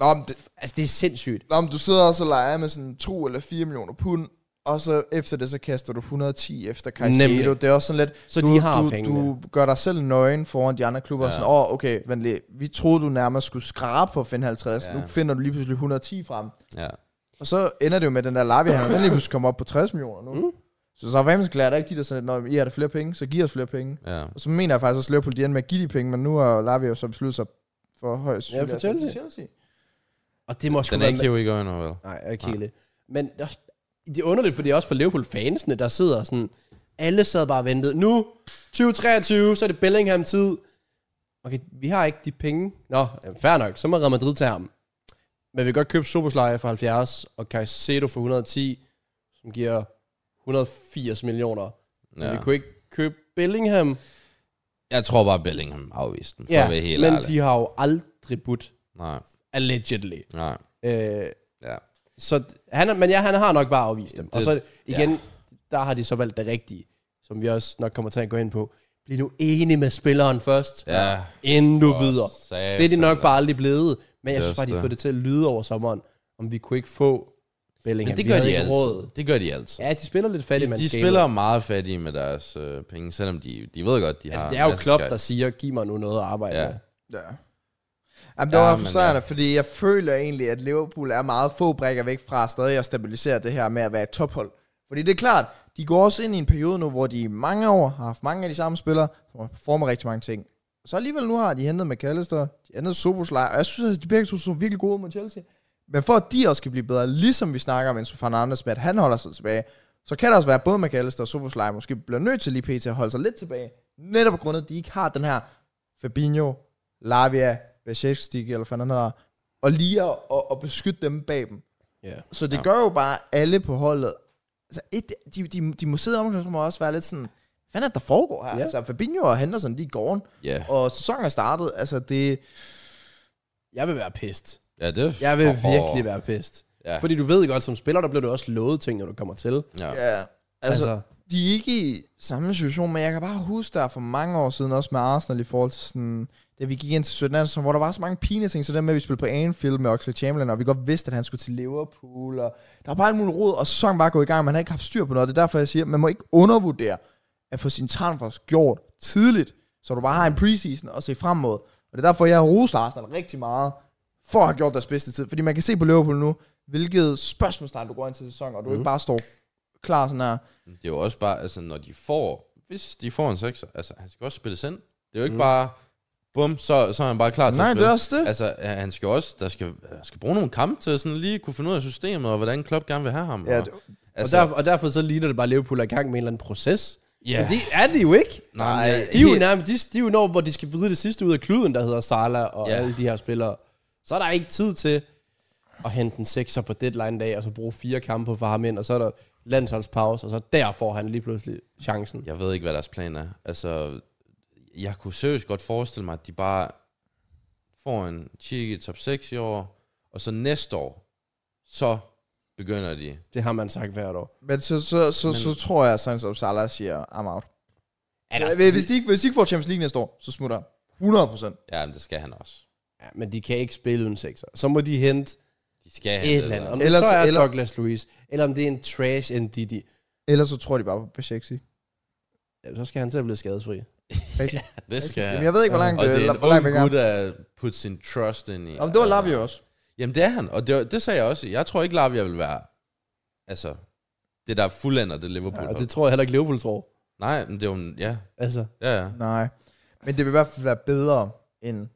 Nå, men, det,
Altså, det er sindssygt.
nå, men du sidder også og leger med sådan 2 eller 4 millioner pund, og så efter det, så kaster du 110 efter Caicedo.
Nemlig.
Det er også sådan lidt,
Så
du,
de har
du,
pengene.
du gør dig selv nøgen foran de andre klubber.
Ja.
Ja. Sådan, åh, oh, okay, vent lige. Vi troede, du nærmest skulle skrabe for at finde 50.
Ja.
Ja. Nu finder du lige pludselig 110 frem.
ja.
Og så ender det jo med at den der Lavi, han er lige pludselig kommet op på 60 millioner nu. Mm. Så så er klar, der er ikke de der sådan, at når I har der flere penge, så giv os flere penge.
Ja.
Og så mener jeg faktisk også, at Liverpool de ender med at give de penge, men nu har Lavi jo så besluttet sig for højst
Ja, for
sandsynligt at sende
Chelsea.
til Chelsea.
Og det må sgu
Den er
være...
ikke hævet i går endnu, vel?
Nej, jeg kigger lidt. Men det er også- det er underligt, fordi også for Liverpool-fansene, der sidder sådan... Alle sad bare og ventede. Nu, 2023, så er det Bellingham-tid. Okay, vi har ikke de penge. Nå, jamen, fair nok. Så må Real Madrid tage ham. Men vi kan godt købe Soboslej for 70 og Caicedo for 110, som giver 180 millioner. Ja.
Ja.
Vi kunne ikke købe Bellingham.
Jeg tror bare, Bellingham afviste den, for ja,
Ja,
at være helt
men
ærlig.
de har jo aldrig budt,
Nej,
allegedly.
nej,
Øh,
ja.
Så han, er- men ja, han har nok bare afvist dem. Det, og
Det-
så igen, ja. der har de så valgt det rigtige, som vi også nok kommer til at gå ind på. Bliv nu enig med spilleren først,
Ja.
inden du byder.
satan.
Det er de nok bare aldrig blevet, men jeg synes bare,
Det er
de
også
får det til at lyde over sommeren, om vi kunne ikke få Bellingham.
Men det
Vi
gør
havde
de
ikke
altid.
råd.
Det gør de altid.
Ja, de spiller lidt fattigt,
de, de spiller meget fattige med deres øh, penge, selvom de, de ved godt, de
Altså,
har...
det er jo
masser
Klopp,
af-
der siger, giv mig nu noget at arbejde
Ja.
med.
Ja. Jamen, det
Ja,
ja, var
men
frustrerende, ja. fordi jeg føler egentlig, at Liverpool er meget få brækker væk fra stadig at stabilisere det her med at være et tophold. Fordi det er klart, de går også ind i en periode nu, hvor de i mange år har haft mange af de samme spillere, som har performet rigtig mange ting. Så alligevel nu har de hentet McAllister, de har hentet Soboslej, og jeg synes, at de begge to så virkelig gode ud mod Chelsea. Men for at de også kan blive bedre, ligesom vi snakker om Enzo Fernandes med, at han holder sig tilbage, så kan det også være, at både McAllister og Soboslej måske bliver nødt til lige pt. at holde sig lidt tilbage. Netop på grund af, at de ikke har den her Fabinho, Lavia, Besiktik, eller hvad han hedder, og lige at, at, at beskytte dem bag dem.
Ja.
Så det ja. gør jo bare alle på holdet. Altså, et, de, de, de må sidde om, og må også være lidt sådan, hvad er det, der foregår her?
Ja.
Ja. Altså, Fabinho og Henderson, de er i gården,
Ja,
og sæsonen er startet. Altså, det,
Jeg vil være pist.
ja det...
Jeg vil
Åh,
virkelig være pist.
Ja.
Fordi du ved godt, som spiller, der bliver du også lovet ting, når du kommer til.
Ja.
ja, altså, altså, de er ikke i samme situation, men jeg kan bare huske der for mange år siden, også med Arsenal i forhold til sådan, da vi gik ind til 17 så hvor der var så mange pinlige ting, så det med, at vi spillede på Anfield med Oxlade Chamberlain, og vi godt vidste, at han skulle til Liverpool, og der var bare alt muligt rod, og sæsonen bare gået i gang, man havde ikke haft styr på noget, det er derfor, jeg siger, man må ikke undervurdere, at få sin transfers gjort tidligt, så du bare har en preseason og se frem mod. Og det er derfor, jeg har rost Arsenal rigtig meget, for at have gjort deres bedste tid, fordi man kan se på Liverpool nu, hvilket spørgsmålstegn du går ind til sæsonen, og du mm. ikke bare står klar sådan her,
Det er jo også bare, altså når de får, hvis de får en sekser, altså han skal også spilles ind. Det er jo ikke mm. bare, bum, så, så er han bare klar til
Nej,
at
det
spille.
er også det.
Altså han han skal også, der skal, han skal bruge nogle kampe til at sådan lige kunne finde ud af systemet, og hvordan Klopp gerne vil have ham.
Ja,
og,
det-
altså,
og, derfor, og derfor så ligner det bare, at Liverpool er i gang med en eller anden proces.
Ja.
Men det er de jo ikke.
nej,
Nej.
nej,
De er jo
Helt-
nærmest, de, de er jo når, hvor de skal vride det sidste ud af kluden, der hedder Salah og
Ja.
alle de her spillere. Så er der ikke tid til, og hente en sekser på deadline dag, og så bruge fire kampe på at få ham ind, og så er der landsholdspause, og så der får han lige pludselig chancen.
Jeg ved ikke, hvad deres plan er. Altså, jeg kunne seriøst godt forestille mig, at de bare får en chick i top 6 i år, og så næste år, så begynder de.
Det har man sagt hvert år.
Men så, så, så,
Men-
men, så tror jeg, at Sainz og Salah siger, I'm out.
Ja, der
Hvis, hvis, de ikke, hvis de ikke får Champions League næste år, så smutter han. 100 procent.
Ja, men det skal han også.
Ja, men de kan ikke spille en sekser. Så må de hente
De skal have
et
det
eller andet.
der.
Om det
Ellers-
så er
eller-
Douglas Luiz, eller om det er en trash en Didi,
Ellers så tror de bare på Bashexi.
ja, så skal han til at blive skadesfri.
Det skal
Jamen, jeg ved ikke, hvor langt øh,
Og det er
hvor
en
langt vi
ung
er.
gut, der putte sin trust ind i.
Om det var Lavi også.
Jamen, det er han, og det, var- det sagde jeg også. Jeg tror ikke, Lavia vil være, altså, det der fuldender det
Ja,
Liverpool. Ja,
og det tror jeg heller ikke Liverpool tror.
Nej, men det er jo, en- ja,
Altså,
ja, ja.
Nej. Men det vil i hvert fald være bedre end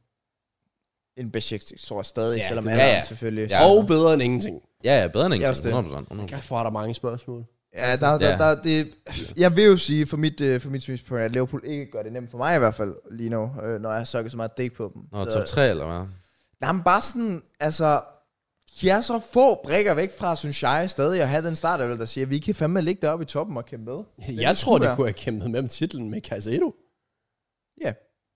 end Bashexi, tror jeg stadig,
Ja,
selvom
det-
han ja,
ja, ja.
ja. selvfølgelig.
Ja.
ja. og bedre end ingenting.
Ja, ja, bedre end
også
ingenting.
det.
100%. 100%.
Kæft, hvor er der mange spørgsmål.
Ja, der, der,
Ja.
der, det, jeg vil jo sige for mit, øh, for mit synspunkt, at Liverpool ikke gør det nemt for mig i hvert fald lige nu, øh, når jeg har sukket så meget dæk på dem.
Nå,
så,
top 3 eller hvad?
Nej, men bare sådan, altså, de er så få brækker væk fra, synes jeg, stadig at have den start, der siger, vi kan fandme ligge deroppe i toppen og kæmpe med.
Jeg
det
tror,
skulle
de
være.
kunne have kæmpet med om titlen med Caicedo.
Ja.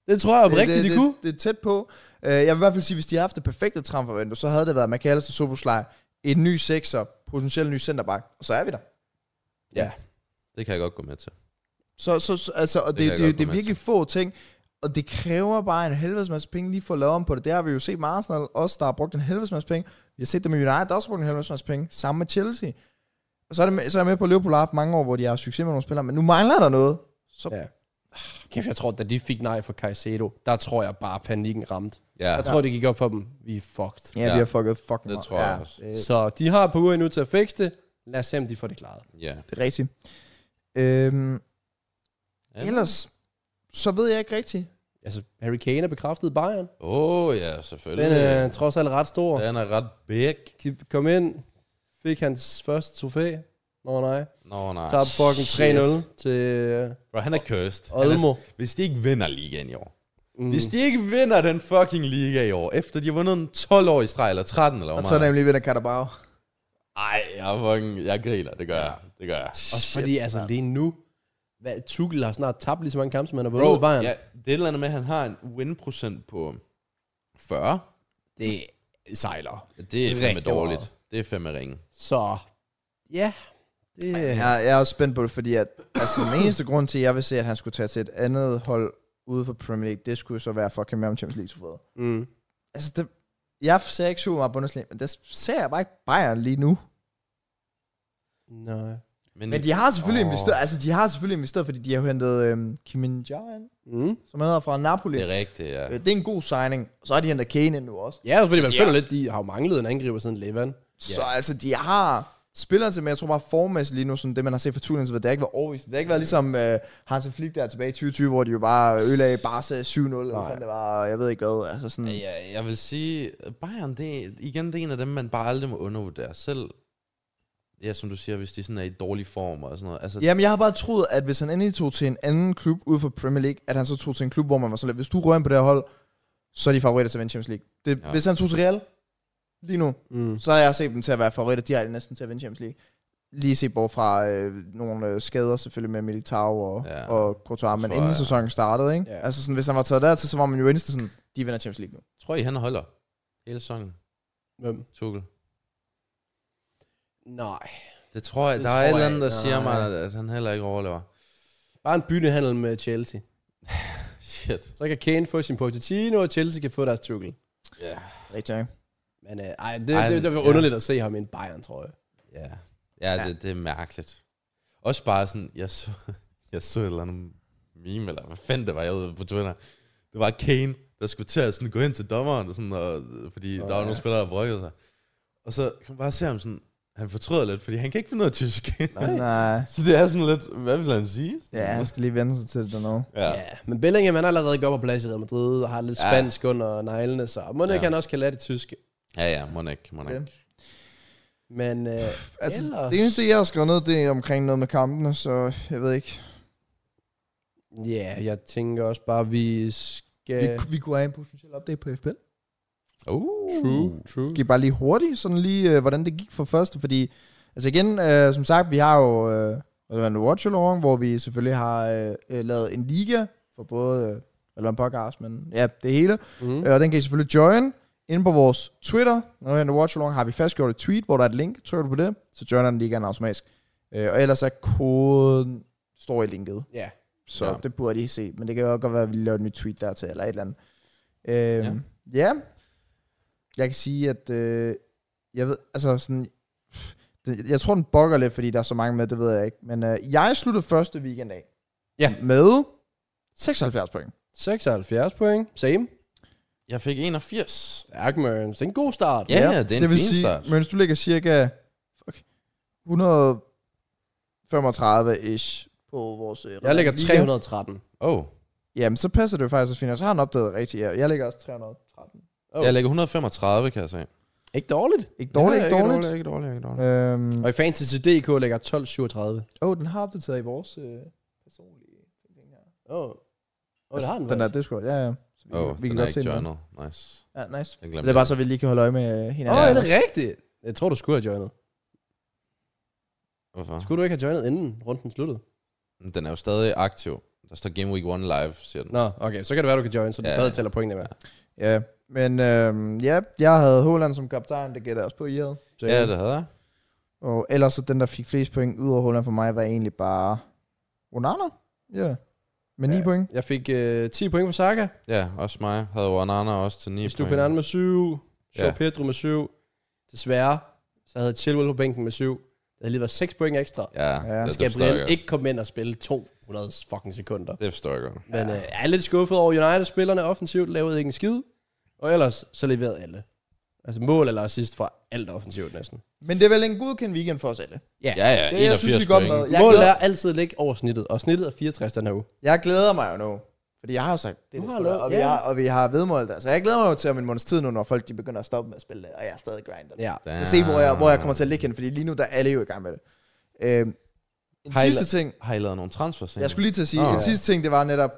Det tror jeg oprigtigt, de
det,
kunne.
Det, det er tæt på. Øh, jeg vil i hvert fald sige, hvis de havde haft det perfekte transfervindue, så havde det været McAllister, Soboslej, en ny sekser, potentielt ny centerback, og så er vi der.
Det kan jeg godt gå med til.
Så, så, så altså, og
kan
det,
jeg
det,
godt
det, det
gå
er
med
virkelig få ting, og det kræver bare en helvedes masse penge lige for at lave om på det. Det har vi jo set med Arsenal også, der har brugt en helvedes masse penge. Vi har set det med United, der også har brugt en helvedes masse penge, sammen med Chelsea. Og så er, det med, så er jeg med på, at Liverpool har haft mange år, hvor de har haft succes med nogle spillere, men nu mangler der noget. Så
Ja. Kæft, jeg tror, da de fik nej for Caicedo, der tror jeg bare, panikken ramte.
Ja,
Jeg tror, det gik op for dem. Vi er fucked.
ja,
Ja.
vi har fucket fucking
Det
meget.
tror jeg
ja,
også.
Det,
Så de har et par uger endnu til at fikse det. Lad os se, om de får det klaret.
ja.
det er rigtigt. Øhm,
Ja.
Ellers, så ved jeg ikke rigtigt.
Altså, Harry Kane er bekræftet i Bayern.
Åh, oh, ja, selvfølgelig.
Den øh, er trods alt ret stor.
Den er ret big.
Kom ind, fik hans første trofæ. Nå nej.
Nå, nej.
Tab fucking
shit.
3-0 til øh,
Bro, han er cursed. Han
Olmo.
er, hvis de ikke vinder ligaen i år.
Mm.
Hvis de ikke vinder den fucking liga i år, efter de har vundet en 12 år i streg, eller 13 eller
Og
hvor
så er
meget.
nemlig vinder Carabao.
Ej, jeg, er fucking, jeg griner, det gør jeg. Det gør jeg.
Også fordi, altså lige nu, hvad, Tuchel har snart tabt lige så mange kampe, som han har vundet i
Bro,
Bayern.
ja, det er et eller andet med, at han har en win-procent på 40.
Det sejler.
Det er fandme
Rigtig
dårligt.
meget.
Det er fandme ringe.
Så, ja. Det, ja.
Jeg, jeg er også spændt på det, fordi at, altså, den eneste grund til, at jeg vil se, at han skulle tage til et andet hold ude for Premier League, det skulle så være for at kæmpe med om Champions League trofæet.
Mm.
Altså, det, jeg ser ikke super meget Bundesliga, men det ser jeg bare ikke Bayern lige nu.
Nej.
Men de har selvfølgelig
Åh.
oh. investeret, altså de har selvfølgelig investeret, fordi de har hentet øhm, Kim min som
Mm.
han hedder fra Napoli.
Det
Det
er rigtigt,
Øh,
ja.
er, det er en god signing. Så har de hentet Kane ind nu også.
Ja, også fordi man
de
føler
har-
lidt, de har jo manglet en angriber siden Levan.
Så altså, de har spillere til, men jeg tror bare formmæssigt lige nu, sådan det man har set fra Tulen, så det har ikke været overvist. Det har ikke været ligesom øh, Hansen Flick der tilbage i 2020, hvor de jo bare ødelagde Barca 7-0, eller hvad fanden det var, og jeg ved ikke hvad. Altså sådan, ja.
Ja, jeg vil sige, Bayern, det, er- igen, det er en af dem, man bare aldrig må undervurdere. Selv, ja, som du siger, hvis de sådan er i dårlig form og sådan noget. Altså,
Jamen, jeg har bare troet, at hvis han endelig tog til en anden klub ude for Premier League, at han så tog til en klub, hvor man var sådan lidt, hvis du rører ind på det her hold, så er de favoritter til at vinde Champions League. Det,
Ja.
ja. Hvis han tog til Real lige nu,
Mm.
så har jeg set dem til at være favoritter direkte næsten til at vinde Champions League. Lige se bort fra øh, nogle øh, skader selvfølgelig med Militao og,
Ja.
ja. og Courtois, men
Tror
inden
jeg.
sæsonen startede, ikke?
Ja.
Ja. Altså sådan, hvis han var taget dertil, så var man jo instant sådan, de vinder Champions League nu.
tror I, han holder hele sangen,
Hvem?
Tuchel?
Nej.
Det tror jeg,
Det
der
tror
er et eller
jeg
andet, der
ikke,
siger
nej.
mig, at han heller ikke overlever.
Bare en byttehandel med Chelsea.
Shit.
Så kan Kane få sin Pochettino, og Chelsea kan få deres Tuchel.
Ja.
Rigtig, ikke?
Men øh, ej, det,
Ej,
ej, det, det, var
ja.
underligt at se ham i en Bayern, tror jeg.
Ja, ja det, det er mærkeligt. Også bare sådan, jeg så, jeg så et eller andet meme, eller hvad fanden det var, jeg ved på Twitter. Det var Kane, der skulle til at sådan gå ind til dommeren, og sådan, og, fordi oh, der var
ja.
nogle spillere, der brokkede sig. Og så kan man bare se ham sådan, han fortryder lidt, fordi han kan ikke finde noget tysk.
Nej. Nej.
så det er sådan lidt, hvad vil han sige?
øh, Ja, han skal lige vende sig til det dernede.
Ja.
Ja, men Bellingham han er allerede godt på plads i Real Madrid, og har lidt
Ja.
spansk under neglene, så må ja.
Ja.
han også kan lære det tyske.
ja, ja, må ikke, må ikke.
Men øh,
Altså,
Ellers-
Ellers. det eneste, jeg har skrevet ned, det er omkring noget med kampene, så jeg ved ikke.
ja, jeg tænker også bare, vi skal...
Vi, vi kunne have en potentiel update på FBL.
Uh.
True, true.
Skal I bare lige hurtigt, sådan lige, øh, hvordan det gik for første, fordi, altså igen, øh, som sagt, vi har jo øh, Relevant Watch Along, hvor vi selvfølgelig har øh, øh, lavet en liga for både øh, Relevant Podcast, men ja, det hele,
Mm.
Øh, Og den kan I selvfølgelig join inde på vores Twitter. Når du watch along, har vi fastgjort et tweet, hvor der er et link. Trykker du på det, så joiner den ligaen automatisk. Øh, og ellers er koden står i linket.
Ja.
Så
Ja.
ja. det burde I se. Men det kan jo godt være, at vi laver et nyt tweet dertil, eller et eller andet. Øh, ja.
Ja.
ja. Jeg kan sige, at... Øh, jeg ved, altså sådan... den- Jeg tror, den bokker lidt, fordi der er så mange med, det ved jeg ikke. Men øh, jeg sluttede første weekend af.
Ja.
Med 76 point.
76 point. Same.
Jeg fik 81.
Stærk, man. Det er en god start.
Ja, ja, det er en
det vil
fin
sige,
start.
mens du ligger cirka fuck, 135-ish på vores... øh,
Jeg ligger
liga.
313.
Oh.
Jamen, så passer det jo faktisk også fint. Og så har han opdaget rigtigt. Ja, jeg ligger også 313.
Oh.
Jeg lægger 135, kan jeg sige.
Ikke dårligt.
Ikke dårligt, ikke dårligt.
Ikke dårligt, ikke dårligt.
Øhm,
Og i Fantasy.dk ligger 1237.
Åh, oh, den har opdateret i vores øh, personlige ting her.
Åh. Oh. Oh, det har den,
den er
faktisk.
Discord, ja, ja. Så vi,
Oh,
vi
den
kan
er
godt se
ikke
den.
journal. Nice.
Ja, nice.
Den
Det er bare så, vi lige kan holde øje med øh,
Åh,
hinanden.
oh, er det rigtigt? Jeg tror, du skulle have joinet.
Hvorfor?
Skulle du ikke have joinet inden runden sluttede?
Den er jo stadig aktiv. Der står Game Week 1 live, siger den.
Nå, okay. Så kan det være, du kan join, så du
Ja.
ja. stadig tæller pointene med.
Ja, men øhm, ja, jeg havde Håland som kaptajn, det gætter jeg også på, I havde.
Så,
Ja, det havde jeg.
Og ellers så den, der fik flest point ud af Holland for mig, var egentlig bare Onana. Ja. Yeah. Med 9
Ja.
point.
Jeg fik øh, 10 point for Saka.
Ja, også mig. Havde jo Anana også til 9
Stupinan med 7. Joe
Ja.
Pedro med 7. Desværre, så havde Chilwell på bænken med 7. Der havde lige været 6 point ekstra. Ja.
Ja,
Ja.
ja. Det,
Skal
det forstår jeg
Gabriel
godt.
ikke komme ind og spille 200 fucking sekunder.
Det forstår jeg godt.
Men øh, jeg er lidt skuffet over United-spillerne offensivt, lavede ikke en skid. Og ellers, så leverede alle. Altså mål eller assist fra alt offensivt næsten.
Men det er vel en godkendt weekend for os alle.
Ja, ja,
Det,
81
jeg synes, vi er godt
point.
med. Jeg
Målet
glæder,
er altid ligge over snittet, og snittet er 64 den her uge.
jeg glæder mig jo nu. Fordi jeg har jo sagt, det er
Du
det,
har
spiller,
lov,
og, vi
ja.
har, og vi har vedmålet det. Så jeg glæder mig jo til om en måneds tid nu, når folk de begynder at stoppe med at spille det, og jeg er stadig grinder.
Ja.
Ja. Se, hvor
Ah.
jeg, hvor jeg kommer til at ligge hen, fordi lige nu der er alle jo i gang med det. Øhm, en
Highlight.
sidste ting,
Har I lavet nogle transfers?
jeg skulle lige til at sige,
Nå.
oh. en sidste ting, det var netop,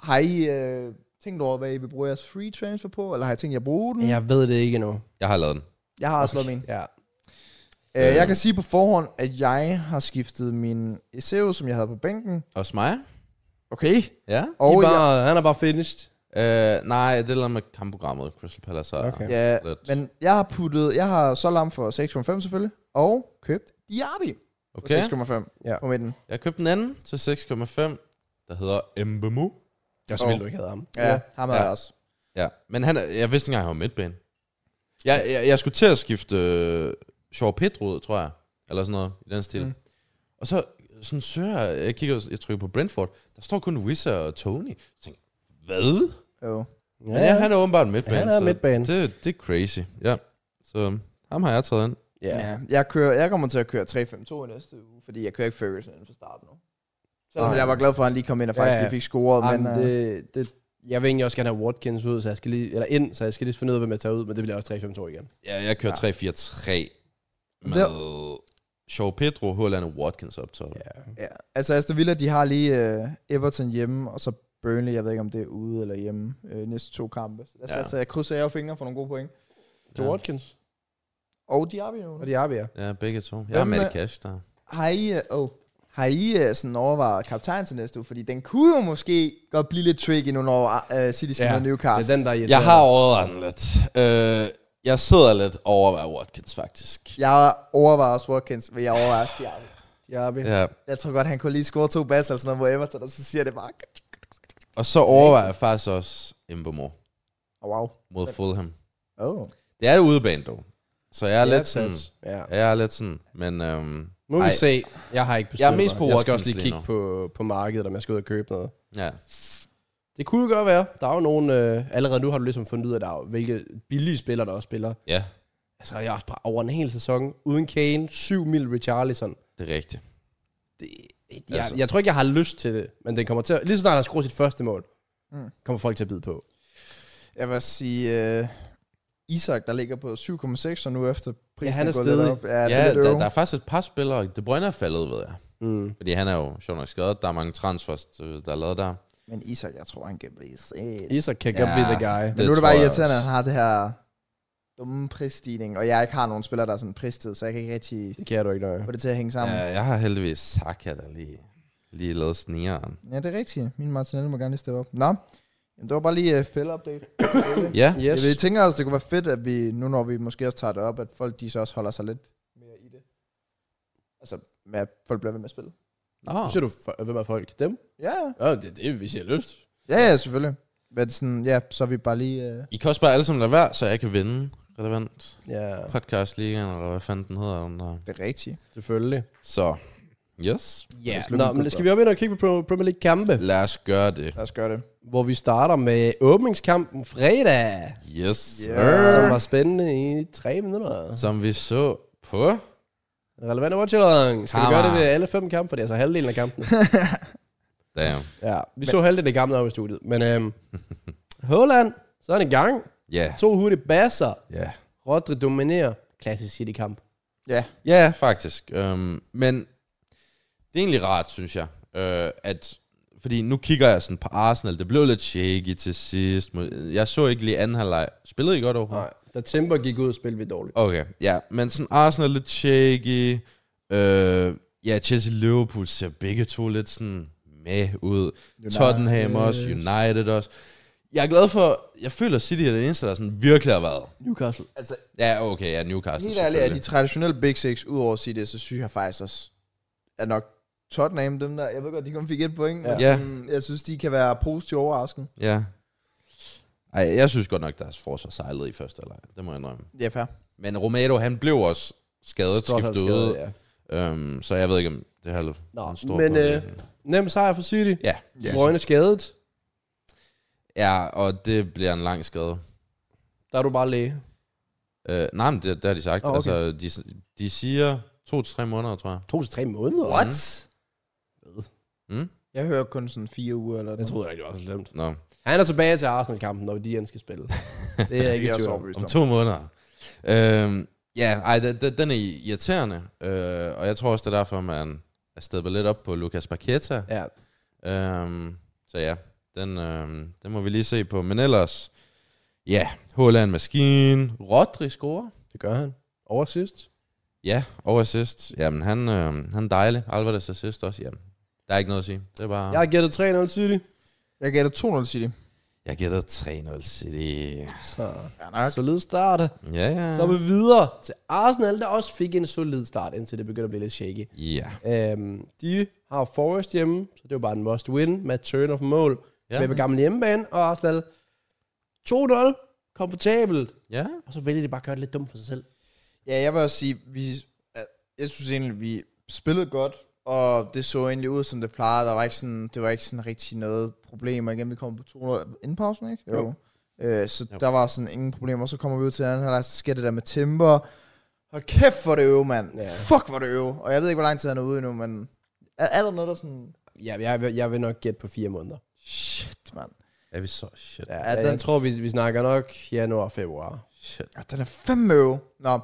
har I øh, tænkt over, hvad I vil bruge jeres free transfer på, eller har I tænkt jer at bruge den?
Jeg ved det ikke endnu.
Jeg har lavet den.
Jeg har også okay. slået Mm. min.
Ja.
Øh,
Øh.
jeg kan sige på forhånd, at jeg har skiftet min Iseo, som jeg havde på bænken.
Også mig?
Okay.
Ja.
Og
Og jeg,
bare, Han er bare finished.
Øh, nej, det er noget med kampprogrammet, Crystal Palace. og-
Okay.
ja,
Lidt.
men jeg har puttet, jeg har så lam for 6,5 selvfølgelig, og købt Diaby
okay.
for 6,5
Ja.
ja. på midten.
Jeg købte den anden til 6,5, der hedder Mbemu.
Det er så
Åh.
vildt, du ikke havde ham.
Ja, ja. ham havde
Ja.
jeg også.
Ja, men han, er- jeg vidste ikke engang, at han var midtbane. Jeg, jeg, jeg skulle til at skifte øh, Shaw Pedro, tror jeg, eller sådan noget i den stil.
Mm.
Mm. Og så sådan søger jeg, jeg kigger, jeg trykker på Brentford, der står kun Wissa og Tony. Jeg tænkte, hvad?
Jo.
Ja. Men ja, han er åbenbart en midtbane.
Han er
så
midtbane.
Det, det er crazy, ja. Så øhm, ham har jeg taget ind.
Ja.
Ja. ja. Jeg, kører, jeg kommer til at køre 3-5-2 i næste uge, fordi jeg kører ikke Ferguson inden for starten nu. Selvom
Nej.
jeg var glad for, at han lige kom ind og faktisk
Ja,
ja,
ja.
lige fik scoret.
Jamen,
men, øh, det...
øh,
det, det, jeg vil egentlig også gerne have Watkins ud, så jeg skal lige, eller ind, så jeg skal lige finde ud af, hvem jeg tager ud, men det bliver også 3-5-2 igen.
Ja, jeg kører 3-4-3 med Shaw Pedro, Holland og Watkins op top.
Ja.
ja. Altså Aston Villa, de har lige øh, Everton hjemme, og så Burnley, jeg ved ikke om det er ude eller hjemme, øh, næste to kampe. Så
Ja.
ja. altså, jeg krydser jeg fingre for nogle gode point.
Til
Ja.
Watkins.
Og de har vi nu.
Og de er ja.
Ja, begge to. Jeg
Hvem
har Matt
er-
Cash der.
Har I, øh, oh, har I øh, sådan overvejet kaptajn til næste uge? Fordi den kunne jo måske godt blive lidt tricky nu, når uh, City skal
Ja,
ja. Newcastle.
Det er den, der irriterer
Jeg har
mig.
overvejet den lidt. Øh, jeg sidder lidt over at være Watkins, faktisk.
Jeg overvejer også Watkins, men jeg overvejer også Diaby.
Diaby. Ja.
Ja.
Jeg tror godt, han kunne lige score to bats eller sådan noget mod Everton, og så siger det bare...
Og så overvejer jeg faktisk også Mbemo
Oh, wow.
mod Fulham.
Oh.
Det er et udebane, dog. Så jeg er
Ja,
lidt sådan...
Sats. Ja.
Jeg er lidt sådan, men... Øhm,
Nu vil vi
ej,
se. Jeg har ikke
Jeg
besluttet
er mest
mig.
på
Jeg skal
Watkins
også lige
lige
kigge
nu.
på, på markedet, om jeg skal ud og købe noget.
Ja.
Det kunne jo godt være. Der er jo nogen... Øh, allerede nu har du ligesom fundet ud af, der er, jo- hvilke billige spillere, der også spiller.
ja,
Altså, jeg er også bare over en hel sæson. Uden Kane, 7 mil Richarlison.
det er rigtigt.
det, jeg,
Altså.
altså. jeg tror ikke, jeg har lyst til det, men den kommer til at, lige så snart han skruer sit første mål,
Mm.
mm. kommer folk til at bide på.
Jeg vil sige... Uh, Isak, der ligger på 7,6, og nu efter prisen
han er
gået
stedig.
lidt op. Ja,
Ja,
det er
ja
lidt øv.
der, der er faktisk et par spillere. De Bruyne er faldet, ved jeg.
Mm.
Fordi han er jo sjovt nok skadet. Der er mange transfers, øh, der er lavet der.
Men Isak, jeg tror, han kan blive set.
Isak kan
Ja.
godt blive the guy.
Men nu er det
tror
bare
jeg
irriterende, at
også.
han har det her dumme prisstigning, og jeg ikke har nogen spillere, der er sådan pristid, så jeg kan ikke rigtig
Det kan du ikke, nej.
få det til at hænge sammen.
Ja, jeg har heldigvis Saka, der lige, lige lavet snigeren.
Ja, det er rigtigt. Min Martinelli må gerne lige steppe op. Nå, Jamen, det var bare lige uh, FPL-update.
Ja,
Yes.
Jeg tænker også, det kunne være fedt, at vi, nu når vi måske også tager det op, at folk de så også holder sig lidt mere i det. Altså, med at folk bliver ved med at spille.
Nu
Nå.
siger du, for- hvem er folk? Dem?
Ja, ja.
Ja, det er det, hvis jeg har lyst.
ja, ja, selvfølgelig. Men sådan, ja, så er vi bare lige... Uh...
I kan også bare alle sammen lade være, så jeg kan vinde relevant
Ja,
podcast ligaen, eller hvad fanden den hedder. Den der.
Det er rigtigt.
selvfølgelig.
Så, yes.
Ja,
Slykke
Nå,
med
men
det,
skal vi op ind og kigge på Pro- Premier League kampe,
Lad os gøre det.
Lad os gøre det.
hvor vi starter med åbningskampen fredag,
Yes, sir.
Yeah.
som var spændende i tre minutter.
Som vi så på...
Relevante watchalong. Skal vi
Come
gøre det
on.
ved alle fem kampe, for det er altså halvdelen af kampen.
Damn.
ja, vi så halvdelen af kampen oppe i studiet. Men øhm, Holland, så er det i gang.
Ja,
To hurtige basser.
ja.
Rodri dominerer. Klassisk City-kamp.
Ja,
Ja, faktisk. Øhm, men det er egentlig rart, synes jeg, øh, at fordi nu kigger jeg sådan på Arsenal. Det blev lidt shaky til sidst. Mod- Jeg så ikke lige anden halvleg. Spillede I godt overhovedet?
Nej, da Timber gik ud, spillede vi dårligt.
Okay, ja. Men sådan Arsenal er lidt shaky. Øh, ja, Chelsea-Liverpool ser begge to lidt sådan med ud. United. Tottenham også, United også. Jeg er glad for, jeg føler City er det eneste, der sådan virkelig har været.
Newcastle.
altså...
Ja, okay, ja, Newcastle
Helt ærligt, er de
selvfølgelig.
traditionelle Big Six, udover at sige det, så synes jeg faktisk også, at nok Tottenham, dem der, jeg ved godt, de kun fik et point, ja. men
Ja.
sådan, jeg synes, de kan være positivt overrasket.
Ja. Ej, jeg synes godt nok, deres forsvar sejlede i første halvleg. Det må jeg indrømme.
Ja, fair.
Men Romero, han blev også skadet,
Trods alt
skiftet
skadet,
ud. Ja. Øhm, så jeg ved ikke, om det her er
Nå,
en stor
men øh,
påvirkning.
nem sejr for City.
Ja.
Yeah. Brøgne skadet.
ja, og det bliver en lang skade.
Der er du bare læge.
Øh, nej, men det, det har de sagt.
Nå,
Oh,
okay.
okay. Altså, de, de siger to til tre måneder, tror jeg.
To til tre måneder.
What?
Mm?
Jeg hører kun sådan fire uger eller
Jeg troede ikke, det var så slemt.
Nå,
Han er tilbage til Arsenal-kampen, når de igen skal spille. Det er jeg ikke i
jeg
tvivl
så
om.
overbevist
om
om.
to måneder. Øhm, ja, ej, den, den- den er irriterende. Øh, og jeg tror også, det er derfor, man er stedet lidt op på Lucas Paqueta.
Ja,
Øhm, så ja, den, øhm, den må vi lige se på. Men ellers, ja, Håland Maskine, Rodri scorer.
det gør han. Over sidst.
Ja, og assist. Jamen, han, øhm, han er dejlig. Alvarez assist også, jamen. Der er ikke noget at sige. Det er bare...
Jeg har gættet 3-0 City.
Jeg gav det 2-0 City.
Jeg gætter 3-0 City.
Så
Ja, nok.
solid start.
Ja, ja.
Så er vi videre til Arsenal, der også fik en solid start, indtil det begynder at blive lidt shaky.
Ja.
Øhm, de har Forest hjemme, så det var bare en must win. Matt Turner for mål. Ja.
Ja.
Med på gammel hjemmebane, og Arsenal 2-0. Komfortabelt.
Ja.
Og så vælger de bare at gøre det lidt dumt for sig selv.
Ja, jeg vil også sige, vi, at jeg synes egentlig, vi spillede godt, og det så egentlig ud, som det plejede. Der var ikke sådan, det var ikke sådan rigtig noget problem, og igen, vi kom på 200 inden pausen, ikke?
Jo.
Øh, så
Jo.
der var sådan ingen problemer, så kommer vi ud til den anden halvleg, så sker det der med Timber. Hold kæft, hvor det øve, mand.
Ja.
Yeah. Fuck, hvor det øve. Og jeg ved ikke, hvor lang tid han er ude endnu, men er, er der noget, der sådan...
Ja, jeg, vil- jeg vil nok gætte på fire måneder. Øh,
Shit, mand.
Er vi så shit?
Ja,
Ja,
jeg
den-
tror, vi, vi snakker nok januar og februar.
Shit.
Ja, den er fandme øve. Nå.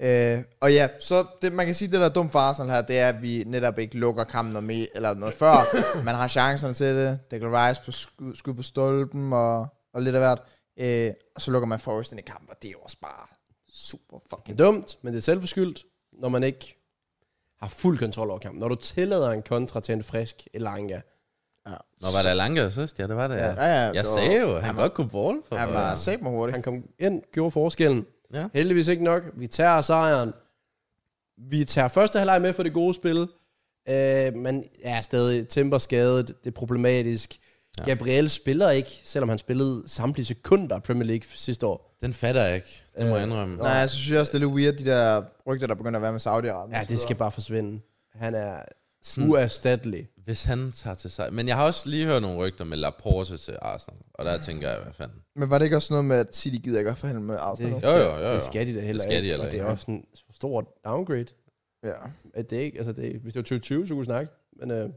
Øh, og ja, så det, man kan sige, det der er dumt for Arsenal her, det er, at vi netop ikke lukker kampen noget, mere, eller noget før. man har chancerne til det. Declan Rice på skud, skud på stolpen og, og lidt af hvert. Øh, og så lukker man Forrest ind i kampen, og det er jo også bare super
Det er
fucking
dumt, men det er selvforskyldt, når man ikke har fuld kontrol over kampen. Når du tillader en kontra til en frisk Elanga.
Nå, var det Lange assist? Ja, det var det.
Ja.
Ja.
ja,
Jeg
det var-
sagde jo, han godt kunne bolle for
Han var sat mig hurtigt.
Han kom ind, gjorde forskellen.
Ja.
Heldigvis ikke nok. Vi tager sejren. Vi tager første halvleg med for det gode spil. Øh, men er stadig temper skadet. Det er problematisk. Ja.
Ja.
Gabriel spiller ikke, selvom han spillede samtlige sekunder i Premier League sidste år.
Den fatter jeg ikke. Det må jeg indrømme.
Nej, jeg synes jeg også, det er lidt weird, de der rygter, der begynder at være med Saudi-Arabien.
Ja, det skal bare forsvinde. Han er
Sådan,
uerstattelig.
hvis han tager til sig. Men jeg har også lige hørt nogle rygter med Laporte til Arsenal. Og der tænker jeg, hvad fanden.
Men var det ikke også noget med, at City gider ikke at forhandle med Arsenal?
Det-
Jo, jo, jo. jo.
Det skal de da heller
Det skal de
ikke.
heller
og det er
ikke.
også sådan en stor downgrade.
Ja.
At det ikke, altså det, hvis det var 2020, så kunne vi snakke. Men øh,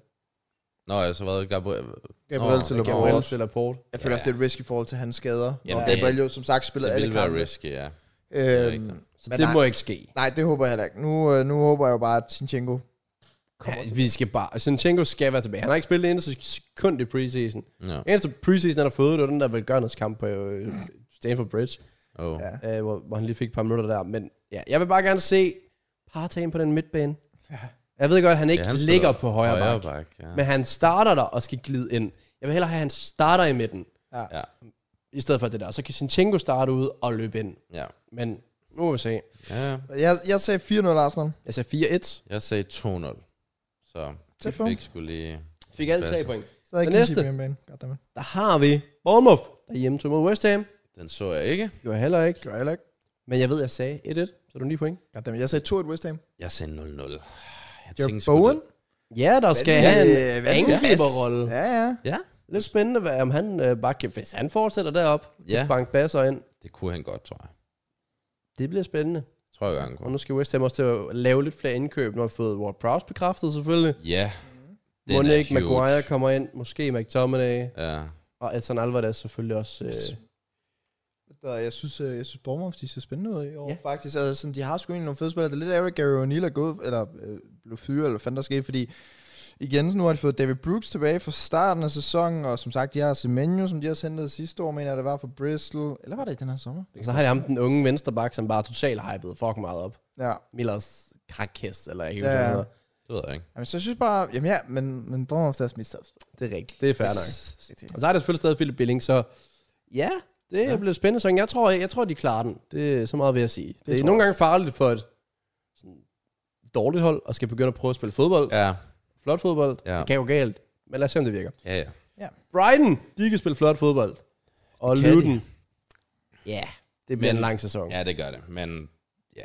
Nå, jeg så været Gabriel.
Gabriel
Nå,
til
det kan
Laporte.
Gabriel til Laporte.
Jeg føler også, det er et risk i forhold til hans skader.
Jamen,
og
det-
Gabriel jo som sagt spillede
Det
alle
ville være
kampe.
risky, ja. er
Øhm,
rigtigt.
Så
Men
det
nej.
må ikke ske.
nej, det håber jeg heller ikke. Nu, øh, nu håber jeg jo bare, at Sinchenko
Ja, vi skal bare... Sinchenko skal være tilbage. Han har ikke spillet eneste sekund i preseason.
Ja.
Eneste preseason, han har fået, det var den der velgørendes kamp på øh, Stanford Bridge,
Oh.
Ja.
øh, hvor, hvor, han lige fik et par minutter der. Men ja, jeg vil bare gerne se Partey på den midtbane. Jeg ved godt, at han ikke
Ja,
ja,
han
han
spiller
ligger på højre,
højre
bak,
bak, ja.
men han starter der og skal glide ind. Jeg vil hellere have, at han starter i midten,
Ja.
i stedet for det der. Så kan Sinchenko starte ud og løbe ind.
Ja.
Men nu må vi se.
ja.
Jeg, jeg sagde 4-0 Arsenal.
Jeg sagde
Jeg sagde 2-0. Så
Tæt
det
på.
fik skulle lige...
4-1. Fik alle tre
Passer.
point.
Stadig
Den
ikke
næste.
City på hjemmebane. Goddammit.
Der har vi Bournemouth, der er hjemme til mod West Ham.
Den så jeg ikke.
Jo, heller ikke.
Gør jeg heller ikke.
Men jeg ved, jeg sagde 1-1, så er du 9 point.
Goddammit. Jeg sagde 2-1 West Ham.
Jeg sagde 0-0. Jeg
Joe
tænkte sgu
Bowen.
lidt-
Ja, der skal
øh,
have en angriberrolle.
Ja, ja.
Ja,
Lidt spændende, hvad, om han øh, bare kan, hvis han fortsætter derop,
Ja.
ja. bank basser ind.
det kunne han godt, tror jeg.
Det bliver spændende.
Tror jeg, han kunne.
Og nu skal West Ham også til at lave lidt flere indkøb, når vi har fået Ward Prowse bekræftet selvfølgelig.
Ja. Den
Må
er
ikke
huge.
Maguire kommer ind, måske McTominay,
Ja.
og Edson Alvarez selvfølgelig også. Øh,
Der, jeg synes, øh, jeg synes Bournemouth, de ser spændende ud i år.
Ja.
Ja. Faktisk, altså, sådan, de har sgu egentlig nogle fede spillere. Det er lidt ærgerligt, Gary O'Neill er gået, eller øh, blev fyret, eller fandt der skete, fordi igen, så nu har de fået David Brooks tilbage fra starten af sæsonen, og som sagt, de har Semenyo, som de også hentede sidste år, mener jeg, det var fra Bristol. Eller var det i den her sommer?
og så har jeg ham den unge venstreback, som bare er totalt hypede fucking meget op.
Ja.
Millers Krakes, eller ikke,
Ja,
ja.
ja.
hedder.
Det ved jeg ikke.
Jamen, så jeg synes bare, jamen ja, men, men Bournemouth, deres mistabs.
Det er rigtigt. Det er fair nok. Og så er der selvfølgelig stadig Philip Billing, så ja, det ja. bliver spændende. Så jeg tror, jeg, jeg tror, de klarer den. Det er så meget ved at sige. Det,
tror
det er
jeg
nogle gange farligt for et sådan, dårligt hold, og skal begynde at prøve at spille fodbold. Ja.
Ja,
Flot fodbold.
Ja.
Ja. Det kan jo galt. Men lad os se, om det virker.
ja, ja.
Brighton, de kan spille flot fodbold. Og
Det kan
Luton. Ja, det bliver
Men-
Men, en lang sæson. Ja.
Ja, det gør det. Men ja,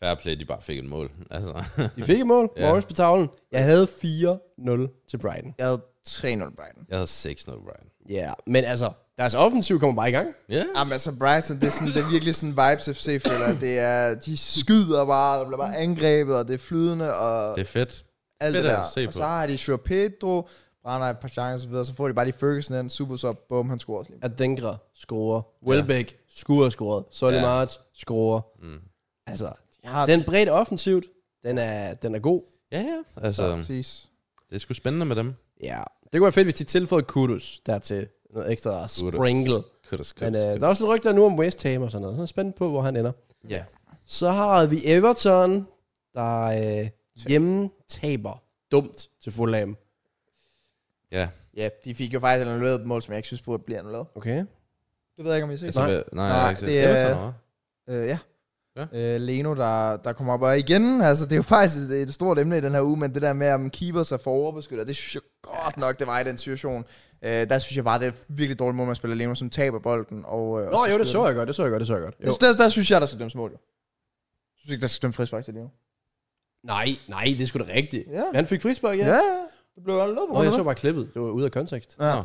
fair play, de bare fik et mål. Altså,
De fik et mål.
Ja.
Ja. Morris på tavlen. Jeg havde 4-0 til Brighton.
Jeg havde 3-0 Brighton.
jeg havde 6-0, Brian.
Ja, yeah. men altså, deres offensiv kommer bare i gang.
Ja.
Jamen altså Brighton, det er, sådan, det er virkelig sådan vibes FC føler. Det er, de skyder bare, der bliver bare angrebet, og det er flydende, og
Det er fedt.
alt det
fedt at
der.
se
og
på.
så har de Shure Pedro, brænder et par chancer og videre, så får de bare lige Ferguson ind, super så, bum, han scorer også lige.
at Dengra scorer, Welbeck ja. scorer scoret, Solly
Ja.
ja. March scorer.
Mm.
Altså,
Jeg har
den bredt offensivt, den er, den er god.
Ja, ja. Altså,
Præcis.
det er sgu spændende med dem.
Ja, det kunne være fedt, hvis de tilføjede Kudus dertil. Noget ekstra sprinkle.
Kudos, kudos,
Men øh,
kudos.
der er også lidt rygter nu om West Ham og sådan noget. Så er jeg spændt på, hvor han ender.
Ja.
Så har vi Everton, der øh, hjemme taber dumt til Fulham.
Ja.
Ja, de fik jo faktisk annulleret et mål, som jeg ikke synes burde blive annulleret.
Okay.
Det ved jeg ikke, om I ser.
Altså,
Nej.
nej, nej, jeg har ikke set
det er-
Everton, hva'?
Øh, ja.
Ja.
Øh, Leno, der, der kommer op. Og igen, altså, det er jo faktisk et, et stort emne i den her uge, men det der med, om keepers er for overbeskyttet, det synes jeg godt nok, det var i den situation. Øh, der synes jeg bare, det er virkelig dårligt måde, man spiller Leno, som taber bolden. Og, øh, og
Nå, jo, det
skyder
så jeg godt, det så jeg godt, det så jeg godt.
den.
Jo.
Der, der, synes jeg, der skal dømmes mål, jo. Jeg synes ikke, der skal dømmes frispark til Leno.
Nej, nej, det er sgu da rigtigt.
Ja.
Han fik frispark, ja.
Ja, ja. Det blev annulleret på
Nå, jeg
grund af
så bare klippet. Det var ude af kontekst.
det. Ja.
Nå,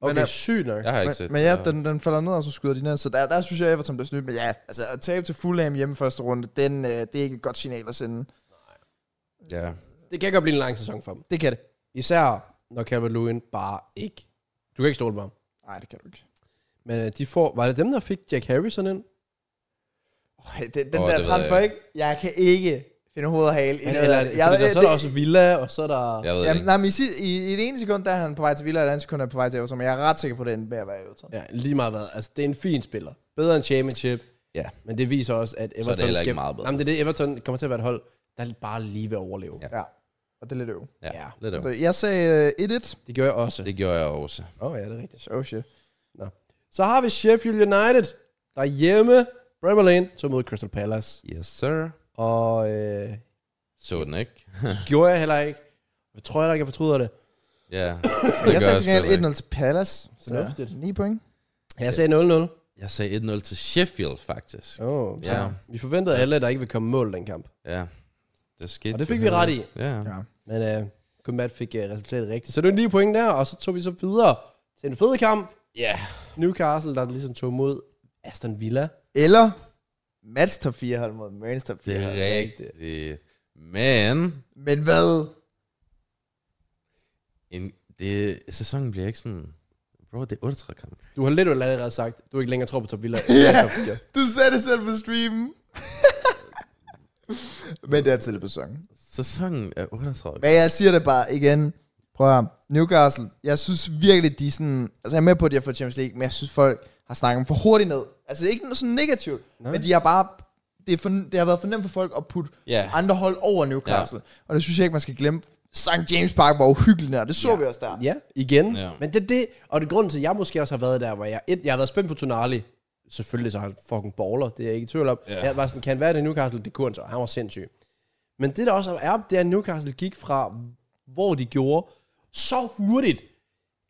Okay,
øh,
sygt nok.
Jeg har ikke
Men,
set
men ja,
det.
den, den falder ned, og så skyder de ned. Så der, der synes jeg, Everton bliver snydt. Men ja, altså at tabe til Fulham hjemme i første runde, den, øh, det er ikke et godt signal at sende.
Ja.
Det kan godt blive en lang sæson for dem. Det kan det. Især når Calvert Lewin bare ikke... Du kan ikke stole på ham.
Nej, det kan du ikke.
Men øh, de får... Var det dem, der fik Jack Harrison ind?
Øj, den, den
Åh,
oh,
det
der
ved
transfer,
jeg
ikke? Jeg kan ikke finde hoved og hale i
Eller,
noget af
eller,
det.
jeg,
Jeg,
fordi der, så er
det-
der også Villa, og så er der...
Jeg ved
Jamen,
ikke.
nej, men i, si- i, i det ene sekund, der er han på vej til Villa, og i det andet sekund er han på vej til Everton. Men jeg er ret sikker på, at det ender med at være Everton.
Ja, lige meget hvad. Altså, det er en fin spiller. Bedre end Championship.
Ja.
Men det viser også, at Everton...
heller ikke
skal,
meget bedre.
Jamen, det er det, Everton kommer til at være et hold, der bare lige vil overleve.
Ja.
Ja.
Ja. Og det er lidt øv.
Ja,
Ja.
lidt af.
Så Jeg sagde øh, 1-1.
Det gør jeg også.
Det gjorde jeg også.
Åh, oh, ja, det er rigtigt.
Oh shit.
Så har vi Sheffield United, der er hjemme. Bremer Lane, så mod Crystal Palace.
Yes, sir.
Og øh,
Så den ikke?
gjorde jeg heller ikke. Jeg tror heller ikke, jeg fortryder det.
Ja.
Men jeg sagde til
sgu ikke.
gengæld 1-0 til Palace. Så
Fornuftigt.
9 point.
Jeg sagde 0-0.
Jeg sagde 1-0 til Sheffield, faktisk.
Oh,
Ja.
ja. Vi forventede alle, at der ikke ville komme mål den kamp.
Ja. Det skete.
Og det fik
jo
vi
heller
ret
ikke. Ja.
Ja.
Men uh, kun Matt fik uh, resultatet rigtigt. Så det var 9 point der, og så tog vi så videre til en fed kamp.
Ja.
Newcastle, der ligesom tog mod Aston Villa.
Eller match top 4 hold mod Mørens top
Det
4
er
hold.
rigtigt. Men
Men hvad?
en, det, sæsonen bliver ikke sådan... Bro, det er 38 kamp.
Du har lidt allerede sagt, du ikke længere tror på Top Villa. ja.
Du sagde det selv på streamen. Men det er til sæsonen.
Sæsonen er 38.
Men jeg siger det bare igen. Prøv at høre. Newcastle, jeg synes virkelig, de er sådan... Altså, jeg er med på, at de har fået Champions League, men jeg synes, folk har snakket om for hurtigt ned. Altså, ikke noget sådan negativt, Nej. men de har bare... Det, er for, det har været for nemt for folk at putte
Ja.
andre hold over Newcastle. Ja. Og det synes jeg ikke, man skal glemme. St. James Park var uhyggeligt nær. Det så ja. vi også der.
Ja, igen.
Ja.
Ja. Men det er det, og det er grunden til, at jeg måske også har været der, hvor jeg, et, jeg har været spændt på Tonali. Selvfølgelig så er han fucking baller, det er jeg ikke i tvivl om.
Ja.
Ja. Jeg var sådan, kan han være det i Newcastle? Det kunne han så, han var sindssyg. Men det der også er, det er, at Newcastle gik fra, hvor de gjorde, så hurtigt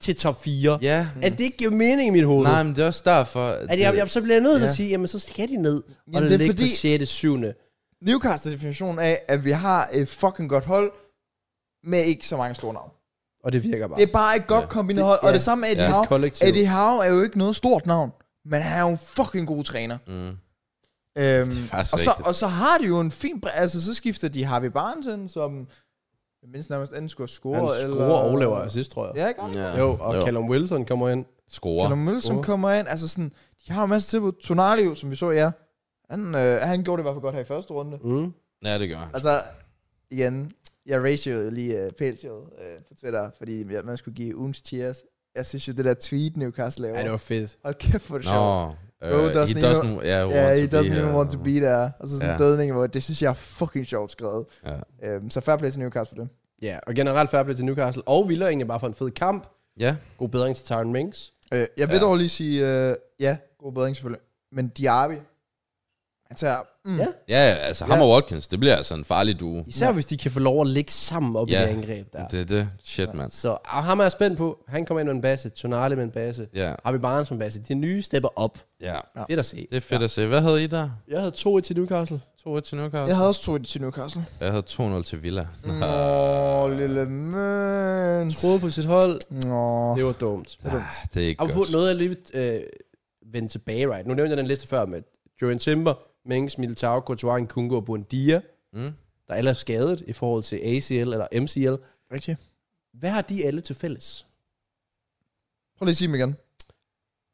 til top 4.
Ja.
At det ikke giver mening i mit hoved.
Nej, men det er også derfor,
At jeg, jeg, så bliver jeg nødt til
Ja.
at sige, jamen så skal de ned og
Jamen, det er
ligge
fordi-
på 6. 7.
Newcastle definition af, at vi har et fucking godt hold, med ikke så mange store navne.
Og det virker bare.
Det er bare et godt
Ja.
ja. kombineret hold. Og
ja.
det samme med Eddie
Ja,
ja, Howe.
kollektiv.
Eddie Howe er jo ikke noget stort navn, men han er jo en fucking god træner.
Mm.
Øhm,
faktisk
og, så,
rigtigt.
og så har de jo en fin... bre- Altså, så skifter de Harvey Barnes ind, som... Jeg mindst nærmest enten skulle score,
han scorer
eller...
og overlever altså. assist, tror jeg.
Ja, ikke? Ja.
Ja.
Jo, og Callum Wilson kommer ind.
Score.
Eller Mølle, som
Score.
kommer ind. Altså sådan... De har en masse tilbud. Tonali, jo, som vi så, ja. Han, øh, han gjorde det i hvert fald godt her i første runde.
Mm.
Ja, det gør han.
Altså, igen... Jeg ratioede lige øh, Peltio øh, på Twitter, fordi jeg- man skulle give ugens cheers. Jeg synes jo, det der tweet, Newcastle laver.
Ja, det var fedt.
Hold kæft, hvor er det
Nå,
sjovt.
øh,
Bro doesn't
he
even-
doesn't, yeah,
Ja,
want
yeah, he
to be
doesn't even
here.
want to be there. Og så sådan
Ja.
yeah. dødning, hvor det synes jeg er fucking sjovt skrevet.
Ja.
Øhm, så fair play til Newcastle for det.
Ja, og generelt fair play til Newcastle. Og Villa egentlig bare for en fed kamp.
Ja,
God bedring til Tyron Mings.
Øh, jeg vil
Ja.
ja. dog lige sige, øh, ja, god bedring selvfølgelig. Men Diaby, han tager... Mm,
Ja.
ja altså ham
Ja.
og Watkins, det bliver altså en farlig duo.
Især ja. hvis de kan få lov at ligge sammen op
Ja.
ja. i det angreb der.
Det er det. Shit, mand.
Så og ham er jeg spændt på. Han kommer ind med en base. Tonali med en base.
Ja,
Harvey Barnes med en base. De nye stepper op.
ja.
Fedt at se.
Det er fedt at se. Hvad havde I der?
Jeg havde 2-1 til Newcastle.
2-1 til Newcastle?
Jeg havde også to til Newcastle.
Jeg havde 2-0 til Villa.
Mm.
Nå, lille møn.
Troede på sit hold.
Nå.
Det var dumt.
Ah, det er ikke
Og på
godt.
noget, jeg lige vil øh, vende tilbage, right? Nu nævnte jeg den liste før med Jordan Timber, Mings, Militao, Courtois, Nkunku og Buendia,
Mm.
der alle er skadet i forhold til ACL eller MCL.
Rigtigt.
Hvad har de alle til fælles?
Prøv lige at sige dem igen.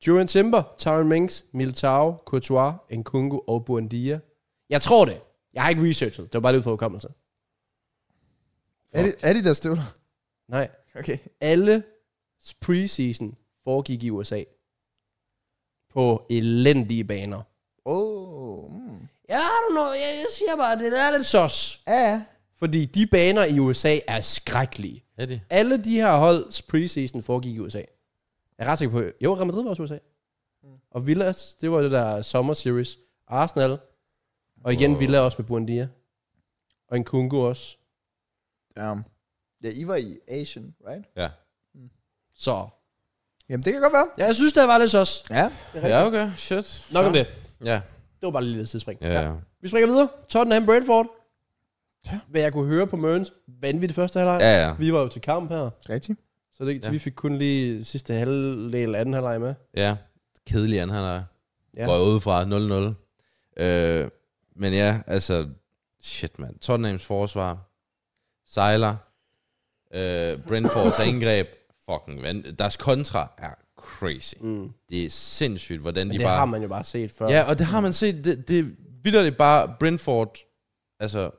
Julian Timber, Tyron Mings, Militao, Courtois, Nkunku og Buendia. Jeg tror det. Jeg har ikke researchet. Det var bare lidt for hukommelse.
Er det, er de der støvler?
Nej.
Okay.
Alle preseason foregik i USA. På elendige baner.
Åh. Oh, mm.
Ja, I don't know. Jeg, jeg siger bare, det er lidt sos.
Ja, ja.
Fordi de baner i USA er skrækkelige.
Er de?
Alle de her holds preseason foregik i USA. Jeg er ret sikker på, jo, Real Madrid var også i USA.
Mm.
Og Villas, det var det der summer series. Arsenal. Og igen
Wow.
wow. Villa også med Buendia. Og en Kungu også.
Damn. Ja, I var i Asian, right?
Ja.
Så
Jamen, det kan godt være.
ja, jeg synes, der var lidt sås.
Ja.
Ja, okay. Shit.
Nok om
Så.
det.
Ja.
Det var bare lige lidt tidsspring.
Ja, ja.
Vi springer videre. Tottenham Brentford.
Ja.
Hvad jeg kunne høre på Mørens vanvittig første halvleg.
Ja, ja.
Vi var jo til kamp her.
Rigtigt.
Så det,
Ja.
ja. vi fik kun lige sidste halvdel anden halvleg med.
Ja, kedelig anden halvleg. Ja.
Ja.
Går jeg ud fra 0-0. Øh, men ja, altså, shit mand. Tottenhams forsvar sejler. Øh, Brentfords angreb, fucking vand. Deres kontra er crazy.
Mm.
Det er sindssygt, hvordan de
Men det
bare...
har man jo bare set før.
Ja, og det har man set. Det, det er vidderligt bare Brentford. Altså,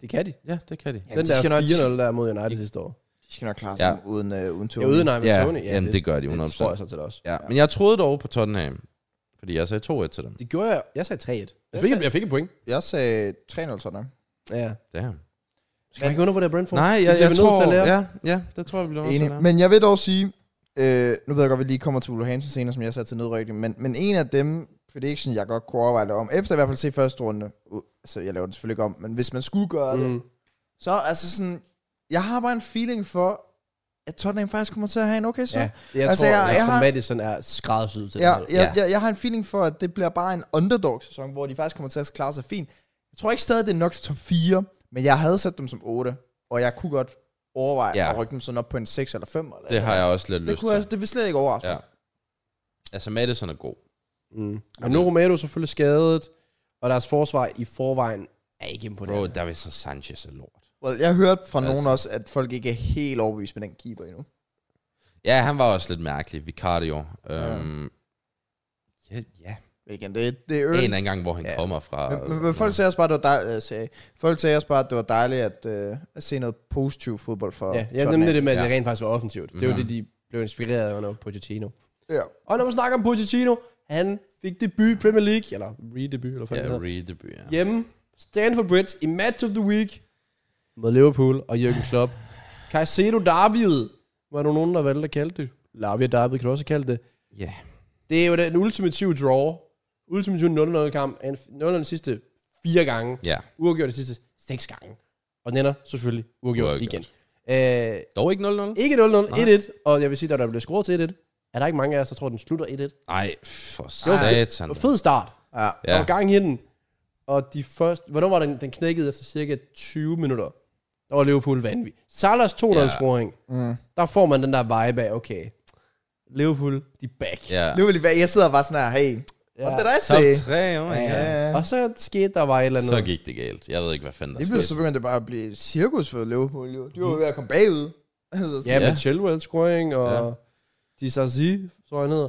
Det kan de.
ja, det kan de.
Den
de
der
skal nok-
4-0 der mod United sidste år.
De skal nok klare
Ja.
sig ja. uden, uh, uden
Ja,
Tony.
uden Ivan
Ja,
Tony.
jamen, det gør de
Det
100%.
tror jeg så til det også.
Ja, men jeg troede dog på Tottenham. Fordi jeg sagde 2-1 til dem.
Det gjorde jeg. Jeg sagde 3-1. Jeg,
Jeg
fik,
sagde-
jeg fik et point.
Jeg sagde 3-0 Tottenham.
Ja.
Damn.
Skal vi ikke undervurdere Brentford?
Nej, jeg,
bliver vi
jeg
nødt til
tror...
at lære.
Ja, ja, det tror jeg, vi bliver nødt til at lære.
Enig. Men jeg vil dog sige, øh, nu ved jeg godt, at vi lige kommer til Wolverhampton senere, som jeg satte til nedrykning, men, men en af dem prediction, jeg godt kunne overveje det om, efter i hvert fald se første runde, uh, så jeg laver det selvfølgelig ikke om, men hvis man skulle gøre mm. det,
Mm.
så altså sådan, jeg har bare en feeling for, at Tottenham faktisk kommer til at have en okay så.
Ja.
Ja,
Jeg
Altså,
tror,
jeg-
jeg, jeg
jeg
tror
har-
Madison er skræddersyet til
ja,
det. her.
jeg, jeg, jeg har en feeling for, at det bliver bare en underdog-sæson, hvor de faktisk kommer til at klare sig fint. Jeg tror ikke stadig, det er nok til top 4, men jeg havde sat dem som 8, og jeg kunne godt overveje
Ja.
ja. at rykke dem sådan op på en 6 eller 5. Eller
Det har jeg også lidt
det,
lyst
kunne jeg,
til.
det vil slet ikke overraske.
Ja. Altså, Madison er god.
Mm. Men nu er Romero selvfølgelig skadet, og deres forsvar i forvejen er ikke imponerende.
Bro, der vil så Sanchez er lort.
Well, jeg hørte fra
Altså.
altså. nogen også, at folk ikke er helt overbevist med den keeper endnu.
Ja, han var også lidt mærkelig. Vicario. Øhm, ja. ja,
Igen, det, det er
En
early.
eller anden gang, hvor han
Ja.
kommer fra.
Men, men, men folk sagde også bare, at det var dejligt, øh, sagde, folk sagde også bare, at det var dejligt at, øh, at se noget positivt fodbold for
Ja, ja
Tottenham.
nemlig det med, at
Ja.
det rent faktisk var offensivt. Det var det, de blev inspireret af under Pochettino.
Ja.
Og når man snakker om Pochettino, han fik debut i Premier League, eller re-debut, eller hvad
Ja,
fanden det hedder.
Reed debut, ja.
Hjemme, Stanford Bridge, i match of the week, mod Liverpool og Jürgen Klopp. Caicedo derbyet, var der nogen, der valgte at kalde det. Lavia derbyet kan du også kalde det.
Ja.
Det er jo den ultimative draw. Ultimative 0-0 kamp. En 0-0 de sidste fire gange.
Ja.
Uafgjort de sidste seks gange. Og den ender selvfølgelig uafgjort,
Uafgjort.
igen. Øh,
Dog ikke 0-0?
ikke 0-0, 1-1. Og jeg vil sige, da der blev scoret til 1-1, er der ikke mange af os, der tror, at den slutter 1-1.
Nej, for
Det
satan.
var fed start.
ja.
Ja. Der var gang i den. Og de første... Hvornår var den, den knækkede efter cirka 20 minutter? Der var Liverpool vanvittig. Salas 2-0-scoring.
Mm.
Der får man den der vibe af, okay, Liverpool, de er back.
Ja.
Nu vil jeg være, jeg sidder bare sådan her, hey, what did I say?
Top 3, oh my
Ja.
god.
Og så skete der bare et eller andet.
Så gik det galt. Jeg ved ikke, hvad fanden der
Det blev så
skete.
begyndte det bare at blive et cirkus for Liverpool, jo. De var jo ved at komme bagud. Altså, sådan,
Ja, med
Ja.
Chilwell scoring, og
Ja.
ja. Sarsi, tror jeg han hedder,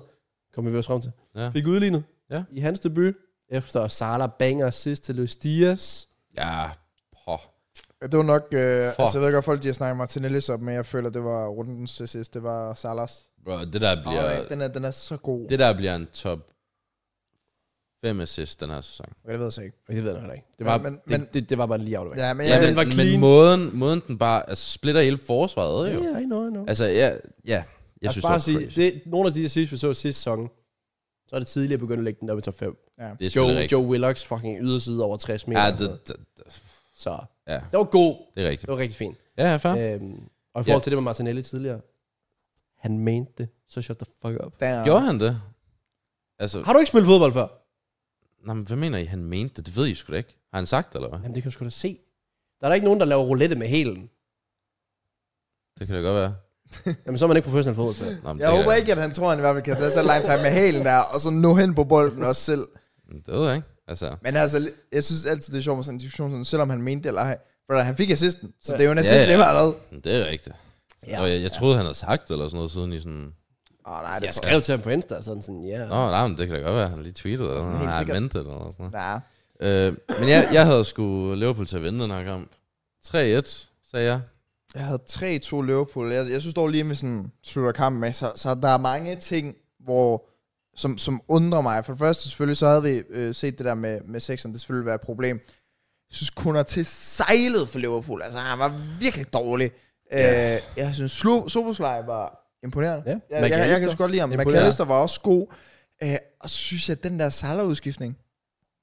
kommer vi også frem til.
Ja.
Fik udlignet
Ja.
i hans debut, efter Salah banger sidst til Luis Diaz.
Ja, poh.
Det var nok, øh,
Fuck.
altså jeg ved godt, folk de har snakket Martinellis op, men jeg føler, det var rundens til sidst, det var Salas.
Bro, det der
Ja.
bliver,
den, er, den er så god. Det,
det der bliver en top 5 assist den her sæson.
jeg ved jeg så ikke.
Det ved jeg heller ikke. Det var,
Ja, men-
men, det,
men-
det, det, var bare lige out of
Ja, men
Ja,
jeg,
den var clean.
men måden, måden den bare altså, splitter hele forsvaret, jo.
Ja, I know, I know.
Altså, ja, ja. Jeg synes, det var
Altså, bare
sige,
sige,
crazy. Det,
det, nogle af de sidste, vi så sidste sæson, så er det tidligere begyndt at lægge den op i top 5.
ja.
det er
Joe,
selvfølgelig rigtigt.
Joe Willocks fucking yderside over 60 meter.
Ja,
og
det,
sådan noget.
det, det,
Så
ja,
det var god.
det er rigtigt.
Det var rigtig fint.
Ja, ja, fair.
Øhm, og i forhold
Ja.
til det med Martinelli tidligere, han mente det, så shut the fuck up.
Damn.
Gjorde han det? Altså,
Har du ikke spillet fodbold før?
nej, men hvad mener I, han mente det? Det ved I sgu da ikke. Har han sagt det, eller hvad?
Jamen, det kan du sgu da se. Der er da ikke nogen, der laver roulette med hælen.
Det kan da godt være.
Jamen, så er man ikke professionel fodboldspiller.
Nå, men
Jeg
det
håber
kan,
ikke, at han tror, at han i hvert fald kan tage så lang tid med halen der, og så nå hen på bolden også selv.
Det ved jeg ikke. Altså,
Men altså, jeg synes altid, det er sjovt med sådan en diskussion, sådan, selvom han mente det eller ej. Brother, han fik assisten, så det er jo en
Ja,
assist
ja.
lige meget hvad.
men det er rigtigt.
Ja.
Ja. Og jeg, jeg troede, han havde sagt det, eller sådan noget, siden i sådan...
Åh, nej, det
Jeg
tror jeg.
skrev til ham på Insta, sådan sådan, ja.
Nå, nej, men det kan da godt være, han lige tweetede, eller sådan
helt
noget. Han
sikkert.
mente det, eller sådan noget.
Nej.
Øh, men jeg, jeg havde sgu Liverpool til at vinde den her kamp. 3-1, sagde jeg.
Jeg havde 3-2 Liverpool. Jeg, jeg synes dog lige, at vi sådan slutter kampen med, så, så der er mange ting, hvor, som, som undrer mig. For det første selvfølgelig, så havde vi øh, set det der med, med sekseren, det selvfølgelig være et problem. Jeg synes kun at til sejlet for Liverpool. Altså, han var virkelig dårlig. Ja. Øh, jeg synes, Soboslej var imponerende.
Ja.
Jeg, jeg, jeg, jeg kan sgu godt lide ham.
Imponerende.
McAllister var også god. Øh, og så synes jeg, at den der Salah-udskiftning.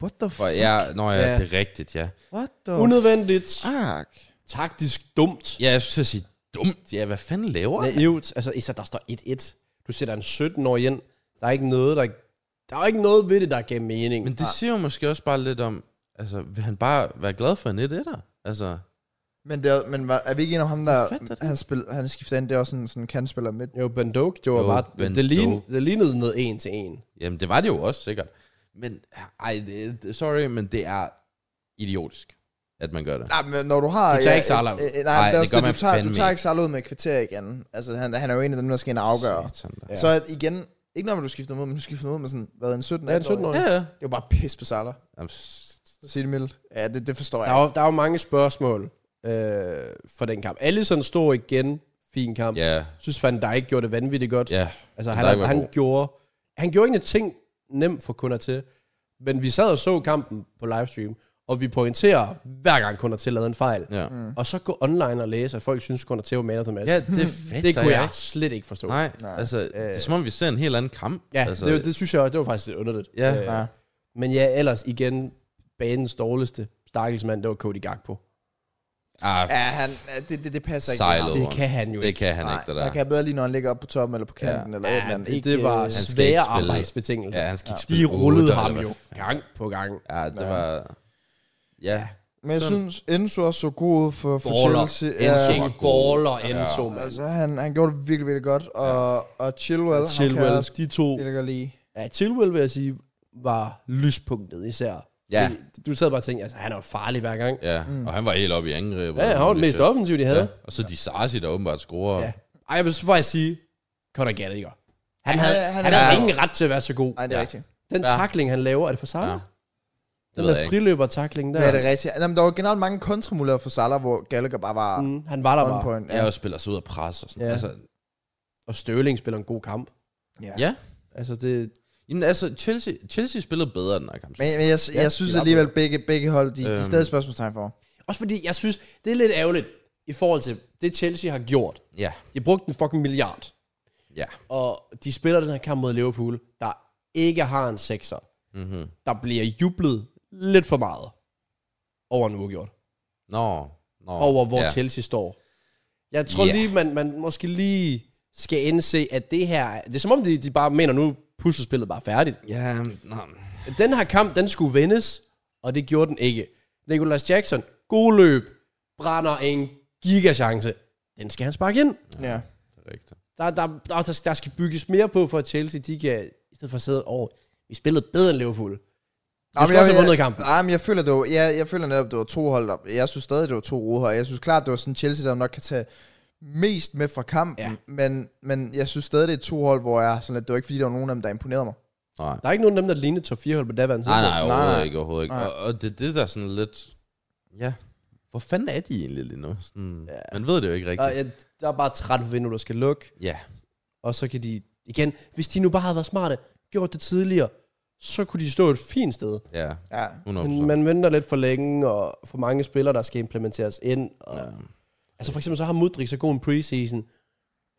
What the
For
fuck?
jeg, når jeg,
Ja.
ja. det er rigtigt, ja.
What the
Unødvendigt.
fuck?
Taktisk dumt.
Ja, jeg skulle til at sige, dumt. Ja, hvad fanden laver han?
Naivt. Altså, især der står 1-1. Du sætter en 17 år ind. Der er ikke noget, der... Der er ikke noget ved det, der gav mening.
Men det siger jo måske også bare lidt om, altså, vil han bare være glad for en 1-1'er? Altså,
Men, det er, men var, er vi ikke enige om ham, der,
Hvad fanden er det?
han, spil, han skifter ind, det er også sådan, sådan en kantspiller midt.
Jo, Ben Doak, det var
Jo,
bare...
Ben
det, lign,
Doak.
det lignede noget en til en.
jamen, det var det jo også, sikkert. Men, ej, det, det- sorry, men det er idiotisk, at man gør det.
Nej, men når du har...
Du tager ikke Salah ud.
Øh, øh, nej,
Nej,
nej, det, er
det
også
gør
det,
man
du, tager,
fandme
du tager
ikke.
ikke Salah ud med et kvarter igen. Altså, han, han er jo en af dem, der skal ind og afgøre.
Satan da.
Ja.
Ja. Så at igen, ikke når du skifter mod, men du skifter mod med sådan, hvad, en 17
Ja, en 17 år.
-årig?
Ja, ja.
Det var bare pis på Salah.
Jamen, s-
Sig det mildt. Ja, det, det forstår
Der
jeg.
var, der var mange spørgsmål øh, for den kamp. Allison stod igen. Fin kamp.
Ja,
synes Van Dijk gjorde det vanvittigt godt.
ja.
Altså,
Van
han,
Dijk
han,
var
han,
god.
gjorde, han gjorde ikke en ting nem for kunder til. Men vi sad og så kampen på livestream, og vi pointerer hver gang kunder til lavede en fejl.
Ja,
Og så gå online og læse, at folk synes, kunder til var man of the match.
ja det er fedt,
Mm. det
der
kunne
er
jeg
ikke-
slet ikke forstå.
Nej, altså, det er som om, vi ser en helt anden kamp.
Øh. Ja,
altså,
altså, det, det, synes jeg også, det var faktisk lidt underligt. Øh,
Ja.
Ja.
Men ja, ellers igen, banens dårligste stakkelsmand, det var Cody Gakpo.
ah,
Ja, han, ja, det, det, det passer ikke.
Sejlet.
Det kan han jo
Det
ikke.
kan han
Nej,
ikke, det
der kan jeg bedre lige, når han ligger op på toppen eller på kanten ja. eller et eller
Ja,
andet.
det,
Ikke,
det var
øh,
skal
svære
ikke spille.
arbejdsbetingelser.
Ja, han skal ikke
De
spille
rullede
otter,
ham
eller
jo
hvad
gang på gang.
Ja, det var... Ja.
Men jeg
sådan-
synes, Enzo også så god ud for
Baller.
fortællelse.
Enzo var baller. Enzo, mand.
Altså, han, han gjorde det virkelig, virkelig godt. Og, og Chilwell, og Chilwell. han kan jeg
Chilwell,
også
de to.
virkelig godt lide.
Ja, Chilwell, vil jeg sige, var lyspunktet især.
Ja.
Fordi Du sad bare og tænkte, altså, han er jo farlig hver gang. Ja,
Ja, mm. og han var helt oppe i angrebet.
ja han var den mest offensive, de havde. Ja.
Og så de Sarsi, der åbenbart scorer.
ja.
Ja.
Ej, jeg vil så faktisk sige, Conor Gallagher. Han, havde,
han
han,
er-
han havde ingen ret til at være så god.
Nej, det er
Ja.
ja. rigtigt.
Den
Ja.
tackling, han laver, er det på Salah?
Ja.
Ja.
Det
Den
ved jeg
der
ikke.
friløber-tackling der.
Ja, det er rigtigt. Jamen, der var generelt mange kontramuligheder for Salah, hvor Gallagher bare var mm.
Mm, han var der
on
bare.
point.
Jeg også spiller sig ud af pres og sådan
Ja.
altså,
Og Støvling spiller en god kamp.
ja.
ja.
Altså, det,
Jamen altså, Chelsea, Chelsea spillede bedre den her kamp.
Men, men jeg, jeg
Ja,
synes
de var
alligevel, begge, begge hold, de, de er
Øhm.
stadig spørgsmålstegn for.
Også fordi, jeg synes, det er lidt ærgerligt i forhold til det, Chelsea har gjort.
Ja,
De brugte en fucking milliard,
ja.
og de spiller den her kamp mod Liverpool, der ikke har en sekser.
Mm-hmm.
Der bliver jublet lidt for meget over en uafgjort.
Nå, nå.
Over, hvor
ja.
ja. Chelsea står. Jeg tror
Ja.
yeah. lige, man, man måske lige skal indse, at det her... Det er som om, de, de bare mener, nu puslespillet bare færdigt.
Ja, nå.
Den her kamp, den skulle vendes, og det gjorde den ikke. Nicolas Jackson, god løb, brænder en gigachance. Den skal han sparke ind.
Ja.
Det er rigtigt.
Der, der, der, der, der skal bygges mere på, for at Chelsea, de kan, i stedet for at sidde over, vi spillede bedre end Liverpool. Vi skulle også have vundet kampen.
Nej, men jeg føler, det var, jeg, jeg føler netop, det var to hold. der- Jeg synes stadig, det var to rohold. Jeg synes klart, det var sådan Chelsea, der nok kan tage mest med fra kampen.
Ja.
Ja. Men, men jeg synes stadig, det er to hold, hvor jeg sådan lidt, det var ikke fordi, der var nogen af dem, der imponerede mig.
Nej.
Der er ikke nogen af dem, der ligner top 4 hold på daværende
Nej, nej,
tidspunkt.
overhovedet
nej.
ikke, overhovedet ikke.
Nej.
Og, og det er det, der er sådan lidt... Ja, hvor fanden er de egentlig lige nu? Sådan, ja. Man ved det jo ikke rigtigt.
Der, er- der er bare 30 vinduer, der skal lukke,
Ja,
og så kan de igen, hvis de nu bare havde været smarte, gjort det tidligere, så kunne de stå et fint sted.
ja,
Ja.
100
Men man venter lidt for længe, og for mange spillere, der skal implementeres ind. Og, ja. Altså for eksempel, så har Mudrik så god en preseason,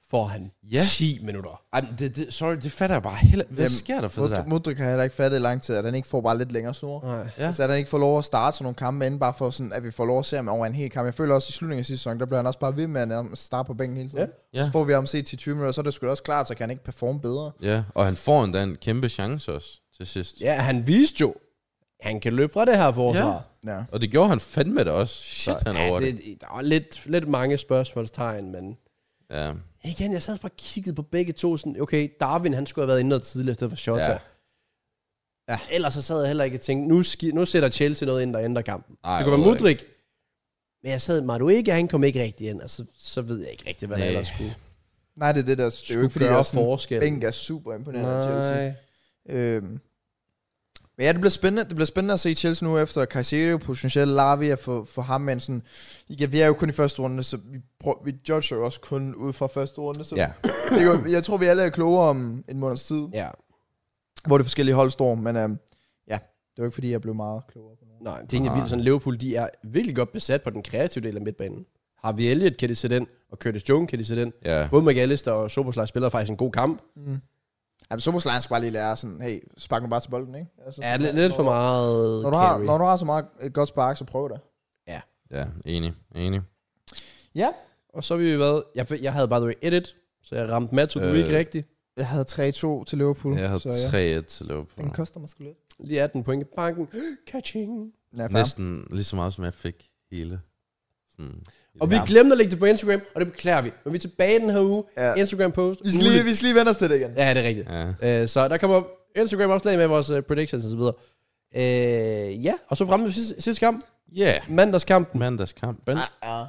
får han
Ja.
10 minutter.
Ej, men det, det, sorry, det fatter jeg bare heller. Hvad
Jamen,
sker der for det
Mud-
der?
Mudrik har heller ikke fattet i lang tid, at han ikke får bare lidt længere snor.
Nej.
Ja.
Ja. Så at han ikke får lov at starte sådan nogle kampe inden, bare for sådan, at vi får lov at se ham over en hel kamp. Jeg føler også, at i slutningen af sidste sæson, der bliver han også bare ved med at nærmest starte på bænken hele tiden.
Ja. Ja.
Så får vi ham set til 20 minutter, og så er det sgu da også klart, så kan han ikke performe bedre.
Ja, og han får endda en kæmpe chance også til sidst.
Ja, han viste jo, han kan løbe fra det her forsvar.
Ja.
Ja.
Ja.
Og det gjorde han fandme da også. Shit, han
ja,
over det.
det, det. Der var lidt, lidt mange spørgsmålstegn, men...
Ja.
Igen, jeg sad bare og kiggede på begge to, sådan, okay, Darwin, han skulle have været inde noget tidligere, i stedet for Shota.
Ja.
Ja. ja. Ellers så sad jeg heller ikke og tænkte, nu, ski, nu sætter Chelsea noget ind, der ændrer kampen.
Ej,
Ej, det kunne være
overhovedet
Mudrik. Men jeg sad Madueke, han kom ikke rigtig ind, og så, så ved jeg ikke rigtig, hvad der
Nej.
ellers skulle,
Nej, det er det, der det er jo
skulle
ikke, fordi der
gøre
er sådan,
forskel.
bænk er super imponerende af Chelsea.
Nej.
Øhm. Men ja, det bliver spændende. Det bliver spændende at se Chelsea nu efter Caicedo, potentielt Lavia for, for ham, men sådan, igen, vi er jo kun i første runde, så vi, prøver, vi judger jo også kun ud fra første runde, så
ja.
det er jo, jeg tror, vi alle er klogere om en måneds tid,
Ja,
hvor de forskellige hold står, men øhm, ja, det var ikke fordi, jeg blev meget klogere. på nogen.
nej, det er egentlig vildt. Sådan, Liverpool, de er virkelig godt besat på den kreative del af midtbanen. Har vi Elliot, kan de sætte ind, og Curtis Jones kan de sætte ind.
Ja.
Både McAllister og Soboslej spiller faktisk en god kamp.
Jamen, så må Slejn skal bare lige lære sådan, hey, spark nu bare til bolden, ikke? Altså,
Ja,
sådan,
lidt, lidt
når-
for meget
Når du, har,
carry.
når du har så meget et godt spark, så prøv det.
Ja, enig. Enig.
Ja,
Og så har vi været... Jeg, jeg havde bare the way edit, så jeg ramte Matt, så du
Øh.
ikke rigtigt.
jeg havde 3-2 til Liverpool.
Jeg havde
Mm, så ja,
3-1 til Liverpool.
den koster mig sgu lidt.
Lige 18 point i banken. Catching.
Ja, fair.
Næsten lige så meget, som jeg fik hele. Sådan.
Og vi glemte at lægge det på Instagram, og det beklager vi. Men vi er tilbage den her uge.
Ja.
Instagram post.
Vi skal, lige, vi skal lige vende os til det igen.
Ja, det er rigtigt.
Ja.
Ja. Øh, så der kommer Instagram opslag med vores uh, predictions og så videre. Øh, ja, og så fremme sidste, sidste kamp.
Ja.
Mandagskampen.
Mandagskamp. Men,
Ja. ja. Ah,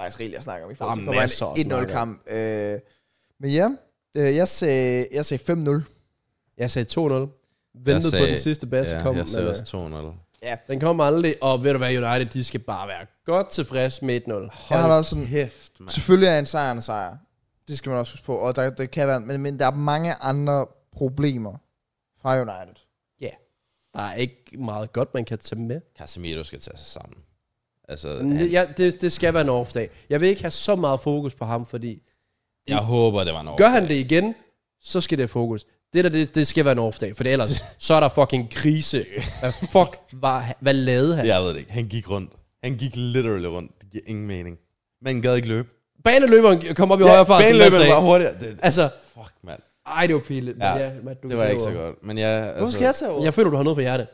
Faktisk rigeligt at snakke om i
Der er
forhold til. Der var
masser at
en
snakke om.
1-0 kamp. Øh, men ja, øh, jeg sagde, jeg sagde 5-0.
Jeg sagde 2-0. Ventede
sagde-
på den sidste basse
ja,
kom.
jeg
men,
sagde
øh,
også 2-0.
Ja.
den kom aldrig, og ved du hvad, United, de skal bare være godt tilfredse med 1-0.
Jeg har da også sådan,
Kæft, mand.
selvfølgelig er en sejr en sejr. Det skal man også huske på. Og der, der kan være, men, men der er mange andre problemer fra United.
Der er ikke meget godt, man kan tage med.
Casemiro skal tage sig sammen. Altså,
Men
han,
det, ja, det, det skal være en off-dag. Jeg vil ikke have så meget fokus på ham, fordi
jeg håber, det var en over.
gør han det igen, så skal det have fokus. Det der, det, det skal være en off-dag, for ellers, så er der fucking krise. Hvad fuck, var, hvad lavede han? Ja.
Jeg ved det ikke. Han gik rundt. Han gik literally rundt. Det giver ingen mening. Man gad ikke løbe.
Baneløberen kom op i ja, højre fart. som jeg
Baneløbet
sagde.
var hurtigere. Det,
Altså,
fuck, mand.
ej, det var pinligt. men
Ja,
ja Matt, du kan
Det var
tage
ikke så
over.
godt. Men jeg... Altså,
Hvorfor skal jeg tage over?
Jeg føler, du har noget på hjertet.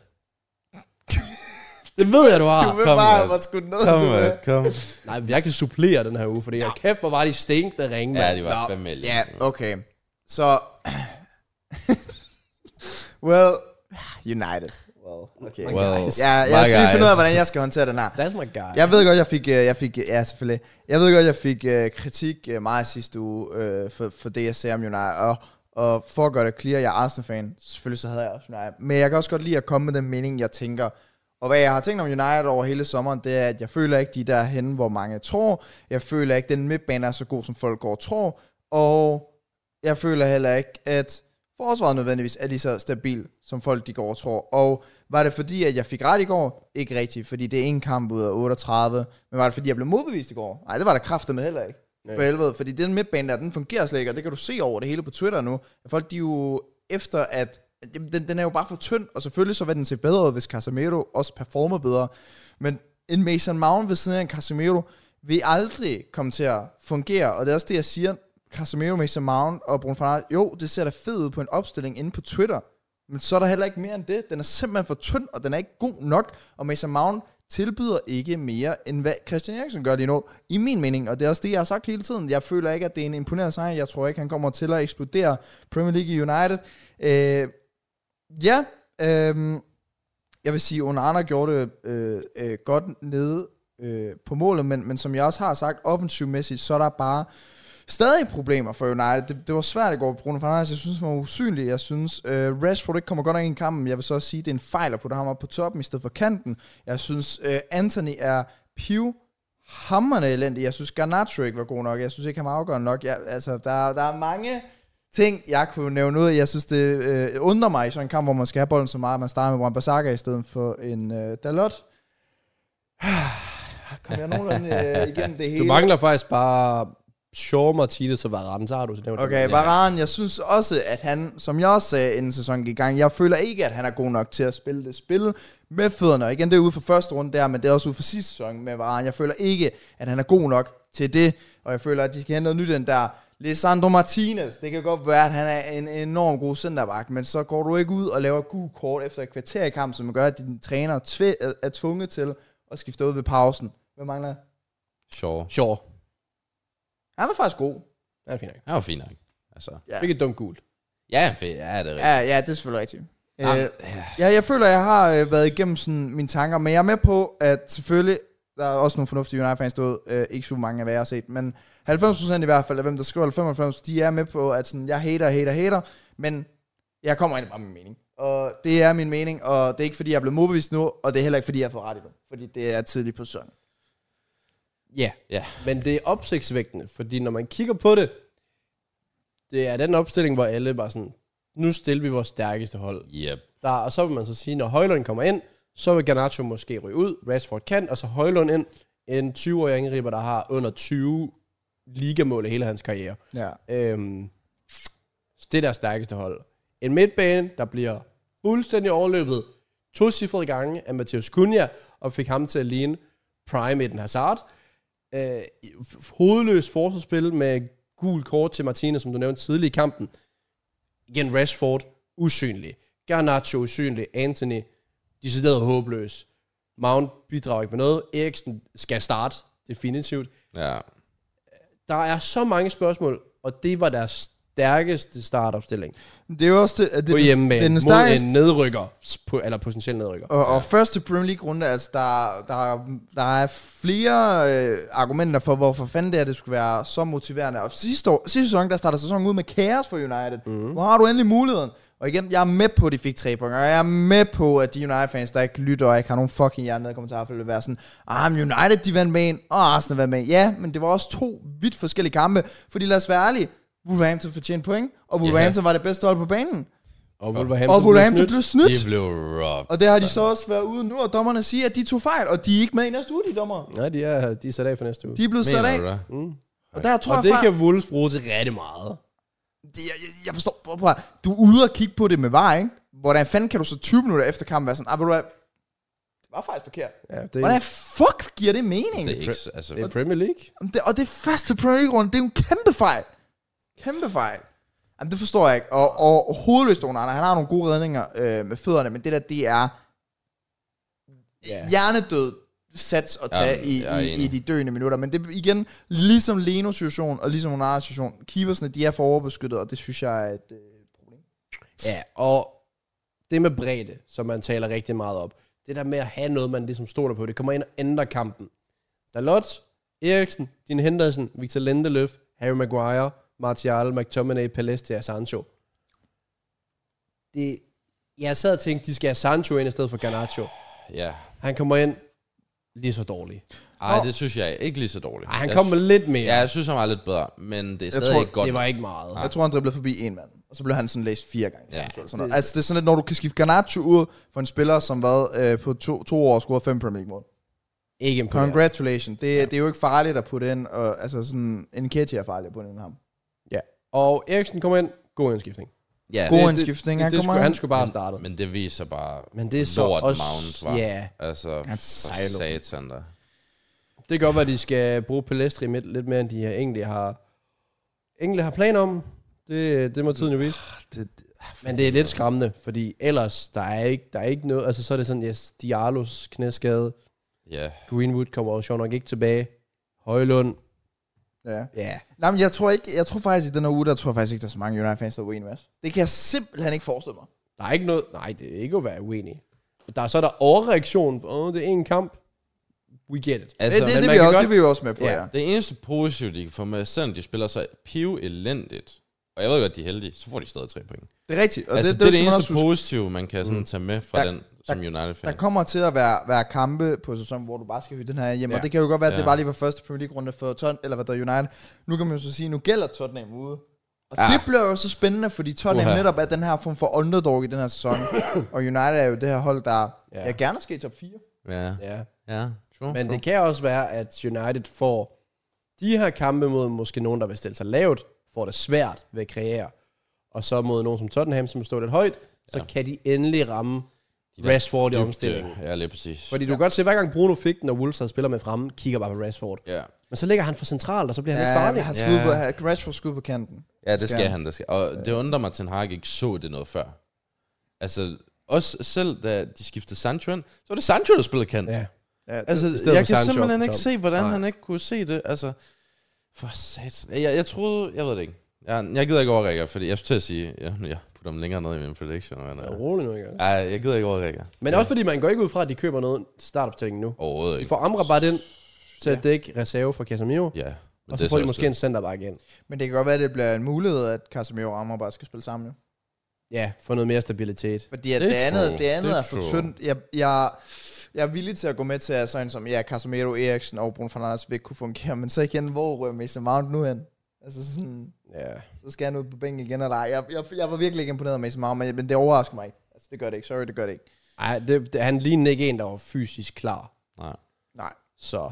det ved jeg, du har.
du vil
kom,
bare
Matt.
have skudt ned.
Kom,
du ved.
mand, kom.
Nej, jeg kan supplere den her uge, fordi ja. kæft, hvor var de stinkende ringe,
Ja,
mand.
det var
Nå,
fandme lidt.
Ja, okay. Så... well, United. Well, okay.
Well,
Ja, jeg
my
skal lige finde ud af,
guys.
hvordan jeg skal håndtere den her.
That's my guy.
Jeg ved godt, jeg fik, øh, jeg fik, ja selvfølgelig, jeg ved godt, jeg fik øh, kritik øh, meget sidste uge øh, for, for det, jeg ser om United, og, Og for at gøre det clear, jeg er Arsenal-fan. Selvfølgelig så havde jeg også United. Men jeg kan også godt lide at komme med den mening, jeg tænker. Og hvad jeg har tænkt om United over hele sommeren, det er, at jeg føler ikke, de er derhenne, hvor mange tror. Jeg føler ikke, den midtbane er så god, som folk går og tror. Og jeg føler heller ikke, at forsvaret nødvendigvis er lige så stabil, som folk de går og tror. Og var det fordi, at jeg fik ret i går? Ikke rigtigt, fordi det er en kamp ud af 38. Men var det fordi, jeg blev modbevist i går? Nej, det var der kræfter med heller ikke. Nej. For helvede, fordi den midtbane der, den fungerer slet ikke, og det kan du se over det hele på Twitter nu. At folk de er jo efter, at jamen, den, den er jo bare for tynd, og selvfølgelig så vil den se bedre ud, hvis Casemiro også performer bedre. Men en Mason Mount ved siden af en Casemiro vil aldrig komme til at fungere, og det er også det, jeg siger. Casemiro, Mason Mount og Bruno Fernandes, jo, det ser da fedt ud på en opstilling inde på Twitter, men så er der heller ikke mere end det. Den er simpelthen for tynd, og den er ikke god nok. Og Mason Mount tilbyder ikke mere, end hvad Christian Eriksen gør lige nu, i min mening. Og det er også det, jeg har sagt hele tiden. Jeg føler ikke, at det er en imponerende sejr. Jeg tror ikke, han kommer til at eksplodere Premier League i United. Øh, ja, øh, jeg vil sige, Onana gjorde det øh, øh, godt nede øh, på målet, men, men som jeg også har sagt, offensivmæssigt, så er der bare stadig problemer for United. Det, det var svært at gå på Bruno Fernandes. Jeg synes, han var usynlig. Jeg synes, øh, Rashford ikke kommer godt nok ind i kampen. Jeg vil så også sige, at det er en fejl at putte ham op på toppen i stedet for kanten. Jeg synes, øh, Anthony er piv hammerne elendig. Jeg synes, Garnacho ikke var god nok. Jeg synes ikke, han var afgørende nok. Jeg, altså, der, der er mange ting, jeg kunne nævne ud. Jeg synes, det øh, undrer mig i sådan en kamp, hvor man skal have bolden så meget, at man starter med Juan Bissaka i stedet for en øh, Dalot. Kom jeg nogenlunde øh, igennem det hele?
Du mangler faktisk bare Shaw, Martinez og Varane, så har du så nævnt dem.
Okay, Varane, jeg synes også, at han, som jeg også sagde, inden sæsonen gik i gang, jeg føler ikke, at han er god nok til at spille det spil med fødderne. Og igen, det er ude for første runde der, men det er også ude for sidste sæson med Varane. Jeg føler ikke, at han er god nok til det, og jeg føler, at de skal have noget nyt den der. Lisandro Martinez, det kan godt være, at han er en enorm god centerback, men så går du ikke ud og laver gul kort efter et kvarter i kampen, som gør, at din træner tve- er tvunget til at skifte ud ved pausen. Hvad mangler jeg?
Sure.
Shaw.
Han var faktisk god.
Ja, det er fint nok.
Han var fint nok. Altså.
Ja.
Fik et dumt gult.
Ja, fedt. Ja, det er rigtigt. Ah,
Ja, ja, det er selvfølgelig rigtigt.
Jamen,
Øh, ja, jeg føler, jeg har øh, været igennem sådan mine tanker, men jeg er med på, at selvfølgelig, der er også nogle fornuftige United-fans derude, øh, ikke så mange af hvad jeg har set, men 90% i hvert fald af hvem, der skriver 95, de er med på, at sådan, jeg hater, hater, hater, men jeg kommer ind bare med min mening. Og det er min mening, og det er ikke fordi, jeg er blevet modbevist nu, og det er heller ikke fordi, jeg får ret i det, fordi det er tidligt på søndag.
Ja.
Ja.
Men det er opsigtsvægtende, fordi når man kigger på det, det er den opstilling, hvor alle bare sådan, nu stiller vi vores stærkeste hold.
Yep.
Der, og så vil man så sige, når Højlund kommer ind, så vil Garnacho måske ryge ud, Rashford kan, og så Højlund ind, en 20-årig angriber, der har under 20 ligamål i hele hans karriere.
Ja.
Øhm, så det er deres stærkeste hold. En midtbane, der bliver fuldstændig overløbet to cifrede gange af Matheus Cunha, og fik ham til at ligne Prime Eden Hazard. Øh, f- hovedløst forsvarsspil med gul kort til Martinez, som du nævnte tidligere i kampen. Igen Rashford, usynlig. Garnacho, usynlig. Anthony, decideret håbløs. Mount bidrager ikke med noget. Eriksen skal starte, definitivt
Ja.
der er så mange spørgsmål, og det var deres stærkeste startopstilling
Det er jo også det, at det,
på
er den-
hjemmebane
det er den
mod
stærkeste,
en nedrykker, s- på, eller potentiel nedrykker.
Og, og første Premier League-runde, altså der, der, der er flere øh, argumenter for, hvorfor fanden det er, det skulle være så motiverende. Og sidste, år, sidste sæson, der starter sæsonen ud med kaos for United.
Mhm.
Mm. Hvor har du endelig muligheden? Og igen, jeg er med på, at de fik tre point, og jeg er med på, at de United-fans, der ikke lytter og ikke har nogen fucking hjernede kommentarer, vil være sådan, ah, men United, de vandt med en, og Arsenal vandt med en. Ja, men det var også to vidt forskellige kampe, fordi lad os være ærlige, Wolverhampton fortjente point, og Wolverhampton yeah. var det bedste hold på banen.
Og
Og Wolverhampton
blev
blev
snydt.
snydt.
De blev robbed.
Og det har de så også været ude nu, og dommerne siger, at de tog fejl, og de er ikke med i næste uge, de dommer.
Nej, de er, de er sat af for næste uge.
De er blevet sat af,
Mener du det?
og der tror
og
jeg,
det
far,
kan Wolves bruge til rigtig meget.
det, jeg, jeg- jeg forstår, prøv, prøv, at- du er ude og kigge på det med var, ikke? Hvordan fanden kan du så 20 minutter efter kampen være sådan, ah, ved du hvad, det var faktisk forkert.
Ja, det, er,
Hvordan fuck giver det mening?
Det er
Det.
ikke... så- Altså,
det er Premier League.
Det, og det første Premier League-runde, det er jo en kæmpe fejl. Kæmpe fejl. Jamen, det forstår jeg ikke. Og, og hovedløst Onana, han har nogle gode redninger øh, med fødderne, men det der, det er
Ja.
hjernedød sats at tage
Jamen, jeg er
i, i, i
enig.
de døende minutter. Men det igen, ligesom Lenos situation og ligesom Onanas situation, keepersne, de er for overbeskyttet, og det synes jeg er et øh, problem.
Ja, og det med bredde, som man taler rigtig meget op. Det der med at have noget, man ligesom stoler på, det kommer ind og ændrer kampen. Dalot, Eriksen, Din Henderson, Victor Lindeløf, Harry Maguire, Martial, McTominay, Palestia, Sancho. det, jeg sad og tænkte, de skal have Sancho ind i stedet for Garnacho.
Ja.
Han kommer ind lige så dårlig.
Ej,
Nå.
det synes jeg ikke lige så dårligt.
Ej, han
Jeg
kom med lidt mere.
Ja, jeg synes, han var lidt bedre, men det er stadig
tror,
ikke godt.
det var ikke meget.
Jeg tror, han driblede forbi en mand, og så blev han sådan læst fire gange.
Ah. Ja.
Ja, sådan noget. Altså, det er sådan lidt, når du kan skifte Garnacho ud for en spiller, som hvad, øh, på to, to år scorede fem Premier League mål.
Ikke imponerende.
Congratulations. Det, ja. det er jo ikke farligt at putte ind, og, altså sådan, en Ketty er farlig at putte ind i ham.
Ja. Og Eriksen kommer ind. God indskiftning.
ja,
God
det-
indskiftning,
det,
han
det, det
kommer
skulle, han
ind.
skulle bare have startet.
men det viser bare,
Men det er så
lort
også...
Mount var.
Ja,
altså,
Han
for
sejler.
satan der.
det kan godt være, at de skal bruge Pelestri med, lidt mere, end de her egentlig har, egentlig har plan om. Det, det må tiden jo vise.
Ah, Det, det,
Men det er lidt skræmmende, fordi ellers, der er ikke, der er ikke noget... Altså, så er det sådan, yes, Diallos knæskade.
ja,
Greenwood kommer jo sjovt nok ikke tilbage. Højlund.
Ja.
Ja.
Nej, men jeg tror, ikke, jeg tror faktisk, i den her uge, der tror jeg faktisk ikke, der er så mange United-fans, der er uenige med os. Det kan jeg simpelthen ikke forestille mig.
Der er ikke noget... Nej, det er ikke at være uenig. Der er så er der overreaktion. Åh, det er en kamp. We get it.
altså,
det, det,
men
det,
man
vi
kan
også,
godt-
det er vi jo også med på,
Ja.
ja. ja.
Det eneste positive, de kan få med, selvom de spiller så piv elendigt, og jeg ved godt, de er heldige, så får de stadig tre point.
Det er rigtigt. Og
altså,
det,
det, det,
skal
er
man
det
også huske.
eneste positive, man kan
Mm.
sådan tage med fra
Der-
den som United-fan.
Der kommer til at være, være kampe på sæsonen, hvor du bare skal hytte den her hjem, ja. og det kan jo godt være, at det
Ja.
bare lige var første Premier League-runde for Tottenham, eller hvad der er, United. Nu kan man jo så sige, nu gælder Tottenham ude. Og
Ah.
ah. det bliver jo så spændende, fordi Tottenham
Uha.
uh netop er den her form for underdog i den her sæson, og United er jo det her hold, der
Ja.
ja. jeg gerne skal i top 4.
Ja,
Ja.
ja, sure.
Men
sure.
det kan også være, at United får de her kampe mod måske nogen, der vil stille sig lavt, får det svært ved at kreere. Og så mod nogen som Tottenham, som står lidt højt, så ja. kan de endelig ramme
der
Rashford i
Dybt,
omstillingen.
Ja, lige præcis.
Fordi du kan godt se, hver gang Bruno fik den, og Wolves havde spiller med fremme, kigger bare på Rashford.
Ja.
Men så ligger han for centralt, og så bliver han lidt
Ja,
farlig.
han
Ja.
skud på, Rashford skud på kanten.
Ja, det skal
Skal.
han, det skal. Og det
Øh.
undrer mig, at Ten Hag ikke så det noget før. Altså, også selv da de skiftede Sancho ind, så var det Sancho, der spillede kant. Ja.
Ja.
Ja, det,
Altså,
stedet
jeg
for
kan
Sancho
simpelthen
op
ikke
på
se, hvordan
Nej.
han ikke kunne se det. Altså, for sat. Jeg, jeg troede, jeg ved det ikke. Jeg, jeg gider ikke overrække, fordi jeg skulle til at sige, ja, jeg putter dem længere ned i min prediction. Men,
Ja,
ja.
rolig nu, ikke?
Ej, jeg gider ikke overrække.
Men også fordi man går ikke ud fra, at de køber noget startopstillingen nu.
Overhovedet
De
ikke.
får Amrabat ind til at dække reserve for Casemiro,
Ja.
og
men det
så
er
får de
også
måske
det.
en centerback ind.
men det kan godt være, at det bliver en mulighed, at Casemiro og Amrabat skal spille sammen. Jo.
Ja, for noget mere stabilitet.
Fordi at
Det
det,
er
det, andet,
true.
det andet
Det
er
er
for
true.
tyndt. Jeg, jeg, jeg er villig til at gå med til, at sådan som ja, Casemiro, Eriksen og Bruno Fernandes vil kunne fungere, men så igen, hvor rører Mason Mount nu hen? Altså sådan,
Ja.
så skal han ud på bænken igen, eller ej. Jeg, jeg, jeg var virkelig ikke imponeret af Mason Mount, men, men det overrasker mig ikke. Altså, det gør det ikke. Sorry, det gør det ikke.
Ej, det, det, han lignede ikke en, der var fysisk klar.
Nej.
Nej.
Så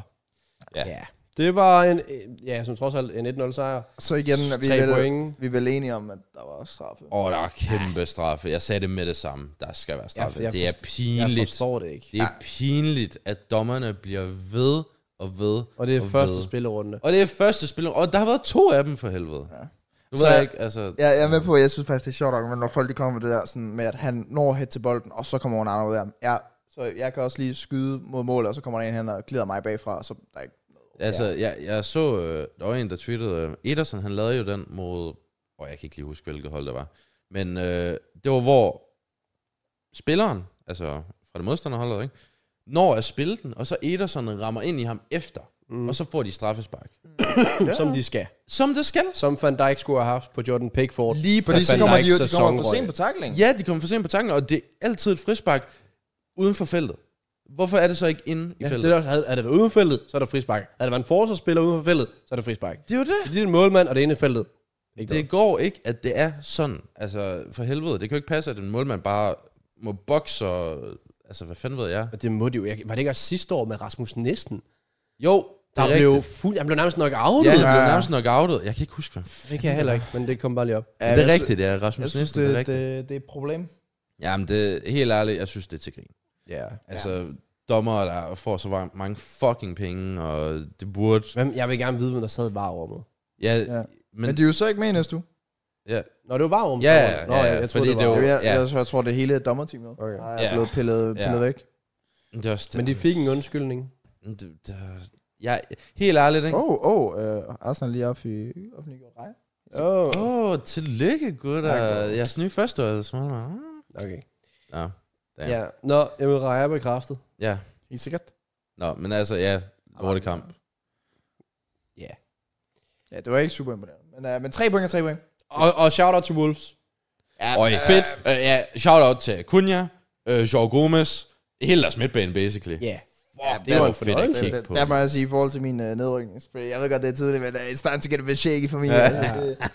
ja.
Ja.
ja. Det var en, øh, ja, som trods alt en 1-0 sejr.
Så igen, er vi
Tre
er vel,
point.
vi er vel enige om, at der var straffe.
Åh, oh, der er kæmpe straffe. Jeg sagde det med det samme. Der skal være straffe.
jeg
det er
forst- Jeg
pinligt.
forstår det ikke.
Det er pinligt, at dommerne bliver ved og ved.
Og det er
og
første
ved.
spillerunde.
Og det er første spil. Og der har været to af dem for helvede. Ja. Nu
Så
ved jeg
jeg-
ikke, altså...
Ja, jeg er med på, at jeg synes faktisk, det er sjovt nok, men når folk de kommer med det der sådan med, at han når hen til bolden, og så kommer en anden ud af ham. Ja, så jeg kan også lige skyde mod målet, og så kommer der en hen og glider mig bagfra, og så der er ikke
Altså, jeg, jeg så, øh, der var en, der tweetede, øh, Ederson, han lavede jo den mod, og jeg kan ikke lige huske, hvilket hold det var, men øh, det var, hvor spilleren, altså fra det modstanderholdet, ikke, når at spille den, og så Ederson rammer ind i ham efter, mm. og så får de straffespark.
Ja. Som de skal.
Som det skal.
Som Van Dijk skulle have haft på Jordan Pickford.
Lige fordi
Van
så kommer de
Dijks
jo de kommer for
sæsonrøg.
sent på tackling.
Ja, de kommer for sent på tanken, og det er altid et frispark uden for feltet. Hvorfor er det så ikke inde i
Ja,
feltet?
det der, havde, havde det været uden for feltet, så er der frispark. Havde det været en forsvarsspiller uden for feltet, så er det frispark.
det er jo det.
Det er en målmand, og det er inde i feltet. Ikke det,
Det går ikke, at det er sådan. Altså, for helvede, det kan jo ikke passe, at en målmand bare må bokse og... Altså, hvad fanden ved jeg?
og det må de jo. Jeg, var det ikke også sidste år med Rasmus Næsten?
Jo, det
Der
er
blev
rigtigt.
fuld, han blev nærmest nok out.
Ja,
Ja.
han blev
Ja.
nærmest knockoutet. Jeg kan ikke huske, hvad f-
Det kan jeg heller ikke, men det kom bare lige op.
Ja,
Det er
jeg sy-
rigtigt, det er Rasmus
Jeg synes,
Nielsen, det, er
det,
rigtigt.
det, det er et problem.
Jamen, det, helt ærligt, jeg synes, det er til grin.
Ja.
Altså, ja. dommer, der får så var- mange fucking penge, og det burde...
Hvem, jeg vil gerne vide, hvem der sad i varerummet.
Ja,
Ja.
ja.
Men
men...
de er jo så ikke med i næste uge.
Ja,
Nå, det var varerummet.
Ja,
der var-
ja,
Nå,
ja,
jeg, jeg troede,
fordi
det var,
det
Jo,
var-
jeg,
ja.
ja. jeg, tror, det hele dommerteamet
Okay.
okay. er
Ja.
blevet pillet, pillet
Ja.
væk.
det er også det.
Men de fik en undskyldning.
Det, det, jeg, helt ærligt, ikke?
Åh, oh, åh, oh, uh, Arsenal lige op i offentliggjort rej.
Oh.
Åh, oh, tillykke, gutter.
Tak, gutter.
Jeres nye første måler.
Okay.
Nå,
Ja.
Ja.
ja. Nå, jamen Raja er bekræftet.
ja.
Helt sikkert.
Nå, men altså, ja. Lortekamp.
Ja, det var ikke super imponerende. øh, Men, uh, men tre point er tre point.
Og, og shout out til Wolves. Ja,
Øj, fedt. Øh, ja, shout out til Kunja, øh, Joao Gomez, hele deres midtbane, basically.
Ja.
Fuck,
det
det
var
var
en
fedt at
fornøjelse.
kigge
Der,
på.
der må jeg sige, i forhold til min øh, nedrykningsspray, jeg ved godt, det er tidligt, men uh, it's time to get a bit shaky for mig. Ja.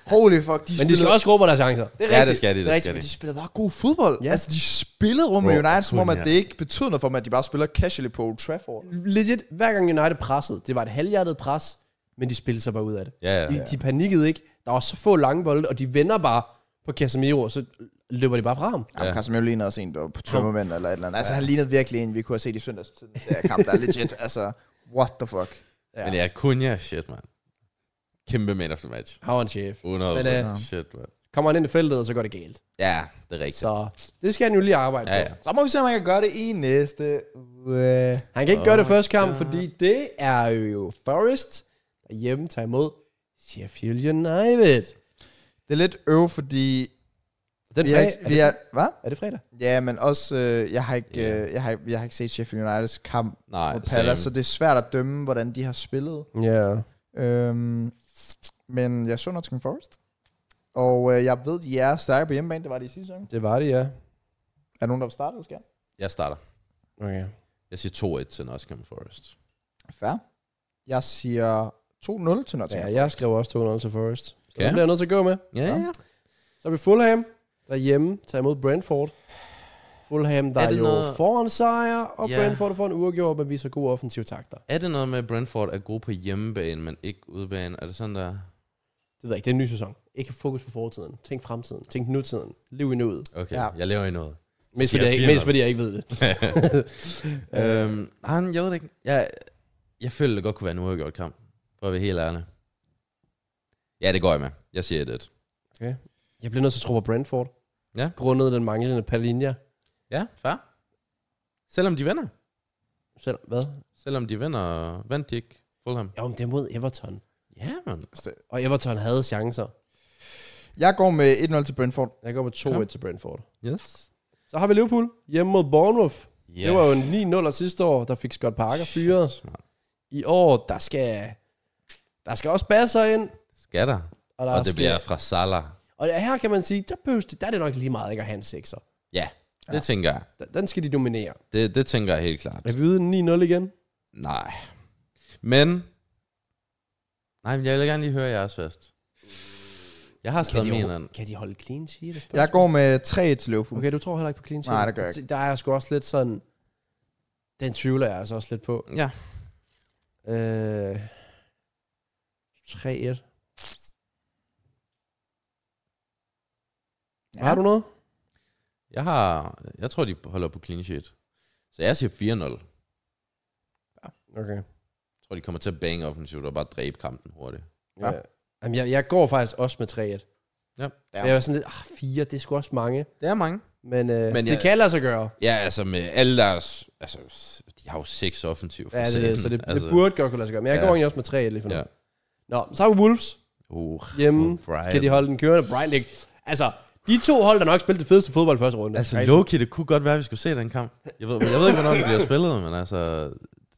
holy fuck, de
Men de skal også score på deres chancer.
Det
Ja,
er
det
rigtigt.
skal de, det
er rigtigt,
skal
men
de.
de spillede bare god fodbold.
Ja.
Ja. Altså, de spillede rum med
Bro,
United, som om,
kun,
at
ja.
det ikke betyder noget for dem, at de bare spiller casually på Old Trafford.
Legit, hver gang United pressede, det var et halvhjertet pres, men de spillede sig bare ud af det.
Ja, ja,
De,
ja.
de panikkede ikke. Der var så få lange bolde, og de vender bare på Casemiro, og så løber de bare fra ham.
Ja. Casemiro lignede også en, der var på tømmermænd eller et eller andet. Altså, han lignede virkelig en, vi kunne have set i søndags til den der kamp, der er legit. Altså, what the fuck.
Ja.
Men ja, Kunja, shit, man. Kæmpe man of the match.
Han var en chef.
100
Men, øh,
shit, man.
Kommer han ind i feltet, og så går det galt.
Ja, det er rigtigt.
Så det skal han jo lige arbejde
Ja,
på.
Så
ja.
må vi se, om man kan gøre det i næste uge.
Han kan ikke oh gøre det første kamp, fordi det er jo Forest, der hjemme tager imod Sheffield United.
Det er lidt øv, fordi...
Den
Vi
fredag,
har,
er,
ikke, vi
det,
har, hvad?
er det fredag?
Ja, men også, øh, jeg, har ikke,
Ja.
øh, jeg, har, jeg har ikke set Sheffield Uniteds kamp
Nej,
mod
same.
Palace, så det er svært at dømme, hvordan de har spillet.
Ja.
Øhm, men jeg så Nottingham Forest. Og øh, jeg ved, de er stærke på hjemmebane. Det var de i sidste sæson.
Det var det, ja.
Er der nogen, der vil starte, eller skal jeg?
Jeg starter.
Okay.
Jeg siger 2-1 til Nottingham Forest.
Fair. Jeg siger 2-0 til Nottingham.
Ja, jeg skrev også 2-0 til Forest. Så
Ja.
det bliver jeg nødt til at gå med.
Ja, ja.
Så er vi Fulham, der hjemme tager imod Brentford. Fulham, der
Er
er
det
jo
noget-
foran sejr, og
Ja.
yeah. Brentford får en uafgjort, men viser gode offensive takter.
Er det noget med, at Brentford er gode på hjemmebane, men ikke udebane? Er det sådan, der...
Det ved jeg ikke, det er en ny sæson. Ikke fokus på fortiden. Tænk fremtiden. Tænk nutiden. Liv i nuet.
Okay,
Ja.
ja. jeg laver i noget.
Mest
Siger
fordi, jeg, ikke-
4-0.
mest fordi jeg ikke ved det.
øhm, han, jeg ved det ikke. Jeg, jeg føler, det godt kunne være en uafgjort kamp. For at være helt ærlig. Ja, det går jeg med. Jeg siger 1-1.
Jeg bliver nødt til at tro på Brentford.
Ja.
Grundet den manglende Palinja.
Ja, fair. Selvom de vinder.
Selv, hvad?
Selvom de vinder, vandt de ikke Fulham.
Jo, men det er mod Everton.
Ja, man.
Og Everton havde chancer.
Jeg går med 1-0 til Brentford.
Jeg går med 2-1
Ja.
til Brentford.
Yes.
Så har vi Liverpool hjemme mod Bournemouth.
Yeah.
Yeah. Det var jo en 9-0 sidste år, der fik Scott Parker fyret.
man.
I år, der skal, der skal også basser ind.
Skal der.
Og, der
Og det
skal,
bliver fra Salah.
og her kan man sige, der, behøves det, der er det nok lige meget ikke at have en sekser.
Ja, det tænker jeg.
Der- Den skal de dominere.
Det, det tænker jeg helt klart.
Er vi ude i 9-0 igen?
Nej. Men... Nej, men jeg vil gerne lige høre jeres først. Jeg har
Kan
skrevet
de,
min
overho-
anden.
kan de holde clean sheet? er
Jeg går med 3 til Liverpool. Okay.
Okay, du tror heller ikke på clean sheet?
Nej, det gør jeg
Der er jeg sgu også lidt sådan... Den tvivler jeg altså også lidt på.
Ja.
Øh, 3-1. Ja.
Ja.
Har du noget?
Jeg har... Jeg tror, de holder på clean sheet. Så jeg siger 4-0. Jeg
Okay.
tror, de kommer til at bange offensivt og bare dræbe kampen hurtigt.
Ja.
Ja.
Jamen, jeg, jeg går faktisk også med 3-1.
Ja.
Jeg er sådan lidt, ah, 4, det er sgu også mange.
Det er mange.
Men, øh, Men
Men
det
jeg-
kan lade sig gøre.
Ja, altså med alle deres... Altså, de har jo seks offensive. for
Ja, det, er
satan.
det, så det, altså,
altså,
det burde godt kunne lade sig gøre. Men jeg
Ja.
går egentlig også med 3 lige for nu.
Ja.
Ja. Nå, så har vi Wolves
Uh,
hjemme.
Oh, Brighton.
Mm. Skal de holde den kørende? Brian, ikke? Altså, de to hold, der nok spillede det fedeste fodbold i første runde.
altså Loki, det kunne godt være, at vi skulle se den kamp. Jeg ved, jeg ved ikke, hvornår det bliver spillet, men altså...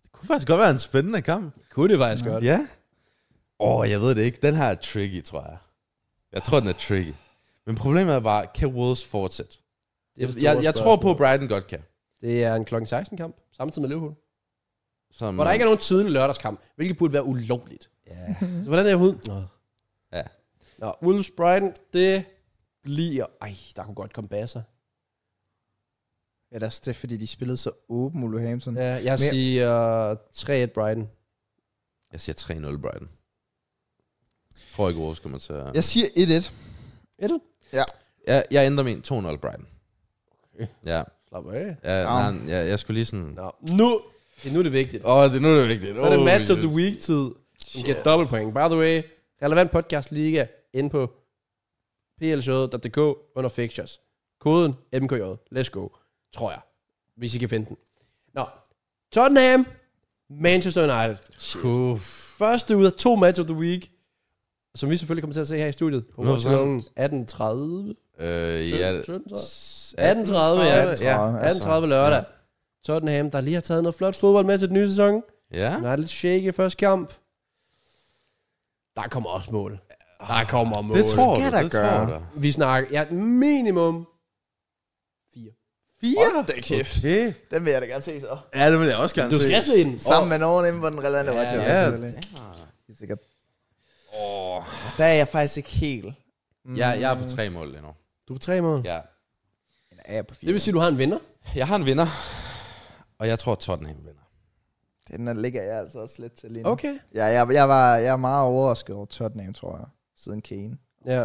Det kunne faktisk godt være en spændende kamp.
Kunne det faktisk godt.
Ja. Åh, oh, jeg ved det ikke. Den her er tricky, tror jeg. Jeg tror, den er tricky. Men problemet er bare, kan Wolves fortsætte?
Det er det
Jeg,
store
jeg tror på,
spørgsmål.
at Brighton godt kan.
Det er en klokken 16 kamp, samtidig med Liverpool. Mm.
Som,
Hvor der ikke er nogen tidlig lørdagskamp, hvilket burde være ulovligt.
Ja.
Så hvordan er jeg ud? Nå.
Ja.
Nå, Wolves Brighton, det bliver... Ej, der kunne godt komme basser.
Ja, det er- det er fordi, de spillede så åben,
Mm.
Wolverhampton. Ja.
Ja, jeg siger 3-1 Brighton.
Jeg siger 3-0 Brighton. Jeg tror ikke, Wolves kommer til at...
Jeg siger 1-1.
Er det?
Jeg, jeg ændrer min 2-0 Brighton.
Okay.
Ja.
Slap af.
Ja,
Au.
nej, jeg, jeg skulle lige sådan...
Nå, nu, det er nu det er vigtigt.
Åh, oh, det, nu er det vigtigt.
Så er det
Åh,
match of
shit.
the week tid, som giver dobbelt point. By the way, relevant podcast liga inde på plshowet.dk under fixtures. Koden MKJ. Let's go. Tror jeg. Hvis I kan finde den. Nå. Tottenham. Manchester United.
Uff.
Første ud af to match of the week. Som vi selvfølgelig kommer til at se her i studiet. På
100%.
Watch Alone 18.30.
Øh, ja...
17, tror jeg.
18.30,
18.30, ja.
ja.
18.30 lørdag. Tottenham, der lige har taget noget flot fodbold med til den nye sæson.
Ja.
Han er lidt shaky i første kamp. Der kommer også mål. Der kommer mål.
Det tror
skal
du,
der
det
gøre.
tror du.
Vi snakker, ja, minimum fire.
Fire? Hold da kæft.
Okay.
Den vil jeg da gerne se så.
Ja, det vil jeg også gerne
Du skal se den.
Sammen med nogen inden for den relevante
Ja,
Roger.
ja.
selvfølgelig. Det er sikkert. Oh. Der er jeg faktisk ikke helt.
Ja, Mm. jeg er på tre mål lige nu.
Du er på tre mål. Ja.
Ja.
Eller er jeg på fire?
Det vil sige, du har en vinder.
Jeg har en vinder, og jeg tror Tottenham vinder.
Den der ligger jeg altså også lidt til lige nu.
Okay.
Ja, jeg, jeg, var, jeg er meget overrasket over Tottenham, tror jeg. Siden Kane.
Ja.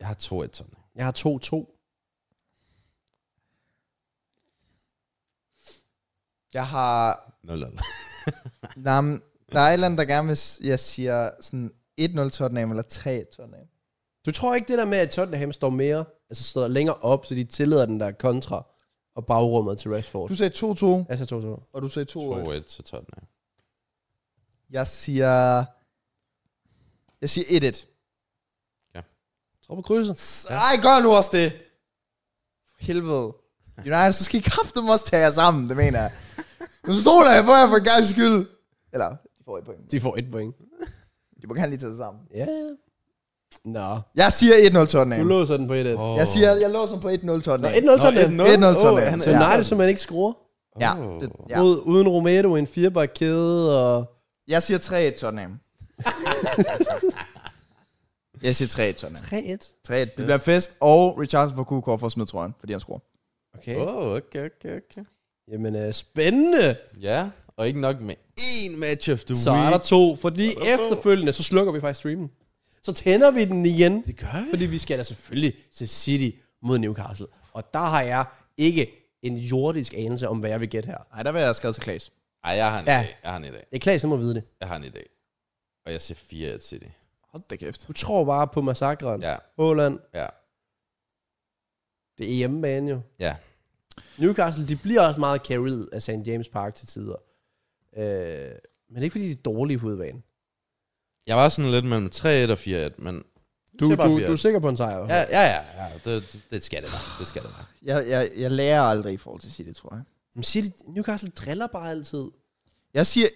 Jeg har 2-1 Tottenham.
Jeg har 2-2.
Jeg har
0-0.
Nej, men der er et eller andet, der gerne vil, s- jeg siger sådan 1-0 Tottenham eller 3 Tottenham.
Du tror ikke det der med, at Tottenham står mere, altså står længere op, så de tillader den der kontra og bagrummet til Rashford?
Du sagde 2-2,
Jeg siger 2-2.
og du sagde 2-1.
2-1 til Tottenham.
Jeg siger... Jeg siger 1-1.
Tror på krydset.
Ja. Ej, gør nu også det! For helvede. United, så skal I kraften også tage jer sammen, det mener jeg. Nu stoler jeg på jer for en gang skyld. Eller, de får et point.
De får et point.
De må gerne lige tage sig sammen.
Ja. Nå.
Jeg siger 1-1
Du
Tottenham.
låser den på 1-1. Oh.
Jeg siger, jeg låser på 1-0
Nå,
Tottenham.
1-0 Tottenham.
1-0 Tottenham.
han
Så
Ja.
nej, det simpelthen ikke scorer.
Ja, det, ja.
Mod, uden Romero, en firebarkæde og...
Jeg siger 3-1 Tottenham. jeg siger 3-1 Tottenham.
3-1.
3-1. Det bliver fest, og Richardson får QK for at smide trøjen, fordi han scorer.
Okay. Oh.
Oh, okay, okay, okay.
Jamen, øh, spændende.
Ja, og ikke nok med én match of the
Så er der
week.
to, fordi
Så er der to.
efterfølgende, så slukker vi faktisk streamen. Så tænder vi den igen,
Det gør vi.
fordi vi skal da selvfølgelig til City mod Newcastle. Og der har jeg ikke en jordisk anelse om, hvad jeg vil gætte her.
Nej, der vil jeg skrive til Klaas.
Ej, jeg har en
Ja.
ja. idé. Jeg har en idé.
Det er klart, så må vide det.
Jeg har en idé. Og jeg siger 4-1 City.
Hold da kæft.
Du tror bare på massakren. Ja.
Ja,
Åland,
ja,
det er hjemmebane jo.
ja.
Newcastle, de bliver også meget carried af St. James Park til tider. Øh, men det er ikke, fordi de er dårlige på udebane.
Jeg var sådan lidt mellem 3-1 og 4-1, men...
Du,
siger bare
du,
fire.
du er sikker på en sejr?
Ja, ja, ja. ja. Det, det, det skal det være. Det skal det være.
Jeg, jeg, jeg lærer aldrig i forhold til City, tror jeg.
Men City, Newcastle driller bare altid.
Jeg siger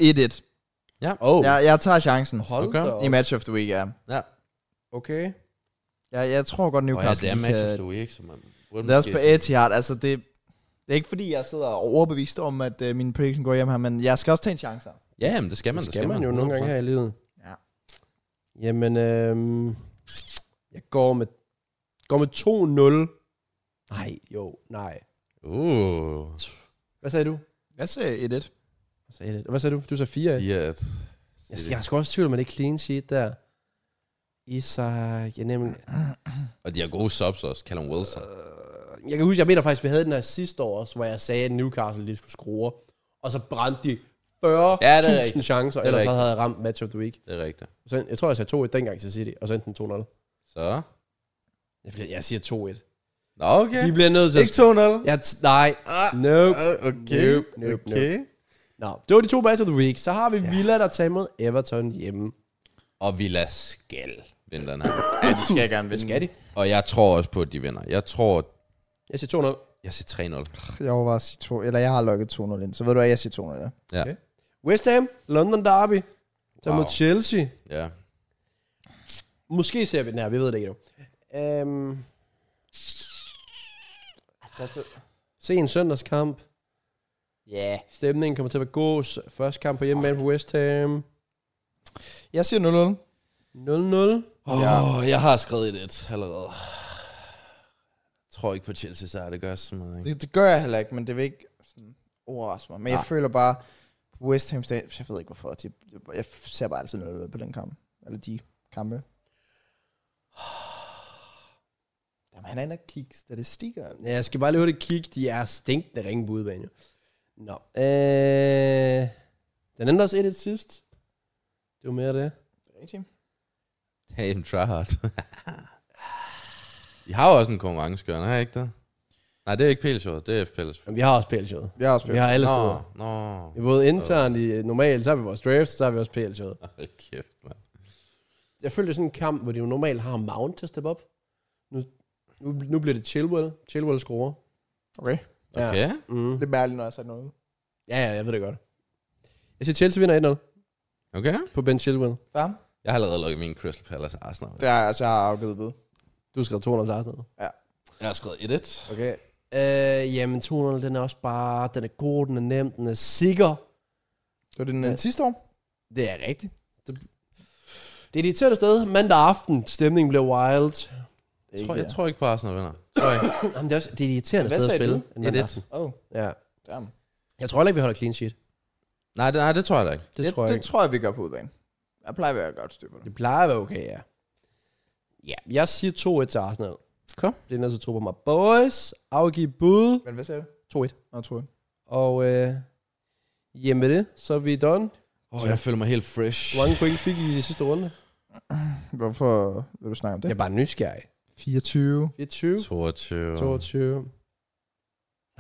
1-1.
Oh,
Jeg, jeg tager chancen
hold
Okay.
da
i
op.
match of the week, ja.
Ja.
Okay.
Jeg, jeg tror godt,
Og ja, det
Newcastle...
er
de
match of
kan-
the week, så man... burde
Det er også
måske
på
sådan-
Etihad. Altså, det, det er ikke fordi, jeg sidder og er overbevist om, at uh, min prediction går hjem her, men jeg skal også tage en chance.
Ja, jamen, det skal man.
det skal man jo nogle gange her i livet.
Ja.
Jamen, øhm, jeg går med, går med 2-0. Nej, jo, nej.
Uh,
Hvad sagde du?
Jeg siger 1-1.
Hvad sagde, det? Hvad sagde du? Du sagde 4 yeah.
4-1.
jeg, jeg er sgu også i tvivl om, at det er clean sheet der. Isak, jeg nemlig...
Og de har gode subs også, Callum Wilson.
Jeg kan huske, jeg mener faktisk, vi havde den her sidste år også, hvor jeg sagde, at Newcastle de skulle skrue. Og så brændte de 40.000
Ja, det er
ja,
rigtigt.
chancer,
er
ellers så
rigtigt.
havde jeg ramt match of the week.
Det er rigtigt.
Så, jeg tror, jeg sagde 2-1 dengang til City, og så endte den 2-0.
Så.
Jeg, jeg siger 2-1.
Nå, okay.
De bliver nødt til at
2-0.
Jeg t- nej.
Ah,
Nope.
ah,
Nope, nope, Nå, det var de to match of the week. Så har vi Villa, der tager mod Everton hjemme.
Og Villa skal vinde den her.
Ja, de skal gerne vinde.
Skal de?
Og jeg tror også på, at de vinder. Jeg tror,
Jeg siger 2-0.
jeg siger 3-0.
Jeg overvejer at sige 2, eller jeg har lukket 2-0 ind, så ved du hvad, jeg siger 2-0. Ja.
Ja.
Okay. West Ham, London Derby. Tager wow. mod
Wow.
Chelsea.
ja.
Måske ser vi den her, vi ved det ikke nu. Øhm. Se en søndagskamp.
Yeah.
Stemningen kommer til at være god. Første kamp på hjemmebane på West Ham.
Jeg siger 0-0.
0-0.
Åh, oh, jeg har skrevet lidt allerede. Jeg tror ikke på Chelsea, så er det gør sådan noget. Ikke?
Det, det gør jeg heller ikke, men det vil ikke sådan, overraske mig. Men jeg føler bare, West Ham Stadium, jeg ved ikke hvorfor, de, jeg ser bare altid noget på den kamp. Eller de kampe. Jamen, han er inde og kigge statistikker.
Ja, Jeg skal bare lige hurtigt kigge. De er stinkende ringe på udebane, jo. Nå. Øh, den endte også 1-1 sidst. Det var mere det.
Rigtigt.
Hey, en tryhard. I har jo også en konkurrencegørende, har I ikke det? Nej, det er ikke PL-showet, det er FPL.
Men vi har også PL-showet.
Jeg har også
Vi har alle
Nå,
steder.
nå.
Vi er både internt i normalt, så har vi vores drafts, så har vi også PL-showet.
Hold kæft, mand.
Jeg følte det er sådan en kamp, hvor de jo normalt har Mount til at steppe op. Nu, nu, nu bliver det Chilwell. Chilwell scorer.
Okay.
Ja.
Okay.
Mm.
Det er mærkeligt, når jeg har sat noget.
ja, ja, jeg ved det godt. Jeg siger Chelsea vinder 1-0
Okay.
på Ben Chilwell.
Hvad?
Jeg har allerede lukket min Crystal Palace Arsenal.
Der er altså, jeg har afgivet bud.
Du skrev 200 til Arsenal.
Jeg har skrevet 1-1.
Okay. Øh, jamen, 200, den er også bare... Den er god, den er nem, den er sikker.
Det var den
Ja.
ja. sidste år.
Det er rigtigt. Det, det er det irriterende sted. Mandag aften, stemningen bliver wild.
Jeg tror, jeg tror ikke på Arsenal vinder.
Jamen, det er, også, det er det irriterende
Hvad
sted at
sagde
spille.
du?
en mandag
1-1.
aften.
Oh,
Ja.
damn.
Jeg tror heller ikke, vi holder clean sheet.
Nej, det, nej, det tror jeg da ikke.
Det, det tror jeg
det
ikke.
tror jeg, vi gør på udbanen. Jeg plejer at være godt styr på det.
Det plejer at være okay, ja. Ja, jeg siger 2-1 til Arsenal.
Okay.
Det er noget, så tro på mig. Boys, afgiv bud.
Men hvad sagde du?
2-1.
Nå, tror jeg.
Og øh, hjemme med det, så er vi done.
Åh, oh, jeg føler mig helt fresh.
Hvor mange point fik I i sidste runde?
Hvorfor vil du snakke om det?
Jeg er bare nysgerrig.
24.
24.
22.
22.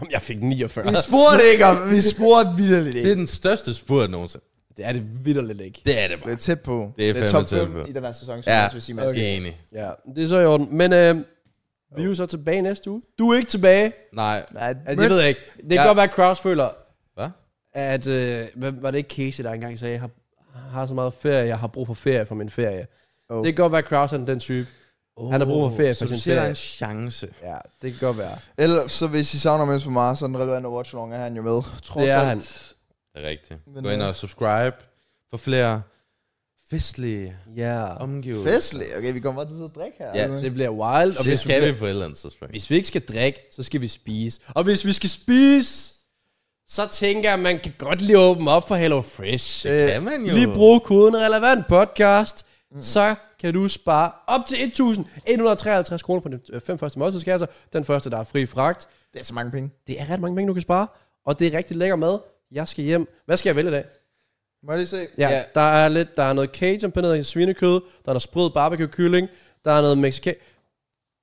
Jamen, jeg fik 49.
Vi spurgte ikke om, vi spurgte vildt
Det er
ikke.
den største spurt nogensinde.
Det er det vidderligt ikke.
Det er det
Det
bare.
er tæt på.
Det er
det er
fandme
top
tæt
5
på.
i den her sæson, så
Ja.
ja. sige, man
Jeg
okay.
er enig.
Ja, det er så i orden. Men øh, vi er jo så tilbage næste uge. Du er ikke tilbage.
Nej.
Nej,
Ja, det ved jeg ikke. Det kan
Ja.
godt være, at Kraus føler,
Hvad?
at... Øh, hvad- var det ikke Casey, der engang sagde, jeg har, har så meget ferie, jeg har brug for ferie for min ferie.
Oh.
Det kan godt være, at Kraus er den type. Han har brug for ferie
Så
for
du
sin
siger, der er
ferie.
en chance.
Ja, det kan godt være.
Ellers, så hvis I savner Mads for meget, så er den relevante watch along er han jo med. Trods
Det er
alt.
han.
Det er rigtigt.
Men,
Gå ind
øh,
og subscribe for flere festlige
Ja,
omgivelser.
Festlig. Okay, vi kommer bare til at sidde og drikke her.
Ja,
det bliver wild. Og
Det
hvis,
skal
vi,
vi på et eller andet tidspunkt.
hvis vi ikke skal drikke, så skal vi spise. Og hvis vi skal spise, så tænker jeg, at man kan godt lige åbne op for Hello Fresh.
Øh,
Kan man jo.
Lige brug koden relevant podcast, mm. så kan du spare op til 1.153 kroner på de øh, fem første måltidskasser. Den første, der er fri fragt.
det er så mange penge.
Det er ret mange penge, du kan spare, og det er rigtig lækker mad. Jeg skal hjem. Hvad skal jeg vælge i dag?
Må jeg lige se?
Ja,
Ja.
yeah. der er lidt, der er noget cajun på noget svinekød, der er noget sprød barbecue kylling, der er noget mexican...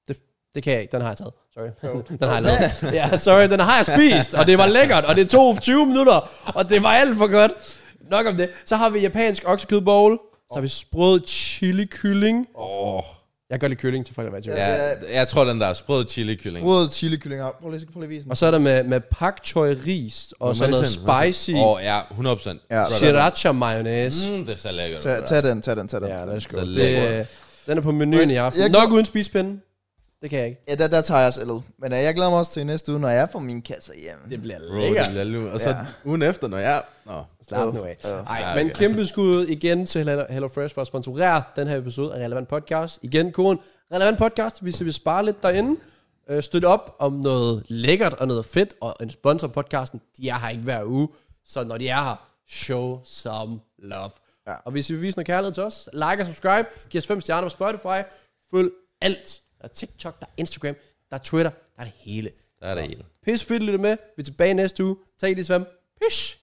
Det, det kan jeg ikke, den har jeg taget. Sorry. den har jeg lavet. ja, sorry, den har jeg spist, og det var lækkert, og det tog 20 minutter, og det var alt for godt. Nok om det. Så har vi japansk oksekød bowl, så har vi sprød chili kylling.
Åh.
Jeg gør lidt kylling til folk, der er i tvivl.
Ja, jeg tror, den der er sprød chili kylling.
Rød chili kylling. Prøv lige, prøv lige at vise den.
Og så er der med, med pak choi ris, og så noget spicy
Åh, oh, ja, 100%.
Ja.
sriracha mayonnaise.
Mm, det ser lækkert ud.
Tag,
det der.
tag den, tag den, tag den.
Ja, lad os gå.
Så
Det,
lækkert.
den er på menuen i
Jeg
aften.
går-
Nok uden spisepinde. Det kan jeg ikke.
Ja, der, der tager jeg også ældet. Men uh, jeg glæder mig også til næste uge, når jeg får mine kasser hjem. Det
bliver
Bro, det bliver lu- Og så ugen efter, når jeg... Nå.
Slap nu af. Ej,
Ja,
men
okay.
kæmpe skud igen til Hello- HelloFresh for at sponsorere den her episode af Relevant Podcast. Igen koden Relevant Podcast, hvis I vil spare lidt derinde. Øh, Støt op om noget lækkert og noget fedt, og en sponsor på podcasten, de er her ikke hver uge. Så når de er her, show some love. Ja. Og hvis I vil vise noget kærlighed til os, like og subscribe, giv os fem stjerner på Spotify, følg alt. Der er TikTok, der er Instagram, der er Twitter, der er det hele.
Der er det hele.
Pisse fedt at lytte med. Vi er tilbage næste uge. Tag det, Svend. Pish!